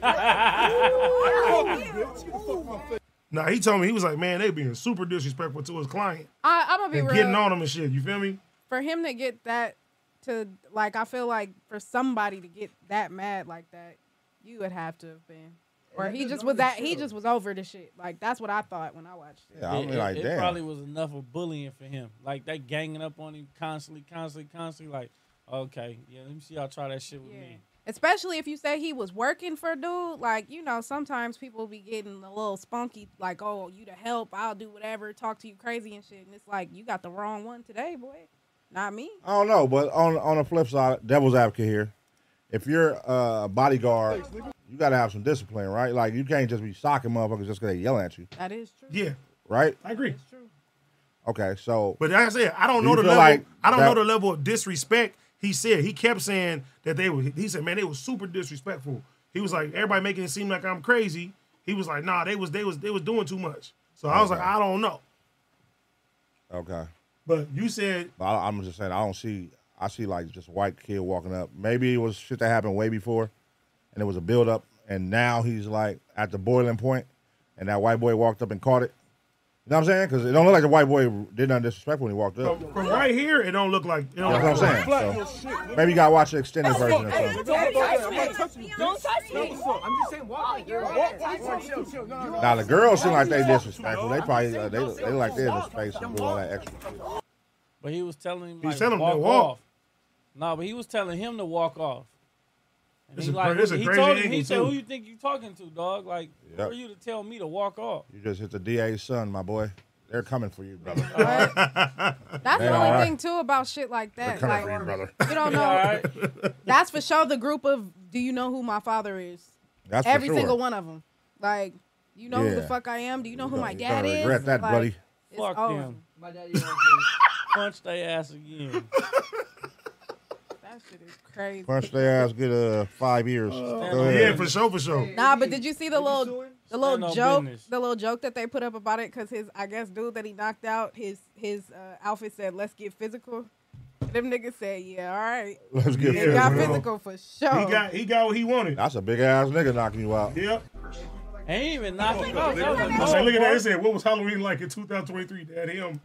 Speaker 15: Fuck you, bitch. Get the fuck off my face.
Speaker 1: Nah, he told me he was like, man, they being super disrespectful to his client
Speaker 3: I, I'm gonna be
Speaker 1: and
Speaker 3: real.
Speaker 1: getting on him and shit. You feel me?
Speaker 3: for him to get that to like I feel like for somebody to get that mad like that, you would have to have been. Or he just was that he just was over the shit. Like that's what I thought when I watched it.
Speaker 4: Yeah, I
Speaker 2: It-
Speaker 4: mean
Speaker 2: it,
Speaker 4: like
Speaker 2: it
Speaker 4: damn.
Speaker 2: probably was enough of bullying for him. Like they ganging up on him constantly, constantly, constantly. Like, okay, yeah, let me see y'all try that shit with
Speaker 3: Yeah.
Speaker 2: me.
Speaker 3: Especially if you say he was working for dude, like you know, sometimes people be getting a little spunky, like, "Oh, you to help? I'll do whatever, talk to you crazy and shit." And it's like, you got the wrong one today, boy. Not me.
Speaker 4: I don't know, but on on the flip side, devil's advocate here. If you're uh, a bodyguard, you gotta have some discipline, right? Like you can't just be socking motherfuckers just because they yelling at you,
Speaker 3: That is true.
Speaker 1: Yeah,
Speaker 4: right?
Speaker 1: I agree.
Speaker 4: Okay, so
Speaker 1: But like I said, I don't
Speaker 4: Do
Speaker 1: know
Speaker 4: you
Speaker 1: the
Speaker 4: feel
Speaker 1: level.
Speaker 4: like
Speaker 1: I don't know
Speaker 4: that-
Speaker 1: the level of disrespect. He said he kept saying that they were. He said, man, they were super disrespectful. He was like, everybody making it seem like I'm crazy. He was like, nah, they was they was they was doing too much. So I was like, I don't know.
Speaker 4: okay,
Speaker 1: But you said
Speaker 4: But I, I'm just saying, I don't see. I see like just a white kid walking up. Maybe it was shit that happened way before, and it was a build up, and now he's like at the boiling point, and that white boy walked up and caught it. You know what I'm saying? Because it don't look like the white boy did nothing disrespectful when he walked up.
Speaker 1: from right here, it don't look like. It don't
Speaker 4: That's what I'm
Speaker 1: look like-
Speaker 4: saying. So, maybe you gotta watch the extended version or
Speaker 15: Hey,
Speaker 4: something.
Speaker 15: don't touch me. I'm not touching you.
Speaker 16: Don't touch me.
Speaker 15: That was up.
Speaker 16: I'm just saying, walk like you're
Speaker 15: Walk.
Speaker 16: Chill,
Speaker 15: chill.
Speaker 4: Now the girls seem like they disrespectful. They probably uh, they they like they're in the space and do all that extra.
Speaker 2: But he was telling him,
Speaker 4: He
Speaker 2: like,
Speaker 4: said him to
Speaker 2: walk,
Speaker 4: walk.
Speaker 2: off. No, but he was telling him to walk off. And
Speaker 1: It's
Speaker 2: he
Speaker 1: a
Speaker 2: like,
Speaker 1: cra- it's a
Speaker 2: he
Speaker 1: crazy
Speaker 2: told him, he
Speaker 1: angle,
Speaker 2: said,
Speaker 1: too.
Speaker 2: "Who you think you talking to, dog? Like, who
Speaker 4: Yep.
Speaker 2: are you to tell me to walk off?"
Speaker 4: You just hit the DA's son, my boy. They're coming for you, brother.
Speaker 3: That's
Speaker 4: They
Speaker 3: the only
Speaker 4: all right.
Speaker 3: thing too about shit like that.
Speaker 4: coming
Speaker 3: Like
Speaker 4: for you, brother.
Speaker 3: you don't know. That's for sure. The group of do you know who my father is?
Speaker 4: That's for
Speaker 3: every
Speaker 4: sure.
Speaker 3: single one of them. Like you know who the
Speaker 4: Yeah.
Speaker 3: fuck I am. Do you know who
Speaker 4: gonna-
Speaker 3: my
Speaker 4: you
Speaker 3: dad
Speaker 4: gonna
Speaker 3: is?
Speaker 4: regret that,
Speaker 3: Like,
Speaker 4: buddy.
Speaker 3: it's
Speaker 2: Fuck
Speaker 3: over.
Speaker 2: them.
Speaker 5: My daddy
Speaker 2: Punch their ass again.
Speaker 3: That shit is crazy.
Speaker 4: Punch their ass, get uh five years. Go ahead.
Speaker 1: yeah, for sure, for sure.
Speaker 3: Nah, but did you see the little the
Speaker 2: Stand
Speaker 3: little
Speaker 2: on
Speaker 3: joke
Speaker 2: business.
Speaker 3: the little joke that they put up about it? Cause his I guess dude that he knocked out his his uh, outfit said let's get physical. Them niggas said yeah all right.
Speaker 4: Let's get
Speaker 3: They got
Speaker 4: physical.
Speaker 3: physical for sure.
Speaker 1: He got he got what he wanted.
Speaker 4: That's a big ass nigga knocking you out.
Speaker 1: Yep.
Speaker 2: Ain't even knocked him out. That was a
Speaker 1: I said,
Speaker 2: dog,
Speaker 1: look at that.
Speaker 2: Oh, boy.
Speaker 1: It said, what was Halloween like in 2023? Dad, him.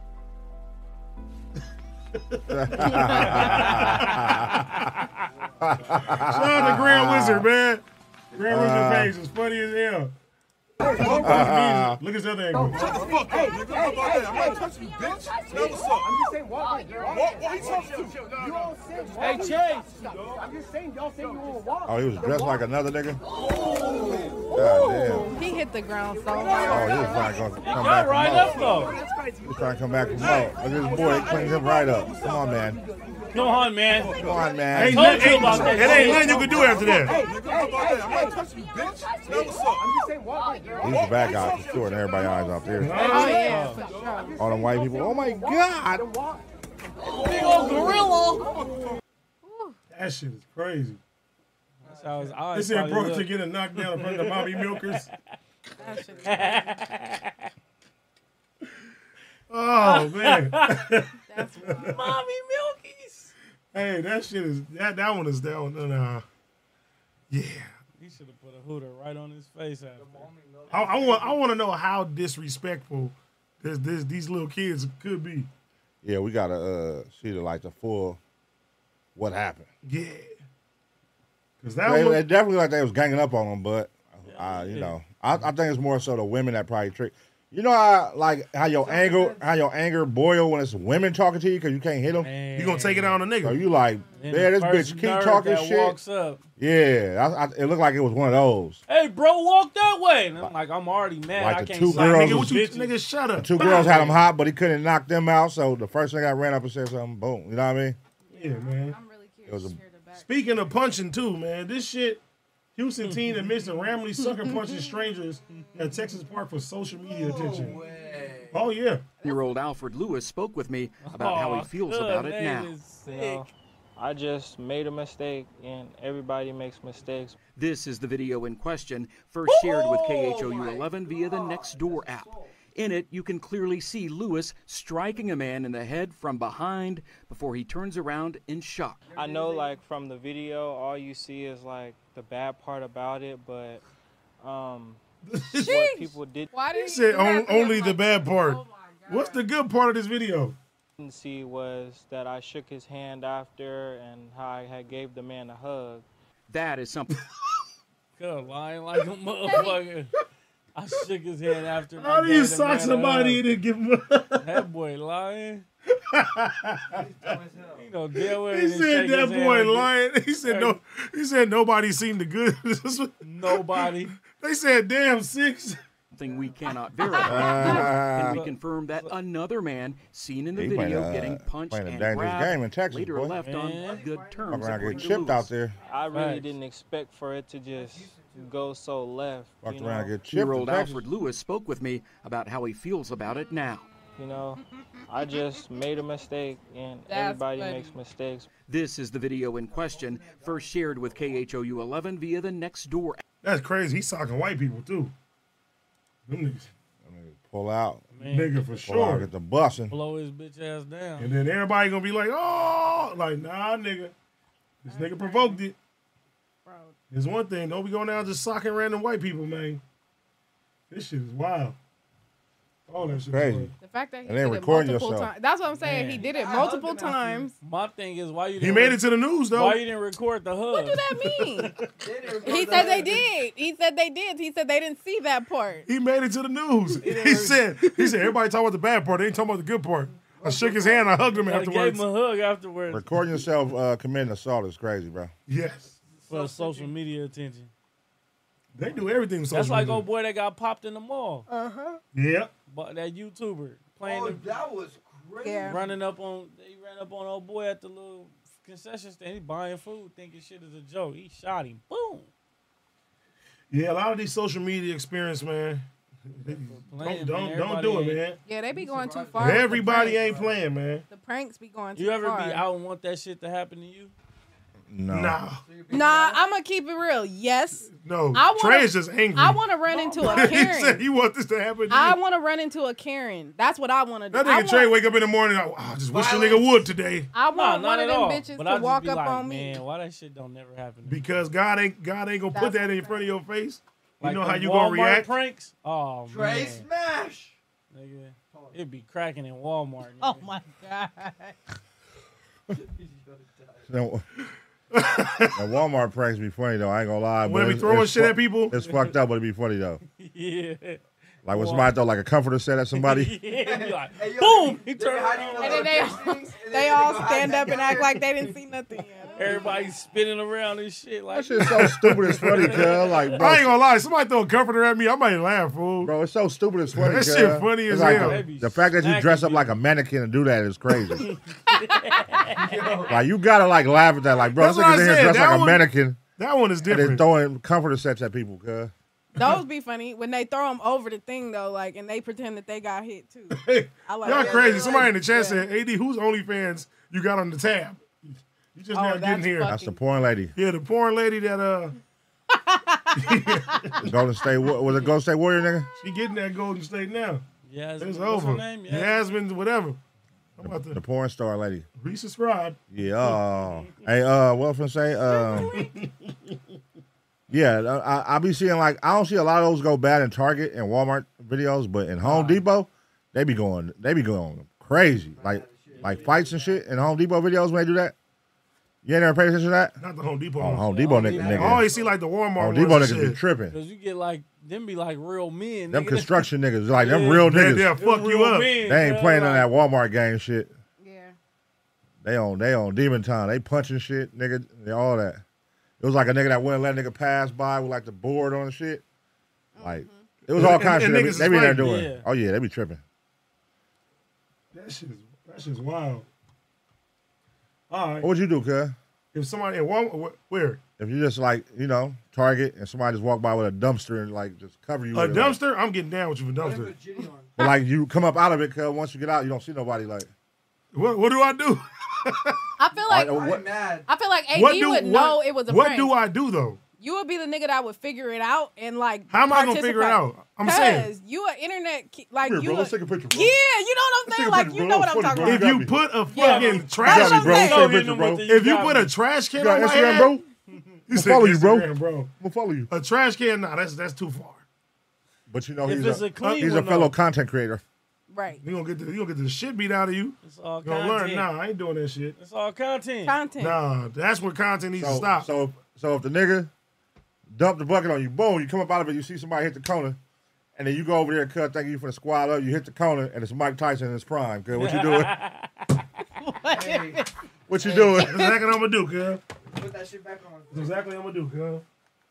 Speaker 1: Shout out to Grand Wizard, man. Grand
Speaker 15: Uh.
Speaker 1: Wizard page is funny as hell. Look at his other angle.
Speaker 15: Shut the fuck up, nigga. How about that? I'm not touching you, bitch. Now what's up?
Speaker 16: I'm just saying, walk like you're
Speaker 15: Walk. What he talking to?
Speaker 16: You all said walk
Speaker 15: Hey,
Speaker 16: like
Speaker 15: Chase.
Speaker 16: you're Stop. I'm just saying, y'all said you were walk.
Speaker 4: Oh, he was dressed like another nigga. God damn.
Speaker 3: He hit the ground so
Speaker 4: Oh,
Speaker 3: hard.
Speaker 4: he was trying to come
Speaker 2: got
Speaker 4: back. from
Speaker 2: right
Speaker 4: Mo.
Speaker 2: up, though.
Speaker 4: He was trying to come back from Mo. Look at this boy. He cleaned him right up. Come on, man.
Speaker 2: Come on, man. Come
Speaker 4: on, man.
Speaker 2: I told you about that.
Speaker 1: It ain't nothing you can do after
Speaker 15: Hey,
Speaker 1: that.
Speaker 15: nigga. How about that? I'm not touching you, bitch. Now what's up?
Speaker 16: I'm just saying, walk like you're
Speaker 4: He's the bad guy for sure, and everybody eyes out there.
Speaker 3: Oh yeah, for sure.
Speaker 4: All them white people. Oh my God.
Speaker 2: Big old gorilla.
Speaker 1: That shit is crazy.
Speaker 2: That's how his eyes
Speaker 1: This ain't
Speaker 2: probably
Speaker 1: broke
Speaker 2: look.
Speaker 1: to get a knockdown in front of the mommy milkers. Oh man.
Speaker 2: Mommy Milkies.
Speaker 1: hey, that shit is that that one is down. No, no. Yeah.
Speaker 2: He should have put a hooter right on his face after.
Speaker 1: I, I want I want to know how disrespectful this, this these little kids could be.
Speaker 4: Yeah, we gotta uh, see the like the full what happened.
Speaker 1: Yeah. Cause that
Speaker 4: they,
Speaker 1: one,
Speaker 4: they definitely like they was ganging up on him, but uh, you know, I, I think it's more so the women that probably trick. You know how like how your anger how your anger boil when it's women talking to you because you can't hit them.
Speaker 1: you gonna take it out on a nigga?
Speaker 4: So you like,
Speaker 2: Then
Speaker 4: man,
Speaker 2: the
Speaker 4: this
Speaker 2: first
Speaker 4: bitch keep
Speaker 2: nerd
Speaker 4: talking
Speaker 2: that
Speaker 4: shit.
Speaker 2: Walks up.
Speaker 4: Yeah, I, I, it looked like it was one of those.
Speaker 2: Hey, bro, walk that way. And I'm like, I'm already mad.
Speaker 4: Like
Speaker 2: I
Speaker 4: the
Speaker 2: can't
Speaker 4: two
Speaker 2: see
Speaker 4: girls Nigga, what
Speaker 1: you-
Speaker 2: bitches.
Speaker 1: nigga, shut
Speaker 4: The
Speaker 1: up.
Speaker 4: two girls had him hot, but he couldn't knock them out. So the first thing I ran up and said something. Boom, you know what I mean?
Speaker 1: Yeah, man.
Speaker 4: It was a
Speaker 1: Speaking of punching too, man, this shit. Houston teen admits to randomly sucker punching strangers at Texas Park for social media attention. Oh yeah.
Speaker 17: year old Alfred Lewis spoke with me about how
Speaker 2: Oh,
Speaker 17: he feels about it now.
Speaker 18: So, I just made a mistake, and everybody makes mistakes.
Speaker 17: This is the video in question, first shared with
Speaker 12: Oh
Speaker 17: KHOU 11 via the Nextdoor app. In it, you can clearly see Lewis striking a man in the head from behind before he turns around in shock.
Speaker 18: I know, like from the video, all you see is like the bad part about it, but um, what people did
Speaker 3: Why
Speaker 1: He said on, only the bad part.
Speaker 3: Oh
Speaker 1: What's the good part of this video?
Speaker 18: didn't see was that I shook his hand after and how I had gave the man a hug.
Speaker 17: That is something.
Speaker 2: Good, lying like a motherfucker. I shook his head after.
Speaker 1: How do you sock somebody and then give him?
Speaker 2: A... That boy lying. he don't deal with
Speaker 1: He said that boy lying. He said no. He said nobody seen the good.
Speaker 2: Nobody.
Speaker 1: They said damn six.
Speaker 17: Something we cannot verify. and we confirm that another man seen in the
Speaker 4: He playing
Speaker 17: video
Speaker 4: a-
Speaker 17: getting punched
Speaker 4: playing a
Speaker 17: and
Speaker 4: dangerous
Speaker 17: grabbed
Speaker 4: game in Texas,
Speaker 17: later
Speaker 4: boy.
Speaker 17: left on
Speaker 4: Man.
Speaker 17: good
Speaker 4: Fuck
Speaker 17: terms.
Speaker 4: around,
Speaker 17: according
Speaker 4: get
Speaker 17: to
Speaker 4: chipped
Speaker 17: Lewis.
Speaker 4: out there.
Speaker 18: I really
Speaker 17: Facts.
Speaker 18: didn't expect for it to just go so left.
Speaker 4: Fucked
Speaker 18: you
Speaker 4: around,
Speaker 18: know?
Speaker 4: get chipped in
Speaker 17: Year-old
Speaker 4: Texas.
Speaker 17: Alfred Lewis spoke with me about how he feels about it now.
Speaker 18: You know, I just made a mistake, and
Speaker 17: That's
Speaker 18: everybody
Speaker 17: funny.
Speaker 18: makes mistakes.
Speaker 17: This is the video in question, first shared with KHOU 11 via the next door.
Speaker 1: That's crazy. He's socking white people too. Them niggas.
Speaker 4: Pull out.
Speaker 2: man.
Speaker 1: Nigga, for
Speaker 4: Before I
Speaker 1: sure.
Speaker 4: get the busing.
Speaker 2: Blow his bitch ass down.
Speaker 1: And then everybody gonna be like, oh, like nah, nigga, this nigga provoked it. There's one thing. Don't be going down just socking random white people, man. This shit is wild. All that shit
Speaker 4: Crazy.
Speaker 1: Is wild.
Speaker 3: The fact that he
Speaker 4: And then
Speaker 3: did it
Speaker 4: recording
Speaker 3: multiple
Speaker 4: yourself.
Speaker 3: times. That's what I'm saying.
Speaker 2: Man.
Speaker 3: He did it
Speaker 2: I hugged
Speaker 3: multiple times.
Speaker 2: My thing is why you
Speaker 1: He
Speaker 2: didn't
Speaker 1: made
Speaker 2: re-
Speaker 1: it to the news, though.
Speaker 2: Why you didn't record the hug?
Speaker 3: What does that mean? he said they did. He said they did. He said they didn't see that part.
Speaker 1: He made it to the news. he said, he said, everybody talking about the bad part. They ain't talking about the good part. I shook his hand. I hugged him
Speaker 2: I gave
Speaker 1: afterwards.
Speaker 2: him a hug afterwards
Speaker 4: Recording yourself uh, committing assault is crazy, bro.
Speaker 1: Yes.
Speaker 2: for the social media attention.
Speaker 1: They do everything. with
Speaker 2: That's
Speaker 1: social
Speaker 2: like
Speaker 1: media.
Speaker 2: old boy that got popped in the mall.
Speaker 3: Uh huh.
Speaker 1: Yeah.
Speaker 2: But that YouTuber playing.
Speaker 5: Oh,
Speaker 2: the,
Speaker 5: that was crazy. Yeah.
Speaker 2: Running up on, he ran up on old boy at the little concession stand. He buying food, thinking shit is a joke. He shot him. Boom.
Speaker 1: Yeah, a lot of these social media experience, man. Don't
Speaker 2: man.
Speaker 1: don't, don't do
Speaker 2: Everybody
Speaker 1: it, man.
Speaker 3: Yeah, they be going too far. with the
Speaker 1: Everybody
Speaker 3: pranks.
Speaker 1: ain't playing, man.
Speaker 3: The pranks be going too
Speaker 2: You ever
Speaker 3: far.
Speaker 2: be out and want that shit to happen to you?
Speaker 4: No.
Speaker 1: Nah.
Speaker 3: Nah, I'm gonna keep it real. Yes.
Speaker 1: No,
Speaker 3: I wanna,
Speaker 1: Trey is just angry.
Speaker 3: I want to run into a
Speaker 1: he said
Speaker 3: Karen.
Speaker 1: he want this to happen. To
Speaker 3: I
Speaker 1: you.
Speaker 3: want to run into a Karen. That's what I want to do.
Speaker 1: That
Speaker 3: I
Speaker 1: nigga
Speaker 3: want,
Speaker 1: Trey wake up in the morning. Like, "Oh, I just wish the nigga would today
Speaker 3: I want
Speaker 2: Nah,
Speaker 3: one
Speaker 2: not
Speaker 3: of
Speaker 2: at
Speaker 3: them
Speaker 2: all.
Speaker 3: bitches
Speaker 2: But
Speaker 3: to
Speaker 2: I'll just
Speaker 3: walk
Speaker 2: be
Speaker 3: up
Speaker 2: like,
Speaker 3: on me.
Speaker 2: Man, why that shit don't never happen? To me?
Speaker 1: because God ain't God ain't gonna put that in front of your face. You
Speaker 2: Like
Speaker 1: know how
Speaker 2: them
Speaker 1: you
Speaker 2: Walmart
Speaker 1: gonna react.
Speaker 2: Pranks. Oh
Speaker 5: Trey
Speaker 2: man,
Speaker 5: smash.
Speaker 2: nigga, it'd be cracking in Walmart.
Speaker 3: Oh
Speaker 2: nigga.
Speaker 3: my god.
Speaker 4: Now, now, Walmart pranks be funny though. I ain't gonna lie.
Speaker 1: When
Speaker 4: but
Speaker 1: they be
Speaker 4: it's-
Speaker 1: throwing
Speaker 4: it's
Speaker 1: shit
Speaker 4: fu-
Speaker 1: at people?
Speaker 4: it's fucked up. But it be funny though.
Speaker 2: yeah.
Speaker 4: Like when somebody throw like a comforter set at somebody.
Speaker 2: yeah, it'd be like,
Speaker 5: Hey, yo,
Speaker 2: boom.
Speaker 5: they-
Speaker 2: He
Speaker 5: they
Speaker 2: turned
Speaker 5: hide you in
Speaker 2: around.
Speaker 3: And then they, they all stand up and act like they didn't see nothing yet.
Speaker 2: Everybody spinning around and shit. Like
Speaker 4: That shit's so stupid. It's funny, cuz. Like, bro,
Speaker 1: I ain't gonna lie. Somebody throw a comforter at me, I might laugh, fool.
Speaker 4: bro, it's so stupid. It's funny.
Speaker 1: That
Speaker 4: cuz.
Speaker 1: shit funny
Speaker 4: It's
Speaker 1: as
Speaker 4: like
Speaker 1: hell.
Speaker 4: the- The, fact that you dress up like a mannequin and do that is crazy. like you gotta like laugh at that. Like, bro,
Speaker 1: That's
Speaker 4: this
Speaker 1: what
Speaker 4: nigga's
Speaker 1: I
Speaker 4: in here
Speaker 1: said.
Speaker 4: dressed
Speaker 1: That
Speaker 4: like a
Speaker 1: one-
Speaker 4: mannequin.
Speaker 1: That one is
Speaker 4: And then
Speaker 1: different.
Speaker 4: throwing comforter sets at people, cuz.
Speaker 3: Those be funny when they throw them over the thing though, like, and they pretend that they got hit too. I like
Speaker 1: Y'all
Speaker 3: that.
Speaker 1: crazy. Somebody in the chat said, "Ad, who's OnlyFans you got on the tab? You just
Speaker 3: Oh,
Speaker 1: now getting
Speaker 3: that's
Speaker 1: here."
Speaker 3: fucking-
Speaker 4: That's the porn lady.
Speaker 1: Yeah, the porn lady that uh,
Speaker 4: Golden State Wa- was it Golden State Warrior nigga?
Speaker 1: she getting that Golden State now.
Speaker 2: Yasmin,
Speaker 1: It's
Speaker 2: what's
Speaker 1: over.
Speaker 2: her name? Yasmin.
Speaker 1: Yasmin, whatever. I'm about
Speaker 4: The
Speaker 1: to
Speaker 4: porn star lady.
Speaker 1: resubscribe.
Speaker 4: Yeah. hey, uh, what was I gonna say? Um, yeah, I, I- I be seeing like I don't see a lot of those go bad in Target and Walmart videos, but in
Speaker 1: Uh-huh.
Speaker 4: Home Depot, they be going they be going crazy, like like fights and shit in Home Depot videos when they do that. You ain't never paid attention to that?
Speaker 1: Not the Home Depot.
Speaker 4: Oh,
Speaker 1: ones.
Speaker 4: Home Depot nigga,
Speaker 1: I
Speaker 4: nigga.
Speaker 1: always see like the Walmart.
Speaker 4: Home
Speaker 1: ones
Speaker 4: Depot
Speaker 1: and
Speaker 4: niggas be
Speaker 1: shit.
Speaker 4: tripping.
Speaker 2: Cause you get like them be like real men.
Speaker 4: Them
Speaker 2: nigga.
Speaker 4: construction niggas, like them
Speaker 2: Yeah.
Speaker 4: real
Speaker 1: Yeah,
Speaker 4: niggas.
Speaker 1: they'll fuck you up.
Speaker 4: They ain't playing on that Walmart game shit.
Speaker 3: Yeah.
Speaker 4: They on they on demon time. They punching shit, nigga. They all that. It was like a nigga that wouldn't let a nigga pass by with like the board on and shit. Like it was all
Speaker 1: And-
Speaker 4: kinds
Speaker 1: and
Speaker 4: of shit. They be-
Speaker 1: niggas is
Speaker 4: They be there
Speaker 1: fighting.
Speaker 4: doing.
Speaker 2: Yeah.
Speaker 4: Oh yeah, they be tripping.
Speaker 1: That shit's that shit's wild. All right.
Speaker 4: What would you do, cuz?
Speaker 1: If somebody at Walmart, wh- where
Speaker 4: If you just like you know Target and somebody just walk by with a dumpster and like just cover you.
Speaker 1: a
Speaker 4: with it, like-
Speaker 1: dumpster, I'm getting down with you for dumpster.
Speaker 4: but like you come up out of it, cuz once you get out, you don't see nobody. Like
Speaker 1: What what do I do?
Speaker 3: I feel like
Speaker 4: I-
Speaker 3: I,
Speaker 4: what-
Speaker 5: mad.
Speaker 3: feel like AD
Speaker 1: what do what,
Speaker 3: would know it was a
Speaker 1: What
Speaker 3: prank.
Speaker 1: do I do though?
Speaker 3: you would be the nigga that would figure it out and like.
Speaker 1: How am I gonna figure it
Speaker 3: participate.
Speaker 1: out? I'm saying.
Speaker 3: Cause you an internet ki- like
Speaker 4: Here,
Speaker 3: you.
Speaker 4: bro,
Speaker 3: a-
Speaker 4: let's take a picture. Bro.
Speaker 3: yeah, you know what I'm saying.
Speaker 4: Let's take a
Speaker 3: Like
Speaker 4: picture,
Speaker 3: you
Speaker 4: bro.
Speaker 3: know what
Speaker 4: It's
Speaker 3: I'm
Speaker 4: funny,
Speaker 3: talking
Speaker 4: bro.
Speaker 1: If
Speaker 3: about.
Speaker 1: you
Speaker 4: me.
Speaker 1: put a
Speaker 3: Yeah.
Speaker 1: fucking
Speaker 3: That's
Speaker 1: trash,
Speaker 3: what I'm
Speaker 4: bro. Let's
Speaker 3: saying.
Speaker 4: take a
Speaker 2: Show
Speaker 4: picture,
Speaker 2: them
Speaker 4: bro.
Speaker 2: what they-
Speaker 4: You
Speaker 1: if you
Speaker 2: got
Speaker 1: put
Speaker 2: me.
Speaker 1: a trash can
Speaker 4: got
Speaker 1: on my
Speaker 4: Instagram,
Speaker 1: head,
Speaker 4: bro? I'm
Speaker 1: you said
Speaker 4: follow you, bro.
Speaker 1: Instagram, bro.
Speaker 4: gonna follow you.
Speaker 1: A trash can, nah, that's that's too far.
Speaker 4: But you know
Speaker 2: If
Speaker 4: he's
Speaker 2: it's
Speaker 4: a,
Speaker 2: a clean
Speaker 4: he's a
Speaker 2: one,
Speaker 4: fellow
Speaker 2: though.
Speaker 4: content creator.
Speaker 3: Right.
Speaker 1: You gonna get the you gonna get the shit beat out of you.
Speaker 2: It's all
Speaker 1: You gonna learn?
Speaker 2: content.
Speaker 1: Nah, I ain't doing that shit.
Speaker 2: It's all content.
Speaker 3: Content.
Speaker 1: Nah, that's where content needs to
Speaker 4: So,
Speaker 1: stop.
Speaker 4: so, so if the nigga dump the bucket on you, boom, you come up out of it, you see somebody hit the corner, and then you go over there and cut, thinking you for the squad up, you hit the corner, and it's Mike Tyson in his prime. Good, what you doing? what you doing?
Speaker 1: That's exactly what I'm gonna do, girl.
Speaker 5: Put that shit back on.
Speaker 1: That's exactly what I'm gonna do, girl.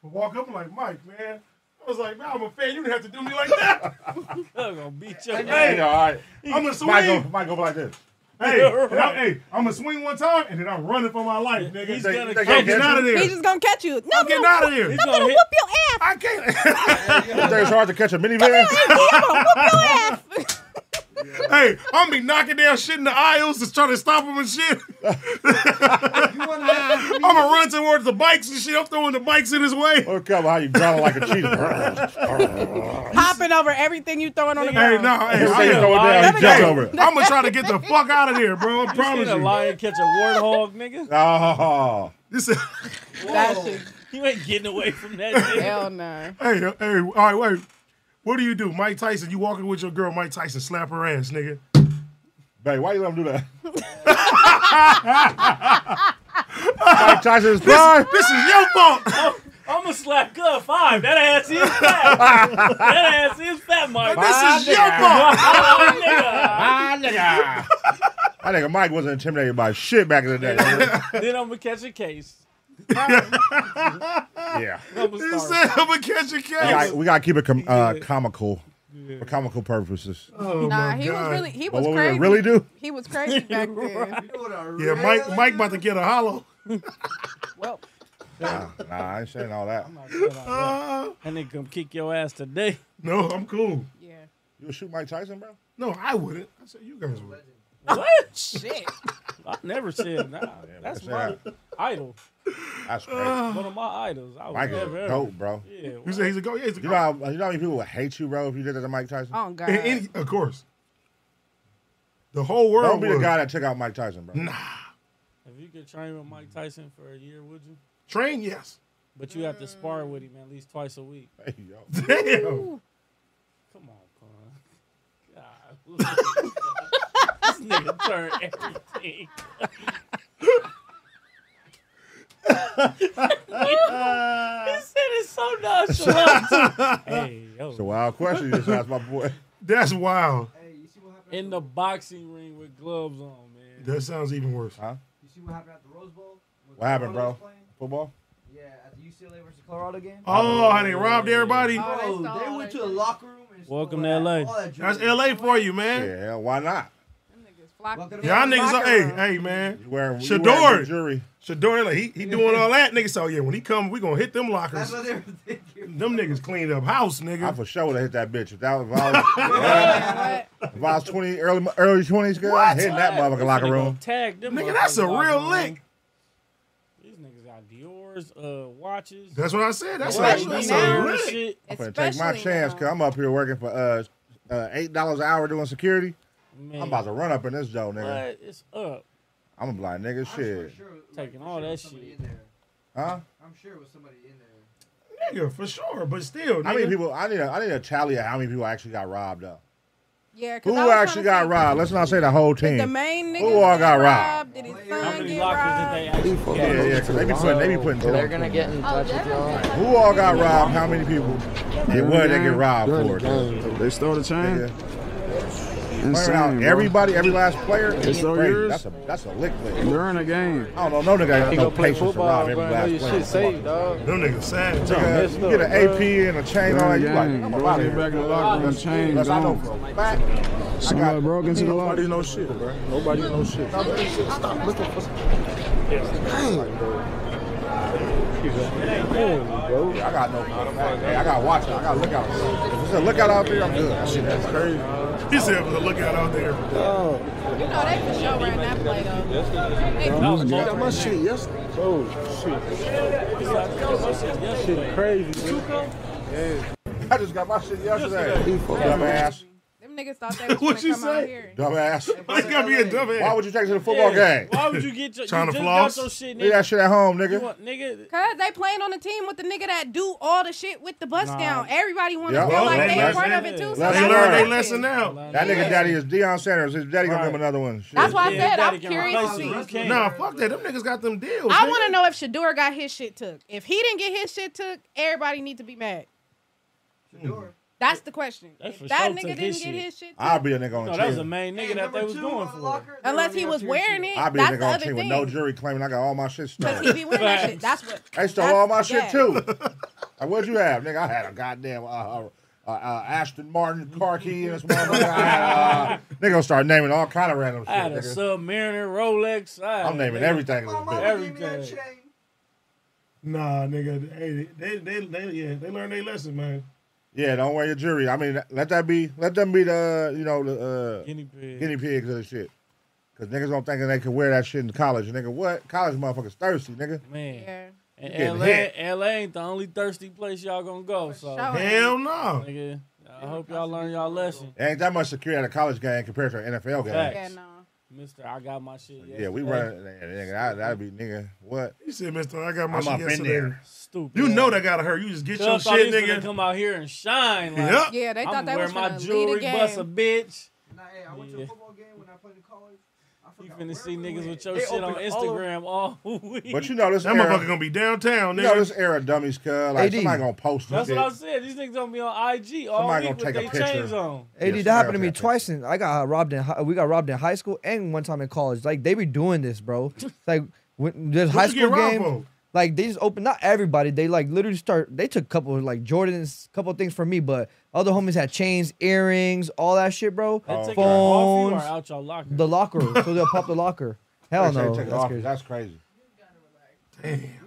Speaker 1: I walk up I'm like Mike, man. I was like, man, I'm a fan. You didn't have to do me like that.
Speaker 2: I'm gonna beat your
Speaker 4: Hey,
Speaker 2: ass.
Speaker 4: all right.
Speaker 1: I'm gonna swing.
Speaker 4: Mike go, Mike go like this.
Speaker 1: Hey, and I'm, hey, I'm gonna swing one time and then I'm running for my life, nigga.
Speaker 2: He's
Speaker 4: They-
Speaker 2: gonna
Speaker 4: they
Speaker 2: catch
Speaker 1: I'm getting
Speaker 4: you.
Speaker 1: out of
Speaker 3: He's
Speaker 1: there.
Speaker 3: just gonna catch you. No,
Speaker 1: I'm getting out of here.
Speaker 2: He's gonna hit.
Speaker 3: Whoop your ass.
Speaker 1: I can't.
Speaker 4: You think it's hard to catch a minivan?
Speaker 3: Hey, I'm gonna whoop your ass.
Speaker 1: hey, I'm be knocking down shit in the aisles to try to stop them and shit. I'm gonna run towards the bikes and shit. I'm throwing the bikes in his way.
Speaker 4: Okay, Oh, how you growling like a cheetah?
Speaker 3: Hopping over everything you throwing on the
Speaker 1: Hey,
Speaker 3: ground.
Speaker 1: no, hey,
Speaker 4: You
Speaker 1: I
Speaker 4: say you throw it down, you jump over it.
Speaker 1: I'm gonna try to get the fuck out of here, bro. I
Speaker 2: You
Speaker 1: promise
Speaker 2: seen a
Speaker 1: you.
Speaker 2: lion catch a warthog, nigga?
Speaker 4: Oh.
Speaker 1: This is-
Speaker 3: That shit.
Speaker 2: You ain't getting away from that. nigga.
Speaker 3: Hell no.
Speaker 1: Hey, uh, hey, all right, wait. What do you do, Mike Tyson? You walking with your girl, Mike Tyson, slap her ass, nigga.
Speaker 4: Babe, why you let him do that? Mike Tyson's prime.
Speaker 1: This is your fault.
Speaker 2: I'm gonna slap Cub five. That ass is fat. that ass is fat, Mike.
Speaker 1: This is your
Speaker 2: fault.
Speaker 4: My nigga. I think Mike wasn't intimidated by shit back in the day.
Speaker 2: then I'm gonna catch a case.
Speaker 4: yeah.
Speaker 2: I'm
Speaker 1: He
Speaker 2: gonna
Speaker 1: said,
Speaker 2: start.
Speaker 1: I'm gonna catch a
Speaker 4: We
Speaker 1: case.
Speaker 4: gotta, we gotta keep it com- uh, comical for comical purposes.
Speaker 1: Oh,
Speaker 3: nah,
Speaker 1: my
Speaker 3: he
Speaker 1: God.
Speaker 3: was really he
Speaker 4: But
Speaker 3: was
Speaker 4: what we
Speaker 3: crazy.
Speaker 4: would really do?
Speaker 3: He was crazy back then.
Speaker 1: Yeah, Mike, Mike about to get a hollow.
Speaker 3: well,
Speaker 4: Nah, nah, I ain't saying all that.
Speaker 1: Uh.
Speaker 2: That nigga gonna kick your ass today.
Speaker 1: No, I'm cool.
Speaker 3: yeah.
Speaker 4: You would shoot Mike Tyson, bro?
Speaker 1: No, I wouldn't. I said you guys would.
Speaker 2: What?
Speaker 3: Shit.
Speaker 2: I never said nah. That's
Speaker 4: that's
Speaker 2: my idol.
Speaker 4: That's crazy.
Speaker 2: One of my idols. I was
Speaker 4: Mike is
Speaker 2: never.
Speaker 4: a
Speaker 2: ever-
Speaker 4: goat, bro.
Speaker 2: Yeah.
Speaker 1: You said he's a go. Yeah, he's a
Speaker 4: You
Speaker 1: go.
Speaker 4: know, how, you know how many people would hate you, bro, if you did that to Mike Tyson?
Speaker 3: Oh god.
Speaker 1: And- and- of course. The whole world.
Speaker 4: Don't be the
Speaker 1: would.
Speaker 4: guy that took out Mike Tyson, bro.
Speaker 1: Nah.
Speaker 2: If you could train with Mike Tyson for a year, would you?
Speaker 1: Train, yes.
Speaker 2: But you have to spar with him at least twice a week.
Speaker 4: Hey, yo.
Speaker 1: Damn.
Speaker 2: Come on, pun. God. this nigga turned everything. he said it's so nonchalant. hey,
Speaker 4: It's a
Speaker 2: yo.
Speaker 4: wild question you just asked my boy.
Speaker 1: That's wild.
Speaker 2: In the boxing ring with gloves on, man.
Speaker 1: That sounds even worse.
Speaker 4: Huh?
Speaker 5: You see what happened at the Rose Bowl? With
Speaker 4: What happened, bro?
Speaker 5: Colorado's playing?
Speaker 4: Football?
Speaker 5: Yeah, at the UCLA versus Colorado game.
Speaker 1: Oh, how they robbed everybody.
Speaker 3: Oh, they
Speaker 5: Bro,
Speaker 3: stole
Speaker 5: they
Speaker 3: all
Speaker 5: went
Speaker 3: their
Speaker 5: to the
Speaker 3: shit.
Speaker 5: locker room and stole
Speaker 2: Welcome
Speaker 5: that-
Speaker 2: to LA.
Speaker 5: all that
Speaker 1: That's
Speaker 5: jewelry.
Speaker 1: LA for you, man.
Speaker 4: Yeah, why not?
Speaker 3: Them niggas flocked
Speaker 5: Welcome to
Speaker 3: to
Speaker 1: Y'all
Speaker 3: the
Speaker 1: niggas,
Speaker 3: locker
Speaker 1: are, hey,
Speaker 3: room.
Speaker 1: hey, man.
Speaker 4: You wearing, you wearing
Speaker 1: Shador.
Speaker 4: the jury.
Speaker 1: Shador, like, he, he doing all that, nigga. So, yeah, when he come, we gonna hit them
Speaker 5: That's
Speaker 1: lockers.
Speaker 5: what they were thinking.
Speaker 1: Them niggas cleaned up house,
Speaker 4: I
Speaker 1: nigga.
Speaker 4: for sure would have hit that bitch. If, that was, if, I, was,
Speaker 3: Yeah, what?
Speaker 4: if I was 20, early early 20s, girl, I'm hitting that
Speaker 2: They
Speaker 4: motherfucking locker
Speaker 2: finna go
Speaker 4: room.
Speaker 2: Tag them
Speaker 1: Nigga, that's a
Speaker 2: motherfuckers
Speaker 1: real
Speaker 2: locker room.
Speaker 1: lick.
Speaker 2: These niggas got Dior's, uh, watches.
Speaker 1: That's what I said. That's,
Speaker 3: Well,
Speaker 1: that's,
Speaker 3: you
Speaker 1: that's
Speaker 3: now-
Speaker 1: a
Speaker 2: Dior
Speaker 1: lick.
Speaker 2: shit.
Speaker 4: I'm going to take my
Speaker 3: Especially uh,
Speaker 4: chance
Speaker 3: now.
Speaker 4: because I'm up here working for uh, uh, $8 an hour doing security.
Speaker 2: Man,
Speaker 4: I'm about to run up in this joe, nigga.
Speaker 2: But it's up.
Speaker 4: I'm gonna be like, nigga,
Speaker 5: I'm sure,
Speaker 4: shit.
Speaker 5: sure, like,
Speaker 2: Taking
Speaker 5: for
Speaker 2: all
Speaker 5: sure
Speaker 2: that
Speaker 5: was somebody
Speaker 2: shit.
Speaker 5: In there.
Speaker 4: Huh?
Speaker 5: I'm sure it was somebody in there.
Speaker 1: Nigga, for sure. But still, nigga.
Speaker 4: How many people? I need a, I need a tally of how many people actually got robbed up.
Speaker 3: Yeah, 'cause
Speaker 4: Who
Speaker 3: I was trying
Speaker 4: actually got
Speaker 3: to
Speaker 4: robbed? Let's not say the whole
Speaker 3: think, Did the
Speaker 4: team.
Speaker 3: main niggas
Speaker 4: Who all
Speaker 3: get
Speaker 4: got
Speaker 3: robbed?
Speaker 4: robbed?
Speaker 3: Did his
Speaker 2: How
Speaker 3: son
Speaker 2: many
Speaker 3: get
Speaker 2: lockers did
Speaker 3: robbed?
Speaker 2: they actually
Speaker 4: Yeah, yeah, 'cause they be putting, they be putting.
Speaker 9: They're gonna get in touch with y'all.
Speaker 4: Who all got robbed? How many people? And what they get robbed for? dude?
Speaker 15: They stole the chain.
Speaker 4: Nigga. Clearing out everybody, every last player.
Speaker 15: It's all
Speaker 4: Crazy.
Speaker 15: yours?
Speaker 4: That's a that's a lick lick.
Speaker 15: During a game.
Speaker 4: I don't know, no nigga got
Speaker 18: Go
Speaker 4: no
Speaker 18: play
Speaker 4: patience to
Speaker 18: football,
Speaker 4: rob
Speaker 18: bro.
Speaker 4: every
Speaker 18: Know
Speaker 4: last
Speaker 18: your
Speaker 4: player.
Speaker 18: shit safe, dog.
Speaker 1: Them niggas savage.
Speaker 4: Nigga,
Speaker 18: messed
Speaker 4: you get
Speaker 18: up,
Speaker 4: an AP and a chain on that,
Speaker 15: During
Speaker 4: you
Speaker 15: a
Speaker 4: like,
Speaker 15: game.
Speaker 4: I'm about
Speaker 15: Bro,
Speaker 4: to
Speaker 15: get back in the locker room, chain
Speaker 4: Unless I know
Speaker 15: gone.
Speaker 4: for a fact, I
Speaker 15: Somebody
Speaker 4: got
Speaker 15: broke into the locker. Nobody know shit, bro. Nobody know shit.
Speaker 4: I got no Hey, I got watch out. I got lookout. If it's a lookout out there, I'm good. That shit, that's crazy.
Speaker 1: He said, for the lookout out there.
Speaker 3: You know they for sure ran that play though. They
Speaker 15: I was got my shit yesterday. Oh, shit. Shit crazy.
Speaker 4: I just got my shit yesterday. Dumbass.
Speaker 3: Them niggas thought they was
Speaker 1: What'd
Speaker 3: gonna
Speaker 1: you
Speaker 3: come out
Speaker 1: say?
Speaker 3: here.
Speaker 4: Dumbass.
Speaker 1: Like, gotta be a dumb
Speaker 4: Why
Speaker 1: ass.
Speaker 4: would you take it to the football game?
Speaker 2: Why would you get your
Speaker 1: Tryna
Speaker 2: you just
Speaker 1: floss?
Speaker 2: Got your shit,
Speaker 4: Leave that
Speaker 2: nigga.
Speaker 4: shit at home,
Speaker 2: You
Speaker 4: nigga.
Speaker 2: want, nigga.
Speaker 3: Cause they playing on the team with the nigga that do all the shit with the bus
Speaker 2: Nah.
Speaker 3: down. Everybody want to
Speaker 4: Yeah.
Speaker 3: feel
Speaker 4: Well,
Speaker 3: like
Speaker 1: they
Speaker 3: they a
Speaker 1: learned-
Speaker 3: part of it too. So
Speaker 4: they
Speaker 1: They
Speaker 3: that's
Speaker 1: learned
Speaker 3: what
Speaker 1: their
Speaker 3: I'm
Speaker 1: lesson
Speaker 3: saying.
Speaker 1: now.
Speaker 4: That nigga daddy is Deion Sanders. His daddy gonna give
Speaker 2: Right.
Speaker 4: him another one. Shit.
Speaker 3: That's why I
Speaker 2: Yeah,
Speaker 3: said
Speaker 2: daddy
Speaker 3: I'm
Speaker 2: can
Speaker 3: curious
Speaker 2: replace
Speaker 3: to
Speaker 2: you. You
Speaker 3: see.
Speaker 2: can't.
Speaker 1: Nah, fuck that. Them niggas got them deals.
Speaker 3: I want to know if Shador got his shit took. If he didn't get his shit took, everybody need to be mad.
Speaker 5: Shador.
Speaker 3: That's the question.
Speaker 2: That
Speaker 3: if
Speaker 2: for
Speaker 3: that
Speaker 2: sure
Speaker 3: nigga
Speaker 2: took
Speaker 3: didn't
Speaker 2: his
Speaker 3: get
Speaker 2: shit.
Speaker 3: his shit took,
Speaker 4: I'll be a nigga on
Speaker 2: No, that was
Speaker 4: the
Speaker 2: the
Speaker 4: team.
Speaker 2: main nigga that they was going for.
Speaker 3: unless he was wearing it,
Speaker 4: I'll be a
Speaker 3: that's
Speaker 4: nigga
Speaker 3: the
Speaker 4: on
Speaker 3: other
Speaker 4: the team with
Speaker 3: thing.
Speaker 4: no jury claiming I got all my shit
Speaker 3: Because
Speaker 4: stolen.
Speaker 3: he be wearing that shit. That's what.
Speaker 4: They stole
Speaker 3: that's-
Speaker 4: all my shit
Speaker 3: yeah.
Speaker 4: too. Like, what'd you have, nigga? I had a goddamn uh, uh, uh, uh, Aston Martin car key in this motherfucker. I had, uh, They gonna start naming all kind of random shit.
Speaker 2: I had a
Speaker 4: nigga.
Speaker 2: Submariner, Rolex. I had
Speaker 4: I'm naming
Speaker 2: a-
Speaker 4: everything. in this
Speaker 5: My
Speaker 4: bitch.
Speaker 5: mama gave me that
Speaker 2: Everything.
Speaker 5: chain.
Speaker 1: Nah, nigga. Hey, they, they, they, yeah, they learned their lesson, man.
Speaker 4: Yeah, don't wear your jewelry. I mean, let that be, let them be the, you know, the uh,
Speaker 2: guinea pigs.
Speaker 4: guinea pigs of the shit. Cause niggas don't think they can wear that shit in college, nigga. What college motherfuckers thirsty, nigga?
Speaker 2: Man.
Speaker 4: You
Speaker 2: And
Speaker 4: getting
Speaker 2: LA,
Speaker 4: hit.
Speaker 2: LA ain't the only thirsty place y'all gonna go. So
Speaker 4: sure. Hell no.
Speaker 2: Nigga, I hope y'all learn y'all lesson.
Speaker 4: There ain't that much security at a college game compared to an NFL game.
Speaker 2: Facts. Mister, I got my shit.
Speaker 4: Yeah, we
Speaker 2: yesterday.
Speaker 4: run. Nigga, I, that'd be nigga. What?
Speaker 1: He said, Mister, I got my
Speaker 4: I'm
Speaker 1: shit
Speaker 4: up in
Speaker 1: yesterday.
Speaker 4: there.
Speaker 2: Stupid.
Speaker 1: You know that gotta hurt. You just get
Speaker 2: Y'all
Speaker 1: your
Speaker 2: thought
Speaker 1: shit,
Speaker 2: he was gonna
Speaker 1: nigga.
Speaker 2: Come out here and shine. Like,
Speaker 1: Yup.
Speaker 3: Yeah, they
Speaker 2: I'ma
Speaker 3: thought they
Speaker 2: wear
Speaker 3: was
Speaker 2: my
Speaker 3: finna lead the
Speaker 2: jewelry, bust a
Speaker 3: game.
Speaker 2: bitch.
Speaker 5: Nah, hey, I went to
Speaker 2: Yeah.
Speaker 5: a football game when I played in college. I
Speaker 2: You
Speaker 5: forgot
Speaker 2: finna
Speaker 5: where
Speaker 2: see
Speaker 5: we
Speaker 2: niggas
Speaker 5: went.
Speaker 2: with your
Speaker 5: They
Speaker 2: shit on
Speaker 5: opened all over-
Speaker 2: Instagram all week.
Speaker 4: But you know this
Speaker 1: That
Speaker 4: era,
Speaker 1: motherfucker gonna be downtown,
Speaker 4: You know
Speaker 1: nigga.
Speaker 4: this era dummies, cuz like
Speaker 2: AD.
Speaker 4: somebody gonna post this
Speaker 2: That's
Speaker 4: shit.
Speaker 2: what I said. These niggas gonna be on IG all
Speaker 4: Somebody
Speaker 2: week with
Speaker 4: gonna take
Speaker 2: their
Speaker 4: a picture.
Speaker 2: chains on.
Speaker 10: AD, that happened to me twice. And I got robbed in. Hi- We got robbed in high school and one time in college. Like they be doing this, bro. Like when this high
Speaker 1: What you
Speaker 10: school
Speaker 1: get robbed
Speaker 10: game.
Speaker 1: for?
Speaker 10: Like they just open. Not everybody. They like literally start. They took a couple like Jordans, couple things from me, but other homies had chains, earrings, all that shit, bro.
Speaker 2: They take it off you or
Speaker 10: Phones,
Speaker 2: out your locker.
Speaker 10: the locker, so they'll pop the locker. Hell
Speaker 4: They say
Speaker 10: no,
Speaker 4: take it
Speaker 10: that's
Speaker 4: off.
Speaker 10: crazy.
Speaker 4: That's crazy.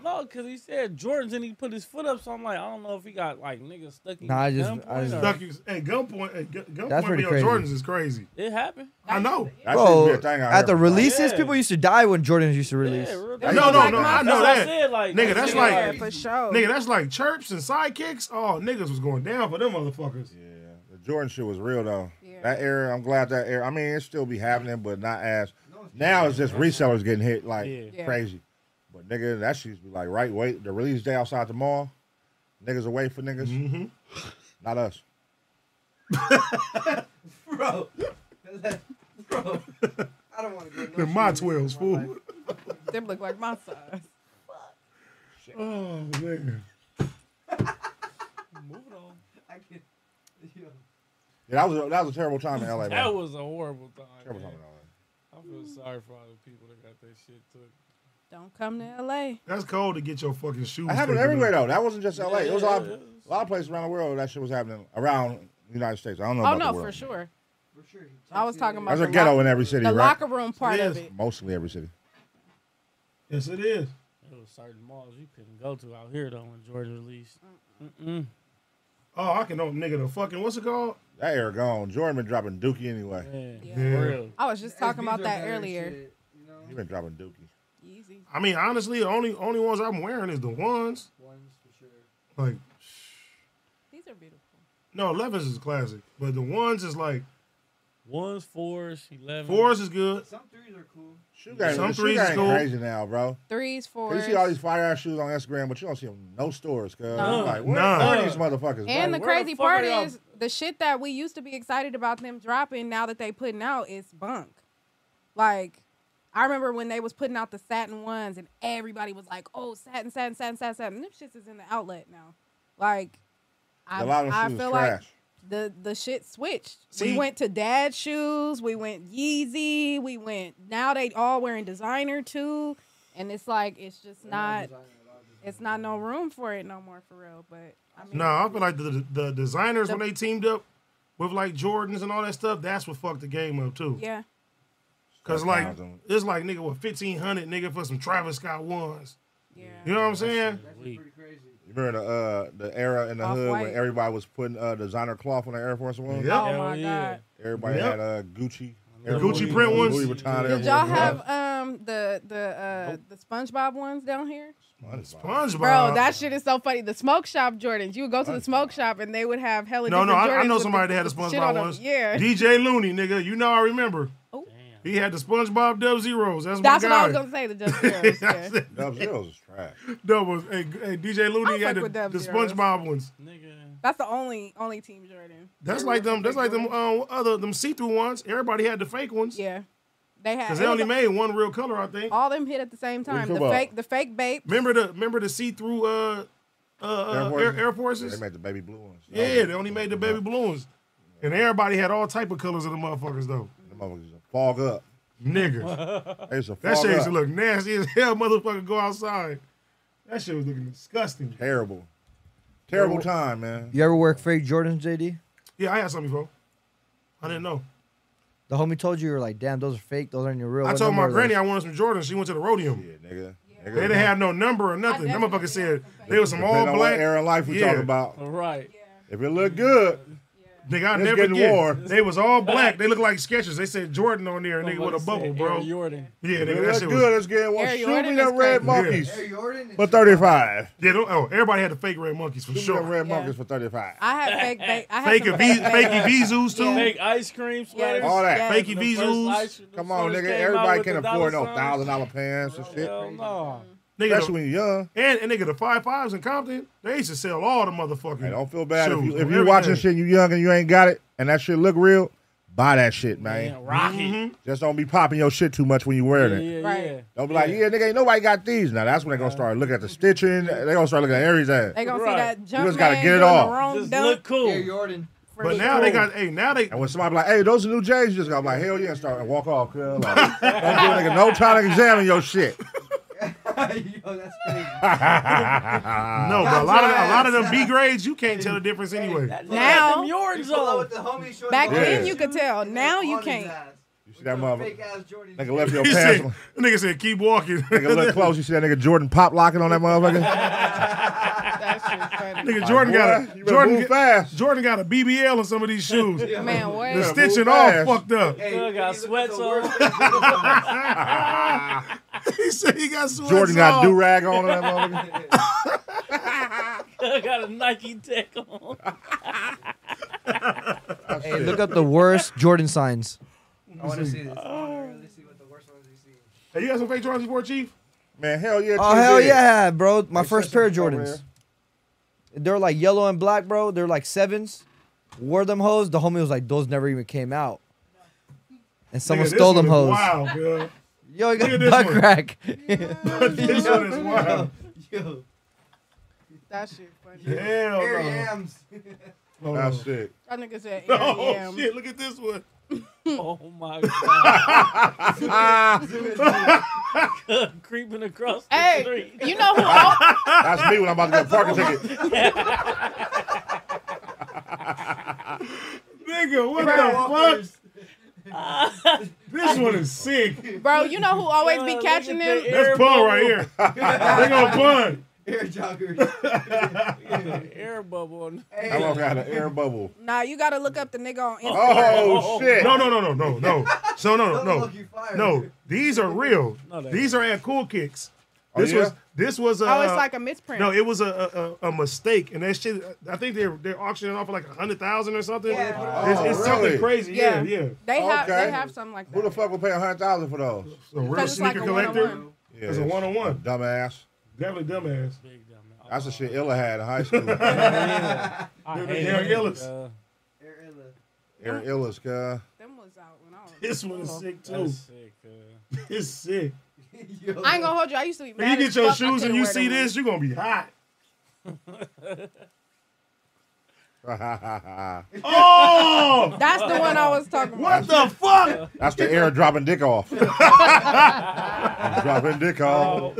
Speaker 2: No, because he said Jordan's and he put his foot up. So I'm like, I don't know if he got like niggas stuck in
Speaker 10: Nah, I
Speaker 2: his
Speaker 10: just- I
Speaker 2: gunpoint
Speaker 10: just-
Speaker 2: or-
Speaker 1: Duck you- Hey, gunpoint. Hey, gun- gunpoint
Speaker 10: That's pretty
Speaker 1: me
Speaker 10: crazy.
Speaker 1: on Jordans is crazy.
Speaker 2: It happened.
Speaker 1: I know.
Speaker 10: Bro, at the releases,
Speaker 2: Yeah.
Speaker 10: people used to die when Jordans used to release.
Speaker 1: No, no, no. I know
Speaker 2: That's what I
Speaker 1: that.
Speaker 2: said, like,
Speaker 1: nigga, that's
Speaker 2: yeah,
Speaker 1: like
Speaker 3: for sure.
Speaker 1: Nigga, that's like chirps and sidekicks. Oh, niggas was going down for them motherfuckers.
Speaker 4: The Jordan shit was real though. That era, I'm glad that era. I mean, it still be happening, but not as. Now it's just resellers getting hit like
Speaker 1: Yeah.
Speaker 4: crazy. But nigga, that shit used to be like right wait the release day outside the mall. Niggas away for niggas. Not us.
Speaker 5: Bro. Bro. I don't want to get no
Speaker 1: They're my
Speaker 5: shit in
Speaker 1: twelves,
Speaker 5: my
Speaker 1: fool.
Speaker 5: life.
Speaker 3: Them look like my size.
Speaker 1: Oh nigga.
Speaker 2: Moving on.
Speaker 5: I can you know,
Speaker 4: Yeah, that was a, that was a terrible time in LA. man.
Speaker 2: That was a horrible time.
Speaker 4: Terrible
Speaker 2: man.
Speaker 4: time
Speaker 2: I feel sorry for all the people that got their shit took.
Speaker 3: Don't come to LA.
Speaker 1: That's cold to get your fucking shoes.
Speaker 4: That happened
Speaker 1: taken
Speaker 4: everywhere
Speaker 1: off.
Speaker 4: though. That wasn't just LA. It was a lot,
Speaker 1: Yeah.
Speaker 4: a lot of places around the world that shit was happening around the United States. I don't know.
Speaker 3: Oh
Speaker 4: about the
Speaker 3: no,
Speaker 4: world.
Speaker 3: for sure. I was talking about
Speaker 4: There's a
Speaker 3: the
Speaker 4: ghetto
Speaker 3: lock-
Speaker 4: in every city,
Speaker 3: The
Speaker 4: right?
Speaker 3: locker room part
Speaker 1: It
Speaker 3: of
Speaker 1: is.
Speaker 3: it.
Speaker 4: Mostly every city.
Speaker 1: Yes, it is.
Speaker 2: There was certain malls you couldn't go to out here though when Jordan released. Mm-mm.
Speaker 1: Oh, I can know nigga the fucking what's it called?
Speaker 4: That era gone. Jordan been dropping Dookie anyway.
Speaker 2: Man,
Speaker 1: Yeah.
Speaker 2: for real.
Speaker 3: I was just talking
Speaker 5: SBs
Speaker 3: about
Speaker 5: are
Speaker 3: that
Speaker 5: better
Speaker 3: earlier.
Speaker 5: shit, you know?
Speaker 4: He been dropping Dookie.
Speaker 3: Easy.
Speaker 1: I mean, honestly, the only only ones I'm wearing is the ones.
Speaker 5: Ones for sure.
Speaker 1: Like
Speaker 3: These are beautiful.
Speaker 1: no, elevens is classic, but the ones is like
Speaker 2: Ones, fours, eleven.
Speaker 1: fours is good.
Speaker 5: Some threes are cool.
Speaker 4: Shoe game,
Speaker 1: Some
Speaker 4: Some shoe
Speaker 1: threes
Speaker 4: game
Speaker 1: is cool.
Speaker 4: crazy now, bro.
Speaker 3: Threes,
Speaker 4: You
Speaker 3: fours.
Speaker 4: see all these fire ass shoes on Instagram, but you don't see them in no stores. Cause
Speaker 3: None.
Speaker 4: I'm like, where
Speaker 1: None.
Speaker 4: are these motherfuckers?
Speaker 3: And
Speaker 4: bro?
Speaker 3: the
Speaker 2: Where the
Speaker 3: crazy
Speaker 2: fuck are
Speaker 3: part
Speaker 2: y'all-
Speaker 3: is the shit that we used to be excited about them dropping now that they putting out is bunk. Like I remember when they was putting out the satin ones and everybody was like, "Oh, satin, satin, satin, satin, satin." Them shits is in the outlet now. Like I,
Speaker 4: a lot of
Speaker 3: I
Speaker 4: shoes
Speaker 3: feel like
Speaker 4: trash.
Speaker 3: the the shit switched.
Speaker 1: See-
Speaker 3: we went to dad shoes. We went Yeezy. We went now they all wearing designer too, and it's like it's just not. It's not no room for it no more for real. But I mean,
Speaker 1: No, I feel like the the designers when they teamed up with like Jordans and all that stuff, that's what fucked the game up too.
Speaker 3: yeah,
Speaker 1: Cause
Speaker 4: Stuff
Speaker 1: like
Speaker 4: down to 'em.
Speaker 1: it's like nigga with fifteen hundred nigga for some Travis Scott ones.
Speaker 3: yeah.
Speaker 1: You know what I'm saying?
Speaker 5: Pretty crazy.
Speaker 4: You remember the uh, the era in the hood
Speaker 3: Off-White.
Speaker 4: when everybody was putting uh, designer cloth on the Air Force One?
Speaker 1: Yep.
Speaker 3: Oh my
Speaker 2: yeah.
Speaker 3: god.
Speaker 4: Everybody
Speaker 1: Yep.
Speaker 4: had uh, Gucci.
Speaker 1: The
Speaker 4: Air
Speaker 1: Gucci
Speaker 4: Force
Speaker 1: print
Speaker 4: One,
Speaker 1: ones?
Speaker 4: Louis Vuitton. Air
Speaker 3: Did y'all
Speaker 4: Force
Speaker 3: have
Speaker 4: One.
Speaker 3: um the the uh the SpongeBob ones down here?
Speaker 1: SpongeBob.
Speaker 3: Bro, that shit is so funny. The smoke shop Jordans. You would go to the smoke shop and they would have hella.
Speaker 1: no, no,
Speaker 3: different
Speaker 1: I, I
Speaker 3: Jordans
Speaker 1: know
Speaker 3: with
Speaker 1: somebody
Speaker 3: the-
Speaker 1: that had the
Speaker 3: with the shit on
Speaker 1: SpongeBob
Speaker 3: them.
Speaker 1: ones.
Speaker 3: Yeah,
Speaker 1: DJ Looney, nigga, you know I remember.
Speaker 3: Oh.
Speaker 1: He had the SpongeBob Dub Zeros. That's,
Speaker 3: that's
Speaker 1: my
Speaker 3: what I
Speaker 1: guy.
Speaker 3: was gonna say. The Dub Zeros. Yeah.
Speaker 4: Dub Zeros is trash.
Speaker 1: Dub was hey, g- hey DJ
Speaker 3: I
Speaker 1: Looney
Speaker 3: fuck
Speaker 1: had the,
Speaker 3: with Dub
Speaker 1: the
Speaker 3: Zeros.
Speaker 1: SpongeBob ones.
Speaker 2: Nigga.
Speaker 3: That's the only only team Jordan.
Speaker 1: That's like them. That's like them um, other them see through ones. Everybody had the fake ones
Speaker 3: Yeah, they had.
Speaker 1: because
Speaker 3: it
Speaker 1: they
Speaker 3: was
Speaker 1: only made
Speaker 3: a-
Speaker 1: one real color, I think.
Speaker 3: all them hit at the same time.
Speaker 4: come
Speaker 3: The
Speaker 4: up.
Speaker 3: fake, the fake babe.
Speaker 1: Remember the remember the see through uh, uh, uh, Air, Air Forces?
Speaker 4: They made the baby blue ones. That
Speaker 1: Yeah,
Speaker 4: was-
Speaker 1: they only made the baby blue ones, and everybody had all type of colors of the motherfuckers though.
Speaker 4: Them motherfuckers used to fog up.
Speaker 1: Niggas,
Speaker 4: They used to
Speaker 1: that
Speaker 4: fog
Speaker 1: shit used
Speaker 4: up.
Speaker 1: to look nasty as hell. Motherfucker, go outside. That shit was looking disgusting.
Speaker 4: terrible. Terrible
Speaker 1: Terrible.
Speaker 4: time, man.
Speaker 10: You ever work fake Jordans, JD?
Speaker 1: Yeah, I had something before. I didn't know.
Speaker 10: The homie told you you were like, damn, those are fake. Those aren't your real.
Speaker 1: I
Speaker 10: What
Speaker 1: told
Speaker 10: number
Speaker 1: my
Speaker 10: are
Speaker 1: granny
Speaker 10: those?
Speaker 1: I wanted some Jordans. She went to the Rodium.
Speaker 4: Yeah, nigga. nigga.
Speaker 1: They didn't have no number or nothing. Them motherfuckers said they was some all
Speaker 4: Depending on what
Speaker 1: black.
Speaker 4: era of life we
Speaker 1: Yeah.
Speaker 4: talk about.
Speaker 2: All right.
Speaker 4: If it look good,
Speaker 1: Nigga, I
Speaker 4: Let's
Speaker 1: never
Speaker 4: get in
Speaker 1: get.
Speaker 4: war.
Speaker 1: They was all black. They look like sketches. They said Jordan on there, nigga, with a bubble, bro. Yeah,
Speaker 4: If it
Speaker 1: nigga, that
Speaker 4: look
Speaker 1: shit
Speaker 4: good.
Speaker 1: was
Speaker 4: Let's get in war.
Speaker 1: Air
Speaker 4: Shoot
Speaker 1: Jordan
Speaker 4: me them
Speaker 1: is
Speaker 4: red
Speaker 1: crazy.
Speaker 4: monkees.
Speaker 1: Yeah. Air
Speaker 4: For thirty five.
Speaker 1: Yeah, don't, oh, everybody had the fake red monkeys for
Speaker 4: Shoot me
Speaker 1: sure.
Speaker 4: them red monkeys for thirty five.
Speaker 3: I had fake ba- I had
Speaker 1: Fake
Speaker 3: some
Speaker 1: Avi-
Speaker 3: fake
Speaker 1: fake
Speaker 3: bacon.
Speaker 1: Avizus, too.
Speaker 2: Fake ice cream sweaters.
Speaker 4: All that.
Speaker 2: When the first ice- the
Speaker 4: Come on,
Speaker 2: first
Speaker 4: nigga.
Speaker 2: came out
Speaker 4: Everybody
Speaker 2: with
Speaker 4: can
Speaker 2: the
Speaker 4: afford
Speaker 2: dollar
Speaker 4: no
Speaker 2: signs.
Speaker 4: thousand dollar pants and shit.
Speaker 2: Hell no.
Speaker 1: Nigga,
Speaker 4: Especially when you're young.
Speaker 1: And, and nigga, the five fives in Compton, they used to sell all the motherfucking. I don't
Speaker 4: feel bad if you if you watching shit and you young and you ain't got it and that shit look real, buy that shit, man.
Speaker 1: Rocky.
Speaker 4: Just don't be popping your shit too much when you wearing Mm-hmm. it.
Speaker 2: Right.
Speaker 4: Don't be like, yeah, nigga, ain't nobody got these. Now that's when they gonna start looking at the stitching. They gonna start looking at Aries ass.
Speaker 3: They gonna
Speaker 4: Right.
Speaker 3: see that
Speaker 4: You
Speaker 3: jump
Speaker 4: just gotta
Speaker 3: man
Speaker 4: get it
Speaker 3: doing the
Speaker 4: off.
Speaker 3: wrong
Speaker 1: Just
Speaker 3: dunk.
Speaker 1: look cool.
Speaker 5: Air Jordan.
Speaker 1: But now they got, hey, now they.
Speaker 4: And when somebody be like, hey, those are new J's, you just gotta be like, hell yeah, and start and walk off, cuz. Like, don't give a nigga no time to examine your shit.
Speaker 5: Yo, that's crazy.
Speaker 1: no, but a lot of a lot of them B grades, you can't tell the difference anyway.
Speaker 3: Now,
Speaker 5: shorts
Speaker 3: back
Speaker 4: on.
Speaker 3: then
Speaker 4: Yeah.
Speaker 3: you could tell. Now you can't.
Speaker 4: You see that mother.
Speaker 5: Fake ass Jordan.
Speaker 4: Nigga left your
Speaker 1: He
Speaker 4: pants.
Speaker 1: said- nigga said, keep walking.
Speaker 4: Nigga look close. You see that nigga Jordan pop locking on that motherfucker?
Speaker 1: Nigga,
Speaker 4: My
Speaker 1: Jordan
Speaker 4: boy,
Speaker 1: got a
Speaker 4: you better
Speaker 1: Jordan
Speaker 4: move
Speaker 1: get- Jordan got a BBL on some of these shoes.
Speaker 3: Man, what?
Speaker 1: The
Speaker 3: Yeah,
Speaker 1: stitching
Speaker 4: move
Speaker 1: all
Speaker 4: fast.
Speaker 1: fucked up.
Speaker 2: Still got sweats on.
Speaker 1: he said he got sweats
Speaker 4: Jordan got
Speaker 1: on.
Speaker 4: do rag on that motherfucker.
Speaker 2: I got a Nike Tech on.
Speaker 10: Hey, look up the worst Jordan signs.
Speaker 5: I want to see this. I want to really see what the worst ones you see.
Speaker 1: Hey, you got some fake Jordans before, Chief?
Speaker 4: Man, hell yeah.
Speaker 10: Oh
Speaker 4: Chief
Speaker 10: hell
Speaker 4: did.
Speaker 10: yeah, I had, bro! My
Speaker 4: They
Speaker 10: first
Speaker 4: said
Speaker 10: pair of
Speaker 4: something over
Speaker 10: Jordans. They're like yellow and black, bro. They're like sevens. Wore them hoes. The homie was like, those never even came out. And someone
Speaker 1: Nigga, this
Speaker 10: stole
Speaker 1: one is
Speaker 10: them hoes.
Speaker 1: Wild, girl.
Speaker 10: Yo,
Speaker 1: Look
Speaker 10: you got
Speaker 1: at this
Speaker 10: butt
Speaker 1: one.
Speaker 10: crack.
Speaker 1: this one is wild.
Speaker 5: Yo.
Speaker 3: That shit funny.
Speaker 1: Hell
Speaker 5: Air
Speaker 1: no.
Speaker 5: yams.
Speaker 1: No, no.
Speaker 4: That's it.
Speaker 3: That nigga said Air
Speaker 1: Oh
Speaker 3: Yam.
Speaker 1: shit! Look at this one.
Speaker 2: Oh my god. Creeping across the
Speaker 3: Hey,
Speaker 2: street.
Speaker 3: you know who? al-
Speaker 4: That's me when I'm about to get a parking ticket.
Speaker 1: Nigga, what the
Speaker 5: Walkers.
Speaker 1: fuck? this one is sick.
Speaker 3: Bro, you know who always
Speaker 2: Yo,
Speaker 3: be
Speaker 2: look
Speaker 3: catching
Speaker 2: at
Speaker 3: them?
Speaker 2: the
Speaker 1: That's
Speaker 2: air
Speaker 1: pun
Speaker 2: bubble.
Speaker 1: right here. They gonna pun.
Speaker 5: Air joggers.
Speaker 2: The air bubble. on-
Speaker 4: I'm gonna have an air bubble.
Speaker 3: Nah, you gotta look up the nigga on Instagram.
Speaker 4: Oh shit.
Speaker 1: No, no, no, no, no, no. So no, no,
Speaker 5: Don't
Speaker 1: no,
Speaker 5: look, you fired.
Speaker 1: no. These are real.
Speaker 2: No, they
Speaker 1: These are at Cool Kicks.
Speaker 4: Oh,
Speaker 1: This
Speaker 4: yeah?
Speaker 1: was this was uh, a.
Speaker 3: Oh, it's like a misprint.
Speaker 1: no, it was a, a a- a mistake, and that shit. I think they're they're auctioning off for like a hundred thousand or something.
Speaker 5: Yeah.
Speaker 1: It's, it's
Speaker 4: Oh,
Speaker 1: something
Speaker 4: really?
Speaker 1: crazy. Yeah, yeah.
Speaker 3: They have
Speaker 4: Okay.
Speaker 3: they have something like
Speaker 4: Who the
Speaker 3: that.
Speaker 4: fuck would pay a hundred thousand for those?
Speaker 1: So real
Speaker 3: Because it's like
Speaker 1: sneaker
Speaker 3: a
Speaker 1: collector.
Speaker 3: 101.
Speaker 4: Yeah,
Speaker 1: It's a one on one.
Speaker 4: Dumbass.
Speaker 1: Definitely dumbass.
Speaker 2: Big dumb.
Speaker 4: That's the shit Illa had in high school.
Speaker 2: I
Speaker 1: They're
Speaker 2: hate
Speaker 1: Derrick
Speaker 2: it,
Speaker 1: Ellis.
Speaker 2: uh,
Speaker 5: Air Ella.
Speaker 4: Air Illa's cuh.
Speaker 3: Them was out when I was.
Speaker 1: This one is sick
Speaker 2: That
Speaker 1: too.
Speaker 2: is sick. uh,
Speaker 1: It's sick.
Speaker 5: Yo.
Speaker 3: I ain't gonna hold you. I used to be.
Speaker 1: If
Speaker 3: Mad
Speaker 1: you
Speaker 3: as
Speaker 1: get your
Speaker 3: fuck I
Speaker 1: shoes and
Speaker 3: couldn't
Speaker 1: you
Speaker 3: wear
Speaker 1: see
Speaker 3: them.
Speaker 1: this, you're gonna be hot.
Speaker 4: That's
Speaker 1: Oh,
Speaker 3: That's the one I was talking about.
Speaker 1: what the fuck?
Speaker 4: the air dropping dick off. dropping dick
Speaker 2: Oh,
Speaker 4: off.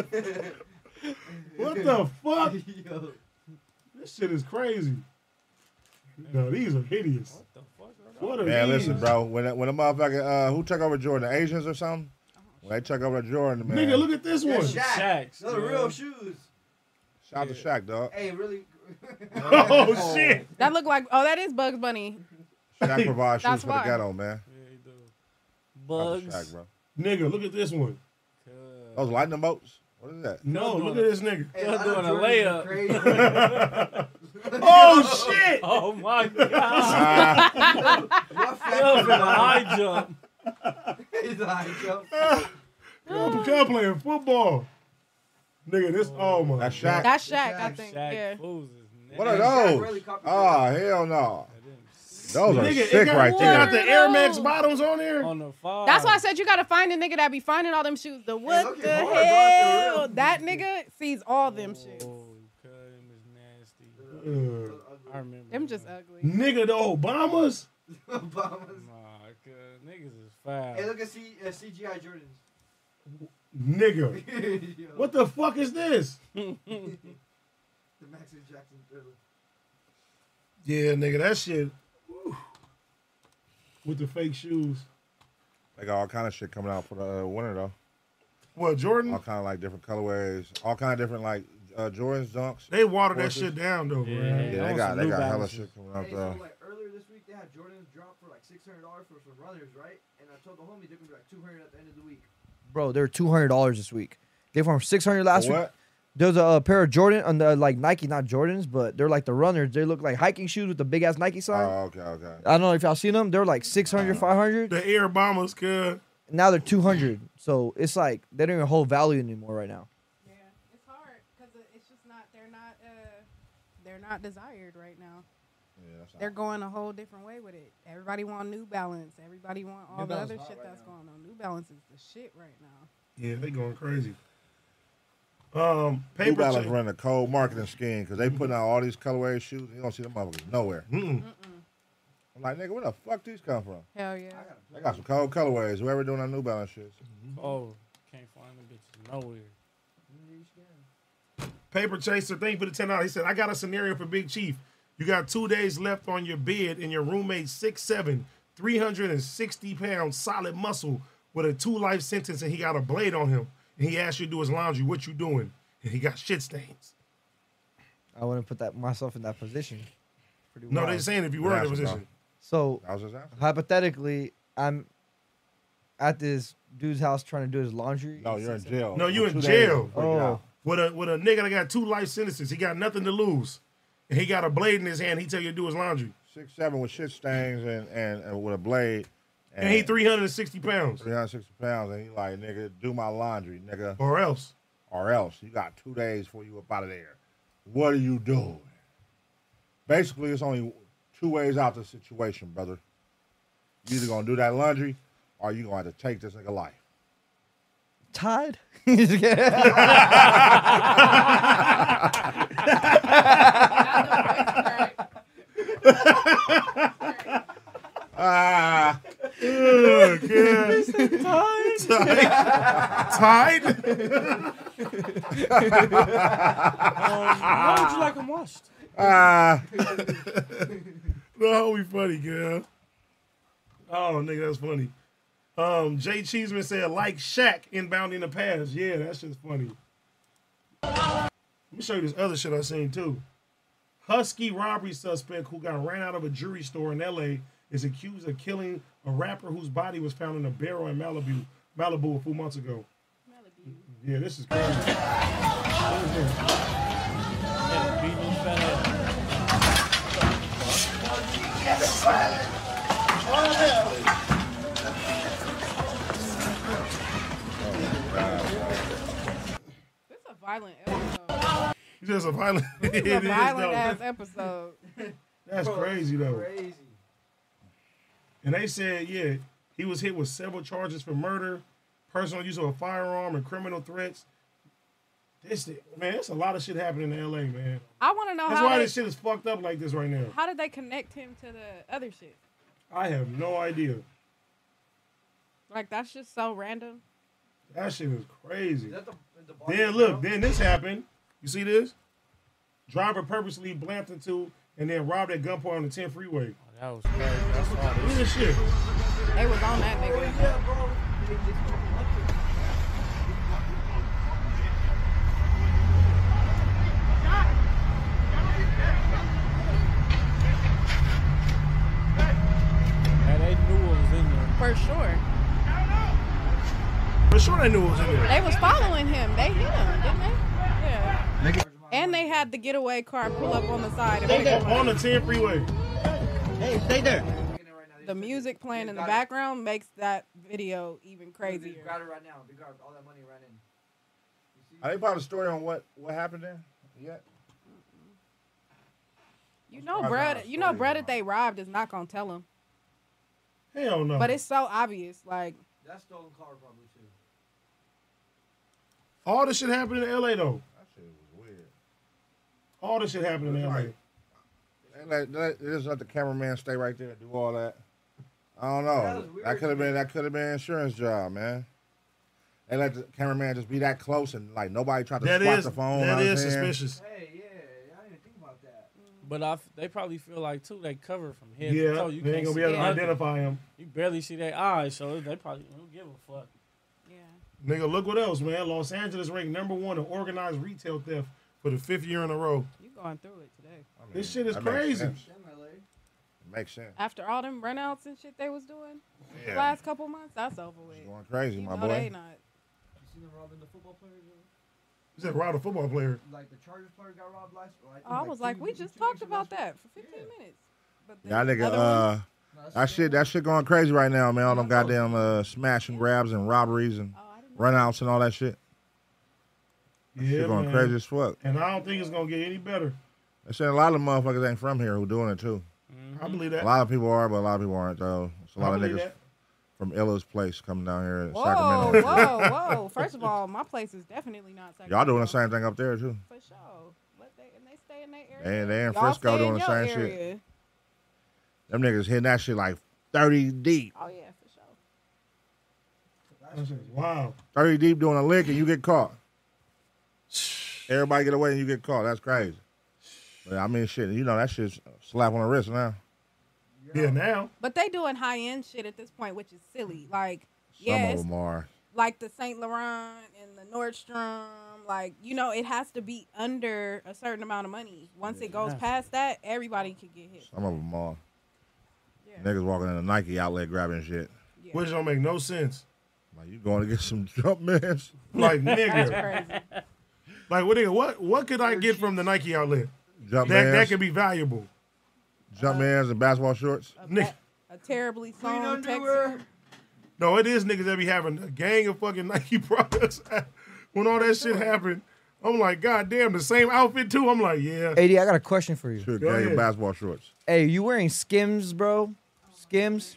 Speaker 1: What the fuck?
Speaker 5: Yo.
Speaker 1: This shit is crazy. No, these are hideous. What the fuck? What are
Speaker 4: Man,
Speaker 1: these?
Speaker 4: listen, bro. When a- when a motherfucker uh, who took over Jordan, the Asians or something? When they took over the Jordan, man.
Speaker 1: Nigga, look at this one.
Speaker 5: Shaq.
Speaker 2: Shaq's,
Speaker 5: Those are
Speaker 2: yeah.
Speaker 5: real shoes.
Speaker 4: Shout out to Shaq, dog.
Speaker 5: Hey, really.
Speaker 1: Oh shit.
Speaker 3: That looked like. Oh, that is Bugs Bunny.
Speaker 4: Shaq provides shoes
Speaker 3: That's
Speaker 4: for
Speaker 3: why.
Speaker 4: the ghetto, man.
Speaker 2: yeah, he do.
Speaker 4: Shout out to
Speaker 2: Bugs.
Speaker 4: Shaq, bro.
Speaker 1: Nigga, look at this one.
Speaker 2: Uh,
Speaker 4: Those lightning bolts. What is that?
Speaker 1: No, look at this nigga.
Speaker 5: Hey,
Speaker 2: Y'all
Speaker 5: lot of
Speaker 2: doing a
Speaker 5: Jordans are Crazy.
Speaker 2: layup.
Speaker 1: Oh shit.
Speaker 2: Oh my god.
Speaker 4: Ah,
Speaker 5: What
Speaker 2: Up in the
Speaker 5: fact-
Speaker 2: high jump.
Speaker 5: He's like, yo.
Speaker 1: Yo, Pecan playing football. Nigga, this oh my
Speaker 4: That's Shaq.
Speaker 3: That's Shaq, I
Speaker 5: Shaq,
Speaker 3: think. Yeah.
Speaker 2: Shaq Fools is
Speaker 4: what
Speaker 2: nasty.
Speaker 4: are
Speaker 5: Shaq really
Speaker 4: those?
Speaker 5: copied
Speaker 4: Oh, hell no. Those
Speaker 1: God.
Speaker 4: are
Speaker 1: Nigga, it
Speaker 4: sick
Speaker 1: got,
Speaker 4: right
Speaker 1: it
Speaker 4: there.
Speaker 1: got the Air Max bottoms on there.
Speaker 2: On the five.
Speaker 3: That's why I said you gotta find a nigga that be finding all them shoes. The what
Speaker 5: look
Speaker 3: the
Speaker 5: at Hard Rock, for
Speaker 3: hell?
Speaker 5: real.
Speaker 3: That nigga sees all them shit.
Speaker 2: Oh, cut him is nasty.
Speaker 1: Uh,
Speaker 2: I remember.
Speaker 3: Them just
Speaker 2: that.
Speaker 3: ugly.
Speaker 1: nigga, the Obamas.
Speaker 5: Obama's.
Speaker 2: Nah, cut. Niggas is
Speaker 5: Hey,
Speaker 2: foul.
Speaker 5: look at C- uh, CGI Jordans.
Speaker 1: Nigga.
Speaker 5: Yo,
Speaker 1: What the fuck is this?
Speaker 5: The Maxie Jackson thriller.
Speaker 1: Yeah, nigga, that shit. Whew. With the fake shoes.
Speaker 4: They got all kind of shit coming out for the uh, winter, though.
Speaker 1: Well, Jordan.
Speaker 4: All kind of like different colorways, all kind of different like uh, uh, Jordan's dunks.
Speaker 1: They water that
Speaker 4: Horses.
Speaker 1: shit down though, bro.
Speaker 4: Yeah, they got they got hella shit coming out
Speaker 5: Hey, so
Speaker 4: there.
Speaker 5: like earlier this week they had Jordan's drop for like six hundred dollars for some runners, right? And I told the homies they're gonna be like two hundred at the end of the week.
Speaker 10: bro. They're two hundred dollars this week. They from six hundred last week.
Speaker 4: what?
Speaker 10: There's a, uh, pair of Jordan on the like Nike, not Jordans, but they're like the runners. They look like hiking shoes with the big ass Nike sign.
Speaker 4: Oh, okay, okay.
Speaker 10: I don't know if y'all seen them. They're like 600, 500.
Speaker 1: The Air Bombers, good.
Speaker 10: Now they're 200. So it's like they don't even hold value anymore right now.
Speaker 3: It's hard because it's just not. They're not. Uh, they're not desired right now. They're going a whole different way with it. Everybody want New Balance. Everybody want all
Speaker 1: New
Speaker 3: the
Speaker 1: Balance
Speaker 3: other
Speaker 1: hot
Speaker 3: shit
Speaker 1: right
Speaker 3: that's going on. New Balance is the shit right now.
Speaker 1: Yeah, they going crazy. Um,
Speaker 4: New
Speaker 1: paper
Speaker 4: Balance
Speaker 1: check.
Speaker 4: running a cold marketing scheme because they putting out all these colorway shoes. You don't see them motherfuckers nowhere. I'm like, nigga, where the fuck these come from?
Speaker 3: Hell yeah.
Speaker 4: They got some cold colorways. Whoever doing our New Balance shit.
Speaker 2: Oh, can't find them bitches nowhere.
Speaker 1: Paper Chaser, thank you for the ten dollars. He said, "I got a scenario for Big Chief. You got two days left on your bed, and your roommate six seven, 360 pounds, solid muscle, with a two life sentence, and he got a blade on him, and he asked you to do his laundry. What you doing? And he got shit stains.
Speaker 10: I wouldn't put that myself in that position. Pretty
Speaker 1: No,
Speaker 10: wild.
Speaker 1: they're saying if you were in that position,
Speaker 10: So
Speaker 4: I was just asking.
Speaker 10: hypothetically, I'm at this dude's house trying to do his laundry.
Speaker 4: No, you're in jail.
Speaker 1: no, you
Speaker 4: For
Speaker 1: in
Speaker 4: two days. Oh.
Speaker 1: jail.
Speaker 3: Oh.
Speaker 4: Freaking out.
Speaker 1: With a with a nigga that got two life sentences, he got nothing to lose, and he got a blade in his hand. He tell you to do his laundry,
Speaker 4: Six seven with shit stains and, and, and with a blade.
Speaker 1: and, he three hundred and sixty pounds.
Speaker 4: 360 pounds, and he like, nigga, do my laundry, nigga.
Speaker 1: Or else.
Speaker 4: Or else. You got two days before you up out of there. What are you doing? Basically, it's only two ways out the situation, brother. You either gonna do that laundry, or you gonna have to take this nigga life.
Speaker 10: Tied?
Speaker 4: Ah.
Speaker 1: Ugh, yeah.
Speaker 15: Tied?
Speaker 1: Tied?
Speaker 15: How would you like 'em washed?
Speaker 4: Ah.
Speaker 1: no, we funny, girl. Oh, nigga, that's funny. Um, Jay Cheeseman said, like Shaq inbound in the past. Yeah, that shit's funny. Let me show you this other shit I seen too. Husky robbery suspect who got ran out of a jewelry store in LA is accused of killing a rapper whose body was found in a barrel in Malibu, Malibu a few months ago. Yeah, this is crazy.
Speaker 3: It's a violent episode.
Speaker 1: It's just a violent.
Speaker 3: This
Speaker 1: It
Speaker 3: is a
Speaker 1: is,
Speaker 3: violent
Speaker 1: though.
Speaker 3: ass episode.
Speaker 1: That's crazy though.
Speaker 5: Crazy.
Speaker 1: And they said, yeah, he was hit with several charges for murder, personal use of a firearm, and criminal threats. This man, it's a lot of shit happening in LA, man.
Speaker 3: I want to know
Speaker 1: That's
Speaker 3: how
Speaker 1: why
Speaker 3: they,
Speaker 1: this shit is fucked up like this right now.
Speaker 3: how did they connect him to the other shit?
Speaker 1: I have no idea.
Speaker 3: Like that's just so random.
Speaker 1: That shit is crazy.
Speaker 5: Is that the, the bar
Speaker 1: Then look, then this happened. You see this? Driver purposely blamped into and then robbed at gunpoint on the 10 freeway.
Speaker 2: that was crazy. That's all
Speaker 1: Look at this shit.
Speaker 3: They was on that nigga.
Speaker 2: And they knew what was in there.
Speaker 3: For sure.
Speaker 1: For sure they knew what was in there.
Speaker 3: They was following him. They hit him, didn't they? Yeah. And they had the getaway car pull up on the side. and
Speaker 1: They
Speaker 3: pick him
Speaker 1: on the
Speaker 3: up.
Speaker 1: 10 freeway.
Speaker 3: Hey, stay there. The music playing in the background makes that video even
Speaker 5: Crazy.
Speaker 3: crazier.
Speaker 5: Got it right now. They got all that money right in.
Speaker 4: Are they part of the story on what, what happened there? Yeah.
Speaker 3: You know,
Speaker 4: I got
Speaker 3: bread.
Speaker 4: a
Speaker 3: You know,
Speaker 4: story
Speaker 3: bread that they robbed is not gonna tell him.
Speaker 1: Hell no.
Speaker 3: But it's so obvious. Like
Speaker 5: That's stolen car probably too.
Speaker 1: All this shit happened in LA though.
Speaker 4: That shit was weird.
Speaker 1: All this shit happened in LA.
Speaker 4: They let, they let- they just let the cameraman stay right there and do all that. I don't
Speaker 1: That
Speaker 4: know.
Speaker 1: was weird,
Speaker 4: That could have been that could have been an insurance job, man. They let the cameraman just be that close and like nobody tried to
Speaker 1: That
Speaker 4: spot
Speaker 1: is-
Speaker 4: the phone.
Speaker 1: that
Speaker 4: know what I'm
Speaker 1: is
Speaker 4: saying?
Speaker 1: suspicious.
Speaker 5: Hey, yeah, I didn't even think about that.
Speaker 2: But I f they probably feel like too they cover from head
Speaker 1: Yeah,
Speaker 2: to toe. You
Speaker 1: they ain't
Speaker 2: can't
Speaker 1: gonna be
Speaker 2: see
Speaker 1: able to
Speaker 2: nothing.
Speaker 1: identify 'em.
Speaker 2: You barely see their eyes, so they probably don't give a fuck.
Speaker 1: Nigga, look what else, man. Los Angeles ranked number one in organized retail theft for the fifth year in a row.
Speaker 3: You going through it today.
Speaker 1: This shit is
Speaker 4: That makes
Speaker 1: crazy.
Speaker 4: sense. Makes sense.
Speaker 3: After all them runouts and shit they was doing
Speaker 4: Yeah.
Speaker 3: the last couple months, that's over with.
Speaker 4: Going crazy,
Speaker 3: You
Speaker 4: my
Speaker 3: know they
Speaker 4: boy.
Speaker 3: not.
Speaker 5: You seen them robbing the football players? uh,
Speaker 1: You said rob a football player.
Speaker 5: Like the Chargers player got robbed last. Like,
Speaker 3: Oh, I was like,
Speaker 5: two-
Speaker 3: we
Speaker 5: two
Speaker 3: just
Speaker 5: weeks
Speaker 3: talked
Speaker 5: ago.
Speaker 3: about that for 15 minutes. But
Speaker 4: Yeah,
Speaker 3: then
Speaker 4: nigga.
Speaker 3: other one-
Speaker 4: Uh, that shit, that shit going crazy right now, man. All them goddamn uh, smash and grabs and robberies and
Speaker 3: Oh,
Speaker 4: runouts and all that shit. That
Speaker 1: Yeah,
Speaker 4: shit going
Speaker 1: man.
Speaker 4: crazy as fuck.
Speaker 1: And I don't think it's gonna get any better.
Speaker 4: They said a lot of motherfuckers ain't from here who doing it too.
Speaker 1: I
Speaker 2: Mm-hmm.
Speaker 1: believe that.
Speaker 4: A lot of people are, but a lot of people aren't though. It's a
Speaker 1: I
Speaker 4: lot of
Speaker 1: believe
Speaker 4: niggas
Speaker 1: that.
Speaker 4: from Illa's place coming down here in
Speaker 3: Whoa,
Speaker 4: Sacramento.
Speaker 3: whoa, whoa. First of all, my place is definitely not Sacramento.
Speaker 4: Y'all doing the same thing up there too.
Speaker 3: For sure. Let they, and they stay in their
Speaker 4: They,
Speaker 3: area.
Speaker 4: they in
Speaker 3: Y'all
Speaker 4: Frisco
Speaker 3: stay in
Speaker 4: doing the
Speaker 3: your
Speaker 4: same shit.
Speaker 3: area.
Speaker 4: Them niggas hitting that shit like thirty deep,
Speaker 3: Oh, yeah, for sure.
Speaker 1: Wow.
Speaker 4: thirty deep doing a lick, and you get caught. Everybody get away, and you get caught. That's crazy. But I mean, shit, you know that shit's a slap on the wrist now.
Speaker 1: Yeah, now.
Speaker 3: But they doing high end shit at this point, which is silly. Like,
Speaker 4: Some
Speaker 3: yeah,
Speaker 4: of
Speaker 3: it's
Speaker 4: them are.
Speaker 3: like the Saint Laurent and the Nordstrom. Like you know, it has to be under a certain amount of money. Once it goes
Speaker 4: Yeah.
Speaker 3: past that, everybody can get hit.
Speaker 4: Some of them are. Niggas walking in a Nike outlet grabbing shit.
Speaker 1: Which don't make no sense.
Speaker 4: Like you going to get some jump mans?
Speaker 1: Like nigga. like what nigga, what what could I get from the Nike outlet?
Speaker 4: Jump
Speaker 1: that that
Speaker 4: mans.
Speaker 1: could be valuable.
Speaker 4: jump mans and basketball shorts.
Speaker 1: Nigga,
Speaker 3: A terribly sewn texture.
Speaker 1: no, it is niggas that be having a gang of fucking Nike products. when all that shit happened, I'm like, God damn, the same outfit too. I'm like, yeah.
Speaker 10: AD, I got a question for you.
Speaker 4: Sure,
Speaker 1: Go gang of ahead.
Speaker 4: basketball shorts.
Speaker 10: Hey, you wearing Skims,
Speaker 3: Oh,
Speaker 10: bro? Skims?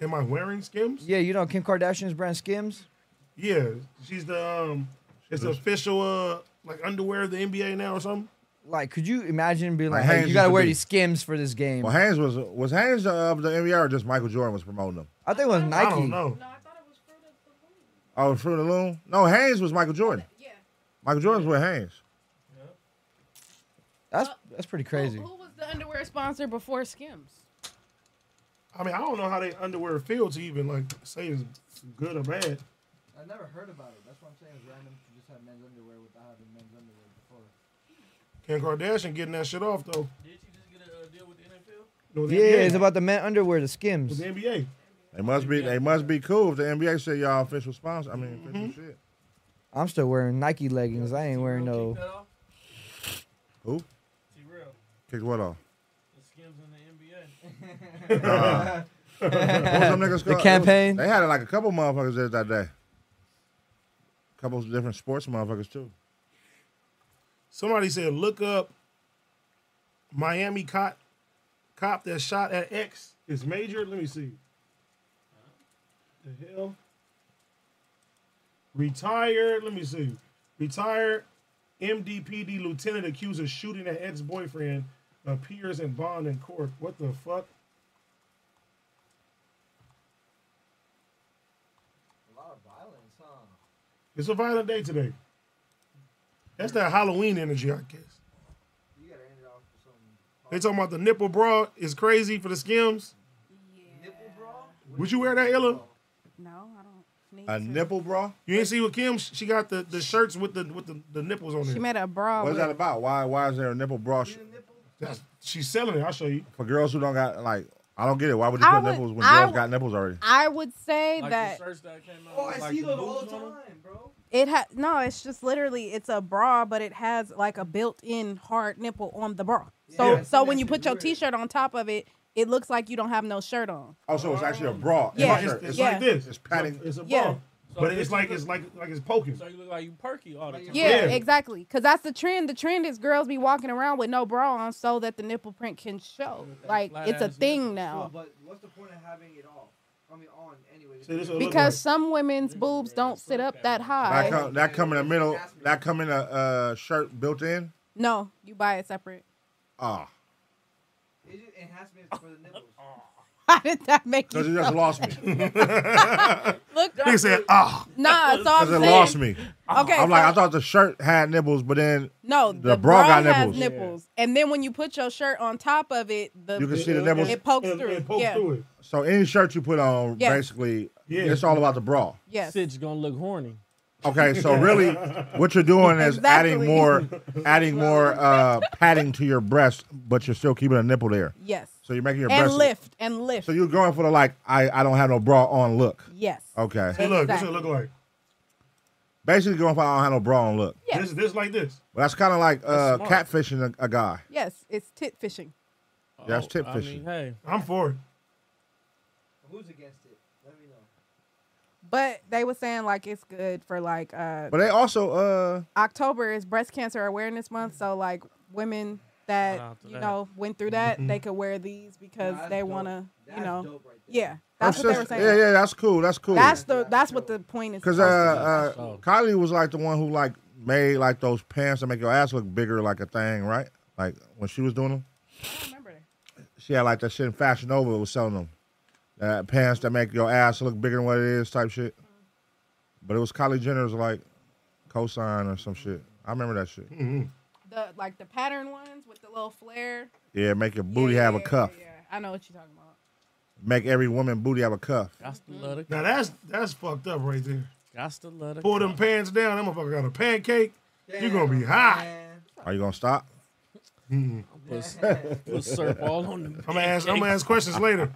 Speaker 1: Am I wearing Skims?
Speaker 10: Yeah, you know Kim Kardashian's brand Skims.
Speaker 1: Yeah, she's the um, it's the official uh like underwear of the NBA now or something.
Speaker 10: Like, could you imagine being
Speaker 4: Like
Speaker 10: like, hey,
Speaker 4: Hanes
Speaker 10: you gotta
Speaker 4: used to
Speaker 10: wear
Speaker 4: be.
Speaker 10: these Skims for this game?
Speaker 4: Well, Haynes was was Haynes of the NBA or just Michael Jordan was promoting them?
Speaker 10: I think it was Nike.
Speaker 4: I don't know. Oh, Fruit of the Loom? No, Haynes was Michael Jordan. Yeah. Michael Jordan's with Haynes.
Speaker 10: That's that's pretty crazy.
Speaker 3: Who was the underwear sponsor before Skims?
Speaker 1: I mean, I don't know how they underwear feel to even like say it's good or bad.
Speaker 5: I never heard about it. That's what I'm saying. It's random to just have men's underwear without having men's underwear before.
Speaker 1: Kim Kardashian getting that shit off though. Did you just
Speaker 10: Yeah,
Speaker 1: get a
Speaker 10: it's
Speaker 1: deal
Speaker 10: about the men underwear, the
Speaker 1: with
Speaker 10: Skims.
Speaker 1: the NBA? No, the NBA. With
Speaker 4: They must be they must be cool if the NBA said y'all official sponsor. I mean,
Speaker 1: the
Speaker 3: Mm-hmm.
Speaker 1: NBA.
Speaker 4: official shit.
Speaker 10: I'm still wearing Nike leggings. I ain't wearing no.
Speaker 4: Who
Speaker 2: T-Real,
Speaker 4: kicked what off?
Speaker 2: the Skims in the NBA.
Speaker 4: Nah. what was them niggas
Speaker 10: The
Speaker 4: called?
Speaker 10: campaign?
Speaker 4: They had like a couple motherfuckers there that day. Couple of different sports motherfuckers too.
Speaker 1: Somebody said, look up Miami cop cop that shot at X is major. Let me see. The hell? Retired. Let me see. Retired MDPD lieutenant accused of shooting at ex boyfriend appears in bond in court. What the fuck?
Speaker 5: A lot of violence, huh?
Speaker 1: It's a violent day today. That's that Halloween energy, I guess.
Speaker 5: You gotta end it off with something.
Speaker 1: They talking about the nipple bra is crazy for the skims.
Speaker 5: Nipple bra?
Speaker 1: Would you wear that, Ella?
Speaker 3: No, I don't. Need
Speaker 4: A
Speaker 3: to.
Speaker 4: nipple bra?
Speaker 1: You ain't see what Kim? She got the, the shirts with the with the, the nipples on it.
Speaker 3: She made a bra.
Speaker 4: What is
Speaker 3: with-
Speaker 4: that about? Why why is there a nipple bra sh-
Speaker 1: That's, she's selling it. I'll show you.
Speaker 4: for girls who don't got like I don't get it. Why would you
Speaker 3: I
Speaker 4: put
Speaker 3: would-
Speaker 4: nipples when
Speaker 3: I
Speaker 4: girls
Speaker 3: would-
Speaker 4: got nipples already?
Speaker 3: I would say
Speaker 2: Like
Speaker 3: that
Speaker 2: the shirts that came out.
Speaker 5: Oh,
Speaker 2: with,
Speaker 5: I
Speaker 2: like,
Speaker 5: see
Speaker 2: the
Speaker 5: those all the
Speaker 2: boobs on them.
Speaker 5: time, bro.
Speaker 3: it has no. It's just literally it's a bra, but it has like a built-in hard nipple on the bra. So
Speaker 4: Yeah, I
Speaker 3: so when you put your t-shirt on top of it, it looks like you don't have no shirt on.
Speaker 4: Oh, so it's actually a bra. It's
Speaker 3: Yeah.
Speaker 4: a shirt.
Speaker 1: It's, it's
Speaker 3: Yeah.
Speaker 1: like this.
Speaker 4: It's padding.
Speaker 1: It's a bra,
Speaker 3: Yeah.
Speaker 1: but it's like it's like like it's poking.
Speaker 2: So you look like you perky all the time.
Speaker 3: Yeah, exactly. Because that's the trend. The trend is girls be walking around with no bra on so that the nipple print can show. Like,
Speaker 2: flat
Speaker 3: it's a
Speaker 2: ass
Speaker 3: thing
Speaker 5: Well,
Speaker 3: now.
Speaker 5: but what's the point of having it off? I mean, on anyway.
Speaker 1: See, this is what it look
Speaker 3: Because some women's boobs don't sit up that
Speaker 4: That
Speaker 3: high.
Speaker 4: come, that come in the middle. That come in a uh, shirt built in.
Speaker 3: No, you buy it separate.
Speaker 4: Ah,
Speaker 5: It just enhancements for the nipples.
Speaker 3: How did that make you?
Speaker 4: because you just lost me.
Speaker 3: Look,
Speaker 4: He said ah
Speaker 3: nah, so I'm
Speaker 4: because it
Speaker 3: saying.
Speaker 4: lost me.
Speaker 3: Okay,
Speaker 4: I'm like
Speaker 3: so-
Speaker 4: I thought the shirt had nipples, but then
Speaker 3: No,
Speaker 4: The bra got nipples.
Speaker 3: has nipples, and then when you put your shirt on top of it, the
Speaker 4: You can see the nipples.
Speaker 3: It pokes
Speaker 1: It- it
Speaker 3: through.
Speaker 1: pokes
Speaker 3: yeah.
Speaker 1: through it.
Speaker 4: so any shirt you put on,
Speaker 3: Yeah.
Speaker 4: basically,
Speaker 1: Yeah.
Speaker 4: it's all about the bra.
Speaker 3: Yes.
Speaker 2: Sitch gonna look horny.
Speaker 4: Okay, so really, what you're doing is adding
Speaker 3: Exactly.
Speaker 4: more, adding more uh, padding to your breast, but you're still keeping a nipple there.
Speaker 3: Yes.
Speaker 4: So you're making your
Speaker 3: and
Speaker 4: breast
Speaker 3: lift and lift.
Speaker 4: So you're going for the like I, I don't have no bra on look.
Speaker 3: Yes.
Speaker 4: Okay.
Speaker 1: Hey, look, this
Speaker 3: Exactly.
Speaker 1: what it look like.
Speaker 4: Basically going for I don't have no bra on look.
Speaker 3: Yes.
Speaker 1: This, this like this.
Speaker 4: But that's kind of like uh,
Speaker 1: smart.
Speaker 4: catfishing a, a guy.
Speaker 3: Yes, it's tit fishing.
Speaker 4: That's tip
Speaker 2: Oh, I mean,
Speaker 4: fishing.
Speaker 2: hey,
Speaker 1: I'm for it.
Speaker 5: Who's against it? Let me know.
Speaker 3: But they were saying like it's good for like uh
Speaker 4: But they also uh
Speaker 3: October is breast cancer areness month, so like women that
Speaker 4: Shout out to
Speaker 3: you
Speaker 4: that.
Speaker 3: know went through that, they could wear these because
Speaker 5: Nah, that's
Speaker 3: they
Speaker 5: dope.
Speaker 3: want to,
Speaker 5: That's
Speaker 3: you know.
Speaker 5: dope right
Speaker 3: yeah. That's what
Speaker 4: her sister-
Speaker 3: they were saying.
Speaker 4: Yeah, yeah, that's cool. That's cool.
Speaker 3: That's the that's what the point is.
Speaker 4: Because uh, uh, Kylie was like the one who like made like those pants that make your ass look bigger, like a thing, right? Like when she was doing them. She had like that shit in Fashion Nova was selling them. Uh, pants that make your ass look bigger than what it is, type shit. But it was Kylie Jenner's like cosign or some shit. I remember that shit.
Speaker 3: the like the pattern ones with the little flare.
Speaker 4: Yeah, make your booty have a cuff.
Speaker 3: Yeah, I know what you're talking about.
Speaker 4: Make every woman booty have a cuff.
Speaker 2: That's the love the
Speaker 1: Now that's that's fucked up right there.
Speaker 2: That's the love the
Speaker 1: Pull them
Speaker 2: cup.
Speaker 1: pants down. That motherfucker got a pancake. You're gonna be hot.
Speaker 4: Are you gonna stop?
Speaker 2: Put, put syrup all on them.
Speaker 1: I'm gonna ask. I'm gonna ask questions later.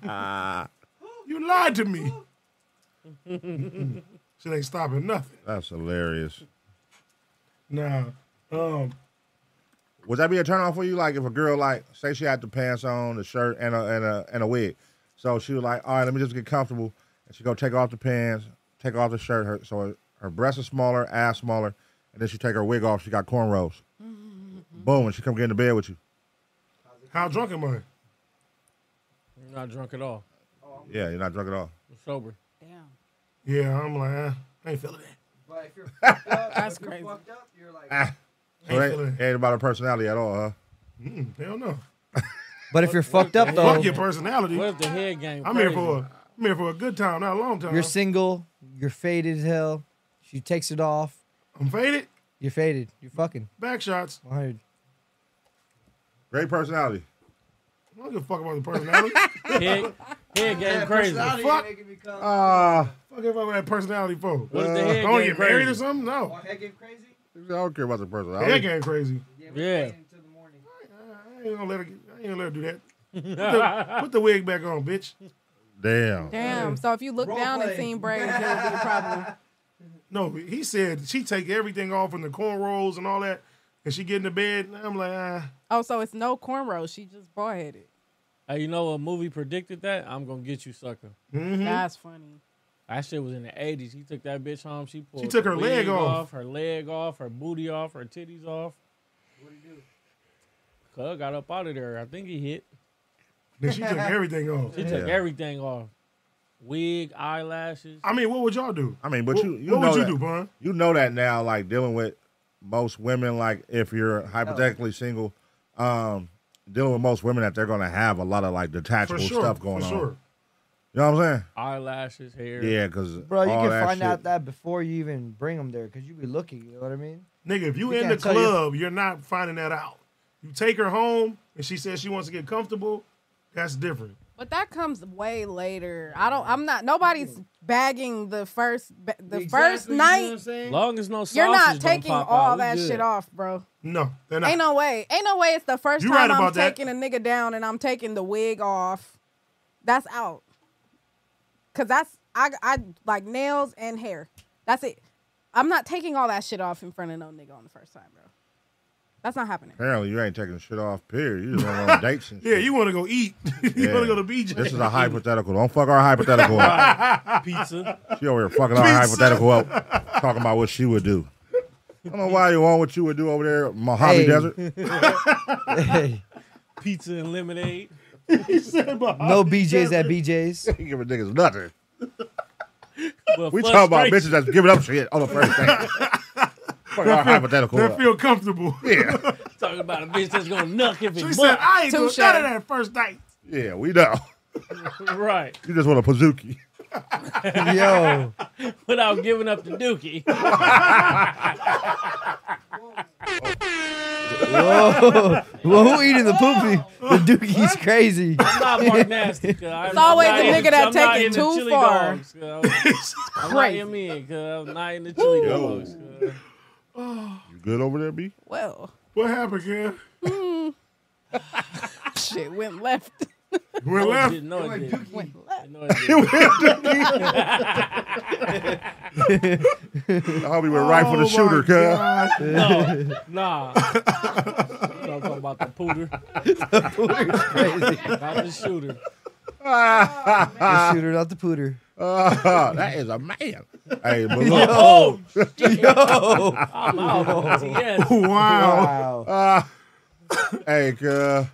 Speaker 1: you lied to me. Shit ain't stopping nothing.
Speaker 4: That's hilarious.
Speaker 1: Nah. Um.
Speaker 4: Would that be a turn off for you? Like if a girl like say she had the pants on, the shirt, and a and a and a wig. So she was like, all right, let me just get comfortable. And she go take off the pants, take off the shirt. Her so her, her breasts are smaller, ass smaller, and then she take her wig off. She got cornrows. Boom, and she come get into bed with you.
Speaker 1: How drunk am I?
Speaker 2: You're not drunk at all.
Speaker 4: Yeah, you're not drunk at all.
Speaker 2: You're sober.
Speaker 1: Yeah, I'm like, eh, I ain't feeling it.
Speaker 5: But if you're fucked up,
Speaker 3: That's
Speaker 5: if you're
Speaker 3: crazy.
Speaker 5: fucked up, you're like,
Speaker 4: Ah. So
Speaker 1: Ain't
Speaker 4: it ain't,
Speaker 1: feeling
Speaker 4: ain't about her personality at all, huh?
Speaker 1: Mm, hell no.
Speaker 10: But if you're fucked up though,
Speaker 1: Fuck your personality.
Speaker 2: What if the head game?
Speaker 1: I'm here for. A, I'm here for a good time, not a long time.
Speaker 10: you're single, you're faded as hell. She takes it off.
Speaker 1: I'm faded.
Speaker 10: You're faded. You're fucking.
Speaker 1: Back shots.
Speaker 10: 100.
Speaker 4: Great personality.
Speaker 1: I don't give a fuck about the personality.
Speaker 2: Head, head game crazy.
Speaker 5: personality
Speaker 1: Fuck.
Speaker 5: making me come.
Speaker 10: Uh,
Speaker 4: Ah,
Speaker 1: Fuck everybody with that personality for.
Speaker 2: What if the
Speaker 1: I
Speaker 2: head
Speaker 1: want to
Speaker 2: game
Speaker 1: get married
Speaker 2: crazy?
Speaker 1: or something? No.
Speaker 5: Oh, head game crazy?
Speaker 4: I don't care about the personality.
Speaker 1: Head game crazy.
Speaker 5: Yeah. we're
Speaker 2: Yeah.
Speaker 5: playing Until the morning.
Speaker 1: I ain't gonna let her. Get, I ain't gonna let her do that. Put the, put the wig back on, bitch.
Speaker 4: Damn.
Speaker 3: Damn. So if you look
Speaker 5: Role
Speaker 3: down
Speaker 5: play.
Speaker 3: and seen braids, that would be a problem.
Speaker 1: No, he said she take everything off and the cornrows and all that, and she get into bed. And I'm like, ah,
Speaker 3: Oh, so it's no cornrows. She just bald headed.
Speaker 2: Hey, you know a movie predicted that? I'm gonna get you, sucker.
Speaker 4: Mm-hmm.
Speaker 3: That's funny.
Speaker 2: That shit was in the '80s. He took that bitch home. She pulled.
Speaker 1: took her leg
Speaker 2: wig
Speaker 1: off.
Speaker 2: her leg off, her booty off, her titties off.
Speaker 5: What do you do?
Speaker 2: Cuz got up out of there. I think he hit.
Speaker 1: then she took everything off.
Speaker 2: She took
Speaker 4: Yeah.
Speaker 2: everything off. Wig, eyelashes.
Speaker 1: I mean, what would y'all do?
Speaker 4: I mean, but
Speaker 1: What-
Speaker 4: you you
Speaker 1: what
Speaker 4: know
Speaker 1: would you
Speaker 4: that.
Speaker 1: do, Bun?
Speaker 4: you know that now, like dealing with most women, like if you're
Speaker 1: Oh.
Speaker 4: hypothetically single, um, dealing with most women that they're gonna have a lot of like detachable
Speaker 1: For sure,
Speaker 4: stuff going
Speaker 1: for
Speaker 4: on.
Speaker 1: sure.
Speaker 4: You know what I'm
Speaker 2: Eyelashes, hair.
Speaker 4: saying? Yeah, because
Speaker 10: Bro, you
Speaker 4: all
Speaker 10: can
Speaker 4: that
Speaker 10: find
Speaker 4: shit-
Speaker 10: out that before you even bring them there because you be looking. You know what I mean?
Speaker 1: Nigga, if you,
Speaker 10: You
Speaker 1: in the
Speaker 10: can't tell you-
Speaker 1: club, you. are not finding that out. You take her home and she says she wants to get comfortable. That's different.
Speaker 3: But that comes way later. I don't. I'm not. Nobody's bagging the first ba- the first night.
Speaker 2: Long as no sausage
Speaker 3: You're not
Speaker 2: don't
Speaker 3: taking
Speaker 2: pop out,
Speaker 3: all
Speaker 2: we
Speaker 3: that
Speaker 2: good.
Speaker 3: shit off, bro.
Speaker 1: No, they're not.
Speaker 3: Ain't no way. Ain't no way. It's the first
Speaker 1: You right
Speaker 3: time I'm
Speaker 1: about that.
Speaker 3: taking a nigga down and I'm taking the wig off. That's out. Cause that's I I like nails and hair. That's it. I'm not taking all that shit off in front of no nigga on the first time, bro. That's not happening.
Speaker 4: apparently you ain't taking shit off. Period. You just want on dates and shit.
Speaker 1: yeah, you want to go eat. you
Speaker 4: Yeah.
Speaker 1: want to go to BJ.
Speaker 4: This is a hypothetical. Don't fuck our hypothetical up.
Speaker 2: Pizza.
Speaker 4: She over here fucking our hypothetical up, talking about what she would do. I don't know why you want what you would do over there, in Mojave
Speaker 10: Hey.
Speaker 4: Desert.
Speaker 10: Hey,
Speaker 2: Pizza and lemonade.
Speaker 10: no BJ's at BJ's.
Speaker 4: Give a niggas nothing.
Speaker 2: But
Speaker 4: We talking about
Speaker 2: frustration-
Speaker 4: bitches that's giving up shit on the first day. Fuck our hypothetical.
Speaker 1: That
Speaker 4: up.
Speaker 1: feel comfortable.
Speaker 4: Yeah,
Speaker 2: Talking about a bitch that's gonna knock if
Speaker 1: She
Speaker 2: it
Speaker 1: said, I ain't doing
Speaker 3: Touche.
Speaker 1: none of that first night.
Speaker 4: yeah, we know.
Speaker 2: buck. Right.
Speaker 4: You just want a Pazuki.
Speaker 10: Yo,
Speaker 2: Without giving up the dookie.
Speaker 10: Whoa. Well, who eating the poopy? The dookie's crazy.
Speaker 2: I'm not Mark Nasty. 'cause I-
Speaker 3: It's
Speaker 2: I'm
Speaker 3: always
Speaker 2: not
Speaker 3: the
Speaker 2: in
Speaker 3: nigga that
Speaker 2: I'm not
Speaker 3: take it
Speaker 2: in the
Speaker 3: too
Speaker 2: chili
Speaker 3: far.
Speaker 2: dogs, 'cause I was- I'm not
Speaker 3: crazy.
Speaker 2: in me, 'cause I'm not in the chili dogs. 'cause-
Speaker 4: You good over there, B?
Speaker 3: Well.
Speaker 1: What happened, kid?
Speaker 3: Shit went left.
Speaker 1: We're
Speaker 2: No, it
Speaker 1: left.
Speaker 2: didn't. No, it didn't.
Speaker 3: Went left.
Speaker 2: No, it didn't.
Speaker 4: I hope he went right
Speaker 1: Oh
Speaker 4: for the shooter, cuz.
Speaker 2: No, nah. Don't talk about the pooter.
Speaker 10: The pooter's crazy.
Speaker 2: Not the shooter.
Speaker 10: the shooter, not the pooter.
Speaker 4: Uh, that is a man. Hey, but
Speaker 10: Yo.
Speaker 4: look.
Speaker 10: Oh,
Speaker 4: Yo.
Speaker 10: shit. I'm
Speaker 2: out. Yes.
Speaker 4: Wow. Uh, hey, cuz.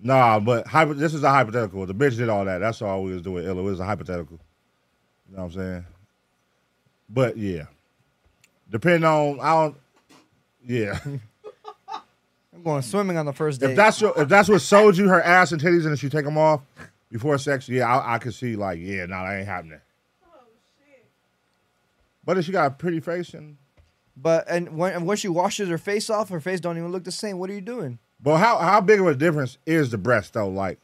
Speaker 4: Nah, but hypo- this is a hypothetical. The bitch did all that. That's all we was doing. Illa. It was a hypothetical. You know what I'm saying? But yeah, depending on I don't. Yeah.
Speaker 10: I'm going swimming on the first day.
Speaker 4: If that's your, if that's what sold you her ass and titties, and if she take them off before sex, yeah, I, I could see like, yeah, no, that ain't happening. But if she got a pretty face and,
Speaker 10: but and when and once she washes her face off, her face don't even look the same. What are you doing?
Speaker 4: but how how big of a difference is the breast though? Like,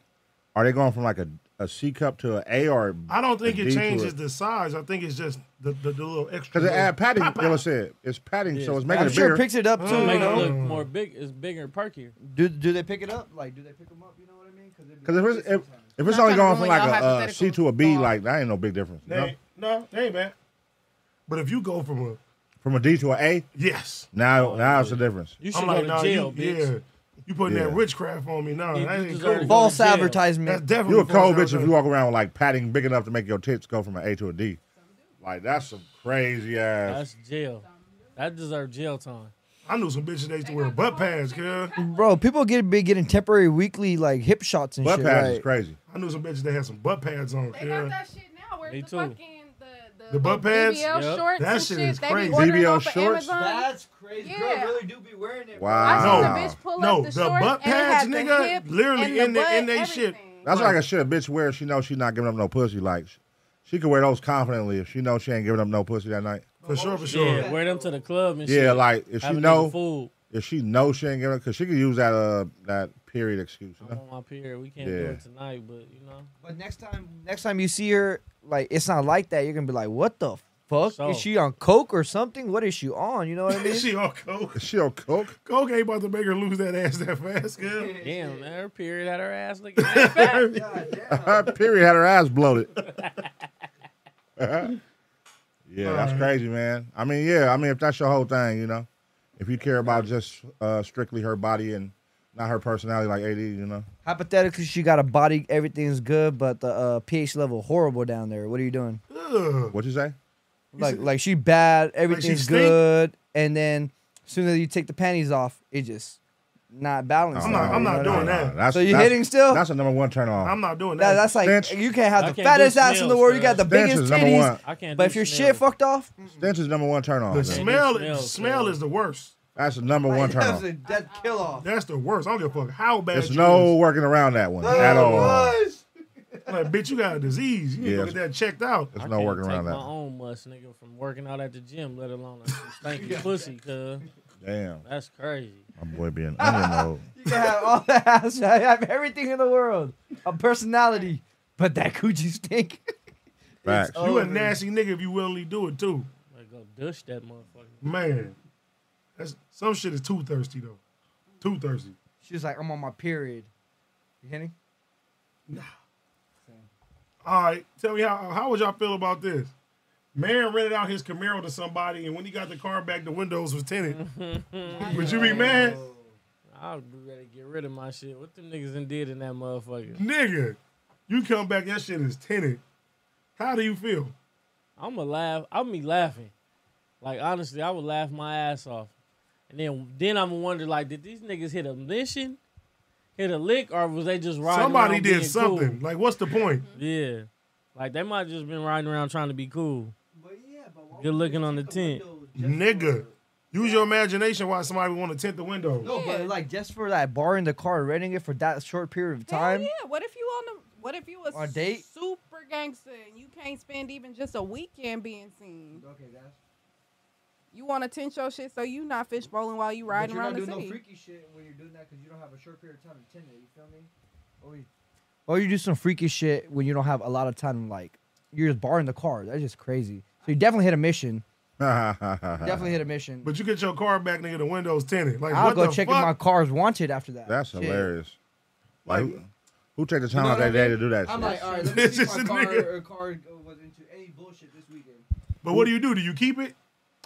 Speaker 4: are they going from like a, a C cup to an A or?
Speaker 1: I don't think
Speaker 4: a
Speaker 1: it
Speaker 4: D to
Speaker 1: changes
Speaker 4: a-
Speaker 1: the size. I think it's just the, the, the little extra.
Speaker 4: Cause it add padding,
Speaker 1: Pop, pop.
Speaker 4: Ella said it's padding, so it's making
Speaker 10: I'm
Speaker 4: it
Speaker 10: sure
Speaker 4: bigger.
Speaker 10: it picks it up too.
Speaker 2: Make
Speaker 10: you
Speaker 2: it
Speaker 10: know?
Speaker 2: look more big. It's bigger and perkier.
Speaker 10: Do do they pick it up?
Speaker 5: Like, do they pick them up? You know what I mean? Because
Speaker 4: Cause if it's if, if it's
Speaker 5: Not trying
Speaker 4: only going
Speaker 5: to ruin
Speaker 4: from like
Speaker 5: y'all
Speaker 4: a uh, C
Speaker 5: hypotheticals.
Speaker 4: to a B, like that ain't no big difference.
Speaker 1: They
Speaker 4: No?
Speaker 1: ain't- no, they ain't bad. But if you go from a
Speaker 4: From a D to a A,
Speaker 1: yes,
Speaker 4: now now it's the difference.
Speaker 2: You
Speaker 1: I'm
Speaker 2: should
Speaker 1: like,
Speaker 2: go to
Speaker 1: nah,
Speaker 2: jail,
Speaker 1: you,
Speaker 2: bitch.
Speaker 1: yeah, you putting that
Speaker 4: Yeah.
Speaker 1: witchcraft on me. No,
Speaker 2: You-
Speaker 1: that
Speaker 2: you
Speaker 1: ain't
Speaker 2: deserve to
Speaker 1: cool.
Speaker 2: go
Speaker 10: False
Speaker 2: to jail.
Speaker 10: advertisement.
Speaker 1: That's definitely
Speaker 4: You a cold
Speaker 1: false
Speaker 4: bitch if you walk around with like padding big enough to make your tits go from an A to a D. Like that's some crazy ass.
Speaker 2: That's jail. That deserves jail time.
Speaker 1: I knew some bitches that used to wear butt pads, girl.
Speaker 10: Bro, people get be getting temporary weekly like hip shots and
Speaker 4: Butt
Speaker 10: shit.
Speaker 4: pads
Speaker 10: right?
Speaker 4: is crazy.
Speaker 1: I knew some bitches that had some butt pads on,
Speaker 16: They got
Speaker 1: girl.
Speaker 16: that shit now. Where's
Speaker 2: Me
Speaker 16: the
Speaker 2: too.
Speaker 16: fucking the the,
Speaker 1: The butt pads?
Speaker 16: BBL
Speaker 1: Yep.
Speaker 16: shorts
Speaker 1: That
Speaker 16: and
Speaker 1: shit
Speaker 16: shit?
Speaker 1: is
Speaker 16: They
Speaker 1: crazy.
Speaker 16: be ordering
Speaker 4: BBL
Speaker 16: off of
Speaker 4: shorts?
Speaker 16: Amazon.
Speaker 5: That's crazy.
Speaker 16: Yeah.
Speaker 5: Girl really do be wearing it.
Speaker 4: Wow.
Speaker 16: I seen a bitch pull
Speaker 1: No,
Speaker 16: up the,
Speaker 1: the
Speaker 16: shorts
Speaker 1: butt
Speaker 16: and it
Speaker 1: pads,
Speaker 16: had the
Speaker 1: nigga,
Speaker 16: hip
Speaker 1: literally
Speaker 16: and the
Speaker 1: in the-
Speaker 16: butt,
Speaker 1: in they shit.
Speaker 16: everything.
Speaker 4: That's like a shit a bitch wear. if She knows she not giving up no pussy. Like sh- she could wear those confidently if she knows she ain't giving up no pussy that night.
Speaker 1: For sure, for sure.
Speaker 2: Yeah, wear them to the club and shit.
Speaker 4: Yeah, like
Speaker 2: Have
Speaker 4: if she
Speaker 2: a nigga
Speaker 4: know
Speaker 2: fooled.
Speaker 4: if she knows she ain't giving up, cause she could use that uh that period excuse. you
Speaker 2: I'm
Speaker 4: know?
Speaker 2: on my period. We can't do
Speaker 4: Yeah.
Speaker 2: it tonight, but you know.
Speaker 5: But next time,
Speaker 10: Next time you see her, like it's not like that. You're gonna be like, what the fuck?
Speaker 2: So-
Speaker 10: Is she on coke or something? What is she on? You know what I mean?
Speaker 1: she on coke.
Speaker 4: Is she on coke?
Speaker 1: Coke ain't about to make her lose that ass that fast, girl.
Speaker 2: Damn, man, her period had her ass looking that fat.
Speaker 4: Her period had her ass bloated. yeah, that's
Speaker 1: Alright.
Speaker 4: crazy, man. I mean, yeah, I mean, if that's your whole thing, you know, if you care about just uh, strictly her body and not her personality, like AD, you know,
Speaker 10: Hypothetically, she got a body, everything's good, but the uh, pH level horrible down there. What are you doing?
Speaker 1: Ugh.
Speaker 4: what you say?
Speaker 10: Like, like she bad, everything's
Speaker 1: stink?
Speaker 10: good, and then as soon as you take the panties off, it just not balanced.
Speaker 1: I'm not-
Speaker 10: out,
Speaker 1: I'm not
Speaker 10: you know what I
Speaker 1: doing
Speaker 10: mean?
Speaker 1: that.
Speaker 4: that's,
Speaker 10: So you
Speaker 4: that's-
Speaker 10: hitting still?
Speaker 4: That's a number one turn on.
Speaker 1: I'm not doing
Speaker 10: That-
Speaker 1: that.
Speaker 10: that's like
Speaker 4: Stench.
Speaker 10: you can't have
Speaker 2: I
Speaker 10: the
Speaker 2: can't do
Speaker 10: fattest ass in the
Speaker 2: smells,
Speaker 10: world. You got the
Speaker 2: man.
Speaker 4: Stench
Speaker 10: biggest
Speaker 4: is number one.
Speaker 10: titties,
Speaker 2: I can't.
Speaker 10: but
Speaker 2: do
Speaker 10: if your shit
Speaker 2: smells.
Speaker 10: fucked off,
Speaker 4: Stench is number one turn on.
Speaker 1: the
Speaker 4: man.
Speaker 1: smell,
Speaker 2: It smells,
Speaker 1: smell
Speaker 2: girl.
Speaker 1: is the worst.
Speaker 4: That's the number one turn on.
Speaker 10: dead kill off.
Speaker 1: That's the worst. I don't give a fuck how bad.
Speaker 4: There's
Speaker 1: you
Speaker 4: no working around that one at all.
Speaker 1: is. like, bitch, you got a disease. You need
Speaker 4: Yeah.
Speaker 1: to get that checked out.
Speaker 4: There's
Speaker 2: I
Speaker 4: no
Speaker 2: can't
Speaker 4: working around
Speaker 2: take
Speaker 4: that.
Speaker 2: my own must, nigga, from working out at the gym, let alone a stinky pussy, cuz.
Speaker 4: Damn,
Speaker 2: That's crazy.
Speaker 4: my boy being onion mode.
Speaker 10: You can have all that ass. I have everything in the world, a personality, but that coochie stink.
Speaker 4: Facts.
Speaker 1: You a
Speaker 10: over.
Speaker 1: nasty nigga if you willingly do it too,
Speaker 2: Like, go dush that motherfucker.
Speaker 1: man. That's some shit is too thirsty though. Too thirsty.
Speaker 10: She's like, I'm on my period. You hear me?
Speaker 1: All right, tell me how how would y'all feel about this? Man rented out his Camaro to somebody, and when he got the car back, the windows was tinted. would you be mad,
Speaker 2: I'll be ready to get rid of my shit. What them niggas done did in that motherfucker?
Speaker 1: nigga? You come back, that shit is tinted. How do you feel?
Speaker 2: I'ma laugh. I'm be laughing. Like honestly, I would laugh my ass off. And then then I'ma wonder like, did these niggas hit a mission? Hit a lick or was they just riding?
Speaker 1: Somebody
Speaker 2: around
Speaker 1: did
Speaker 2: being cool?
Speaker 1: something. Like, what's the point?
Speaker 2: Yeah. Like they might have just been riding around trying to be cool.
Speaker 5: But yeah, but why
Speaker 2: Good looking on the tent.
Speaker 1: Nigga, use your imagination why somebody would want to tint the window.
Speaker 10: No, but like just for that bar in the car, renting it for that short period of
Speaker 3: Hell
Speaker 10: time.
Speaker 3: yeah. What if you on the what if you was
Speaker 10: On a date?
Speaker 3: super gangster and you can't spend even just a weekend being seen?
Speaker 5: Okay, that's
Speaker 3: You want to tent your shit so you not fishbowling while you
Speaker 5: But
Speaker 3: riding
Speaker 5: you're
Speaker 3: around
Speaker 5: not
Speaker 3: the
Speaker 5: doing
Speaker 3: city.
Speaker 5: no freaky shit when you're doing that because you don't have a short period of time to tend it. You feel me? Or we
Speaker 10: Or you do some freaky shit when you don't have a lot of time. Like you're just barring the car. That's just crazy. So you definitely hit a mission.
Speaker 4: Definitely.
Speaker 10: Definitely hit a mission.
Speaker 1: But you get your car back, nigga. The windows tinted. Like
Speaker 10: I'll
Speaker 1: what
Speaker 10: go
Speaker 1: the
Speaker 10: check
Speaker 1: fuck?
Speaker 10: if my car's wanted after that.
Speaker 4: That's
Speaker 10: Shit.
Speaker 4: hilarious. Like, who, who take the time
Speaker 5: You know
Speaker 4: out
Speaker 5: what I
Speaker 4: of their day to
Speaker 5: mean?
Speaker 4: do that
Speaker 5: I'm
Speaker 4: shit?
Speaker 5: like, all right, let me
Speaker 1: This
Speaker 5: see
Speaker 1: is
Speaker 5: if my car,
Speaker 1: nigga.
Speaker 5: or car was into any bullshit this weekend.
Speaker 1: But what do you do? Do you keep it?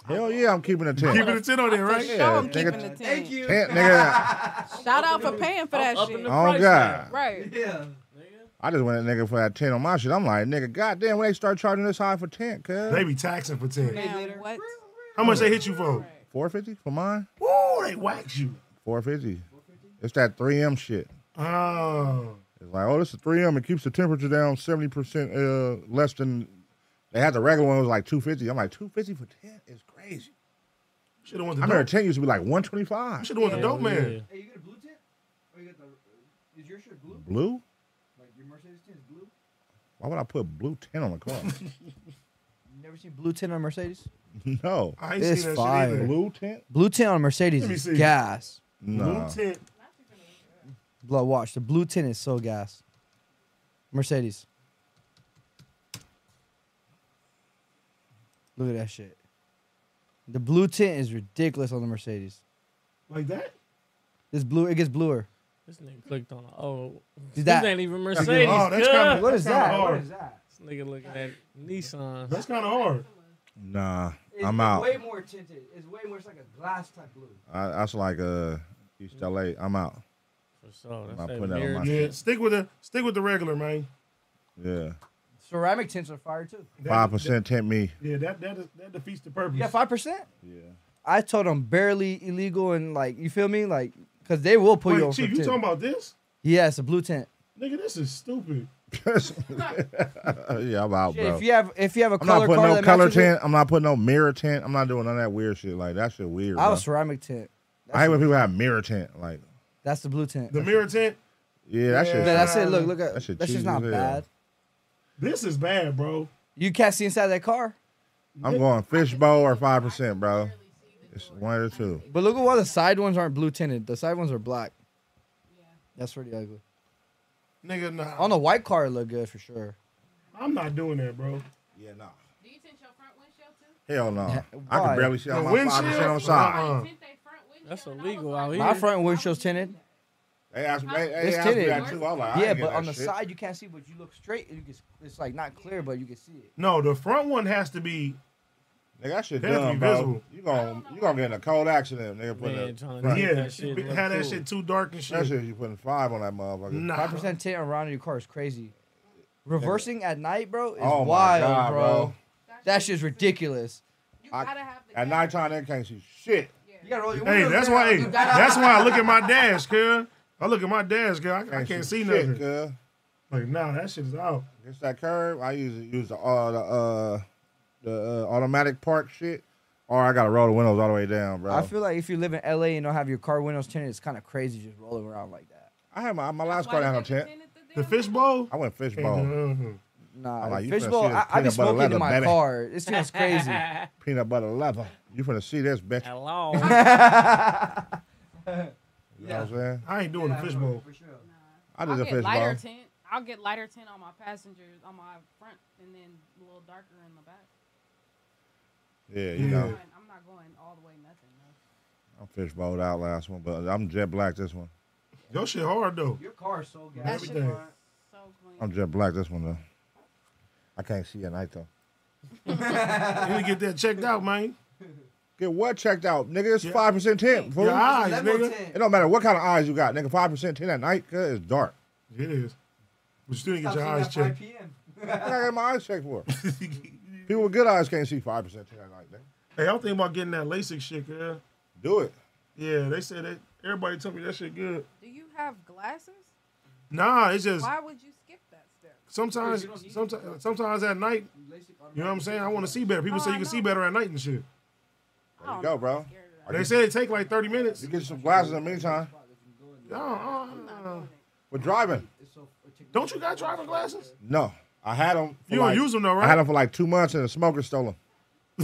Speaker 4: Hell yeah, I'm keeping a ten.
Speaker 1: Keeping a ten on there, right?
Speaker 4: Yeah, nigga,
Speaker 5: Thank you.
Speaker 4: ten, nigga.
Speaker 3: Shout out for paying for that shit.
Speaker 4: the Oh, price God. now.
Speaker 3: Right.
Speaker 5: Yeah.
Speaker 4: I just went at nigga for that ten on my shit. I'm like, nigga, goddamn, when they start charging this high for ten, cuz
Speaker 1: They be taxing for ten.
Speaker 3: Now, what?
Speaker 1: How much they hit you for?
Speaker 4: four fifty for mine.
Speaker 1: Ooh, they whacked you.
Speaker 4: Four fifty. It's that three M shit.
Speaker 1: Oh.
Speaker 4: It's like, oh, this is three M. It keeps the temperature down seventy percent uh, less than. They had the regular one it was like two fifty. I'm like two fifty for ten is crazy.
Speaker 1: Should have won
Speaker 4: I
Speaker 1: the
Speaker 4: remember
Speaker 1: dope.
Speaker 4: ten used to be like one twenty five.
Speaker 1: You should have won the dope man.
Speaker 5: Hey, you get a blue tint? Or you got the? Is your shirt blue?
Speaker 4: Blue?
Speaker 5: Like your Mercedes tint is blue?
Speaker 4: Why would I put blue ten on the car?
Speaker 5: You never seen
Speaker 10: Blue tint on Mercedes.
Speaker 4: no.
Speaker 1: I ain't
Speaker 10: It's
Speaker 1: seen that shit
Speaker 10: fire.
Speaker 1: either.
Speaker 4: Blue tint?
Speaker 10: Blue tint on Mercedes
Speaker 1: Let me
Speaker 10: is
Speaker 1: see.
Speaker 10: gas.
Speaker 4: No.
Speaker 1: Blue tint.
Speaker 10: Blood watch. The blue tint is so gas. Mercedes. Look at that shit. The blue tint is ridiculous on the Mercedes.
Speaker 1: Like that?
Speaker 10: This blue, it gets bluer.
Speaker 2: This nigga clicked on. Oh,
Speaker 10: Did
Speaker 2: this
Speaker 10: that-
Speaker 2: ain't even
Speaker 1: That's good.
Speaker 2: Mercedes.
Speaker 1: Oh, that's
Speaker 2: cuz.
Speaker 1: kinda-
Speaker 10: What is
Speaker 1: that's kinda
Speaker 10: that?
Speaker 1: hard.
Speaker 2: This nigga looking at Nissan.
Speaker 1: That's kind of hard.
Speaker 4: Nah,
Speaker 5: It's
Speaker 4: I'm out.
Speaker 5: Way more tinted. It's way more. It's like a glass type blue.
Speaker 4: I, that's like uh East LA. I'm out.
Speaker 2: For sure.
Speaker 4: I'm not
Speaker 2: That's that
Speaker 4: putting that on
Speaker 2: mirror
Speaker 4: my
Speaker 1: Yeah,
Speaker 4: shit.
Speaker 1: stick with the stick with the regular man.
Speaker 4: Yeah.
Speaker 10: Ceramic tints are fire too.
Speaker 1: That-
Speaker 4: Five percent tempt me.
Speaker 1: Yeah, that that is, that defeats the purpose.
Speaker 10: Yeah, five percent.
Speaker 4: Yeah.
Speaker 10: I told them barely illegal and like you feel me, like because they will pull
Speaker 1: Wait,
Speaker 10: you over.
Speaker 1: Chief,
Speaker 10: for
Speaker 1: you
Speaker 10: tip.
Speaker 1: talking about this?
Speaker 10: Yeah, it's a blue tint.
Speaker 1: Nigga, this is stupid.
Speaker 4: Uh, yeah, I'm out,
Speaker 10: Shit,
Speaker 4: Oh, bro.
Speaker 10: if you have if you have a
Speaker 4: I'm not
Speaker 10: color
Speaker 4: putting
Speaker 10: car
Speaker 4: no
Speaker 10: that
Speaker 4: color
Speaker 10: matches it-
Speaker 4: tint. I'm not putting no mirror tint. I'm not doing none of that weird shit. Like that shit weird.
Speaker 10: I
Speaker 4: bro.
Speaker 10: was ceramic tint.
Speaker 4: I hate when people have mirror tint. Like,
Speaker 10: That's the blue tint.
Speaker 1: The mirror tint.
Speaker 4: yeah, that
Speaker 10: But
Speaker 4: shit.
Speaker 10: that's it. Look, look at
Speaker 4: That
Speaker 10: that's
Speaker 4: shit
Speaker 10: just
Speaker 4: cheesy
Speaker 10: not
Speaker 4: as hell.
Speaker 10: bad.
Speaker 1: This is bad, bro.
Speaker 10: You can't see inside that car.
Speaker 4: I'm going fishbowl or five percent, bro. It's one or two.
Speaker 10: But look at why the side ones aren't blue tinted. The side ones are black. That's pretty ugly.
Speaker 1: Nigga, nah.
Speaker 10: On a white car, it look good for sure.
Speaker 1: I'm not doing that, bro.
Speaker 4: Yeah, no.
Speaker 16: Do you tint your front windshield too?
Speaker 4: Hell no.
Speaker 10: Yeah,
Speaker 4: I
Speaker 10: why?
Speaker 4: can barely see
Speaker 1: The
Speaker 4: out my five
Speaker 1: windshield.
Speaker 4: percent on side.
Speaker 1: Uh-uh.
Speaker 16: Tint they front windshield.
Speaker 2: That's illegal out here.
Speaker 10: My front windshield's tinted.
Speaker 4: They asked me. They, they
Speaker 10: It's
Speaker 4: asked me
Speaker 10: tinted.
Speaker 4: that too. I was like, I
Speaker 10: yeah,
Speaker 4: ain't getting
Speaker 10: but on the
Speaker 4: that shit.
Speaker 10: side you can't see, but you look straight. You can, it's like not clear, but you can see it.
Speaker 1: No, the front one has to be.
Speaker 4: Nigga, that shit
Speaker 1: They have to
Speaker 4: dumb,
Speaker 1: be
Speaker 4: bro.
Speaker 1: visible.
Speaker 4: You gon' you gonna get in a cold accident, nigga. Putting
Speaker 2: Man,
Speaker 4: a,
Speaker 2: tryna
Speaker 4: front-
Speaker 2: get
Speaker 1: Yeah,
Speaker 2: that shit look
Speaker 1: had that
Speaker 2: cool.
Speaker 1: shit too dark and shit.
Speaker 4: that shit, you putting five on that motherfucker.
Speaker 1: Nah.
Speaker 10: Five percent tint around your car is crazy. Reversing at night, bro, is
Speaker 4: Oh my
Speaker 10: wild,
Speaker 4: God,
Speaker 10: bro.
Speaker 4: bro.
Speaker 10: That shit's ridiculous.
Speaker 16: You
Speaker 4: I-
Speaker 16: gotta have the
Speaker 4: At nighttime, they can't see shit.
Speaker 10: You gotta roll your
Speaker 1: Hey,
Speaker 10: windows
Speaker 1: that's
Speaker 10: down.
Speaker 1: why. Hey,
Speaker 10: You gotta-
Speaker 1: that's why I look at my dash, cuz. I look at my dash, cuz. I, I can't see
Speaker 4: shit,
Speaker 1: nothing.
Speaker 4: cuz.
Speaker 1: Like, nah, that shit is out.
Speaker 4: It's that curve. I usually use the uh, the uh, the uh, automatic park shit, or I gotta roll the windows all the way down, bro.
Speaker 10: I feel like if you live in LA and don't have your car windows tinted, it's kind of crazy just rolling around like that.
Speaker 4: I had my my last car didn't have no tent.
Speaker 1: The fishbowl?
Speaker 4: I went
Speaker 1: Ain't
Speaker 4: fishbowl,
Speaker 1: doing nothing.
Speaker 10: Nah,
Speaker 4: I'm like, you finna
Speaker 10: fishbowl.
Speaker 4: see this
Speaker 10: I, I be
Speaker 4: peanut butter
Speaker 10: smoking
Speaker 4: leather,
Speaker 10: in my
Speaker 4: baby.
Speaker 10: car. This thing's crazy.
Speaker 4: peanut butter leather. You finna see this, bitch.
Speaker 2: Hello.
Speaker 4: You know what I'm saying?
Speaker 1: I ain't doing the fishbowl.
Speaker 5: For sure.
Speaker 4: I
Speaker 16: I'll
Speaker 4: did a
Speaker 16: get lighter
Speaker 4: fishbowl.
Speaker 16: tint. I'll get lighter tint on my passengers on my front, and then a little darker in the back.
Speaker 4: Yeah, you
Speaker 1: Yeah.
Speaker 4: know,
Speaker 16: I'm not going all the way nothing. though.
Speaker 4: I'm fishbowled out last one, but I'm jet black this one.
Speaker 1: Your shit hard, though.
Speaker 5: Your car is so gas.
Speaker 16: That shit
Speaker 1: Everything.
Speaker 16: is so clean.
Speaker 4: I'm jet black this one though. I can't see at night though.
Speaker 1: You need to get that checked out, man.
Speaker 4: Get what checked out, nigga? It's
Speaker 1: Yeah.
Speaker 4: five percent tint. Fool.
Speaker 1: Your eyes,
Speaker 5: Level
Speaker 1: nigga.
Speaker 5: tint.
Speaker 4: It don't matter what kind of eyes you got, nigga. Five percent tint at night, cause it's dark.
Speaker 1: It is. But you still need to
Speaker 5: Stop
Speaker 1: get
Speaker 5: seeing
Speaker 1: your eyes
Speaker 5: that 5
Speaker 1: checked.
Speaker 5: PM.
Speaker 4: What I got my eyes checked for? People with good eyes can't see five percent tint at night, nigga.
Speaker 1: Hey, I'm thinking about getting that LASIK shit, girl.
Speaker 4: Do it.
Speaker 1: Yeah, they said that. Everybody told me that shit good.
Speaker 3: Do you have glasses?
Speaker 1: Nah, it's just
Speaker 3: Why would you skip that step?
Speaker 1: sometimes, sometimes, sometimes at night. You know what I'm saying? I want to see better. People say you can see better at night and shit.
Speaker 4: There
Speaker 3: Oh,
Speaker 4: you go, bro.
Speaker 1: They said it take like 30 minutes.
Speaker 4: You get some glasses in the meantime.
Speaker 1: No, uh, uh,
Speaker 4: We're driving.
Speaker 1: don't you got driver glasses?
Speaker 4: No, I had them.
Speaker 1: You don't use them though, right?
Speaker 4: I had them for like two months, and the smoker stole them.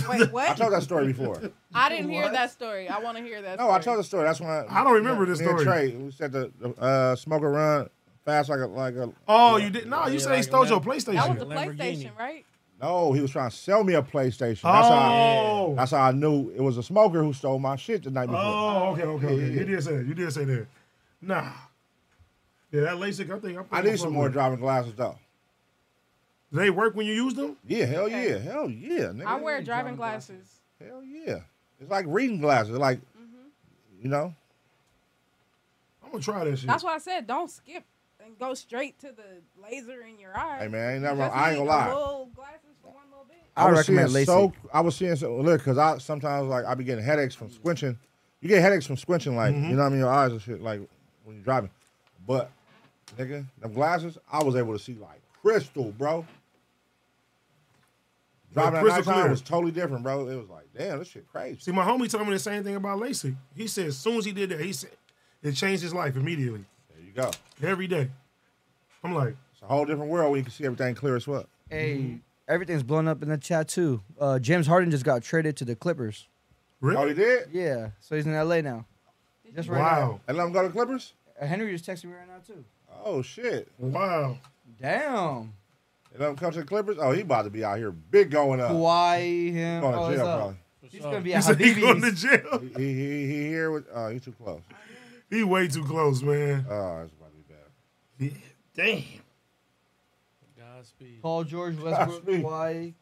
Speaker 3: Wait, what?
Speaker 4: I told that story before.
Speaker 3: I didn't hear
Speaker 4: What?
Speaker 3: that story. I want to hear that.
Speaker 4: No,
Speaker 3: story.
Speaker 4: I told the story. That's when I,
Speaker 1: I don't remember this
Speaker 4: me and
Speaker 1: story.
Speaker 4: Trey, we said the the, uh, smoker run fast like a like a.
Speaker 1: Oh, you did? No, you said he stole your PlayStation.
Speaker 3: That was the PlayStation, right?
Speaker 4: No, he was trying to sell me a PlayStation. That's how.
Speaker 1: Oh.
Speaker 4: I, that's how I knew it was a smoker who stole my shit the night before.
Speaker 1: Oh, okay, okay, okay.
Speaker 4: Yeah, yeah,
Speaker 1: You did say that. You did say that. Nah. Yeah, that LASIK, I think.
Speaker 4: I need some more driving glasses though.
Speaker 1: They work when you use them?
Speaker 4: Yeah, hell
Speaker 3: Okay.
Speaker 4: yeah, hell yeah. Nigga.
Speaker 3: I wear driving glasses.
Speaker 4: Hell yeah. It's like reading glasses, like
Speaker 3: Mm-hmm.
Speaker 4: you know.
Speaker 1: I'm gonna try that shit.
Speaker 3: That's why I said don't skip and go straight to the laser in your eye.
Speaker 4: Hey man, ain't nothing wrong.
Speaker 3: Just
Speaker 4: I ain't
Speaker 3: need
Speaker 4: gonna
Speaker 3: a
Speaker 4: lie.
Speaker 3: little glasses for one little bit.
Speaker 4: I,
Speaker 10: I
Speaker 4: was
Speaker 10: recommend
Speaker 4: seeing
Speaker 10: LASIK.
Speaker 4: So, I was seeing so look because I sometimes like I be getting headaches from squinching. You get headaches from squinching, like
Speaker 1: Mhm.
Speaker 10: Mm-hmm.
Speaker 4: you know what I mean. Your eyes and shit, like when you're driving. But nigga, them glasses, I was able to see like crystal, bro.
Speaker 1: Like
Speaker 4: Driving at
Speaker 1: crystal
Speaker 4: nighttime
Speaker 1: clear.
Speaker 4: was totally different, bro. It was like, damn, this shit crazy.
Speaker 1: See, my homie told me the same thing about LASIK. He said as soon as he did that, he said it changed his life immediately.
Speaker 4: There you go.
Speaker 1: Every day. I'm like,
Speaker 4: It's a whole different world when you can see everything clear as fuck.
Speaker 10: Hey, everything's blown up in the chat too. Uh, James Harden just got traded to the Clippers.
Speaker 1: Really?
Speaker 4: Oh, he did?
Speaker 10: Yeah, so he's in LA now. Just right
Speaker 1: wow.
Speaker 4: And let him go to Clippers?
Speaker 10: now. Uh, Henry just texted me right now too.
Speaker 4: Oh shit.
Speaker 1: Wow.
Speaker 10: Damn.
Speaker 4: And let him come to the Clippers? Oh, he about to be out here big going up.
Speaker 10: Kawhi, him.
Speaker 4: Going to
Speaker 10: oh, it's
Speaker 4: jail,
Speaker 10: up.
Speaker 4: probably.
Speaker 10: He's gonna be
Speaker 1: He
Speaker 10: at
Speaker 1: said he going to
Speaker 10: Habib's.
Speaker 1: jail.
Speaker 4: He, he, he here with oh he's too close.
Speaker 1: He way too close, man.
Speaker 4: Oh, that's about to be bad.
Speaker 1: Yeah. Damn.
Speaker 2: Godspeed.
Speaker 10: Paul George, Westbrook,
Speaker 4: me.
Speaker 10: Kawhi.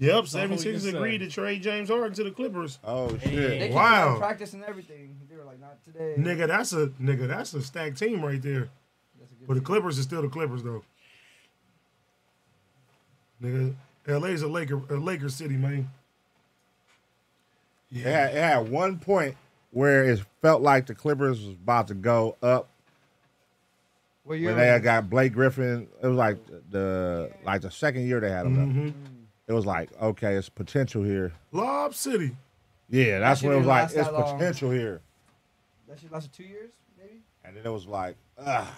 Speaker 1: Yep,
Speaker 2: So who
Speaker 1: 76
Speaker 2: you say?
Speaker 1: agreed to trade James Harden to the Clippers.
Speaker 4: Oh
Speaker 10: They
Speaker 4: shit.
Speaker 10: kicked him
Speaker 1: Wow.
Speaker 10: out of practice and everything. They were like, not today.
Speaker 1: Nigga, that's a nigga, that's a stacked team right there.
Speaker 10: That's a good
Speaker 1: But the
Speaker 10: team.
Speaker 1: Clippers is still the Clippers though. Nigga, LA's a Laker a Laker city, man.
Speaker 4: It had, it had one point where it felt like the Clippers was about to go up.
Speaker 10: Well,
Speaker 4: When
Speaker 10: you're
Speaker 4: they had got Blake Griffin, it was like the like the second year they had him. up.
Speaker 10: Mm-hmm.
Speaker 1: Mm-hmm.
Speaker 4: It was like okay, it's potential here.
Speaker 1: Lob City.
Speaker 4: Yeah, that's
Speaker 10: shit
Speaker 4: when it was
Speaker 10: didn't
Speaker 4: like
Speaker 10: last
Speaker 4: it's
Speaker 10: that long.
Speaker 4: potential here,
Speaker 10: that shit lasted two years, maybe.
Speaker 4: and then it was like ah.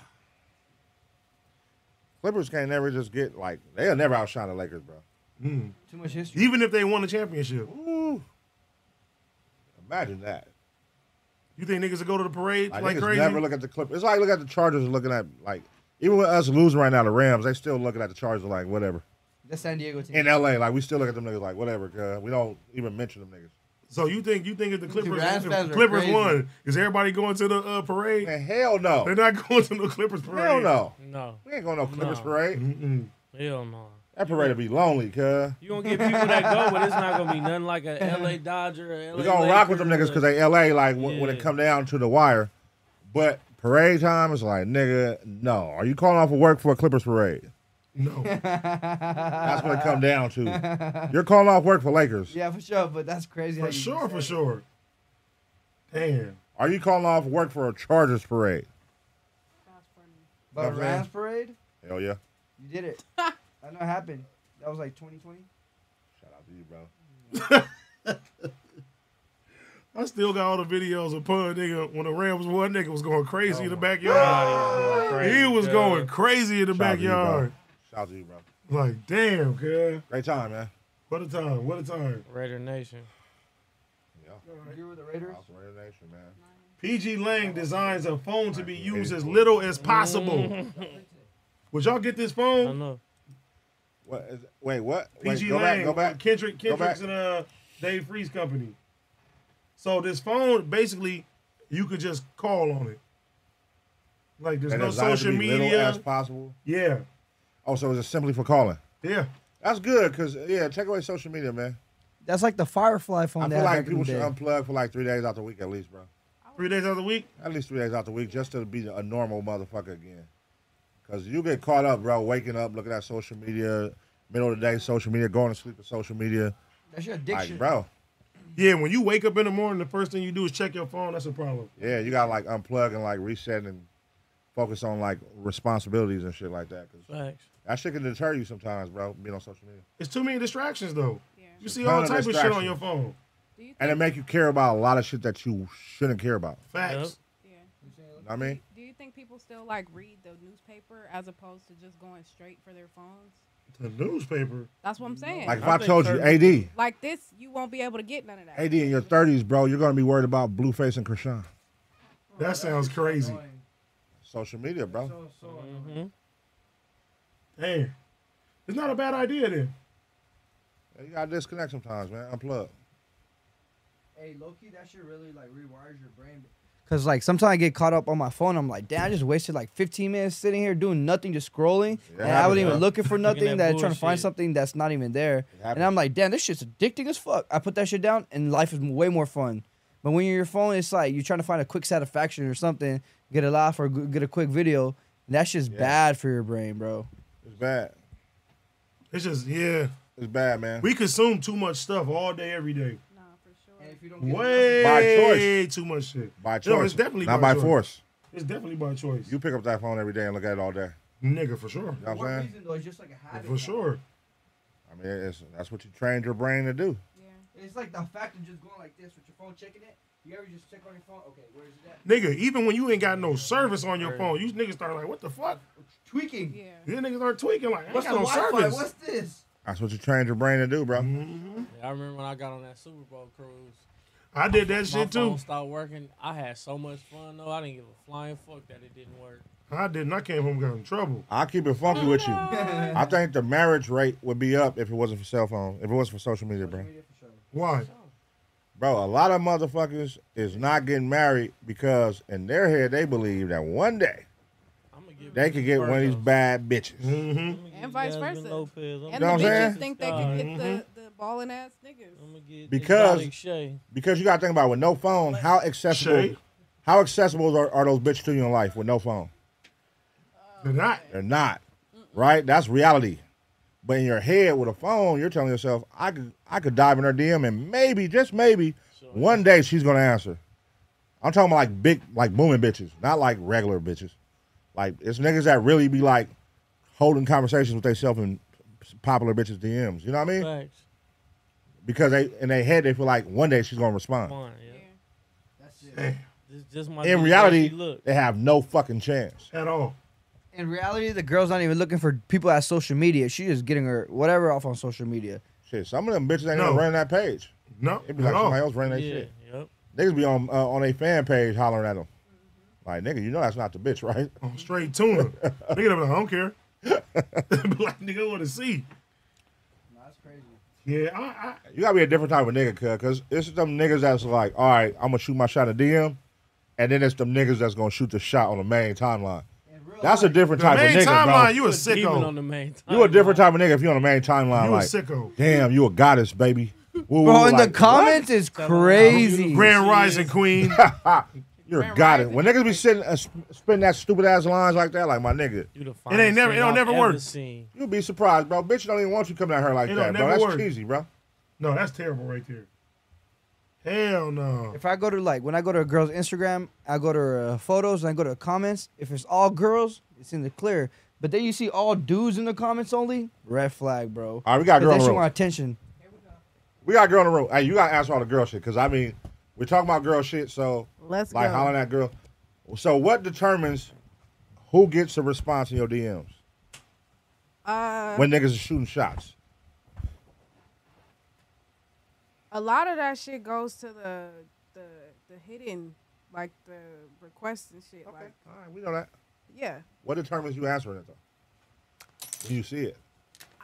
Speaker 4: Clippers can't never just get like they'll never outshine the Lakers, bro.
Speaker 1: Mm.
Speaker 10: Too much history.
Speaker 1: Even if they won the championship.
Speaker 4: Ooh. Imagine that.
Speaker 1: You think niggas will go to the parade
Speaker 4: Like,
Speaker 1: like,
Speaker 4: niggas
Speaker 1: crazy?
Speaker 4: never look at the clip. It's like look at the Chargers looking at like even with us losing right now the Rams, they still looking at the Chargers like whatever.
Speaker 10: That San Diego team.
Speaker 4: In LA, like we still look at them niggas like whatever. Cause we don't even mention them niggas.
Speaker 1: so you think you think if the Clippers
Speaker 10: Rams
Speaker 1: if
Speaker 10: fans
Speaker 1: the
Speaker 10: are
Speaker 1: Clippers
Speaker 10: crazy.
Speaker 1: won, is everybody going to the uh, parade?
Speaker 4: Man, hell no.
Speaker 1: They're not going to the Clippers parade.
Speaker 4: Hell no.
Speaker 2: No.
Speaker 4: We ain't going no Clippers
Speaker 2: No.
Speaker 4: parade.
Speaker 1: Mm-mm.
Speaker 2: Hell no.
Speaker 4: That parade will be lonely, cuz.
Speaker 2: You gonna get people that go, but it's not gonna be nothing like a LA Dodger. Or LA
Speaker 4: We gonna rock with them
Speaker 2: Laker
Speaker 4: niggas because they LA. Like when, when it
Speaker 2: Yeah.
Speaker 4: come down to the wire, but parade time is like nigga. No, are you calling off of work for a Clippers parade?
Speaker 1: No.
Speaker 4: That's what it come down to. You're calling off work for Lakers.
Speaker 10: Yeah, for sure. But that's crazy. how
Speaker 1: For
Speaker 10: you
Speaker 1: sure,
Speaker 10: just
Speaker 1: for
Speaker 10: said
Speaker 1: sure. Damn.
Speaker 4: Are you calling off work for a Chargers parade?
Speaker 10: it. But a
Speaker 1: Okay.
Speaker 10: Rams parade,
Speaker 4: Hell yeah.
Speaker 10: you did it. I know it happened. That was like 2020.
Speaker 4: Shout out to you, bro.
Speaker 1: I still got all the videos of Pun nigga when the Rams won. Nigga was going crazy in the backyard.
Speaker 2: parade.
Speaker 1: Oh he was going crazy in the
Speaker 4: Shout out to you, bro.
Speaker 1: backyard.
Speaker 4: Shout out to you, bro.
Speaker 1: Like, damn, girl.
Speaker 4: Great time, man.
Speaker 1: What a time. What a time.
Speaker 2: Raider Nation.
Speaker 4: Yeah.
Speaker 10: You were the Raiders.
Speaker 4: Shout out to Raider Nation, man.
Speaker 1: PG Lang designs a phone to be used as little as possible. Would y'all get this
Speaker 2: I
Speaker 1: phone?
Speaker 2: know.
Speaker 4: What is, wait, what? Wait,
Speaker 1: PG
Speaker 4: go
Speaker 1: Lang,
Speaker 4: back, go back.
Speaker 1: Kendrick,
Speaker 4: Go back.
Speaker 1: Kendrick's and uh, Dave Freeze company. So this phone, basically, you could just call on it. Like there's
Speaker 4: And
Speaker 1: no
Speaker 4: it's designed to
Speaker 1: social
Speaker 4: be little As
Speaker 1: media.
Speaker 4: possible.
Speaker 1: Yeah,
Speaker 4: Oh, so it's simply for calling.
Speaker 1: yeah.
Speaker 4: That's good, cause yeah, take away social media, man.
Speaker 10: That's like the Firefly phone.
Speaker 4: I
Speaker 10: they
Speaker 4: feel
Speaker 10: had
Speaker 4: like
Speaker 10: back in
Speaker 4: people
Speaker 10: the
Speaker 4: should
Speaker 10: day.
Speaker 4: unplug for like three days out the week at least, bro.
Speaker 1: Three days out of the week.
Speaker 4: At least three days out the week, just to be a normal motherfucker again. Cause you get caught up, bro. Waking up, looking at social media, middle of the day, social media, going to sleep with social media.
Speaker 10: That's your
Speaker 4: Like,
Speaker 10: addiction.
Speaker 4: bro.
Speaker 1: Yeah, when you wake up in the morning, the first thing you do is check your phone. That's a problem.
Speaker 4: Yeah, you gotta like unplug and like reset and focus on like responsibilities and shit like that. 'cause
Speaker 2: Thanks.
Speaker 4: that shit can deter you sometimes, bro. Being on social media
Speaker 1: It's too many distractions though. You see
Speaker 4: Ton
Speaker 1: all
Speaker 4: of
Speaker 1: type of shit on
Speaker 4: distractions.
Speaker 1: your phone.
Speaker 3: Do you think,
Speaker 4: and it make you care about a lot of shit that you shouldn't care about.
Speaker 1: Facts.
Speaker 3: yeah.
Speaker 4: You know what I mean,
Speaker 3: Do you think people still like read the newspaper as opposed to just going straight for their phones?
Speaker 1: The newspaper.
Speaker 3: That's what I'm saying.
Speaker 4: Like if I, told you, AD,
Speaker 3: Like this, you won't be able to get none of that.
Speaker 4: AD in your 30s, bro, you're going to be worried about Blueface and Krishan.
Speaker 1: That sounds crazy.
Speaker 4: Social media, bro.
Speaker 1: Hey, it's not a bad idea then.
Speaker 4: You got to disconnect sometimes, man. Unplug.
Speaker 5: Hey, Loki, that shit really like rewires your brain.
Speaker 10: Cause like sometimes I get caught up on my phone. I'm like, damn, I just wasted like 15 minutes sitting here doing nothing, just scrolling, and I wasn't
Speaker 4: happens,
Speaker 10: even
Speaker 4: huh?
Speaker 10: looking for
Speaker 4: Looking
Speaker 10: nothing.
Speaker 4: at
Speaker 10: That trying to find
Speaker 4: bullshit.
Speaker 10: something that's not even there. And
Speaker 4: happens.
Speaker 10: I'm like, damn, this shit's addicting as fuck. I put that shit down, and life is way more fun. But when you're your phone, it's like you're trying to find a quick satisfaction or something, get a laugh or g- get a quick video, and that's just bad for your brain, bro.
Speaker 4: It's bad.
Speaker 1: It's just yeah.
Speaker 4: It's bad, man.
Speaker 1: We consume too much stuff all day, every day. Nah, for sure. Way
Speaker 4: By choice.
Speaker 1: too much shit.
Speaker 4: By choice.
Speaker 1: No, it's definitely
Speaker 4: Not
Speaker 1: by
Speaker 4: by,
Speaker 1: choice.
Speaker 4: force.
Speaker 1: It's definitely by choice.
Speaker 4: You pick up that phone every day and look at it all day.
Speaker 1: Nigga, for sure.
Speaker 4: You know what I'm saying?
Speaker 5: Reason though, it's just like a habit.
Speaker 1: For sure.
Speaker 4: I mean, it's, that's what you trained your brain to do.
Speaker 5: It's like the fact of just going like this with your phone checking it. You ever just check on your phone? Okay, where is it at?
Speaker 1: Nigga, even when you ain't got no service on your phone, you niggas start like, what the fuck?
Speaker 5: Tweaking. Yeah.
Speaker 1: These niggas are tweaking like, I ain't
Speaker 5: What's the
Speaker 1: got no
Speaker 5: Wi-Fi?
Speaker 1: service.
Speaker 5: What's this?
Speaker 4: That's what you trained your brain to do, bro.
Speaker 2: Yeah, I remember when I got on that Super Bowl cruise.
Speaker 1: I did that
Speaker 2: My
Speaker 1: shit,
Speaker 2: phone
Speaker 1: too.
Speaker 2: Stopped working. I had so much fun though. I didn't give a flying fuck that it didn't work.
Speaker 1: I didn't. I came home and got in trouble.
Speaker 4: I'll keep it funky with you. I think the marriage rate would be up if it wasn't for cell phone, if it wasn't for social media, bro.
Speaker 1: Why?
Speaker 4: Bro, a lot of motherfuckers is not getting married because in their head they believe that one day they could get one of these bad bitches.
Speaker 3: And vice versa.
Speaker 2: I'm
Speaker 3: And
Speaker 4: You know what
Speaker 3: the
Speaker 4: I'm
Speaker 3: bitches
Speaker 4: saying?
Speaker 3: think they can get the, the balling ass niggas.
Speaker 4: Because
Speaker 2: Shay.
Speaker 4: because you gotta think about it, with no phone, how accessible
Speaker 2: Shay.
Speaker 4: how accessible are, are those bitches to you in life with no phone?
Speaker 1: They're not.
Speaker 4: They're not. Right? That's reality. But in your head with a phone, you're telling yourself, I could I could dive in her DM and maybe, just maybe, one day she's gonna answer. I'm talking about like big like booming bitches, not like regular bitches. Like it's niggas that really be like holding conversations with themselves in popular bitches DMs. You know what I mean?
Speaker 2: Facts.
Speaker 4: Because they in their head they feel like one day she's gonna respond.
Speaker 2: Come on, yeah.
Speaker 5: That's
Speaker 2: it. Just, just my
Speaker 4: in
Speaker 2: dude,
Speaker 4: reality,
Speaker 2: Jesse, look.
Speaker 4: they have no fucking chance.
Speaker 1: At all.
Speaker 10: In reality, the girl's not even looking for people at social media. She's just getting her whatever off on social media.
Speaker 4: Shit, some of them bitches ain't
Speaker 10: No.
Speaker 4: even running that page.
Speaker 1: No,
Speaker 4: it be like
Speaker 10: at all.
Speaker 4: somebody else running that
Speaker 10: Yeah,
Speaker 4: shit.
Speaker 2: Yep.
Speaker 4: Niggas be on uh, on a fan page hollering at them.
Speaker 1: Mm-hmm.
Speaker 4: Like nigga, you know that's not the bitch, right?
Speaker 1: I'm straight tuna. nigga, they be like, I don't care. Be like, nigga, want to see. Yeah, I, I,
Speaker 4: You gotta be a different type of nigga, cuz, cause it's them niggas that's like, all right, I'm gonna shoot my shot at DM, and then it's them niggas that's gonna shoot the shot on the main timeline. That's a different
Speaker 1: The
Speaker 4: type
Speaker 1: main
Speaker 4: of nigga, bro.
Speaker 1: timeline, you a
Speaker 2: Even
Speaker 1: sicko.
Speaker 2: on the main
Speaker 4: You a different type of nigga if you on the main timeline.
Speaker 1: You a
Speaker 4: like,
Speaker 1: sicko.
Speaker 4: Damn, you a goddess, baby. Woo, woo,
Speaker 10: Bro, in
Speaker 4: like,
Speaker 10: the comments is crazy.
Speaker 1: Grand Rising Queen.
Speaker 4: You're a goddess. When niggas be sitting, uh, sp- spitting that stupid ass lines like that, like my nigga,
Speaker 2: You the
Speaker 1: It ain't never. It don't never work.
Speaker 4: You'll be surprised, bro. Bitch don't even want you coming at her like
Speaker 1: It don't
Speaker 4: that, bro.
Speaker 1: never
Speaker 4: That's
Speaker 1: work.
Speaker 4: cheesy, bro.
Speaker 1: No, that's terrible right there. Hell no.
Speaker 10: If I go to like when I go to a girl's Instagram, I go to her uh, photos and I go to her comments. If it's all girls, it's in the clear. But then you see all dudes in the comments only. Red flag, bro.
Speaker 4: All right, we got a
Speaker 10: 'Cause
Speaker 4: girl
Speaker 10: that
Speaker 4: in the
Speaker 10: shit
Speaker 4: room.
Speaker 10: want attention.
Speaker 4: We got a girl in the room. Hey, you gotta answer all the girl shit, cause I mean, we're talking about girl shit, so
Speaker 3: Let's
Speaker 4: like
Speaker 3: go.
Speaker 4: hollering at girl. So what determines who gets a response in your DMs
Speaker 3: Uh,
Speaker 4: when niggas are shooting shots?
Speaker 3: a lot of that shit goes to the the the hidden, like the requests and shit. Like,
Speaker 4: all right, we know that.
Speaker 3: Yeah,
Speaker 4: What determines you answering it though? Do you see it?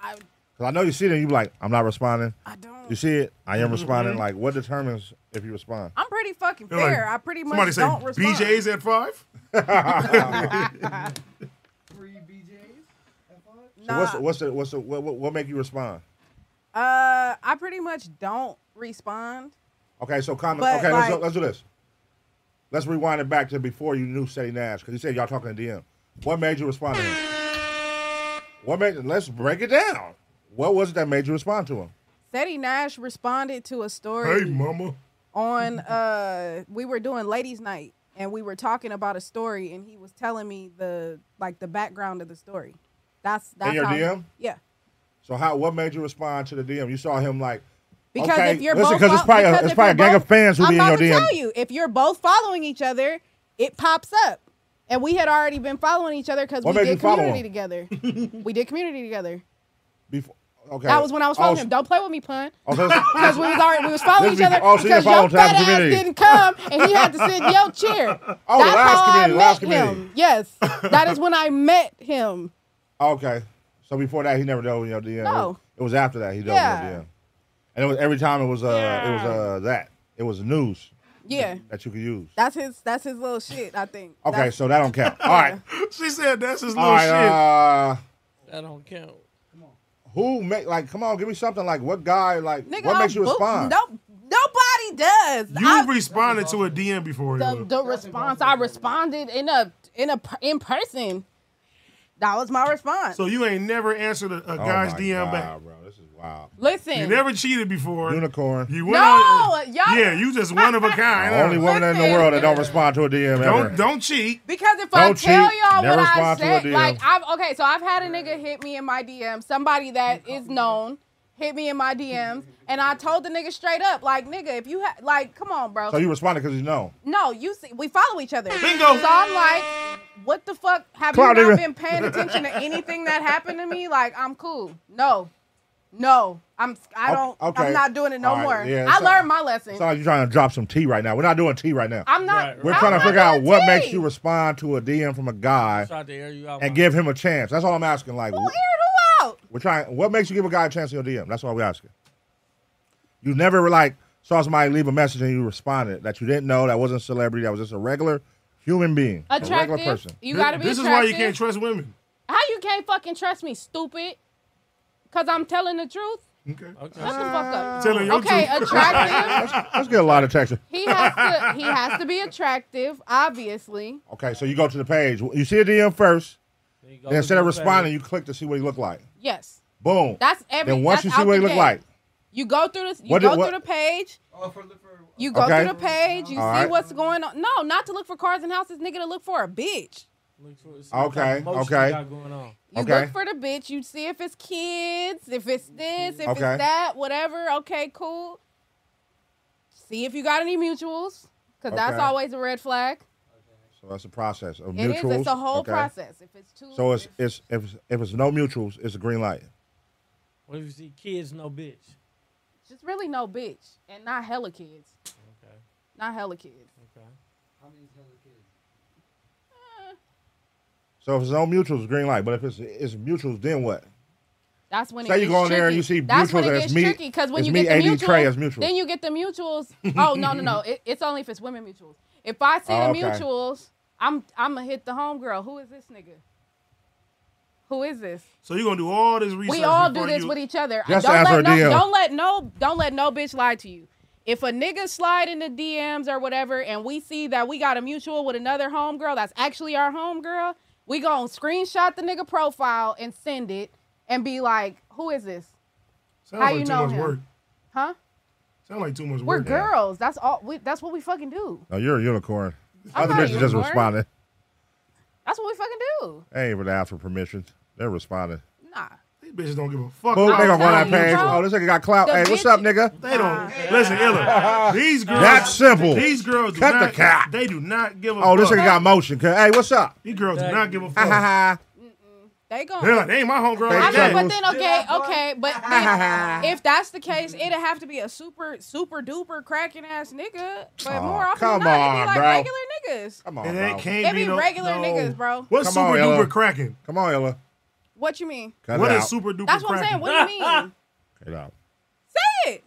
Speaker 3: I
Speaker 4: Cause I know you see it, and you be like, I'm not responding.
Speaker 3: I don't.
Speaker 4: You see it? I am
Speaker 3: Mm-hmm.
Speaker 4: responding.
Speaker 1: Mhm.
Speaker 4: Like, what determines if you respond?
Speaker 3: I'm pretty fucking
Speaker 4: You're like,
Speaker 3: fair. I pretty much
Speaker 4: somebody say
Speaker 3: don't respond.
Speaker 1: BJ's at five.
Speaker 4: So what's
Speaker 3: Nah.
Speaker 4: what's the, what's the, what, what what make you respond?
Speaker 3: Uh, I pretty much don't respond.
Speaker 4: Okay, so comment.
Speaker 3: But,
Speaker 4: Okay, let's,
Speaker 3: like-
Speaker 4: do, let's do this. Let's rewind it back to before you knew Seti Nash because you said y'all talking to DM. What made you respond to him? What made? Let's break it down. What was it that made you respond to him?
Speaker 3: Seti Nash responded to a story
Speaker 1: mama.
Speaker 3: on uh we were doing ladies night and we were talking about a story and he was telling me the like the background of the story. That's that's
Speaker 4: your
Speaker 3: how,
Speaker 4: DM?
Speaker 3: Yeah.
Speaker 4: So how? What made you respond to the DM? You saw him like.
Speaker 3: Because
Speaker 4: okay,
Speaker 3: if you're
Speaker 4: listen,
Speaker 3: both
Speaker 4: because it's
Speaker 3: fo-
Speaker 4: probably a,
Speaker 3: because
Speaker 4: it's
Speaker 3: if
Speaker 4: probably a
Speaker 3: you're
Speaker 4: gang of
Speaker 3: both-
Speaker 4: fans who
Speaker 3: I'm
Speaker 4: be in
Speaker 3: about
Speaker 4: your
Speaker 3: to
Speaker 4: DM.
Speaker 3: tell you, if you're both following each other, it pops up. And we had already been following each other because
Speaker 4: What
Speaker 3: we
Speaker 4: made you
Speaker 3: did
Speaker 4: follow
Speaker 3: community together. we did community together.
Speaker 4: Before, okay.
Speaker 3: That was when I was following
Speaker 4: Oh,
Speaker 3: him. Don't play with me, pun.
Speaker 4: Oh, so-
Speaker 3: Because we was already we was following
Speaker 4: This
Speaker 3: each other.
Speaker 4: be- oh, so you
Speaker 3: because
Speaker 4: follow
Speaker 3: your
Speaker 4: Tab's
Speaker 3: fat ass
Speaker 4: community.
Speaker 3: didn't come, and he had to sit in your chair.
Speaker 4: Oh, the
Speaker 3: That's
Speaker 4: Lions
Speaker 3: how I
Speaker 4: community,
Speaker 3: met
Speaker 4: Lions
Speaker 3: him.
Speaker 4: community.
Speaker 3: Yes, that is when I met him.
Speaker 4: Okay. So before that, he never dealt with your DM.
Speaker 3: No.
Speaker 4: It was after that he dealt
Speaker 3: Yeah.
Speaker 4: with your DM. And it was every time it was uh it was uh that it was news
Speaker 3: Yeah,
Speaker 4: that you could use.
Speaker 3: that's his. That's his little shit. I think.
Speaker 4: Okay,
Speaker 3: That's-
Speaker 4: so that don't count. All right.
Speaker 1: She said that's his
Speaker 4: All
Speaker 1: little
Speaker 4: right.
Speaker 1: shit.
Speaker 4: Uh,
Speaker 2: That don't count.
Speaker 4: who make like? Come on, give me something. Like what guy? Like
Speaker 3: Nigga,
Speaker 4: what
Speaker 3: I'm
Speaker 4: makes you
Speaker 3: boo-
Speaker 4: respond?
Speaker 3: No, nobody does.
Speaker 1: You responded to a DM before.
Speaker 3: the,
Speaker 1: Hila.
Speaker 3: the response I responded in a in a per- in person. That was my response.
Speaker 1: So you ain't never answered a, a
Speaker 4: Oh
Speaker 1: guy's
Speaker 4: my
Speaker 1: DM
Speaker 4: God,
Speaker 1: back.
Speaker 4: bro. This is wild.
Speaker 3: Listen,
Speaker 1: You never cheated before.
Speaker 4: Unicorn.
Speaker 1: You
Speaker 3: No,
Speaker 1: out-
Speaker 3: y'all-
Speaker 1: Yeah, you just one of a kind.
Speaker 4: The only woman in the world that don't respond to a DM ever.
Speaker 1: Don't don't cheat.
Speaker 3: Because if I
Speaker 4: Don't
Speaker 3: tell
Speaker 4: cheat.
Speaker 3: y'all
Speaker 4: Never
Speaker 3: what I
Speaker 4: respond to a
Speaker 3: said,
Speaker 4: DM.
Speaker 3: like I've okay, so I've had a nigga hit me in my DM, somebody that is known hit me in my DMs, and I told the nigga straight up, like nigga, if you ha- like, come on, bro.
Speaker 4: So you responded because you know.
Speaker 3: no, you see, we follow each other.
Speaker 1: Bingo.
Speaker 3: So I'm like, what the fuck? Have
Speaker 4: Come on,
Speaker 3: you not
Speaker 4: nigga.
Speaker 3: been paying attention to anything that happened to me? Like I'm cool. No, no, I'm I
Speaker 4: O-
Speaker 3: don't.
Speaker 4: okay.
Speaker 3: I'm not doing it no
Speaker 4: All right,
Speaker 3: more.
Speaker 4: yeah,
Speaker 3: I
Speaker 4: so-
Speaker 3: learned my lesson.
Speaker 4: It's not like you're trying to drop some tea right now. We're not doing tea right now.
Speaker 3: I'm not.
Speaker 4: We're
Speaker 3: I'm
Speaker 4: trying
Speaker 3: not
Speaker 4: to figure out
Speaker 3: doing
Speaker 4: what
Speaker 3: tea.
Speaker 4: makes you respond to a DM from a guy
Speaker 2: Tried to air you out.
Speaker 4: and give him a chance. That's all I'm asking. Like,
Speaker 3: Who aired who out?
Speaker 4: We're trying. What makes you give a guy a chance in your DM? That's all we're asking. You never like saw somebody leave a message and you responded that you didn't know that wasn't a celebrity that was just a regular human being, a regular
Speaker 3: Attractive.
Speaker 4: person.
Speaker 3: You gotta be
Speaker 1: This is why you
Speaker 3: attractive.
Speaker 1: can't trust women.
Speaker 3: How you can't fucking trust me, stupid? Cause I'm telling the truth.
Speaker 1: Okay.
Speaker 3: Shut the fuck up.
Speaker 1: Telling your
Speaker 3: okay,
Speaker 1: truth.
Speaker 3: attractive.
Speaker 4: Let's, let's get a lot of texts.
Speaker 3: he has to. He has to be attractive, obviously.
Speaker 4: Okay, so you go to the page. You see a DM first.
Speaker 2: go
Speaker 4: Then instead
Speaker 2: to
Speaker 4: of
Speaker 2: the
Speaker 4: responding, you click to see what he looked like.
Speaker 3: Yes.
Speaker 4: Boom.
Speaker 3: That's every.
Speaker 4: Then once
Speaker 3: that's
Speaker 4: you see
Speaker 3: out
Speaker 4: what he
Speaker 3: the
Speaker 4: looked
Speaker 3: gate.
Speaker 4: like,
Speaker 3: you go through this. You
Speaker 4: What did-
Speaker 3: go
Speaker 4: what-
Speaker 3: through the page.
Speaker 5: Oh,
Speaker 3: You go
Speaker 4: Okay.
Speaker 3: through the page. You see
Speaker 4: All right.
Speaker 3: what's going on. No, not to look for cars and houses, nigga. To look for a bitch.
Speaker 4: Okay,
Speaker 2: Emotion
Speaker 4: okay.
Speaker 2: you got going on.
Speaker 3: You
Speaker 4: Okay.
Speaker 3: look for the bitch. You see if it's kids, if it's this, if
Speaker 4: Okay.
Speaker 3: it's that, whatever. Okay, cool. See if you got any mutuals, because that's
Speaker 4: Okay.
Speaker 3: always a red flag.
Speaker 4: so that's a process of
Speaker 3: It is.
Speaker 4: mutuals.
Speaker 3: It's a whole
Speaker 4: okay?
Speaker 3: process. If it's two,
Speaker 4: So it's it's if it's- if it's no mutuals, it's a green light.
Speaker 2: What if you see kids, no bitch?
Speaker 3: just really no bitch, and not hella kids.
Speaker 2: Okay.
Speaker 3: Not hella kids.
Speaker 2: Okay.
Speaker 5: How many hella kids?
Speaker 4: So if it's no mutuals, green light. But if it's it's mutuals, then what?
Speaker 3: That's when
Speaker 4: Say
Speaker 3: it
Speaker 4: you
Speaker 3: gets
Speaker 4: go in
Speaker 3: tricky.
Speaker 4: there and you see
Speaker 3: That's when
Speaker 4: mutuals
Speaker 3: it
Speaker 4: and
Speaker 3: gets
Speaker 4: it's me-
Speaker 3: tricky because when
Speaker 4: it's
Speaker 3: you
Speaker 4: me,
Speaker 3: get the
Speaker 4: AD,
Speaker 3: mutuals,
Speaker 4: Trey as mutuals.
Speaker 3: then you get the mutuals. Oh no no no! It, it's only if it's women mutuals. If I see
Speaker 4: Oh,
Speaker 3: the
Speaker 4: okay.
Speaker 3: mutuals, I'm I'm gonna hit the homegirl. Who is this nigga? Who is this?
Speaker 1: So you're gonna do all this research.
Speaker 3: we all do
Speaker 1: before
Speaker 3: this
Speaker 1: you-
Speaker 3: with each other.
Speaker 4: Just
Speaker 3: don't
Speaker 4: ask
Speaker 3: let
Speaker 4: her
Speaker 3: no,
Speaker 4: DM.
Speaker 3: don't let no don't let no bitch lie to you. If a nigga slide in the DMs or whatever, and we see that we got a mutual with another homegirl that's actually our homegirl, we gonna screenshot the nigga profile and send it and be like, "Who is this?
Speaker 1: Sounds
Speaker 3: How
Speaker 1: like
Speaker 3: you
Speaker 1: too
Speaker 3: know
Speaker 1: much
Speaker 3: him?
Speaker 1: work.
Speaker 3: Huh?
Speaker 1: Sound like too much
Speaker 3: We're
Speaker 1: work.
Speaker 3: girls. That's all. We, that's what we fucking do.
Speaker 4: No, you're a unicorn.
Speaker 3: I'm
Speaker 4: Other
Speaker 3: not a
Speaker 4: bitches just
Speaker 3: unicorn.
Speaker 4: responding.
Speaker 3: That's what we fucking do.
Speaker 4: They ain't even ask for permission. They're responding.
Speaker 3: Nah.
Speaker 1: These bitches don't give a fuck.
Speaker 4: Boom,
Speaker 1: about
Speaker 4: they gonna go
Speaker 1: that.
Speaker 4: on that page.
Speaker 3: bro.
Speaker 4: Oh, this nigga got clout.
Speaker 3: The
Speaker 4: Hey, what's up, nigga?
Speaker 1: They don't listen, Illa. These girls.
Speaker 4: That's simple.
Speaker 1: These girls do
Speaker 4: Cut the
Speaker 1: not.
Speaker 4: cap.
Speaker 1: They do not give a.
Speaker 4: Oh, this
Speaker 1: fuck.
Speaker 4: nigga got motion. Hey, what's up?
Speaker 1: These girls do not give a
Speaker 4: Ha ha
Speaker 1: fuck.
Speaker 4: ha.
Speaker 3: They gon'
Speaker 1: Yeah, they ain't my homegirl.
Speaker 4: They
Speaker 1: like
Speaker 3: I
Speaker 4: Yeah.
Speaker 1: that.
Speaker 3: mean, but then okay, okay, but then, if that's the case, it'd have to be a super, super duper cracking ass nigga. But
Speaker 4: Aw,
Speaker 3: more often
Speaker 4: come
Speaker 3: than not,
Speaker 4: on,
Speaker 3: it'd be like
Speaker 4: bro.
Speaker 3: regular niggas.
Speaker 4: Come
Speaker 1: It
Speaker 4: on,
Speaker 1: ain't
Speaker 4: bro.
Speaker 1: can't
Speaker 3: It'd
Speaker 1: be
Speaker 3: be
Speaker 1: no-
Speaker 3: regular
Speaker 1: no.
Speaker 3: niggas, bro.
Speaker 1: What's
Speaker 4: Come on,
Speaker 1: super
Speaker 4: Ella.
Speaker 1: duper cracking?
Speaker 4: Come on, Ella.
Speaker 3: What you mean?
Speaker 4: Cut
Speaker 1: What
Speaker 4: it
Speaker 1: is
Speaker 4: out.
Speaker 1: super duper?
Speaker 3: That's what I'm
Speaker 1: cracking?
Speaker 3: saying. What do you mean?
Speaker 4: Cut it out.
Speaker 3: Say it.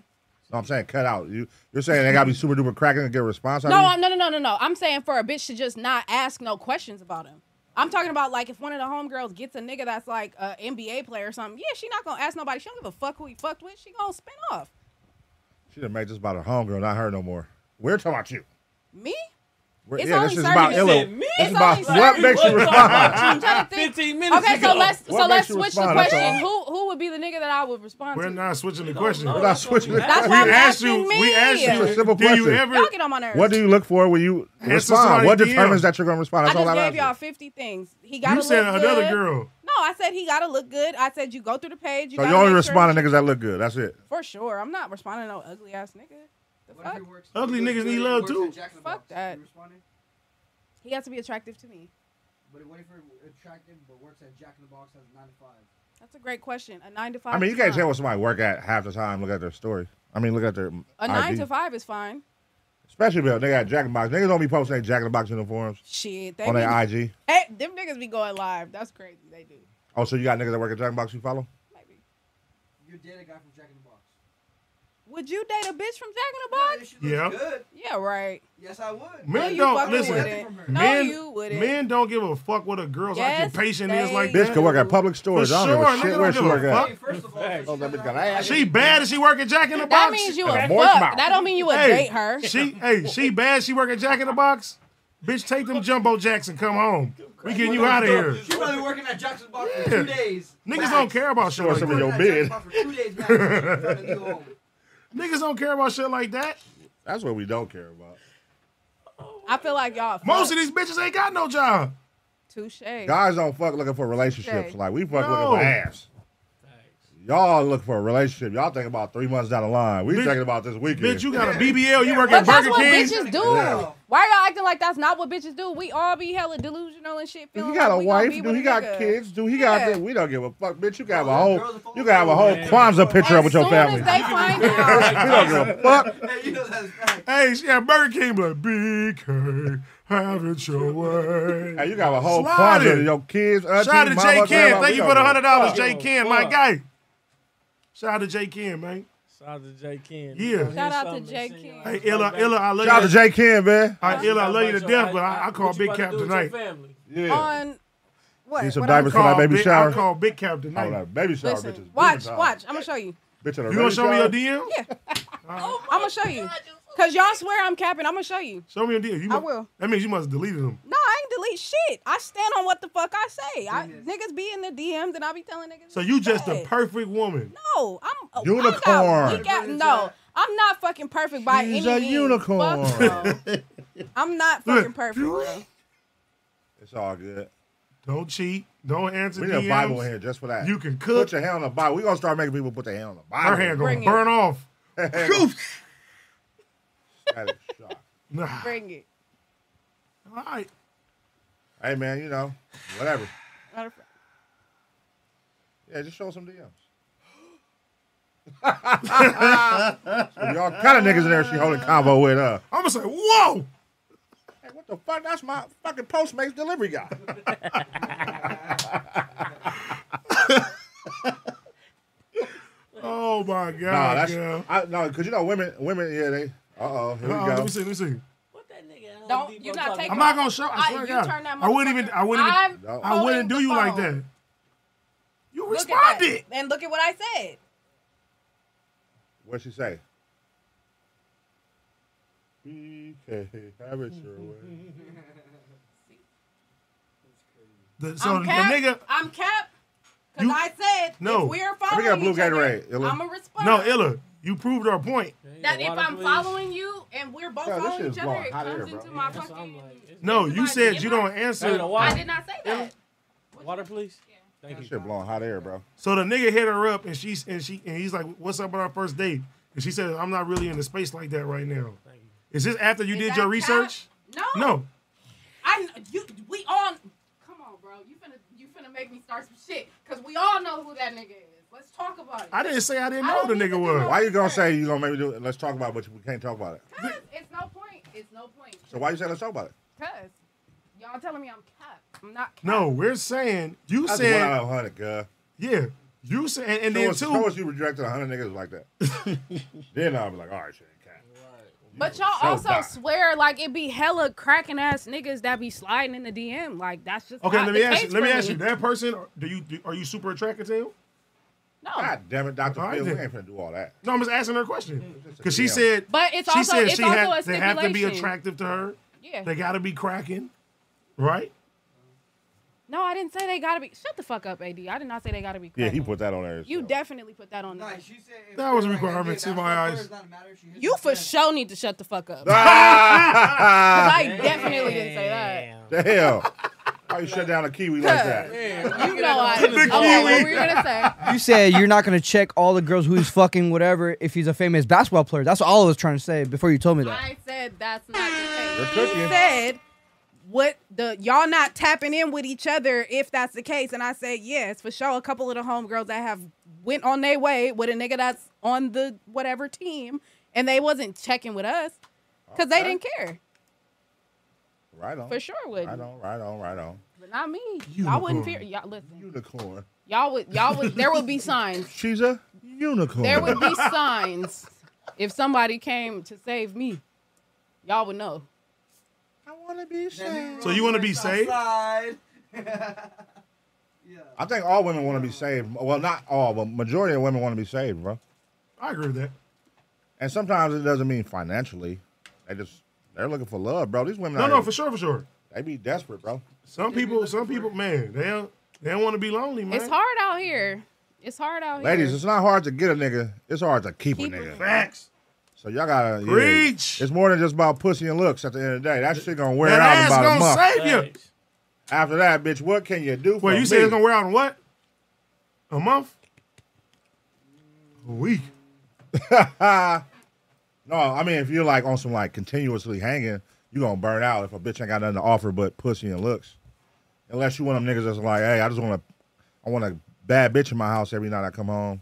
Speaker 4: No, I'm saying cut out. You, you're saying they gotta be super duper cracking and get a response out
Speaker 3: No,
Speaker 4: of you?
Speaker 3: I'm, no, no, no, no, no. I'm saying for a bitch to just not ask no questions about him. I'm talking about like if one of the homegirls gets a nigga that's like a NBA player or something. Yeah, she not gonna ask nobody. She don't give a fuck who he fucked with. She gonna spin off.
Speaker 4: She done made this about her homegirl, not her no more. We're talking about you.
Speaker 3: Me?
Speaker 4: We're,
Speaker 3: It's
Speaker 4: yeah,
Speaker 3: only
Speaker 4: this is
Speaker 3: certain
Speaker 4: about
Speaker 3: people.
Speaker 4: Illa.
Speaker 3: Me?
Speaker 4: This
Speaker 3: It's
Speaker 4: is about
Speaker 3: only
Speaker 4: what
Speaker 3: certain
Speaker 4: makes you
Speaker 3: people.
Speaker 4: respond.
Speaker 3: I'm trying to think.
Speaker 2: 15 minutes
Speaker 3: Okay,
Speaker 2: ago.
Speaker 3: so let's
Speaker 4: What
Speaker 3: so
Speaker 4: makes
Speaker 3: let's
Speaker 4: you
Speaker 3: switch the
Speaker 4: respond? That's
Speaker 3: question.
Speaker 4: all.
Speaker 3: Who who would be the nigga that I would respond
Speaker 1: We're
Speaker 3: to?
Speaker 1: not switching the question.
Speaker 4: We're not switching.
Speaker 3: That's
Speaker 4: We
Speaker 3: why I'm
Speaker 4: asked
Speaker 3: asking
Speaker 1: you-
Speaker 3: me.
Speaker 1: we asked you
Speaker 4: you a simple
Speaker 1: Do you
Speaker 4: question.
Speaker 1: ever?
Speaker 3: Y'all get on my nerves.
Speaker 4: What do you look for when you respond?
Speaker 1: somebody's
Speaker 4: What
Speaker 1: DM.
Speaker 4: determines that you're gonna respond?
Speaker 3: I
Speaker 4: That's
Speaker 3: just
Speaker 4: all I'm
Speaker 3: gave y'all
Speaker 4: asking.
Speaker 3: 50 things. He got to
Speaker 1: You
Speaker 3: look
Speaker 1: said
Speaker 3: good.
Speaker 1: another girl.
Speaker 3: No, I said he got to look good. I said you go through the page. You
Speaker 4: So
Speaker 3: gotta
Speaker 4: you only
Speaker 3: make sure-
Speaker 4: respond to niggas that look good. That's it.
Speaker 3: For sure. I'm not responding to no ugly ass nigga. The fuck?
Speaker 1: Ugly niggas need love too.
Speaker 3: Fuck that.
Speaker 5: You responded?
Speaker 3: He has to be attractive to me.
Speaker 5: But what if you're attractive but works at Jack in the Box as 95?
Speaker 3: That's a great question. A nine to five.
Speaker 4: I mean, you
Speaker 3: is
Speaker 4: can't
Speaker 3: fine.
Speaker 4: tell what somebody work at half the time. Look at their story. I mean, look at their
Speaker 3: A nine to five is fine.
Speaker 4: Especially if they got Jack in the Box. Niggas don't be posting their Jack in the Box uniforms
Speaker 3: Shit, they
Speaker 4: on their
Speaker 3: be,
Speaker 4: IG.
Speaker 3: Hey, them niggas be going live. That's crazy. They do.
Speaker 4: Oh, so you got niggas that work at Jack in the Box you follow?
Speaker 5: You did a guy from Jack in the Box.
Speaker 3: Would you date a bitch from Jack in the
Speaker 1: Yeah.
Speaker 3: Box?
Speaker 1: good.
Speaker 3: Yeah, right.
Speaker 5: Yes, I would.
Speaker 1: Men
Speaker 3: no, you
Speaker 1: don't
Speaker 3: fucking
Speaker 1: listen.
Speaker 3: Wouldn't. no,
Speaker 1: Men,
Speaker 3: you wouldn't.
Speaker 1: men don't give a fuck what a girl's
Speaker 3: Yes,
Speaker 1: occupation is
Speaker 3: they
Speaker 1: like
Speaker 4: Bitch
Speaker 1: that.
Speaker 4: could work at public stores.
Speaker 1: For
Speaker 4: I
Speaker 1: sure,
Speaker 4: don't give a
Speaker 1: nigga,
Speaker 4: shit
Speaker 1: don't
Speaker 4: where
Speaker 1: give
Speaker 4: she
Speaker 1: a
Speaker 4: work
Speaker 1: fuck.
Speaker 4: at. Oh, them bitches got ass.
Speaker 1: She bad and she work at Jack in the
Speaker 3: That
Speaker 1: Box.
Speaker 3: means you
Speaker 4: And
Speaker 3: a
Speaker 4: a
Speaker 3: fuck.
Speaker 4: moist mouth.
Speaker 3: That don't mean you would
Speaker 1: Hey,
Speaker 3: date her.
Speaker 1: She hey, she bad. She work at Jack in the Box. Bitch, take them jumbo jacks and come home. We getting you out of here.
Speaker 5: She probably working at Jackson Box for
Speaker 1: Yeah.
Speaker 5: two days.
Speaker 1: Niggas don't care about shit
Speaker 4: Show
Speaker 1: like
Speaker 4: some of
Speaker 1: that.
Speaker 4: your bid.
Speaker 5: For two days, max, in front of the new home.
Speaker 1: Niggas don't care about shit like that.
Speaker 4: That's what we don't care about.
Speaker 3: I feel like y'all.
Speaker 1: Most of these bitches ain't got no job.
Speaker 3: Touche.
Speaker 4: Guys don't fuck looking for relationships.
Speaker 3: Okay.
Speaker 4: Like we fuck
Speaker 1: No.
Speaker 4: looking for ass. Y'all look for a relationship. Y'all think about three months down the line. We
Speaker 1: Bitch-
Speaker 4: thinking about this weekend.
Speaker 1: Bitch, you got a BBL. You work
Speaker 3: But
Speaker 1: at
Speaker 3: that's
Speaker 1: Burger
Speaker 3: what
Speaker 1: King.
Speaker 3: bitches do.
Speaker 4: Yeah.
Speaker 3: Why y'all acting like that's not what bitches do? We all be hella delusional and shit. Feeling
Speaker 4: He got
Speaker 3: like
Speaker 4: a
Speaker 3: we gonna
Speaker 4: wife,
Speaker 3: be
Speaker 4: dude.
Speaker 3: with
Speaker 4: He
Speaker 3: a
Speaker 4: got
Speaker 3: nigga.
Speaker 4: kids, dude. He
Speaker 3: Yeah.
Speaker 4: got this. We don't give a fuck, bitch. You got a whole, you got a whole Kwanzaa picture up with your family.
Speaker 3: They find out.
Speaker 4: we don't give a fuck.
Speaker 1: Hey, she at Burger King, be like BK, have it your way.
Speaker 4: Hey, you got a whole
Speaker 1: Slide
Speaker 4: Kwanzaa
Speaker 1: it.
Speaker 4: to your kids. Auntie,
Speaker 1: Shout out to
Speaker 4: mama,
Speaker 1: Jay Ken.
Speaker 4: grandma.
Speaker 1: Thank
Speaker 4: We
Speaker 1: you
Speaker 4: don't
Speaker 1: for the
Speaker 4: give a
Speaker 1: hundred dollars,
Speaker 4: fuck.
Speaker 1: Jay Ken, my guy. Shout out to Jay Ken, man.
Speaker 2: Shout out to Jay Ken.
Speaker 1: Yeah.
Speaker 3: Shout out to Jay King.
Speaker 1: Hey, Illa, Illa, I love
Speaker 4: Shout out to
Speaker 1: you.
Speaker 4: Jay Ken, man.
Speaker 1: All right, Illa, I love you to
Speaker 2: So,
Speaker 1: death,
Speaker 2: I-
Speaker 1: but I, I call
Speaker 2: what you
Speaker 1: Big
Speaker 2: about to
Speaker 1: Cap
Speaker 2: do with
Speaker 1: tonight.
Speaker 2: Your family?
Speaker 1: uh,
Speaker 4: Yeah.
Speaker 3: On what?
Speaker 4: Need some
Speaker 3: what I-
Speaker 4: diapers for that
Speaker 1: Call
Speaker 4: baby
Speaker 1: Big-
Speaker 4: shower.
Speaker 1: I call Big Cap tonight.
Speaker 4: Oh, that baby shower
Speaker 3: Listen,
Speaker 4: bitches.
Speaker 3: watch,
Speaker 4: Bitches.
Speaker 3: watch. I'm gonna show you.
Speaker 4: Bitch, at a
Speaker 1: You gonna
Speaker 4: baby
Speaker 1: show me
Speaker 4: shower?
Speaker 1: your DMs?
Speaker 4: Oh
Speaker 3: I'm gonna show you. Cause y'all swear I'm capping. I'm gonna show you.
Speaker 1: Show me your DMs. You
Speaker 3: I
Speaker 1: mu-
Speaker 3: will.
Speaker 1: That means you must have deleted them.
Speaker 3: No, I ain't delete shit. I stand on what the fuck I say. I, niggas be in the DMs and I be telling niggas.
Speaker 1: So
Speaker 3: what
Speaker 1: you
Speaker 3: I
Speaker 1: just the
Speaker 3: said.
Speaker 1: perfect woman.
Speaker 3: No, I'm a
Speaker 4: Unicorn.
Speaker 3: I got weak ass- no, I'm not fucking perfect by
Speaker 4: She's
Speaker 3: any
Speaker 4: a
Speaker 3: means.
Speaker 4: unicorn.
Speaker 3: Fuck no. I'm not fucking perfect. bro.
Speaker 4: It's all good.
Speaker 1: Don't cheat. Don't answer
Speaker 4: We
Speaker 1: DMs.
Speaker 4: need a Bible in here just for that.
Speaker 1: You can
Speaker 4: Put
Speaker 1: cook.
Speaker 4: your hand on the Bible. We gonna start making people put their hand on the Bible.
Speaker 1: Her hand
Speaker 3: Bring
Speaker 1: gonna
Speaker 3: it.
Speaker 1: burn off.
Speaker 4: That is shock.
Speaker 1: Nah.
Speaker 3: Bring it.
Speaker 1: All right.
Speaker 4: Hey man, you know, whatever.
Speaker 3: Matter of fact,
Speaker 4: Yeah, just show some DMs. So y'all kind of niggas in there. She holding combo with uh.
Speaker 1: I'm gonna say, whoa.
Speaker 4: Hey, what the fuck? That's my fucking Postmates delivery guy.
Speaker 1: Oh my god.
Speaker 4: nah, that's
Speaker 1: girl.
Speaker 4: I, no, cause you know women, women, yeah, they. Uh oh, here
Speaker 1: Uh-oh,
Speaker 4: we
Speaker 1: let
Speaker 4: go.
Speaker 1: me see. Let me see.
Speaker 2: What that nigga?
Speaker 3: Don't you're not taking.
Speaker 1: I'm not gonna show. I
Speaker 3: I-
Speaker 1: swear to
Speaker 3: you
Speaker 1: God.
Speaker 3: turn that
Speaker 1: I wouldn't even. I wouldn't even.
Speaker 3: motherfucker-
Speaker 4: No.
Speaker 3: I'm
Speaker 1: I wouldn't do
Speaker 3: holding
Speaker 1: you
Speaker 3: the
Speaker 1: like
Speaker 3: phone.
Speaker 1: that. You
Speaker 3: Look at
Speaker 1: responded.
Speaker 3: that. And look at what I said.
Speaker 4: What'd she say? BK, have it your way.
Speaker 1: The- so
Speaker 3: I'm
Speaker 1: the
Speaker 3: cap.
Speaker 1: nigga.
Speaker 3: I'm cap. Cause
Speaker 1: You-
Speaker 3: I said
Speaker 1: No.
Speaker 3: if we're
Speaker 4: Let me
Speaker 3: following
Speaker 4: get a blue
Speaker 3: each other,
Speaker 4: Gatorade, Illa.
Speaker 3: I'm a respond.
Speaker 1: No, Illa, you proved our point.
Speaker 3: That if
Speaker 2: Water,
Speaker 3: I'm
Speaker 2: please.
Speaker 3: following you and we're both
Speaker 4: Yeah, this
Speaker 3: following
Speaker 4: shit
Speaker 3: each
Speaker 4: is
Speaker 3: other,
Speaker 4: blowing
Speaker 3: it
Speaker 4: hot
Speaker 3: comes
Speaker 4: air,
Speaker 3: into
Speaker 4: bro.
Speaker 3: my
Speaker 2: That's what
Speaker 3: fucking.
Speaker 2: I'm like. It's-
Speaker 1: No, you
Speaker 3: Somebody
Speaker 1: said
Speaker 3: get
Speaker 1: you
Speaker 3: my-
Speaker 1: don't answer.
Speaker 2: Hey, the
Speaker 3: I
Speaker 2: water.
Speaker 3: did not say that.
Speaker 2: Water, please. Thank
Speaker 4: That
Speaker 2: you.
Speaker 4: shit blowing hot air, bro.
Speaker 1: So the nigga hit her up, and she's and she and he's like, "What's up on our first date?" And she said, "I'm not really in the space like that right now."
Speaker 2: Thank you.
Speaker 1: Is this after you
Speaker 3: Is
Speaker 1: did
Speaker 3: that
Speaker 1: your
Speaker 3: cap?
Speaker 1: research?
Speaker 3: No.
Speaker 1: No.
Speaker 3: I kn- you we all come on, bro. You finna you finna make me start some shit because we all know who that nigga is. Let's talk about it.
Speaker 1: I didn't say I didn't
Speaker 3: I
Speaker 1: know
Speaker 3: don't
Speaker 1: the
Speaker 3: need
Speaker 1: nigga
Speaker 3: to do
Speaker 1: was.
Speaker 3: no-
Speaker 4: Why you gonna say you gonna maybe do it? Let's talk about it, but we can't talk about it.
Speaker 3: Cause it's no point. It's no point.
Speaker 4: So why you say let's talk about it?
Speaker 3: Cause y'all telling me I'm cap. I'm not. Cap.
Speaker 1: No, we're saying you
Speaker 4: That's one
Speaker 1: said
Speaker 4: out of hundred, girl.
Speaker 1: yeah. You said and, and
Speaker 4: Show
Speaker 1: then
Speaker 4: us, show
Speaker 1: two.
Speaker 4: us you rejected hundred niggas like that. then I'll be like, all right, shit, cat.
Speaker 3: But
Speaker 4: You
Speaker 3: y'all
Speaker 4: so
Speaker 3: also
Speaker 4: die.
Speaker 3: swear like it be hella cracking ass niggas that be sliding in the DM. Like that's just
Speaker 1: Okay,
Speaker 3: not
Speaker 1: let
Speaker 3: the
Speaker 1: me ask
Speaker 3: case
Speaker 1: you. Let me
Speaker 3: for
Speaker 1: ask you. That person, do you do, are you super attracted to him?
Speaker 3: No,
Speaker 4: God damn it, Doctor
Speaker 1: Oh. All right,
Speaker 4: Phil, we
Speaker 1: then.
Speaker 4: ain't finna do all that.
Speaker 1: No, I'm just asking her a question
Speaker 4: Just a
Speaker 1: because she
Speaker 4: DM.
Speaker 1: said
Speaker 3: but it's
Speaker 1: she
Speaker 3: also
Speaker 1: said
Speaker 3: it's
Speaker 1: she
Speaker 3: also
Speaker 1: had-
Speaker 3: a
Speaker 1: they
Speaker 3: stipulation.
Speaker 1: have to be attractive to her.
Speaker 3: Yeah.
Speaker 1: They got to be cracking, right?
Speaker 3: no, I didn't say they gotta be. Shut the fuck up, Ad. I did not say they gotta be.
Speaker 4: Yeah, he
Speaker 3: cracking.
Speaker 4: put that on there.
Speaker 3: You
Speaker 4: so.
Speaker 3: definitely put that on
Speaker 5: No,
Speaker 3: there.
Speaker 5: she said if
Speaker 1: That was a
Speaker 5: they're like,
Speaker 1: requirement
Speaker 5: "Hey,
Speaker 1: in
Speaker 5: that's
Speaker 1: my
Speaker 5: player,
Speaker 1: eyes.
Speaker 5: it doesn't matter if she hits
Speaker 3: You
Speaker 5: the
Speaker 3: for
Speaker 5: fence."
Speaker 3: sure need to shut the fuck up. 'Cause
Speaker 4: Ah!
Speaker 3: I definitely didn't say that.
Speaker 4: Damn. Why you shut down a kiwi like that?
Speaker 2: Damn.
Speaker 3: You know I didn't. Okay, what were you gonna say?
Speaker 10: You said you're not gonna check all the girls who he's fucking, whatever, if he's a famous basketball player. That's all I was trying to say before you told me that.
Speaker 3: I said that's not the
Speaker 4: You're
Speaker 3: case. He
Speaker 4: cooking.
Speaker 3: said what the y'all not tapping in with each other if that's the case? And I said, yes, for sure. A couple of the homegirls that have went on their way with a nigga that's on the whatever team, and they wasn't checking with us because they
Speaker 4: Okay.
Speaker 3: didn't care.
Speaker 4: Right on.
Speaker 3: For sure wouldn't.
Speaker 4: Right on, right on, right on.
Speaker 3: But not me. Y'all wouldn't fear.
Speaker 4: Unicorn.
Speaker 3: Y'all listen.
Speaker 4: Unicorn.
Speaker 3: Y'all would. Y'all would. There would be signs.
Speaker 4: She's a unicorn.
Speaker 3: There would be signs if somebody came to save me. Y'all would know.
Speaker 4: I want to be saved.
Speaker 1: So you want to be saved?
Speaker 4: I think all women want to be saved. Well, not all, but majority of women want to be saved, bro.
Speaker 1: I agree with that.
Speaker 4: And sometimes it doesn't mean financially. They just they're looking for love, bro. These women
Speaker 1: No,
Speaker 4: out
Speaker 1: no,
Speaker 4: here,
Speaker 1: for sure, for sure.
Speaker 4: They be desperate, bro.
Speaker 1: Some people, some people, man, they don't, they don't want to be lonely, man.
Speaker 3: It's hard out here. It's hard out
Speaker 4: Ladies,
Speaker 3: here.
Speaker 4: it's not hard to get a nigga. It's hard to keep, a nigga.
Speaker 1: Facts.
Speaker 4: So y'all gotta yeah.
Speaker 1: Preach.
Speaker 4: it's more than just about pussy and looks. At the end of the day, that shit gonna wear
Speaker 1: That
Speaker 4: out
Speaker 1: ass
Speaker 4: in about
Speaker 1: gonna
Speaker 4: a month.
Speaker 1: save you.
Speaker 4: After that, bitch, what can you do for
Speaker 1: Wait, you
Speaker 4: me?
Speaker 1: say it's gonna wear out in what? A month? A week?
Speaker 4: no, I mean if you're like on some like continuously hanging, you gonna burn out if a bitch ain't got nothing to offer but pussy and looks. Unless you one of them niggas that's like, hey, I just want to, I want a bad bitch in my house every night I come home,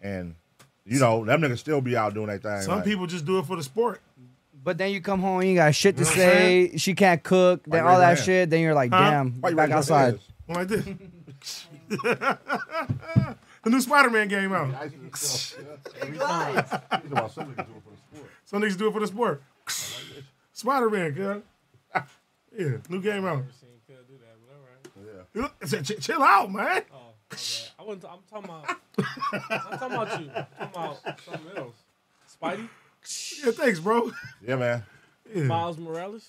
Speaker 4: and you know them niggas still be out doing their thing.
Speaker 1: Some
Speaker 4: like,
Speaker 1: people just do it for the sport.
Speaker 10: But then you come home, you got shit to
Speaker 1: You know what I'm
Speaker 10: say. She can't cook.
Speaker 1: Why
Speaker 10: Then
Speaker 1: you
Speaker 10: all that
Speaker 1: raise your hand?
Speaker 10: shit. Then you're like,
Speaker 1: Huh?
Speaker 10: damn,
Speaker 1: Why you raise
Speaker 10: back
Speaker 1: your
Speaker 10: outside.
Speaker 1: Like this. the new Spider-Man game out. Some niggas do it for the sport. Spider-Man, cuz. Yeah, new game out. Look, I said, "Ch- Chill out, man.
Speaker 2: I wasn't, I'm talking about. I'm talking about you. I'm talking about something else. Spidey,
Speaker 1: Yeah, thanks, bro.
Speaker 4: Yeah, man.
Speaker 1: Yeah.
Speaker 2: Miles Morales.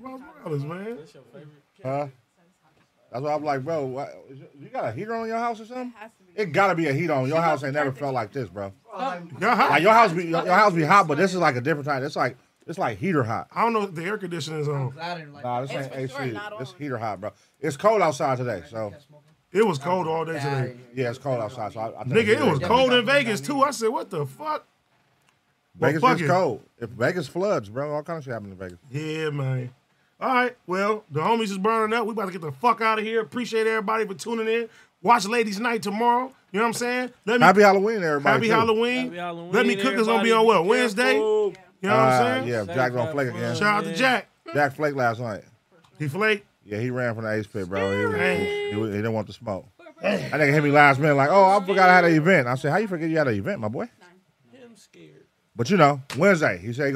Speaker 1: Miles Morales, man.
Speaker 2: That's your favorite.
Speaker 4: Huh? That's why I'm like, bro, what, is it- you got a heater on your house or something? It gotta be a heater on. Your house ain't never felt like this, bro.
Speaker 1: Your house,
Speaker 4: Like your house be your, your house be hot, but this is like a different type. It's like it's like heater hot.
Speaker 1: I don't know if the air conditioning is on.
Speaker 4: Nah, this ain't AC. It's heater hot, bro. It's cold outside today, so
Speaker 1: It was cold all day today.
Speaker 4: Yeah, it's cold outside. So I, I think
Speaker 1: Nigga, it was
Speaker 4: yeah.
Speaker 1: cold in Vegas too. I said, what the fuck? Well,
Speaker 4: Vegas
Speaker 1: fuck
Speaker 4: is
Speaker 1: it.
Speaker 4: cold. If Vegas floods, bro, all kind of shit happened in Vegas.
Speaker 1: Yeah, man. All right. Well, the homies is burning up. We about to get the fuck out of here. Appreciate everybody for tuning in. Watch Ladies Night tomorrow. You know what I'm saying? Let
Speaker 4: Happy Halloween, everybody.
Speaker 1: Happy
Speaker 4: too.
Speaker 1: Halloween.
Speaker 2: Happy Halloween,
Speaker 1: Let me cook is gonna be on
Speaker 2: everybody.
Speaker 1: what
Speaker 2: Be
Speaker 1: Wednesday.
Speaker 2: careful.
Speaker 1: You know what I'm
Speaker 4: Uh,
Speaker 1: saying?
Speaker 4: Yeah, Jack gonna flake again.
Speaker 1: Shout out to Jack.
Speaker 4: Jack Flake last night.
Speaker 1: He flaked.
Speaker 4: Yeah, he ran from the ace pit, bro. He, was,
Speaker 1: Scary.
Speaker 4: he, was- he didn't want the smoke. That nigga hit me last minute, like, oh, I forgot I had an event. I said, how you forget you had an event, my boy?
Speaker 2: Him scared.
Speaker 4: But you know, Wednesday, he said he gonna.